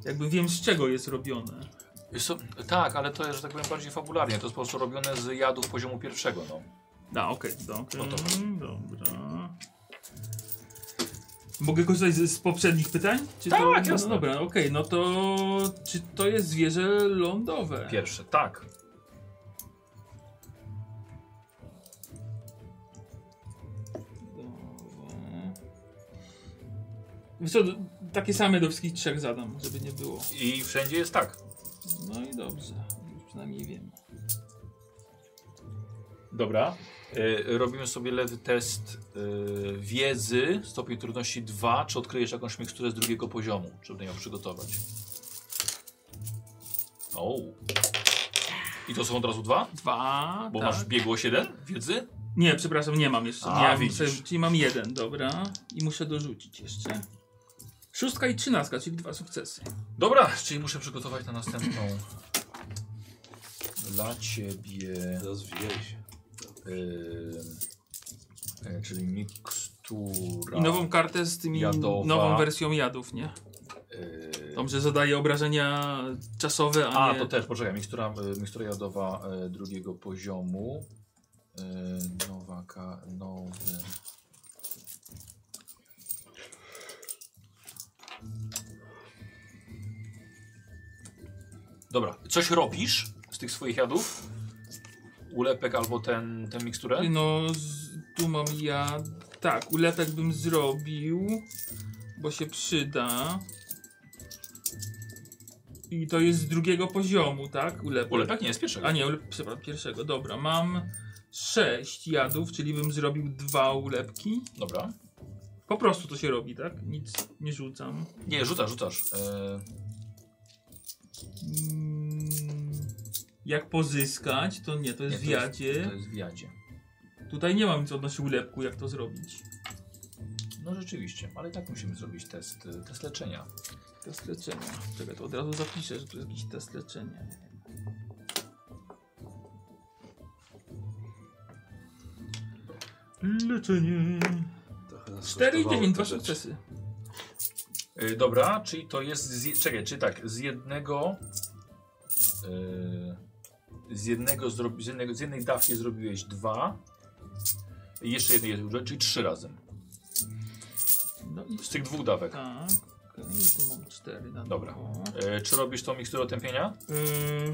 E: jakby wiem z czego jest robione.
A: Wiesz co, tak, ale to jest, że tak powiem, bardziej fabularnie. To jest po prostu robione z jadów poziomu pierwszego, no.
E: A, okej, dobra.
A: No to-
E: dobra. Mogę korzystać z, z poprzednich pytań? Czy to,
A: Tak, jasne.
E: No dobra, okej, no to czy to jest zwierzę lądowe?
A: Pierwsze, tak.
E: Wiesz co, d- takie same do wszystkich trzech zadam, żeby nie było.
A: I wszędzie jest tak.
E: No i dobrze, już przynajmniej wiem.
A: Dobra. Y, robimy sobie lewy test y, wiedzy, stopień trudności 2. Czy odkryjesz jakąś miksturę z drugiego poziomu, żeby ją przygotować? O. I to są od razu dwa?
E: Dwa,
A: Bo
E: tak.
A: masz biegło 7 wiedzy?
E: Nie, przepraszam, nie mam jeszcze.
A: A,
E: nie mam,
A: widzisz.
E: prze- czyli mam jeden, dobra. I muszę dorzucić jeszcze. Szóstka i trzynastka, czyli dwa sukcesy.
A: Tak. Dobra, czyli muszę przygotować na następną. Dla ciebie.
F: Rozwijaj się.
A: Ym, y, Yy, czyli mikstura.
E: I nową kartę z tymi
A: Jadowa.
E: nową wersją jadów, nie?
A: y,
E: Dobrze, zadaje obrażenia czasowe, a,
A: A,
E: nie...
A: to też, poczekaj, mikstura, y, mikstura jadowa y, drugiego poziomu. Y, Nowa, ka, nowy. Dobra, coś robisz z tych swoich jadów? Ulepek albo ten, tę miksturę?
E: No, z, tu mam ja... Tak, ulepek bym zrobił, bo się przyda. I to jest z drugiego poziomu, tak? Ulepek.
A: Ulepek nie jest pierwszego.
E: A nie, ulep, przepraszam, pierwszego. Dobra, mam sześć jadów, czyli bym zrobił dwa ulepki.
A: Dobra.
E: Po prostu to się robi, tak? Nic nie rzucam.
A: Nie, rzucasz, rzucasz. Y,
E: Mm, Jak pozyskać, to nie, to jest
A: nie,
E: w jadzie.
A: To jest w jadzie.
E: Tutaj nie mam nic odnośnie ulepku, jak to zrobić.
A: No rzeczywiście, ale i tak musimy zrobić test, y, test leczenia.
E: Test leczenia. Czekaj, to od razu zapiszę, że to jest jakiś test leczenia. Leczenie.
F: Trochę nas
E: 4 i
F: kosztowało
E: 9,
F: te
E: dwa
F: rzeczy.
E: sukcesy.
A: Y, dobra, czyli to jest. Z, je- czekaj, czy tak, z jednego. y, z jednego, zrobi, z jednego z jednej dawki zrobiłeś dwa. I jeszcze jednej jest dużo, czyli trzy razem.
E: No i
A: Z tych dwóch dawek.
E: tak. okej, tu mam 4 na
A: Dobra.
E: dwa.
A: Y, czy robisz tą miksturę tępienia?
E: Yy,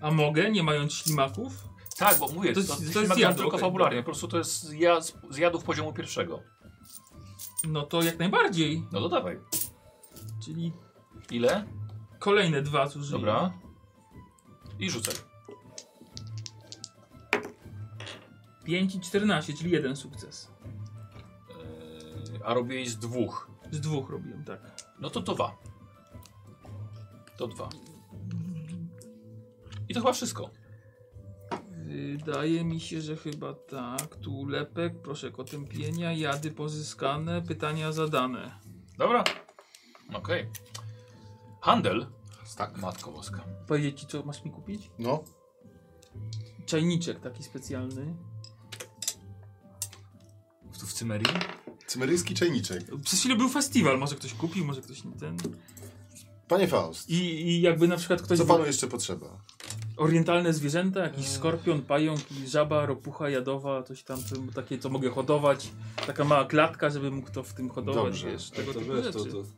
E: a mogę, nie mając ślimaków?
A: Tak, bo mówię,
E: To
A: to,
E: jest-
A: to,
E: to
A: to,
E: jest
A: jest
E: zjadł,
A: tylko
E: okej,
A: fabularnie.
E: dobra.
A: Po prostu to jest zjad, zjadów poziomu pierwszego.
E: No to jak najbardziej.
A: No to dawaj.
E: Czyli
A: Ile?
E: kolejne dwa zużyję.
A: Dobra. I rzucaj.
E: 5 i 14, czyli jeden sukces.
A: Y, a robiłeś z dwóch.
E: Z dwóch robiłem, tak.
A: No to dwa. To dwa. I to chyba wszystko.
E: Wydaje mi się, że chyba tak. Tu lepek, proszek otępienia, jady pozyskane, pytania zadane.
A: Dobra. Okej. Handel.
B: Tak.
A: Matko Boska.
E: Powiedzieć ci, co masz mi kupić?
B: No,
E: Czajniczek taki specjalny.
A: Tu w Cymerii?
B: cymeryjski czajniczek.
E: Przez chwilę był festiwal, może ktoś kupił, może ktoś nie ten.
B: Panie Faust,
E: I, i jakby na przykład ktoś...
B: co panu jeszcze potrzeba?
E: Orientalne zwierzęta, jakiś skorpion, pająk, i żaba, ropucha jadowa, coś tam, tym- takie co mogę hodować. Taka mała klatka, żeby mógł to w tym hodować,
B: Dobrze,
E: wiesz,
C: Tak
E: tego
C: to
E: typu
C: wiesz,
E: rzeczy.
C: to, to...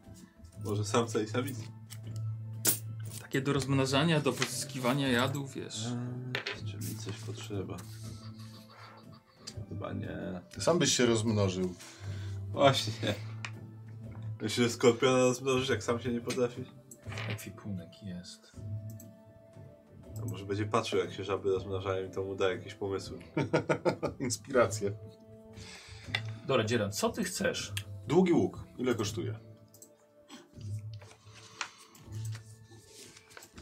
C: Może samca i samica.
O: Eee,
E: Takie do rozmnażania, do pozyskiwania jadu, wiesz.
O: Czy mi coś potrzeba? Chyba nie.
B: Sam byś się rozmnożył.
O: Właśnie.
C: Jeśli skorpiona rozmnożysz, jak sam się nie potrafisz?
P: Ekwipunek jest.
C: A może będzie patrzył, jak się żaby rozmnażają i to mu da jakieś pomysły.
B: Inspiracje.
A: Dobra, Dzieran, co ty chcesz?
B: Długi łuk. Ile kosztuje?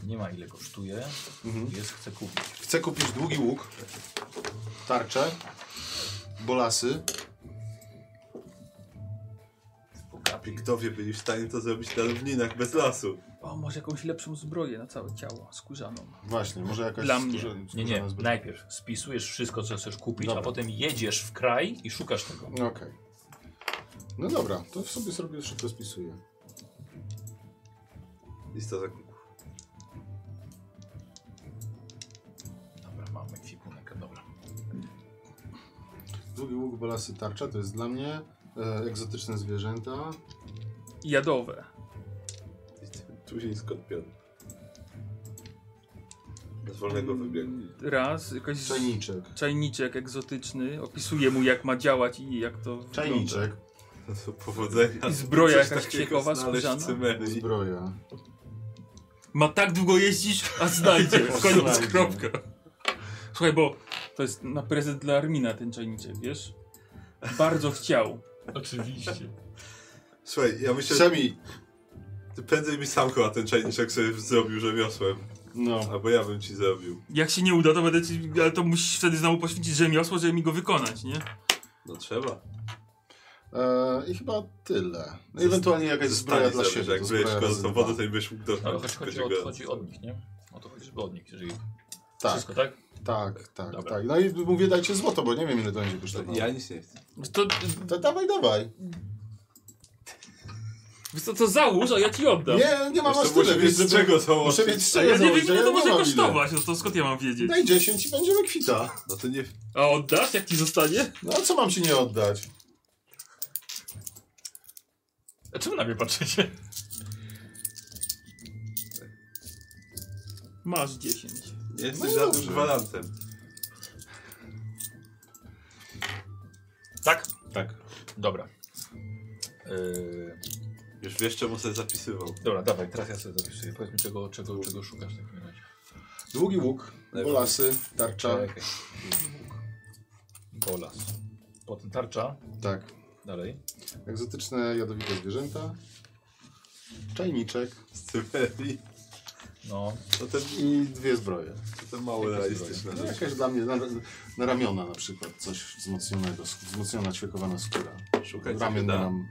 P: Nie ma ile kosztuje.
E: Mhm.
P: Jest, chcę kupić.
B: Chcę kupić długi łuk, tarczę, bolasy.
C: Piktowie byli w stanie to zrobić na równinach bez lasu.
E: O, może jakąś lepszą zbroję na całe ciało, skórzaną.
B: Właśnie, może jakaś
E: Dla mnie.
B: skórze-
A: Nie, nie,
B: skórzana zbroja.
A: najpierw spisujesz wszystko, co chcesz kupić,
B: Dobra.
A: a potem jedziesz w kraj i szukasz tego.
B: Okej. No dobra, to w sobie sobie szybko spisuję.
C: Lista zakupów.
A: Dobra, mamy ekwipunek, dobra.
B: Długi łuk, bolasy, tarcza to jest dla mnie. E, egzotyczne zwierzęta.
E: I Jadowe.
C: Tuzin skorpion. Z wolnego wybiegu.
E: Raz, jakiś
B: Czajniczek.
E: czajniczek egzotyczny, opisuje mu jak ma działać i jak to wygląda.
B: Czajniczek,
C: No to powodzenia.
E: I zbroja
C: Coś
E: jakaś
C: takiego
E: księgowa,
C: znaleźć
E: skórzana?
C: w Cymerii.
B: zbroja.
E: Ma tak długo jeździć, a
B: (laughs)
E: znajdzie. W końcu
B: Znajdzie.
E: kropka. Słuchaj, bo to jest na prezent dla Armina ten czajniczek, wiesz? Bardzo chciał.
P: Oczywiście.
C: Słuchaj, ja myślę, że
B: Semi!
C: ty prędzej mi sam chyba ten czajniczek sobie zrobił rzemiosłem.
B: No.
C: Albo ja bym ci zrobił.
E: Jak się nie uda, to będę ci, ale to musisz wtedy znowu poświęcić rzemiosło, żeby mi go wykonać, nie?
C: No trzeba.
B: E, I chyba tyle. No, ewentualnie jakaś zbroja
C: Stali
B: dla
C: zrobić,
B: siebie.
C: Jak
B: to
C: wyjesz
B: zbroja razy
C: tą wodę,
B: dwa.
C: to i byś mógł do
A: Ale chodzi, chodzi,
C: do-
A: od, chodzi od nich, nie? No, O to chodzi, żeby od nich, jeżeli
B: Tak,
A: wszystko, tak?
B: tak, tak,
A: Dobra.
B: tak. No i mówię dajcie złoto, bo nie wiem ile to będzie kosztowało.
C: Ja nic nie chcę.
E: To,
B: To dawaj, dawaj.
E: wiesz co, to załóż, a ja ci oddam.
B: Nie, nie mam
C: Wiesz,
B: aż
C: to muszę
B: No, tyle,
C: mieć
B: więc
C: z
B: żeby...
C: czego
B: Muszę
C: założyć.
B: mieć z
E: A
B: czego
E: ja nie wiem,
B: założyć,
E: ile
B: a
E: to
B: ja nie
E: może
B: mam ile.
E: kosztować, no to skąd ja mam wiedzieć?
B: Daj 10 i będziemy kwita.
C: No to nie...
E: A oddasz, jak ci zostanie?
B: No a co mam ci nie oddać?
A: A czemu na mnie patrzycie?
E: Masz 10.
C: Nie jesteś
B: No
C: żadnym
B: dobrze.
C: gwarantem.
A: Tak?
C: Tak.
A: Dobra. Yy,
C: Już wiesz, czemu sobie zapisywał.
A: dobra, dawaj, teraz ja sobie zapisuję. Powiedz mi, czego, czego, czego szukasz w takim razie.
B: Długi łuk,
C: Lewo. Tak.
B: bolasy, tarcza.
A: Czekaj. Bolas. Potem tarcza.
B: Tak.
A: Dalej.
B: Egzotyczne, jadowite zwierzęta. Czajniczek.
C: Z Cymerii.
A: No,
C: To ten,
B: I dwie zbroje.
C: to ten mały
A: Jaka
C: realistyczny.
B: No, jakaś dla mnie, na, na ramiona na przykład, coś wzmocnionego, sk- wzmocniona ćwiekowana skóra.
C: Szukaj, co się
B: Ramion
C: da.
B: nam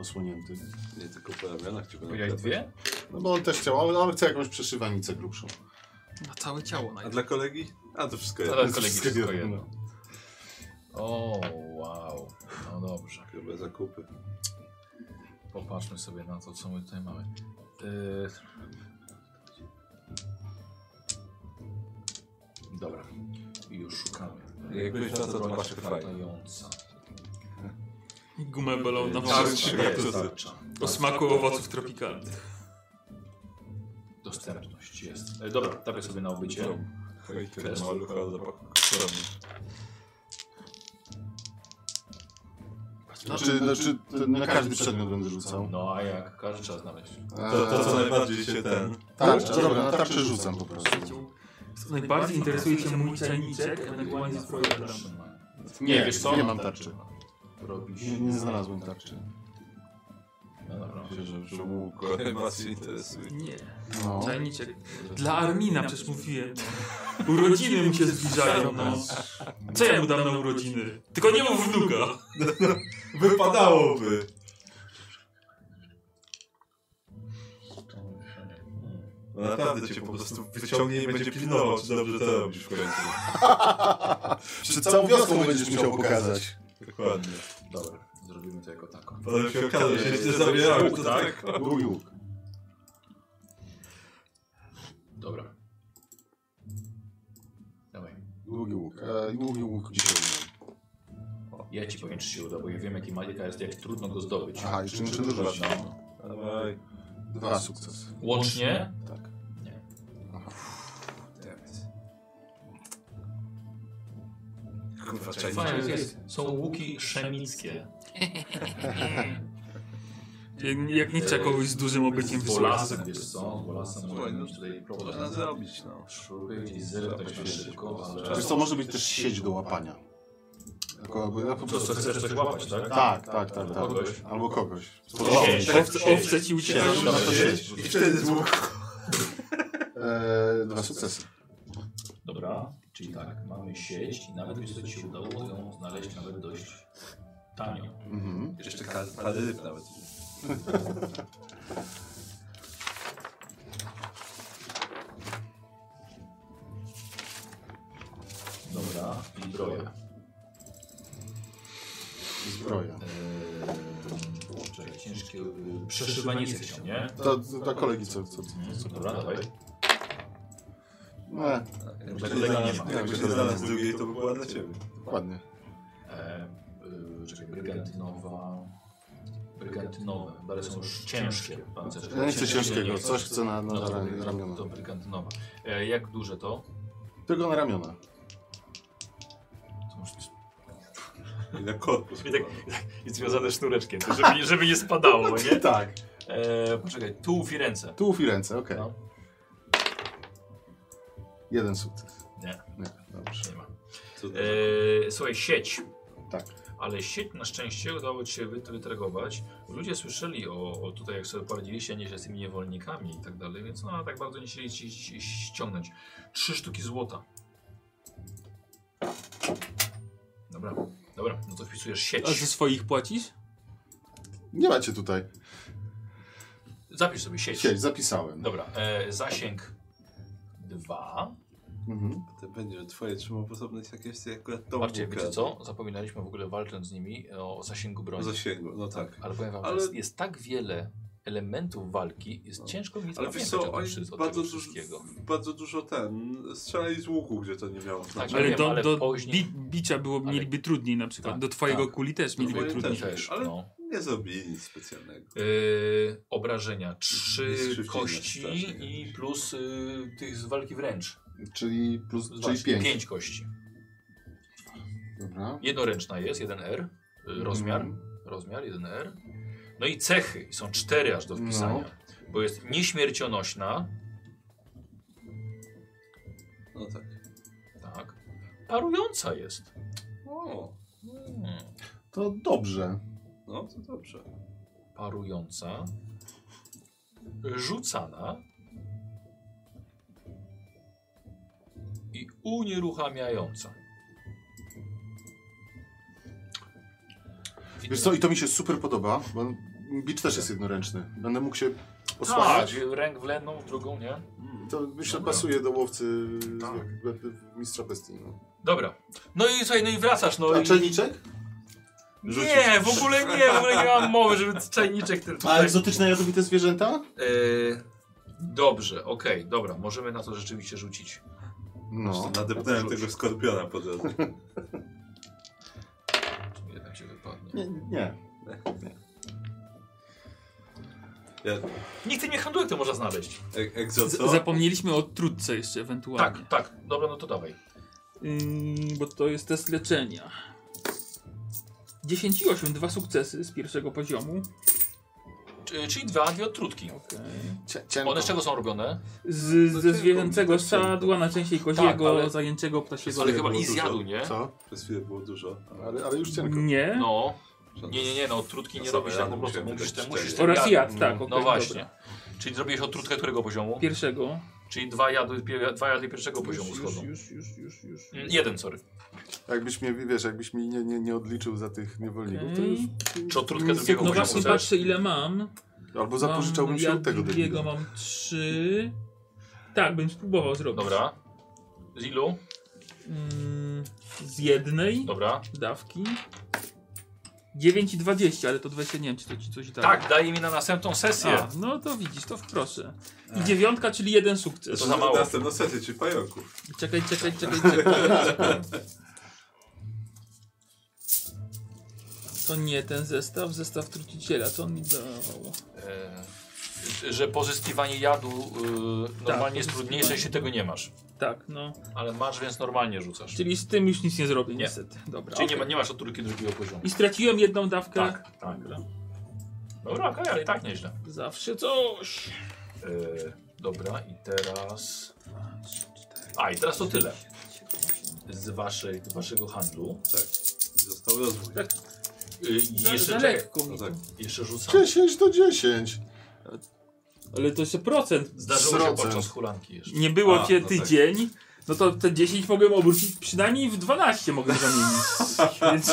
B: osłonięty.
C: Nie tylko po ramionach, tylko
A: powiedziałeś dwie?
B: No bo on też chciał, ale- ale chce jakąś przeszywanicę grubszą.
E: Na całe ciało
C: A
E: najpierw.
C: dla kolegi? A to wszystko jedno.
A: Teraz kolegi
B: wszystko
A: wszystko
B: jedno.
A: jedno. O, wow. No dobrze.
C: Grube zakupy.
A: Popatrzmy sobie na to, co my tutaj mamy. Yy... Dobra. I już szukamy.
O: Jakbyś na to zobaczył, fajnie.
A: latająca.
E: I Gumę bolą na
C: Tak,
E: wąsach.
C: tak.
A: Jest tarcza.
E: O smaku owoców tropikalnych.
A: Dostępność jest. E, Dobra, daję sobie na obycie.
C: Oj, to
A: Też.
C: jest malucha o zapachu.
B: Znaczy, znaczy to na każdy przedmiot będę rzucał.
A: No a jak? Każdy trzeba znaleźć.
C: To, to co najbardziej się ten...
B: Tarcza, Tak, dobra, na tarczę rzucam po prostu.
E: Najbardziej interesuje cię mój czajniczek, ewentualnie zbroja dla mnie.
A: Nie, wiesz co?
B: Nie mam tarczy.
A: Robisz.
B: Nie, nie znalazłem tarczy.
A: No dobra.
C: Że łuk was się interesuje.
E: Nie,
B: No.
E: czajniczek. Dla Armina przecież mówiłem. no. Urodziny mu się zbliżają. No. Co ja mu dam na urodziny? Tylko nie mu wnuka.
C: Wypadałoby! No naprawdę cię po prostu wyciągnie i będzie pilnował, czy dobrze Tak. to robisz w końcu.
B: Przed całą wioską będziesz musiał pokazać.
C: Dokładnie.
A: Dobra, zrobimy to jako taką.
C: Potem się okaże, że się nie zabierałeś, to tak?
B: Długi łuk.
A: Dobra.
B: długi łuk. E, długi łuk dzisiaj miałem.
A: Ja ci powiem, czy się uda, bo ja wiem, jaki magika jest, jak trudno go zdobyć.
B: Aha, jeszcze muszę dorzucić.
A: No.
Q: Dawaj.
B: Dwa sukcesy.
J: No,
A: Łącznie?
B: Tak.
A: Nie.
F: Kurwa,
A: Fajne, jest. Są łuki szemickie.
E: Jak, jak nie chce kogoś z dużym obyciem wysłać.
A: Wolasem, wiesz co? Wolasem może
B: no
A: mieć tutaj
Q: Można
A: problem.
Q: zrobić, no.
A: Szury i zyry tak się szybko, ale...
B: Wiesz co, może być też sieć do łapania. Jako, bo ja po
A: Co,
B: prostu...
A: co, chcesz coś łapać, tak?
B: Tak, tak, tak, tak.
A: Kogoś.
B: Albo kogoś.
A: Sieć.
E: Owce, owce ci uciekają.
B: Sieć. No to sieć.
F: I wtedy dwóch.
B: (laughs) E, dwa sukcesy.
A: Dobra, czyli tak, mamy sieć i nawet jeśli ci się udało ją znaleźć nawet dość tanio.
B: Mhm.
Q: Jeszcze kadyryp nawet.
A: Dobra, i broja.
B: Zbroja.
A: Eee, czekaj, ciężkie y, przeszywanie jesteś, nie?
B: To dla kolegi co... co, co. E,
A: Mhm, Dobra, dawaj.
B: Nie,
A: Jakby kolega nie ma.
F: Jakby się znalazł drugiej, to by była dla ciebie.
B: dokładnie.
A: E, y, Czekaj, brygantynowa. Brygantynowe, bo ale są już ciężkie pancerze.
B: Ja nie chcę ciężkiego,
A: nie,
B: coś chcę na, na,
A: No to,
B: ra- ramiona.
A: to brygantynowa. E, jak duże to?
B: Tylko na ramiona.
A: to może być-
F: I na korpus.
A: I tak, i związane sznureczkiem, to żeby, nie- żeby nie
F: No,
A: spadało, nie?
B: Tak.
A: E, poczekaj, tułów i ręce.
B: Tułów i ręce, okej.
A: Tak. No.
B: Jeden sukces.
A: Nie.
B: Nie, dobrze.
A: Nie ma.
F: Cud-
C: znaczy?
A: E, słuchaj, sieć.
B: Tak.
A: Ale sieć na szczęście udało ci się wyt- wytregować. Ludzie słyszeli o, o tutaj, jak sobie poradziliście, nie, że z tymi niewolnikami i tak dalej, więc no tak bardzo nie chcieli ci ci- ściągnąć. Trzy sztuki złota. Dobra, dobra, no to wpisujesz
E: A ze
A: sieć.
E: swoich płacisz?
B: Nie macie tutaj.
A: Zapisz sobie sieć.
B: Sieć, zapisałem.
A: Dobra, e, zasięg dwa.
B: Mhm.
F: To będzie, że twoje trzymał w osobnej sakiewce akurat tą
A: Patrzcie,
F: bułkę.
A: wiecie co? Zapominaliśmy w ogóle walcząc z nimi o zasięgu
F: O
A: broni.
F: zasięgu, no tak.
A: Ale powiem wam,
F: Ale-
A: że jest, jest tak wiele elementów walki, jest
F: No.
A: ciężko mi
F: Ale wiesz
A: zapamiętać
F: co,
A: o tym
F: oni
A: wszystkim, od
F: bardzo
A: tego
F: dużo,
A: wszystkiego.
F: bardzo dużo ten, strzelali z łuku, gdzie to nie miało znaczenia.
A: Ja
E: Ale
A: wiem,
E: do,
A: ale
E: do
A: później-
E: bi, bicia było,
A: Ale-
E: mieliby trudniej na przykład.
A: Tak,
E: do twojego
A: tak.
E: kuli też
F: Do
E: mieliby
F: mojej
E: trudniej.
F: też. ale-
A: no.
F: Nie zrobili nic specjalnego.
A: Yy, obrażenia. Trzy
F: Jest krzywdzienie,
A: kości
F: strasznie.
A: i plus yy, tych z walki wręcz.
B: Czyli plus, czyli
A: Właśnie,
B: pięć.
A: pięć kości.
B: Dobra.
A: Jednoręczna jest, 1R. Yy, rozmiar,
B: Mhm.
A: rozmiar, 1R. No i cechy. I Są cztery aż do wpisania. Bo jest nieśmiercionośna,
F: No tak.
A: tak. Parująca jest.
F: O,
A: Hmm.
B: To dobrze.
F: no to dobrze.
A: Parująca. Rzucana. I unieruchamiająca.
B: Wiesz co, i to mi się super podoba, bo bicz też jest jednoręczny. Będę mógł się
A: Tak,
B: osłaniać.
A: ręk w jedną, w drugą, nie?
B: To myślę
A: Dobra.
B: pasuje do łowcy
A: Tak.
B: be- be- mistrza bestii. No.
A: Dobra. No i słuchaj, no i wracasz, no
B: A
A: i...
B: czajniczek?
A: Nie, w ogóle nie, w ogóle nie mam mowy, żeby czajniczek ten
B: A
A: tutaj...
B: egzotyczne jadowite zwierzęta?
A: Yy, Dobrze, okej, dobra, możemy na to rzeczywiście rzucić.
B: No.
F: Nadepnąłem tego skorpiona po drodze.
A: Jednak się wypadnie.
B: Nie, nie.
F: Ja,
A: Niech tym nie handluje, to można znaleźć.
F: ek, egzo
E: Z,
F: co?
E: zapomnieliśmy o trudce jeszcze ewentualnie.
A: Tak, tak, dobra, no to dawaj.
E: Ym, Mm, bo to jest test leczenia. 10 i 8, dwa sukcesy z pierwszego poziomu.
A: Czy- Czyli dwa, dwie odtrutki.
B: Cia- cienko.
A: One z czego są robione?
E: Z,
F: No
E: ze
F: tylko,
E: zwierzęcego
F: tak tylko.
E: sadła, najczęściej koziego,
A: Tak, ale-
E: zajęczego, ptasiego.
A: Ale
F: było
A: chyba i
F: dużo.
A: zjadł, nie?
B: Co?
F: Przez chwilę było dużo.
B: Ale, ale już cienko.
E: Nie.
A: No. Nie, nie, nie, no odtrutki nie
F: Osoba,
A: robisz
F: ja
A: tak po prostu.
F: musiałem
A: Musisz
F: wydać
A: ten, musisz
F: cztery.
A: ten
E: Oraz
A: jad-
E: jad, tak. okej,
A: No właśnie.
E: Dobra.
A: Czyli zrobiłeś odtrutkę którego poziomu?
E: Pierwszego.
A: Czyli dwa jadły, pie- dwa jadły pierwszego
E: Już,
A: poziomu
E: już,
A: schodzą.
E: już, już, już, już.
A: Mm, Jeden, sorry.
B: Jakbyś mnie, wiesz, jakbyś mi nie, nie, nie odliczył za tych niewolników, to
E: Okej.
B: już...
A: Czy odtrutkę drugiego
E: No
A: poziomu
E: właśnie
A: chcesz?
E: patrzę ile mam.
B: Albo zapożyczałbym
E: Mam
B: się
E: jad
B: od tego
E: drugiego
B: debila.
E: mam trzy. Tak, bym spróbował zrobić.
A: Dobra. Z ilu?
E: Mm, z jednej
A: Dobra.
E: dawki. 9 i 20, ale to 20 nie wiem, czy to ci coś da.
F: Tak, daje mi na następną sesję.
E: A, no to widzisz, to w proszę. I dziewiątka, czyli jeden sukces.
F: To za mało.
C: Następna sesja, czyli pająków.
E: Czekaj, czekaj, czekaj, czekaj. czekaj. To nie ten zestaw, zestaw truciciela, to on mi dawał.
F: E, że pozyskiwanie jadu y, normalnie jest
E: pozyskiwanie.
F: trudniejsze, jeśli tego nie masz.
E: Tak, no.
F: Ale masz, więc normalnie rzucasz. Czyli,
E: Czyli z tym już nic nie zrobię,
F: Nie.
E: niestety. Dobra.
F: nie,
E: okej.
F: ma, nie masz otórki drugiego poziomu.
E: I straciłem jedną dawkę.
F: Tak, tak. Dobra, okej, ale i tak nieźle.
E: Zawsze coś.
F: E, dobra, i teraz... A, i teraz to tyle. Z, waszej, z waszego handlu.
C: Został rozwój.
E: Tak.
F: Y,
E: Za,
F: jeszcze,
E: za
F: czekaj,
E: lekko mi
C: No tak.
F: jeszcze rzucam.
B: 10 to 10.
E: Ale to jeszcze procent.
F: Zdarzyło się
B: Srodze.
F: podczas hulanki jeszcze.
E: Nie było
C: A,
E: cię
C: no tak.
E: tydzień, no to te 10 mogłem obrócić, przynajmniej w 12 mogłem
F: (laughs)
E: zamienić. Więc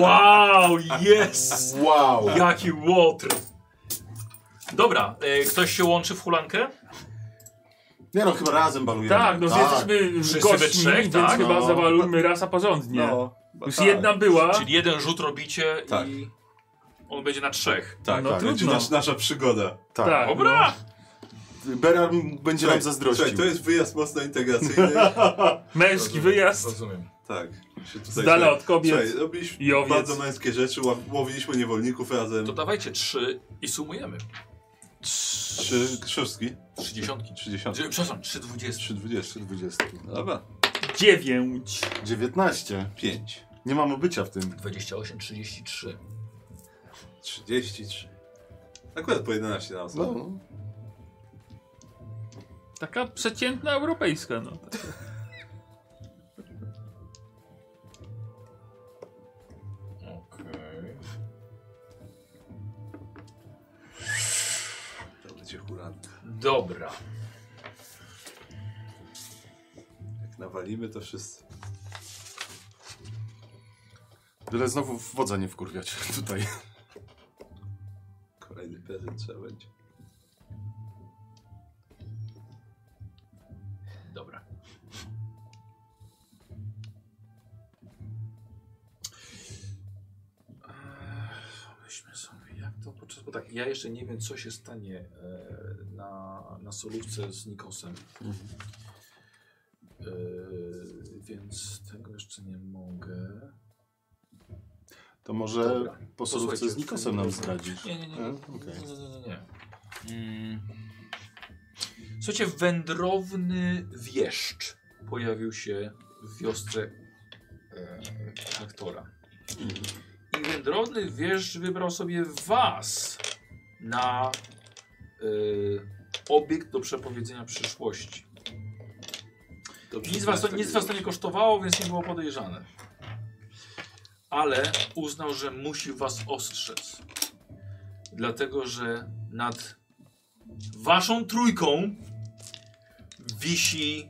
F: Wow, jest!
B: Wow.
F: Jaki łotr! Dobra, e, ktoś się łączy w hulankę?
B: Nie no, chyba razem balujemy.
E: tak, no jesteśmy
F: Wszyscy we
E: gośćmi,
F: trzech,
E: więc
F: tak?
E: chyba
B: No.
E: zawalujmy rasa porządnie.
R: No,
E: Już
R: tak.
E: jedna była.
F: Czyli jeden rzut robicie
C: Tak.
F: i on będzie na trzech.
C: Tak,
E: No
C: tak. Będzie
E: trudno.
C: nas, nasza przygoda.
B: Tak.
E: Tak,
F: Dobra!
B: Berar będzie nam zazdrościł.
C: Słuchaj, to jest wyjazd mocno
F: (laughs)
C: integracyjny.
E: no. Męski wyjazd
F: Rozumiem.
C: tak. Się tutaj,
E: z dala od
C: Słuchaj,
E: kobiet
C: robiliśmy
E: i owiec.
C: bardzo męskie rzeczy, ła- łowiliśmy niewolników
E: no.
C: razem.
F: To tak. dawajcie trzy i sumujemy.
C: Trzy krzyżki.
F: Trzydziesiątki.
C: Trzydziesiątki.
F: Trzy- Przepraszam, trzy dwudziestki.
C: Trzy dwudziestki.
B: 20.
C: Dobra.
E: Dziewięć.
B: 19.
C: Pięć.
B: Nie mam obycia w tym.
F: Dwadzieścia osiem, trzydzieści trzy.
C: Trzydzieści trzy. Akurat po 11 na osobę.
B: No.
E: Taka przeciętna europejska, no.
F: Okej.
C: To będzie huranka.
F: No. Dobra.
C: Jak nawalimy to wszyscy.
B: Byle znowu wodza nie wkurwiać (laughs) tutaj.
C: Kolejny prezent trzeba będzie.
F: Dobra. Myślmy sobie, jak to podczas... Bo tak, ja jeszcze nie wiem, co się stanie e, na, na solówce z Nikosem. E, więc tego jeszcze nie mogę.
B: To może
F: Dobra.
B: po solówce z
F: Posłuchajcie.
B: Nikosem nam zdradzisz.
F: Nie, nie, nie.
B: E,
F: nie,
B: okej.
F: nie, nie, nie, nie. Mm. Słuchajcie, wędrowny wieszcz pojawił się w wiosce e, aktora. I wędrowny wieszcz wybrał sobie was na e, obiekt do przepowiedzenia przyszłości. Nic was, to, nic was to nie kosztowało, więc nie było podejrzane. Ale uznał, że musi was ostrzec. Dlatego, że nad waszą trójką wisi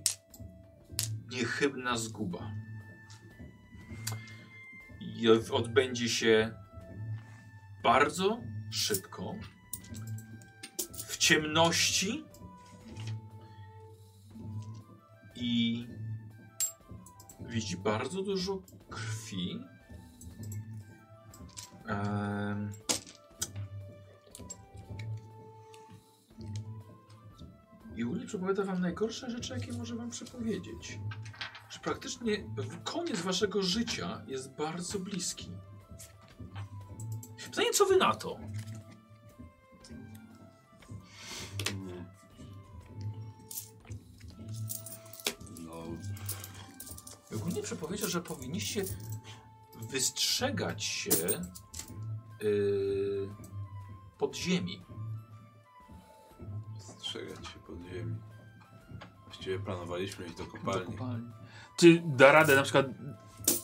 F: niechybna zguba. I odbędzie się bardzo szybko, w ciemności i widzi bardzo dużo krwi. Em, I Uli przepowiada wam najgorsze rzeczy, jakie może wam przepowiedzieć. Że praktycznie w- koniec waszego życia jest bardzo bliski. Pytanie, co wy na to?
C: No,
F: Ogólnie przepowiedział, że powinniście wystrzegać się yy, podziemi.
C: strzegać się pod ziemi. Właściwie planowaliśmy iść do
E: Do
C: kopalni.
E: kopalni. Czy da radę na przykład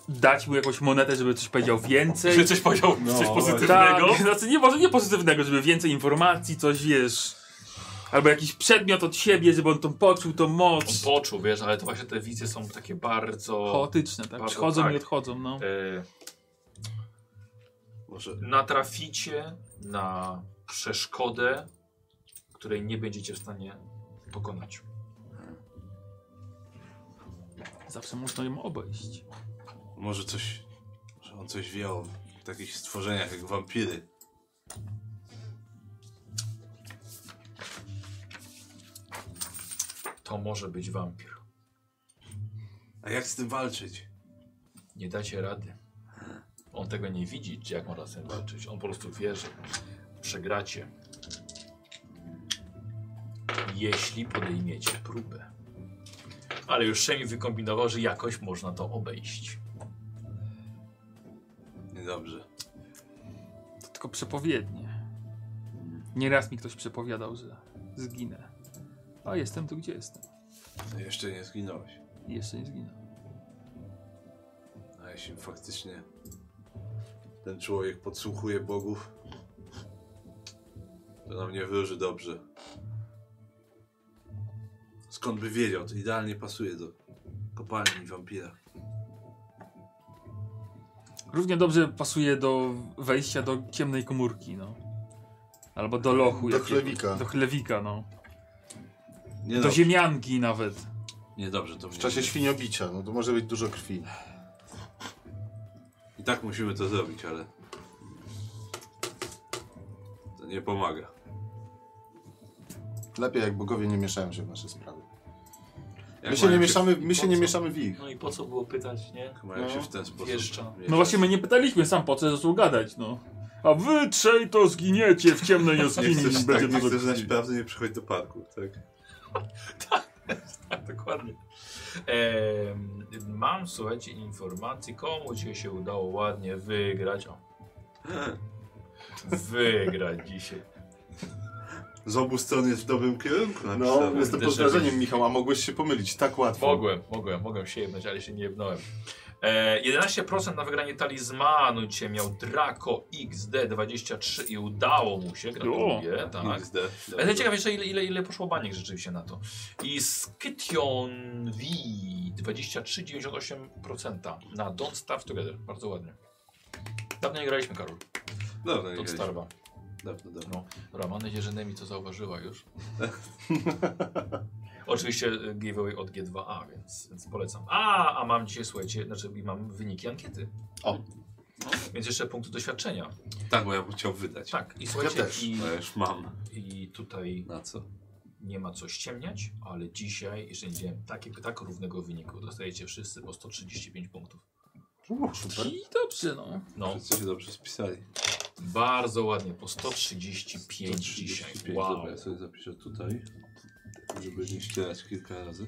E: dać mu jakąś monetę, żeby coś powiedział więcej?
F: Że coś powiedział,
E: No.
F: coś pozytywnego.
E: Tak, znaczy nie, może nie pozytywnego, żeby więcej informacji, coś wiesz. Albo jakiś przedmiot od siebie, żeby on to poczuł, tą
F: On
E: moc.
F: poczuł, wiesz, ale to właśnie te wizje są takie bardzo
E: Chaotyczne, tak?
F: Bardzo
E: Przychodzą
F: tak.
E: i odchodzą, no.
F: yy,
C: Może
F: natraficie na przeszkodę, której nie będziecie w stanie pokonać.
E: Zawsze można ją obejść.
C: Może coś. Może on coś wie o takich stworzeniach jak wampiry.
A: To może być wampir.
C: A jak z tym walczyć?
A: Nie dacie rady. On tego nie widzi, jak można z tym walczyć. On po prostu wie, że przegracie. Jeśli podejmiecie próbę. Ale już Szemi wykombinował, że jakoś można to obejść.
C: Niedobrze.
E: To tylko przepowiednie. Nieraz mi ktoś przepowiadał, że zginę. A jestem tu, gdzie jestem.
C: No Jeszcze nie zginąłeś.
E: I jeszcze nie zginę.
C: A No jeśli faktycznie ten człowiek podsłuchuje bogów, to nam nie wróży dobrze. Skąd by wiedział? To idealnie pasuje do kopalni wampira.
E: Równie dobrze pasuje do wejścia do ciemnej komórki, no. Albo do lochu.
B: Do
E: jakiego-
B: chlewika.
E: Do chlewika, no.
C: Nie
E: Do
C: dobrze,
E: ziemianki nawet.
C: nie dobrze to
B: W czasie świniobicia, no to może być dużo krwi.
C: I tak musimy to zrobić, ale to nie pomaga.
B: Lepiej jak bogowie nie mieszają się w nasze sprawy.
C: Jak
B: my się nie
C: mają
B: mieszamy, my
A: po
B: się nie
A: co?
B: mieszamy w ich.
A: No i po co było pytać, nie?
C: Mają
B: No.
C: się w ten sposób.
A: Wieszcza.
C: mieszać.
E: No właśnie my nie pytaliśmy, sam po co ze sobą gadać, no. A wy trzej to zginiecie w ciemnej
C: Nie
E: jaskini.
C: chcesz, tak,
E: Będziemy
C: nie chcesz
E: do-
C: znać prawdy, nie przychodź do parku, tak?
A: Tak, dokładnie. Em, mam, słuchajcie, informacji, komu ci się udało ładnie wygrać. O. Wygrać dzisiaj.
C: Z obu stron jest w dobrym kierunku
A: Tak
B: No,
C: napisane.
B: jestem pod wrażeniem, Michał, a mogłeś się pomylić tak łatwo.
A: (laughs) Mogłem, mogłem, mogłem się jebnąć, ale się nie jebnąłem. E, 11% na wygranie talizmanu cię miał Draco XD23 i udało mu się, gratuluję. tak.
C: XD.
A: Ale jestem ciekaw jeszcze ile, ile, ile poszło baniek rzeczywiście na to. I Skytion V 23,98% na Don't Starve Together. Bardzo ładnie. Dawno nie graliśmy, Karol.
C: Dobra, nie
A: Don't
C: graliśmy.
A: Starve'a.
C: Dobra, dobra.
A: No. Dobra, mam nadzieję, że Nemi to zauważyła już. Oczywiście y, giveaway od G2A, więc, więc polecam. A, a mam dzisiaj, słuchajcie, znaczy i mam wyniki ankiety.
B: O.
A: No, Więc jeszcze punkty doświadczenia.
C: Tak, bo ja bym chciał wydać.
A: Tak, i słuchajcie,
B: też.
A: i,
C: No już mam.
A: i tutaj
C: Na co? nie
A: nie ma co ściemniać, ale dzisiaj, jeżeli widziałem takie, tak równego wyniku, dostajecie wszyscy po 135 punktów.
B: Uuu, super.
E: I dobrze, no.
A: No,
C: Wszyscy się dobrze spisali.
A: bardzo ładnie, po 135 dzisiaj.
C: 135,
A: Wow.
C: dobra, ja sobie zapiszę tutaj. Żeby nie ścierać kilka razy.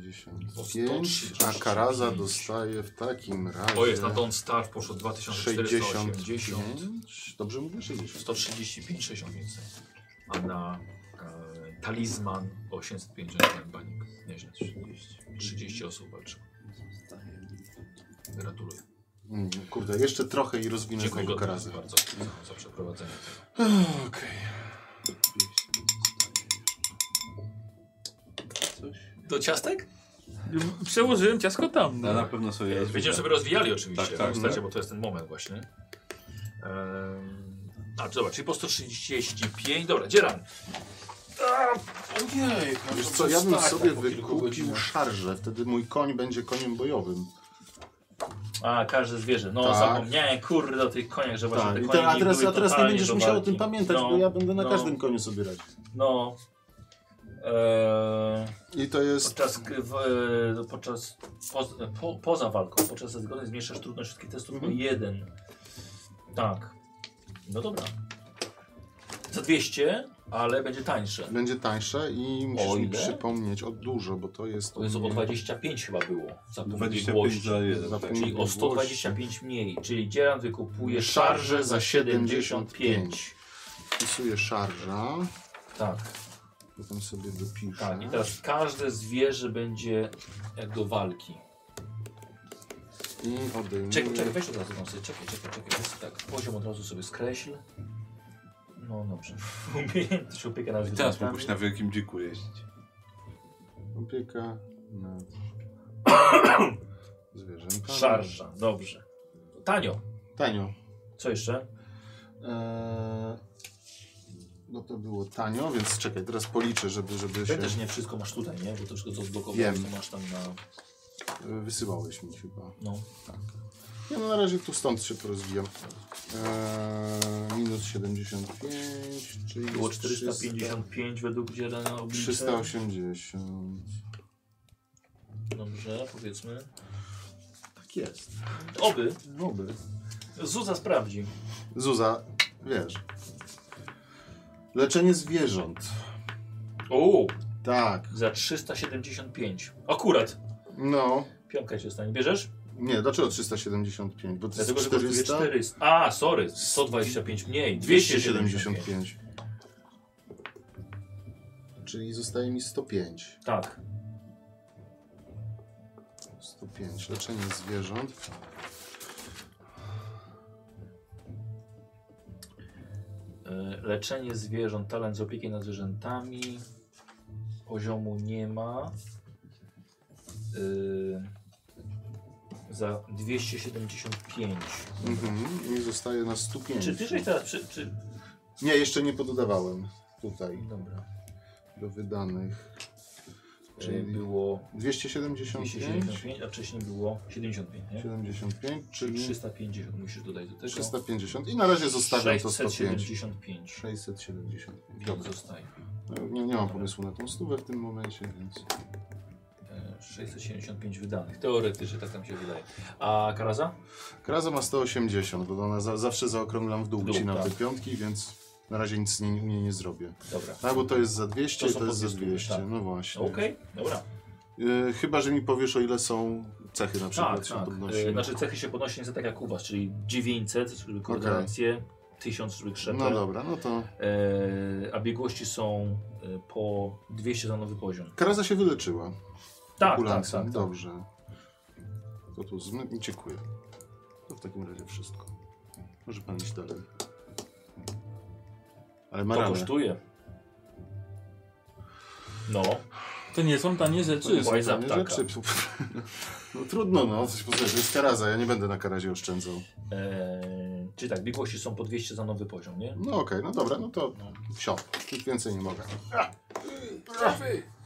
B: 455, a Karaza dostaje w takim razie...
A: To jest na Don't Starve poszło 2480.
B: 65, dobrze mówię? 60.
A: 135, 60 więcej. A na e, talizman 850 banik. Nieźle. 30 osób walczyło. Gratuluję.
B: Mm, Kurde, jeszcze trochę i rozwinę
A: Dziękuję
B: tego Karazę.
A: bardzo za przeprowadzenie tego.
B: Okej.
A: Do ciastek?
E: Przełożyłem ciasko tam,
C: Ja na
E: no.
C: pewno sobie rozwinę.
A: Będziemy sobie rozwijali oczywiście,
J: no,
C: Tak,
A: tak,
C: tak.
A: tak, bo to jest ten moment właśnie. Ehm, a, czy dobra, czyli po 135, dobra, dzieran.
B: Ojej, Wiesz co, ja bym sobie wykupił szarżę, wtedy mój koń będzie koniem bojowym.
J: A, każde zwierzę. No,
B: Tak.
J: zapomniałem, kurde, o tych koniach, że właśnie
B: Tak,
J: te
B: i
J: konie
B: te, a
J: nie
B: teraz,
J: były
B: a teraz nie
J: totalnie
B: będziesz
J: do
B: musiał o
J: walki.
B: tym pamiętać,
J: No,
B: bo ja będę na
J: no,
B: każdym koniu sobie radził.
J: No. Eee,
B: I to jest...
J: podczas, k- w, e, podczas po, po, poza walką, podczas zgody zmniejszasz trudność wszystkich testów
B: Mhm.
J: o jeden. Tak. No dobra. Za 200, ale będzie tańsze.
B: Będzie tańsze i musisz mi
J: ile?
B: przypomnieć o dużo, bo to jest...
J: To jest o 25 chyba było. Za punkt
C: 25
J: biegłości.
C: za jeden. tak.
B: Zapomnij
J: Czyli o
B: biegłości.
J: 125 mniej. Czyli Dzieran wykupuje
B: Szarże
J: szarże
B: za
J: za
B: 75.
J: 75.
B: Wpisuję szarża,
J: Tak,
B: potem sobie wypiszę.
J: tak. I teraz każde zwierzę będzie jak do walki.
B: I odejmuję...
J: Czekaj, czekaj, weź od razu tą sobie. Czekaj, czekaj, czekaj. Jest tak, poziom od razu sobie skreśl. No dobrze. (laughs) Umiejętność opieka nad
C: I teraz
J: zwierzętami.
C: mógłbyś na wielkim dziku jeździć.
B: Opieka
J: (coughs)
B: nad zwierzętami.
J: Szarża, dobrze. Tanio,
B: Tanio.
J: co jeszcze?
B: Eee, no to było tanio, więc czekaj, teraz policzę, żeby, żeby
J: Ty
B: się...
J: też nie wszystko masz tutaj, nie? Bo to wszystko co zblokowałeś,
B: Wiem.
J: to masz tam na...
B: E, Wysyłałeś mi chyba.
A: No.
B: Tak. Ja no na razie tu stąd się porozwijam. E, minus 75, czyli
A: Było
B: jest 300,
A: 455 według dziela na oblicze.
B: 380.
A: Dobrze, powiedzmy.
B: Tak jest.
A: Oby.
B: Oby.
A: Zuza sprawdzi.
B: Zuza, wiesz. Leczenie zwierząt.
A: O,
B: Tak.
A: za 375. Akurat.
B: No.
A: Piątka się stanie. Bierzesz?
B: Nie, dlaczego 375? Bo to jest
A: Dlatego, że
B: 400,
A: kosztuje 400. A, sorry, 125 mniej. 275.
B: 275. Czyli zostaje mi 105.
A: Tak.
B: 105. Leczenie zwierząt.
A: E, Leczenie zwierząt, talent z opieki nad zwierzętami. Poziomu nie ma. E, za 275.
B: Mhm. I zostaje na 105.
S: Czy ty żeś teraz przy, czy
B: Nie, jeszcze nie pododawałem. Tutaj
A: tak- Dobra.
B: do wydanych.
A: Czyli
B: Czyli
A: było
B: 275.
A: 275, a wcześniej było 75, nie?
B: 75, czyli
A: 350 musisz dodać do tego.
B: 350 i na razie zostawiam to 105.
A: 675.
B: 675.
A: Dobrze, zostaje.
B: No, Nie, nie mam pomysłu na tą stówę w tym momencie, więc...
A: E, 675 wydanych. Teoretycznie tak tam się wydaje. A Karaza?
B: Kraza ma 180, bo ona za, zawsze zaokrąglam w dół,
A: W dół,
B: na te
A: tak.
B: piątki, więc na razie nic nie, nie, nie zrobię.
A: Dobra.
B: Tak, bo to jest za 200
A: To
B: to,
A: są
B: to jest za
A: podwyżki,
B: 200,
A: tak.
B: no właśnie.
A: Okej, dobra.
B: Y, chyba, że mi powiesz, o ile są cechy na przykład
A: Tak,
B: się
A: tak.
B: podnosi.
A: E, Znaczy cechy się podnosi nie tak jak u was, czyli 900, czyli koordynację, 1000, czyli krzepę.
B: no dobra, no to...
A: E, a biegłości są e, po 200 za nowy poziom.
B: Kraza się wyleczyła.
A: Tak,
B: ambulansem.
A: tak, tak, tak.
B: Dobrze. To tu zmy... i Dziękuję. To w takim razie wszystko. Może pan iść dalej. Ale ma
A: To
B: ranę.
A: kosztuje. No,
E: To nie są tanie
B: To No nie
E: rzeczy.
B: są
A: Łajza
B: tanie
A: ptaka.
B: rzeczy.
E: (laughs)
B: No trudno, no. Coś poza- To jest karaza. Ja nie będę na karazie oszczędzał.
A: e, czyli tak, biegłości są po 200 za nowy poziom, nie?
B: No okej, no dobra, no to wsio. Nic więcej nie mogę.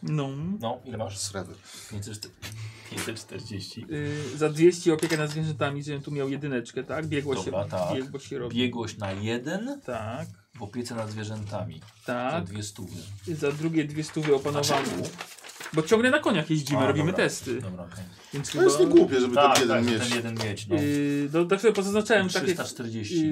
E: No.
A: No, ile masz?
B: Srewy.
A: 540.
E: Y, za 200 opiekę nad zwierzętami, żebym tu miał jedyneczkę, tak? Biegło się,
A: Dobra, tak.
E: biegło się robi.
A: Biegłość na jeden
E: tak,
A: w opiece nad zwierzętami. Za
E: tak.
A: dwie stówy.
E: I Za drugie dwie stówy
A: A
E: opanowane.
A: czemu?
E: Bo ciągle na koniach jeździmy,
A: A,
E: robimy
A: dobra. No.
E: testy.
A: Dobra, okej.
E: Więc
B: To jest niegłupie, żeby
A: Tak,
B: ten jeden
A: tak,
B: mieć.
A: ten jeden mieć, no.
E: Yy, no tak sobie pozaznaczałem takie
A: 340.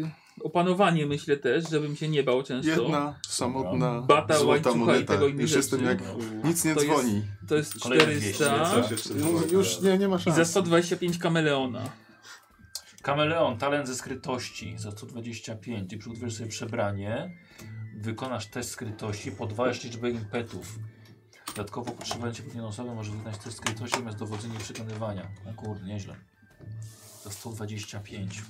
E: yy, opanowanie myślę też, żebym się nie bał często.
B: Jedna, samotna,
E: Bata,
B: złota
E: łańcucha i
B: moneta.
E: tego innych
B: Już jestem jak...
E: rzeczy. no.
B: Nic nie
E: To jest-
B: dzwoni.
E: To jest
A: Kolejne 200,
E: 400
C: się wtedy
B: No, Już nie, nie ma
E: i
B: szans.
E: za 125 kameleona.
A: Kameleon, talent ze skrytości za 125. Ty przygotujesz sobie przebranie, wykonasz test skrytości, podwajasz liczbę impetów. Dodatkowo potrzebujący pewnej osoby może wykonać test skrytości, natomiast dowodzenie i przekonywania. No kurde, nieźle. Za 125.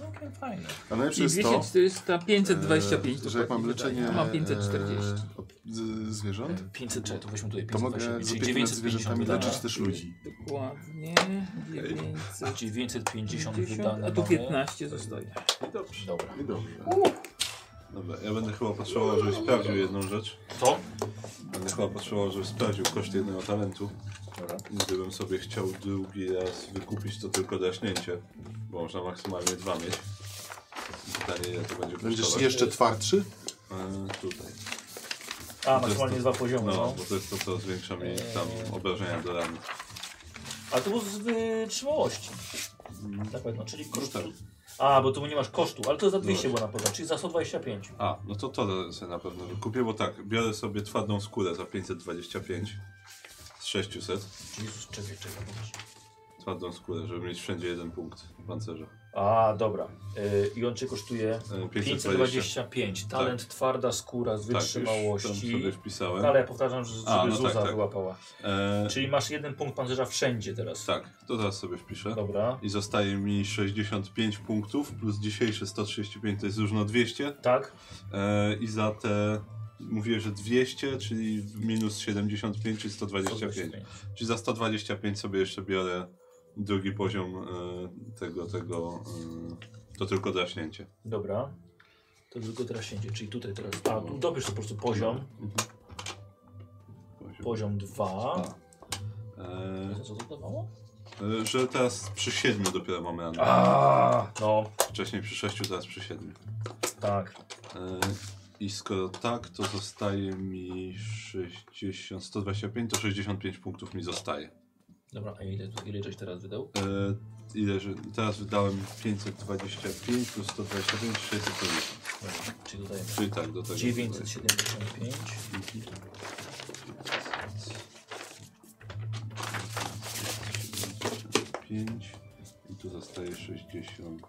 A: Całkiem fajne.
B: A najlepsze
E: I
B: jest to,
E: 200, 525
B: e, że jak mam
E: dokładnie
B: leczenie
E: wydaje. Ja mam 540.
B: e, od- z- zwierząt,
A: 500, czekaj, to weźmy tutaj
B: to mogę
A: 520,
B: z
A: czyli
B: opieką nad
A: 950
E: tak.
B: zwierzętami
A: wydane.
B: leczyć też ludzi.
E: Dokładnie. 900.
A: Czyli 950
E: 50,
A: wydane
E: a tu
A: mamy.
E: 15 zostaje.
A: Dobra.
B: I dobrze.
C: Dobra, ja będę chyba potrzebował, żebyś sprawdził jedną rzecz.
A: To?
C: Będę chyba potrzebował, żebyś sprawdził koszt jednego talentu. Gdybym sobie chciał drugi raz wykupić, to tylko draśnięcie, bo można maksymalnie dwa mieć. Pytanie, ile to będzie
B: Będziesz
C: kosztować.
B: jeszcze twardszy?
C: E, Tutaj.
S: A, maksymalnie dwa poziomy, no.
C: No, bo to jest to, co zwiększa mi tam obrażenia do rany.
S: A to było z
A: y,
S: wytrzymałości.
C: Mhm.
S: Na
A: no,
S: pewno, czyli kosztu.
C: tak.
S: A, bo tu nie masz kosztu, ale to za 200 było na pewno, czyli za 125.
C: A, no to to sobie na pewno wykupię, bo tak, biorę sobie twardą skórę za 525 z 600.
A: Jezus, czekaj, czekaj, pokaż.
C: Twardą skórę, żeby mieć wszędzie jeden punkt Tak, pancerza.
A: A, dobra. Y, I on cię kosztuje
C: E, 520.
A: 525. Talent twarda skóra z
C: Tak, już tam
A: wytrzymałości.
C: sobie wpisałem.
A: ale ja powtarzam, że żeby
C: A, no
A: Zuza
C: tak, tak.
A: wyłapała.
C: E,
A: Czyli masz jeden punkt pancerza wszędzie teraz.
C: tak, to teraz sobie wpiszę.
A: Dobra.
C: I zostaje mi 65 punktów plus dzisiejsze 135, to jest różno 200.
A: Tak?
C: E, I za te, mówię, że 200, czyli minus 75, czyli 125. Czyli za 125 sobie jeszcze biorę drugi poziom e, tego, tego, e, to tylko draśnięcie.
A: Dobra. To tylko teraz siędzie, czyli tutaj teraz. A, tu dopisz po prostu poziom.
C: Poziom.
A: Poziom 2.
C: Eee,
A: Co to dawało?
C: e, że teraz przy siedmiu dopiero mamy Anna.
A: A, no,
C: Wcześniej przy sześciu, teraz przy siedmiu.
A: tak.
C: E, I skoro tak, to zostaje mi 60, 125, to 65 punktów mi zostaje.
A: Dobra, a ile, ile żeś teraz wydał?
C: E, ile, że teraz wydałem 525 plus 125, 650.
A: Dobra, czyli dodajemy
C: Czyli tak, do tego.
A: 975.
C: pięć i tu zostaje 60. 60.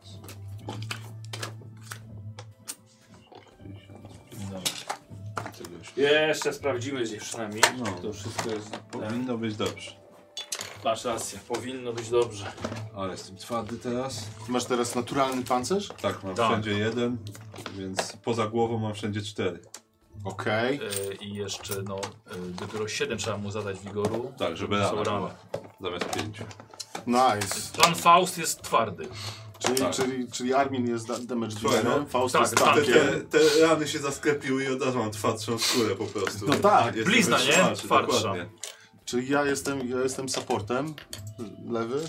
A: Dobra.
C: Tego już.
T: Jeszcze sprawdzimy gdzieś przynajmniej.
C: No.
T: To wszystko jest. Tak.
C: Powinno być dobrze.
T: Masz rację, powinno być dobrze.
C: Ale jestem twardy teraz.
B: Masz teraz naturalny pancerz?
C: Tak, mam
A: Tak.
C: wszędzie jeden, więc poza głową mam wszędzie cztery.
B: Okej.
A: E, I jeszcze, no, e, dopiero 7 trzeba mu zadać wigoru.
C: Tak, żeby
A: Są
C: rana
A: rany.
C: była. Zamiast pięciu.
B: Nice.
A: Pan Faust jest twardy.
B: Czyli,
C: Tak.
B: czyli, czyli Armin jest da- damage
C: Słuchaj,
B: dealerem,
C: no.
B: Faust
A: Tak,
B: jest
A: tak,
C: Te,
B: tankiem.
C: te, te rany się zasklepiły i od razu mam twardszą skórę po prostu.
B: No tak,
C: Jestem
A: blizna, nie?
C: wytrzymalszy,
A: Twardsza.
C: dokładnie.
B: Czyli ja jestem, ja jestem supportem. Lewy.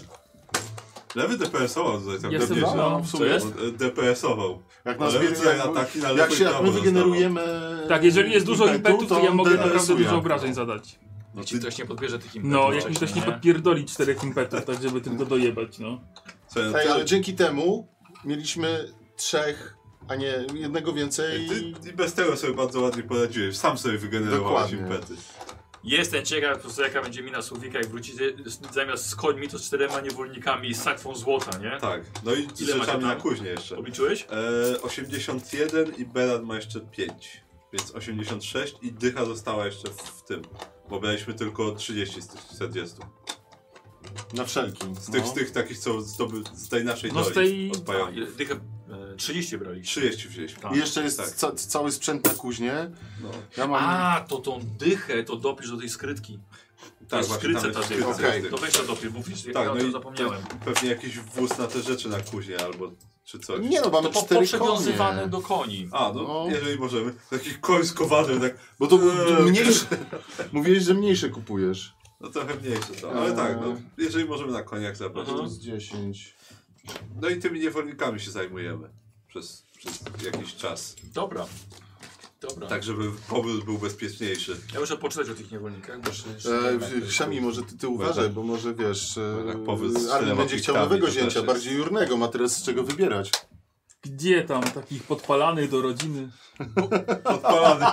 C: Lewy DPS-ował tutaj tak
E: Jestem
C: dobrze.
E: za.
B: w
A: Co jest?
C: On, e, DPS-ował.
B: Jak
C: Ale
B: nas
C: rzucaj
B: bierze,
C: ataki na
B: jak, jak
C: lewo i
B: się, jak
C: prawo
B: my
C: dostawał.
B: wygenerujemy...
E: Tak, jeżeli jest dużo impetów, to ja
B: on
E: mogę
B: DPS-uje.
E: naprawdę dużo obrażeń zadać.
A: No, ci ktoś nie podbierze tych impetów.
E: No, jak mi ktoś
A: wcześniej,
E: nie podpierdoli czterech impetów, tak żeby tylko dojebać, no.
C: Słuchaj, no
B: Ej,
C: ty-
B: ale dzięki temu mieliśmy trzech, a nie jednego więcej.
C: Ty i bez tego sobie bardzo ładnie poradziłeś. Sam sobie wygenerowałeś
B: Dokładnie.
C: impety.
A: Jestem ciekaw, po prostu jaka będzie mina Słowika, jak wrócicie z- zamiast z końmi, to z czterema niewolnikami i z sakwą złota, nie?
C: Tak. No i z
A: Ile macie
C: rzeczami na
A: tam?
C: kuźnię jeszcze.
A: Obliczyłeś?
C: E, 81 i Beran ma jeszcze 5. Więc 86 i dycha została jeszcze w, w tym. Bo braliśmy tylko 30 z tych 40.
B: Na wszelkim.
C: Z tych,
B: no.
C: z tych takich, co zdoby, z tej naszej
E: No z
C: doli,
E: tej-
C: od pająków.
A: Ile- Dycha, e, 30 braliście.
C: 30 wzięliśmy.
A: Tak.
B: I jeszcze jest
C: tak.
B: ca cały sprzęt na kuźnie.
C: No.
B: Ja mam...
A: A, to tą dychę to dopisz do tej skrytki. To jest w
C: tak, właśnie, tam
A: skrytce ta
C: jest
A: dycha.
C: skrytce
B: Okej.
C: z
A: To
C: tych.
A: weź to dopisz, mówisz,
C: Tak,
A: ja o
C: no
A: tym
C: i
A: zapomniałem.
C: Pewnie jakiś wóz na te rzeczy na kuźnię albo czy coś.
B: Nie no, mamy
A: To po, po
B: cztery konie.
A: przewiązywaniu do koni.
C: A, no,
B: No.
C: jeżeli możemy. Taki koń z kowadłem, tak.
B: Bo to
C: Eee.
B: mniejsze... (laughs) Mówiłeś, że mniejsze kupujesz.
C: No trochę mniejsze to, ale tak, no, jeżeli możemy na koniach zabrać.
A: Aha.
C: to-
B: Z 10.
C: No i tymi niewolnikami się zajmujemy przez, przez jakiś czas.
A: Dobra. Dobra.
C: Tak, żeby powrót był bezpieczniejszy.
A: Ja muszę poczytać o tych niewolnikach, bo jeszcze...
B: E, Szami, może ty, ty uważaj, bo może wiesz,
C: tak- Bo tak powóz z
B: e, Armin
C: tylema
B: będzie chciał
C: piktami
B: nowego
C: to też
B: zięcia,
C: jest.
B: bardziej jurnego, ma teraz z czego wybierać.
E: Gdzie tam takich podpalanych do rodziny?
C: Odpalany.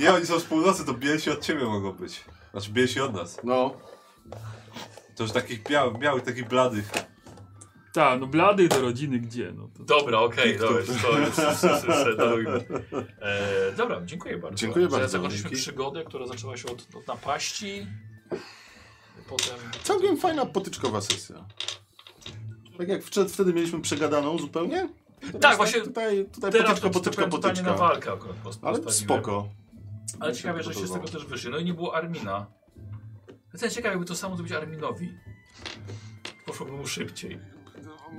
C: Nie, oni są z północy, to bielsi od ciebie mogą być. Znaczy bielsi od nas.
B: No,
C: To już takich białych, białych takich bladych.
E: Tak, no bladych do rodziny gdzie, no to...
A: Dobra, okej, dobra, to jest- darujmy. E, Dobra, dziękuję bardzo.
B: Dziękuję
A: Że
B: bardzo,
A: Zakończyliśmy
B: dzięki.
A: przygodę, która zaczęła się od, od napaści, potem...
B: całkiem fajna potyczkowa sesja. Tak jak wczed- wtedy mieliśmy przegadaną zupełnie?
A: Tak, właśnie
B: Tutaj, tutaj
A: Teraz
B: potyczka,
A: to
B: potyczka,
A: potyczka, pytanie na
B: potyczka.
A: walkę akurat post-
B: Ale
A: postawiłem.
B: spoko.
A: Ale
B: Mi się
A: ciekawe,
B: to
A: że się z tego
B: podobało.
A: też wyszli. No i nie było Armina. Jestem ciekaw, jakby to samo zrobić Arminowi. Poszłoby mu szybciej.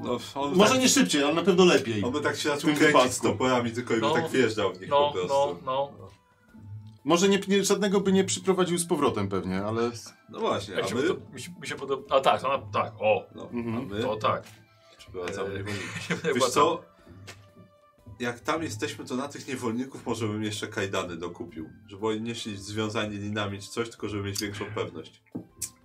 C: No, on
B: Może
C: tak,
B: nie szybciej, ale na pewno lepiej.
C: On by tak się
B: tym
C: zaczął kręcić z
B: wypadku.
C: toporami, tylko i by
A: No.
C: tak wjeżdżał w nich
A: No,
C: po prostu.
A: no,
C: No,
A: no.
B: Może nie, nie, żadnego by nie przyprowadził z powrotem pewnie, ale...
C: No właśnie,
A: Jak
C: a
A: się,
C: my?
A: to, mi, się, mi się podoba. A tak, ona, tak, o,
C: No, a
B: Mhm.
C: my?
A: to tak.
C: Przyprowadzamy
A: Eee,
C: niewolników.
A: (laughs)
C: Wiesz co? Jak tam jesteśmy, to na tych niewolników może bym jeszcze kajdany dokupił. Żeby oni nie szli związani linami czy coś, tylko żeby mieć większą pewność.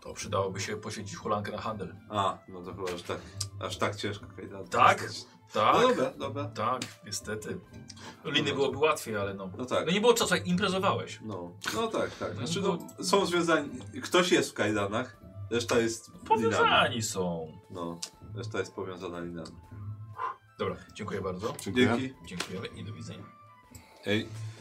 A: To przydałoby się poświęcić hulankę na handel.
C: A, no to chyba aż tak, aż tak ciężko kajdany.
A: Tak?
C: No
A: Tak,
C: dobra, dobra.
A: tak, niestety. No,
C: No,
A: Liny
C: no.
A: byłoby łatwiej, ale no.
C: No tak.
A: No nie było czasu, jak imprezowałeś.
C: No, no tak, tak. Znaczy, no, są związani. Ktoś jest w kajdanach, reszta jest linami.
A: Powiązani są.
C: No, reszta jest powiązana linami.
A: Dobra, dziękuję bardzo.
B: Dziękuję.
C: Dzięki.
A: Dziękujemy i do widzenia.
C: Ej,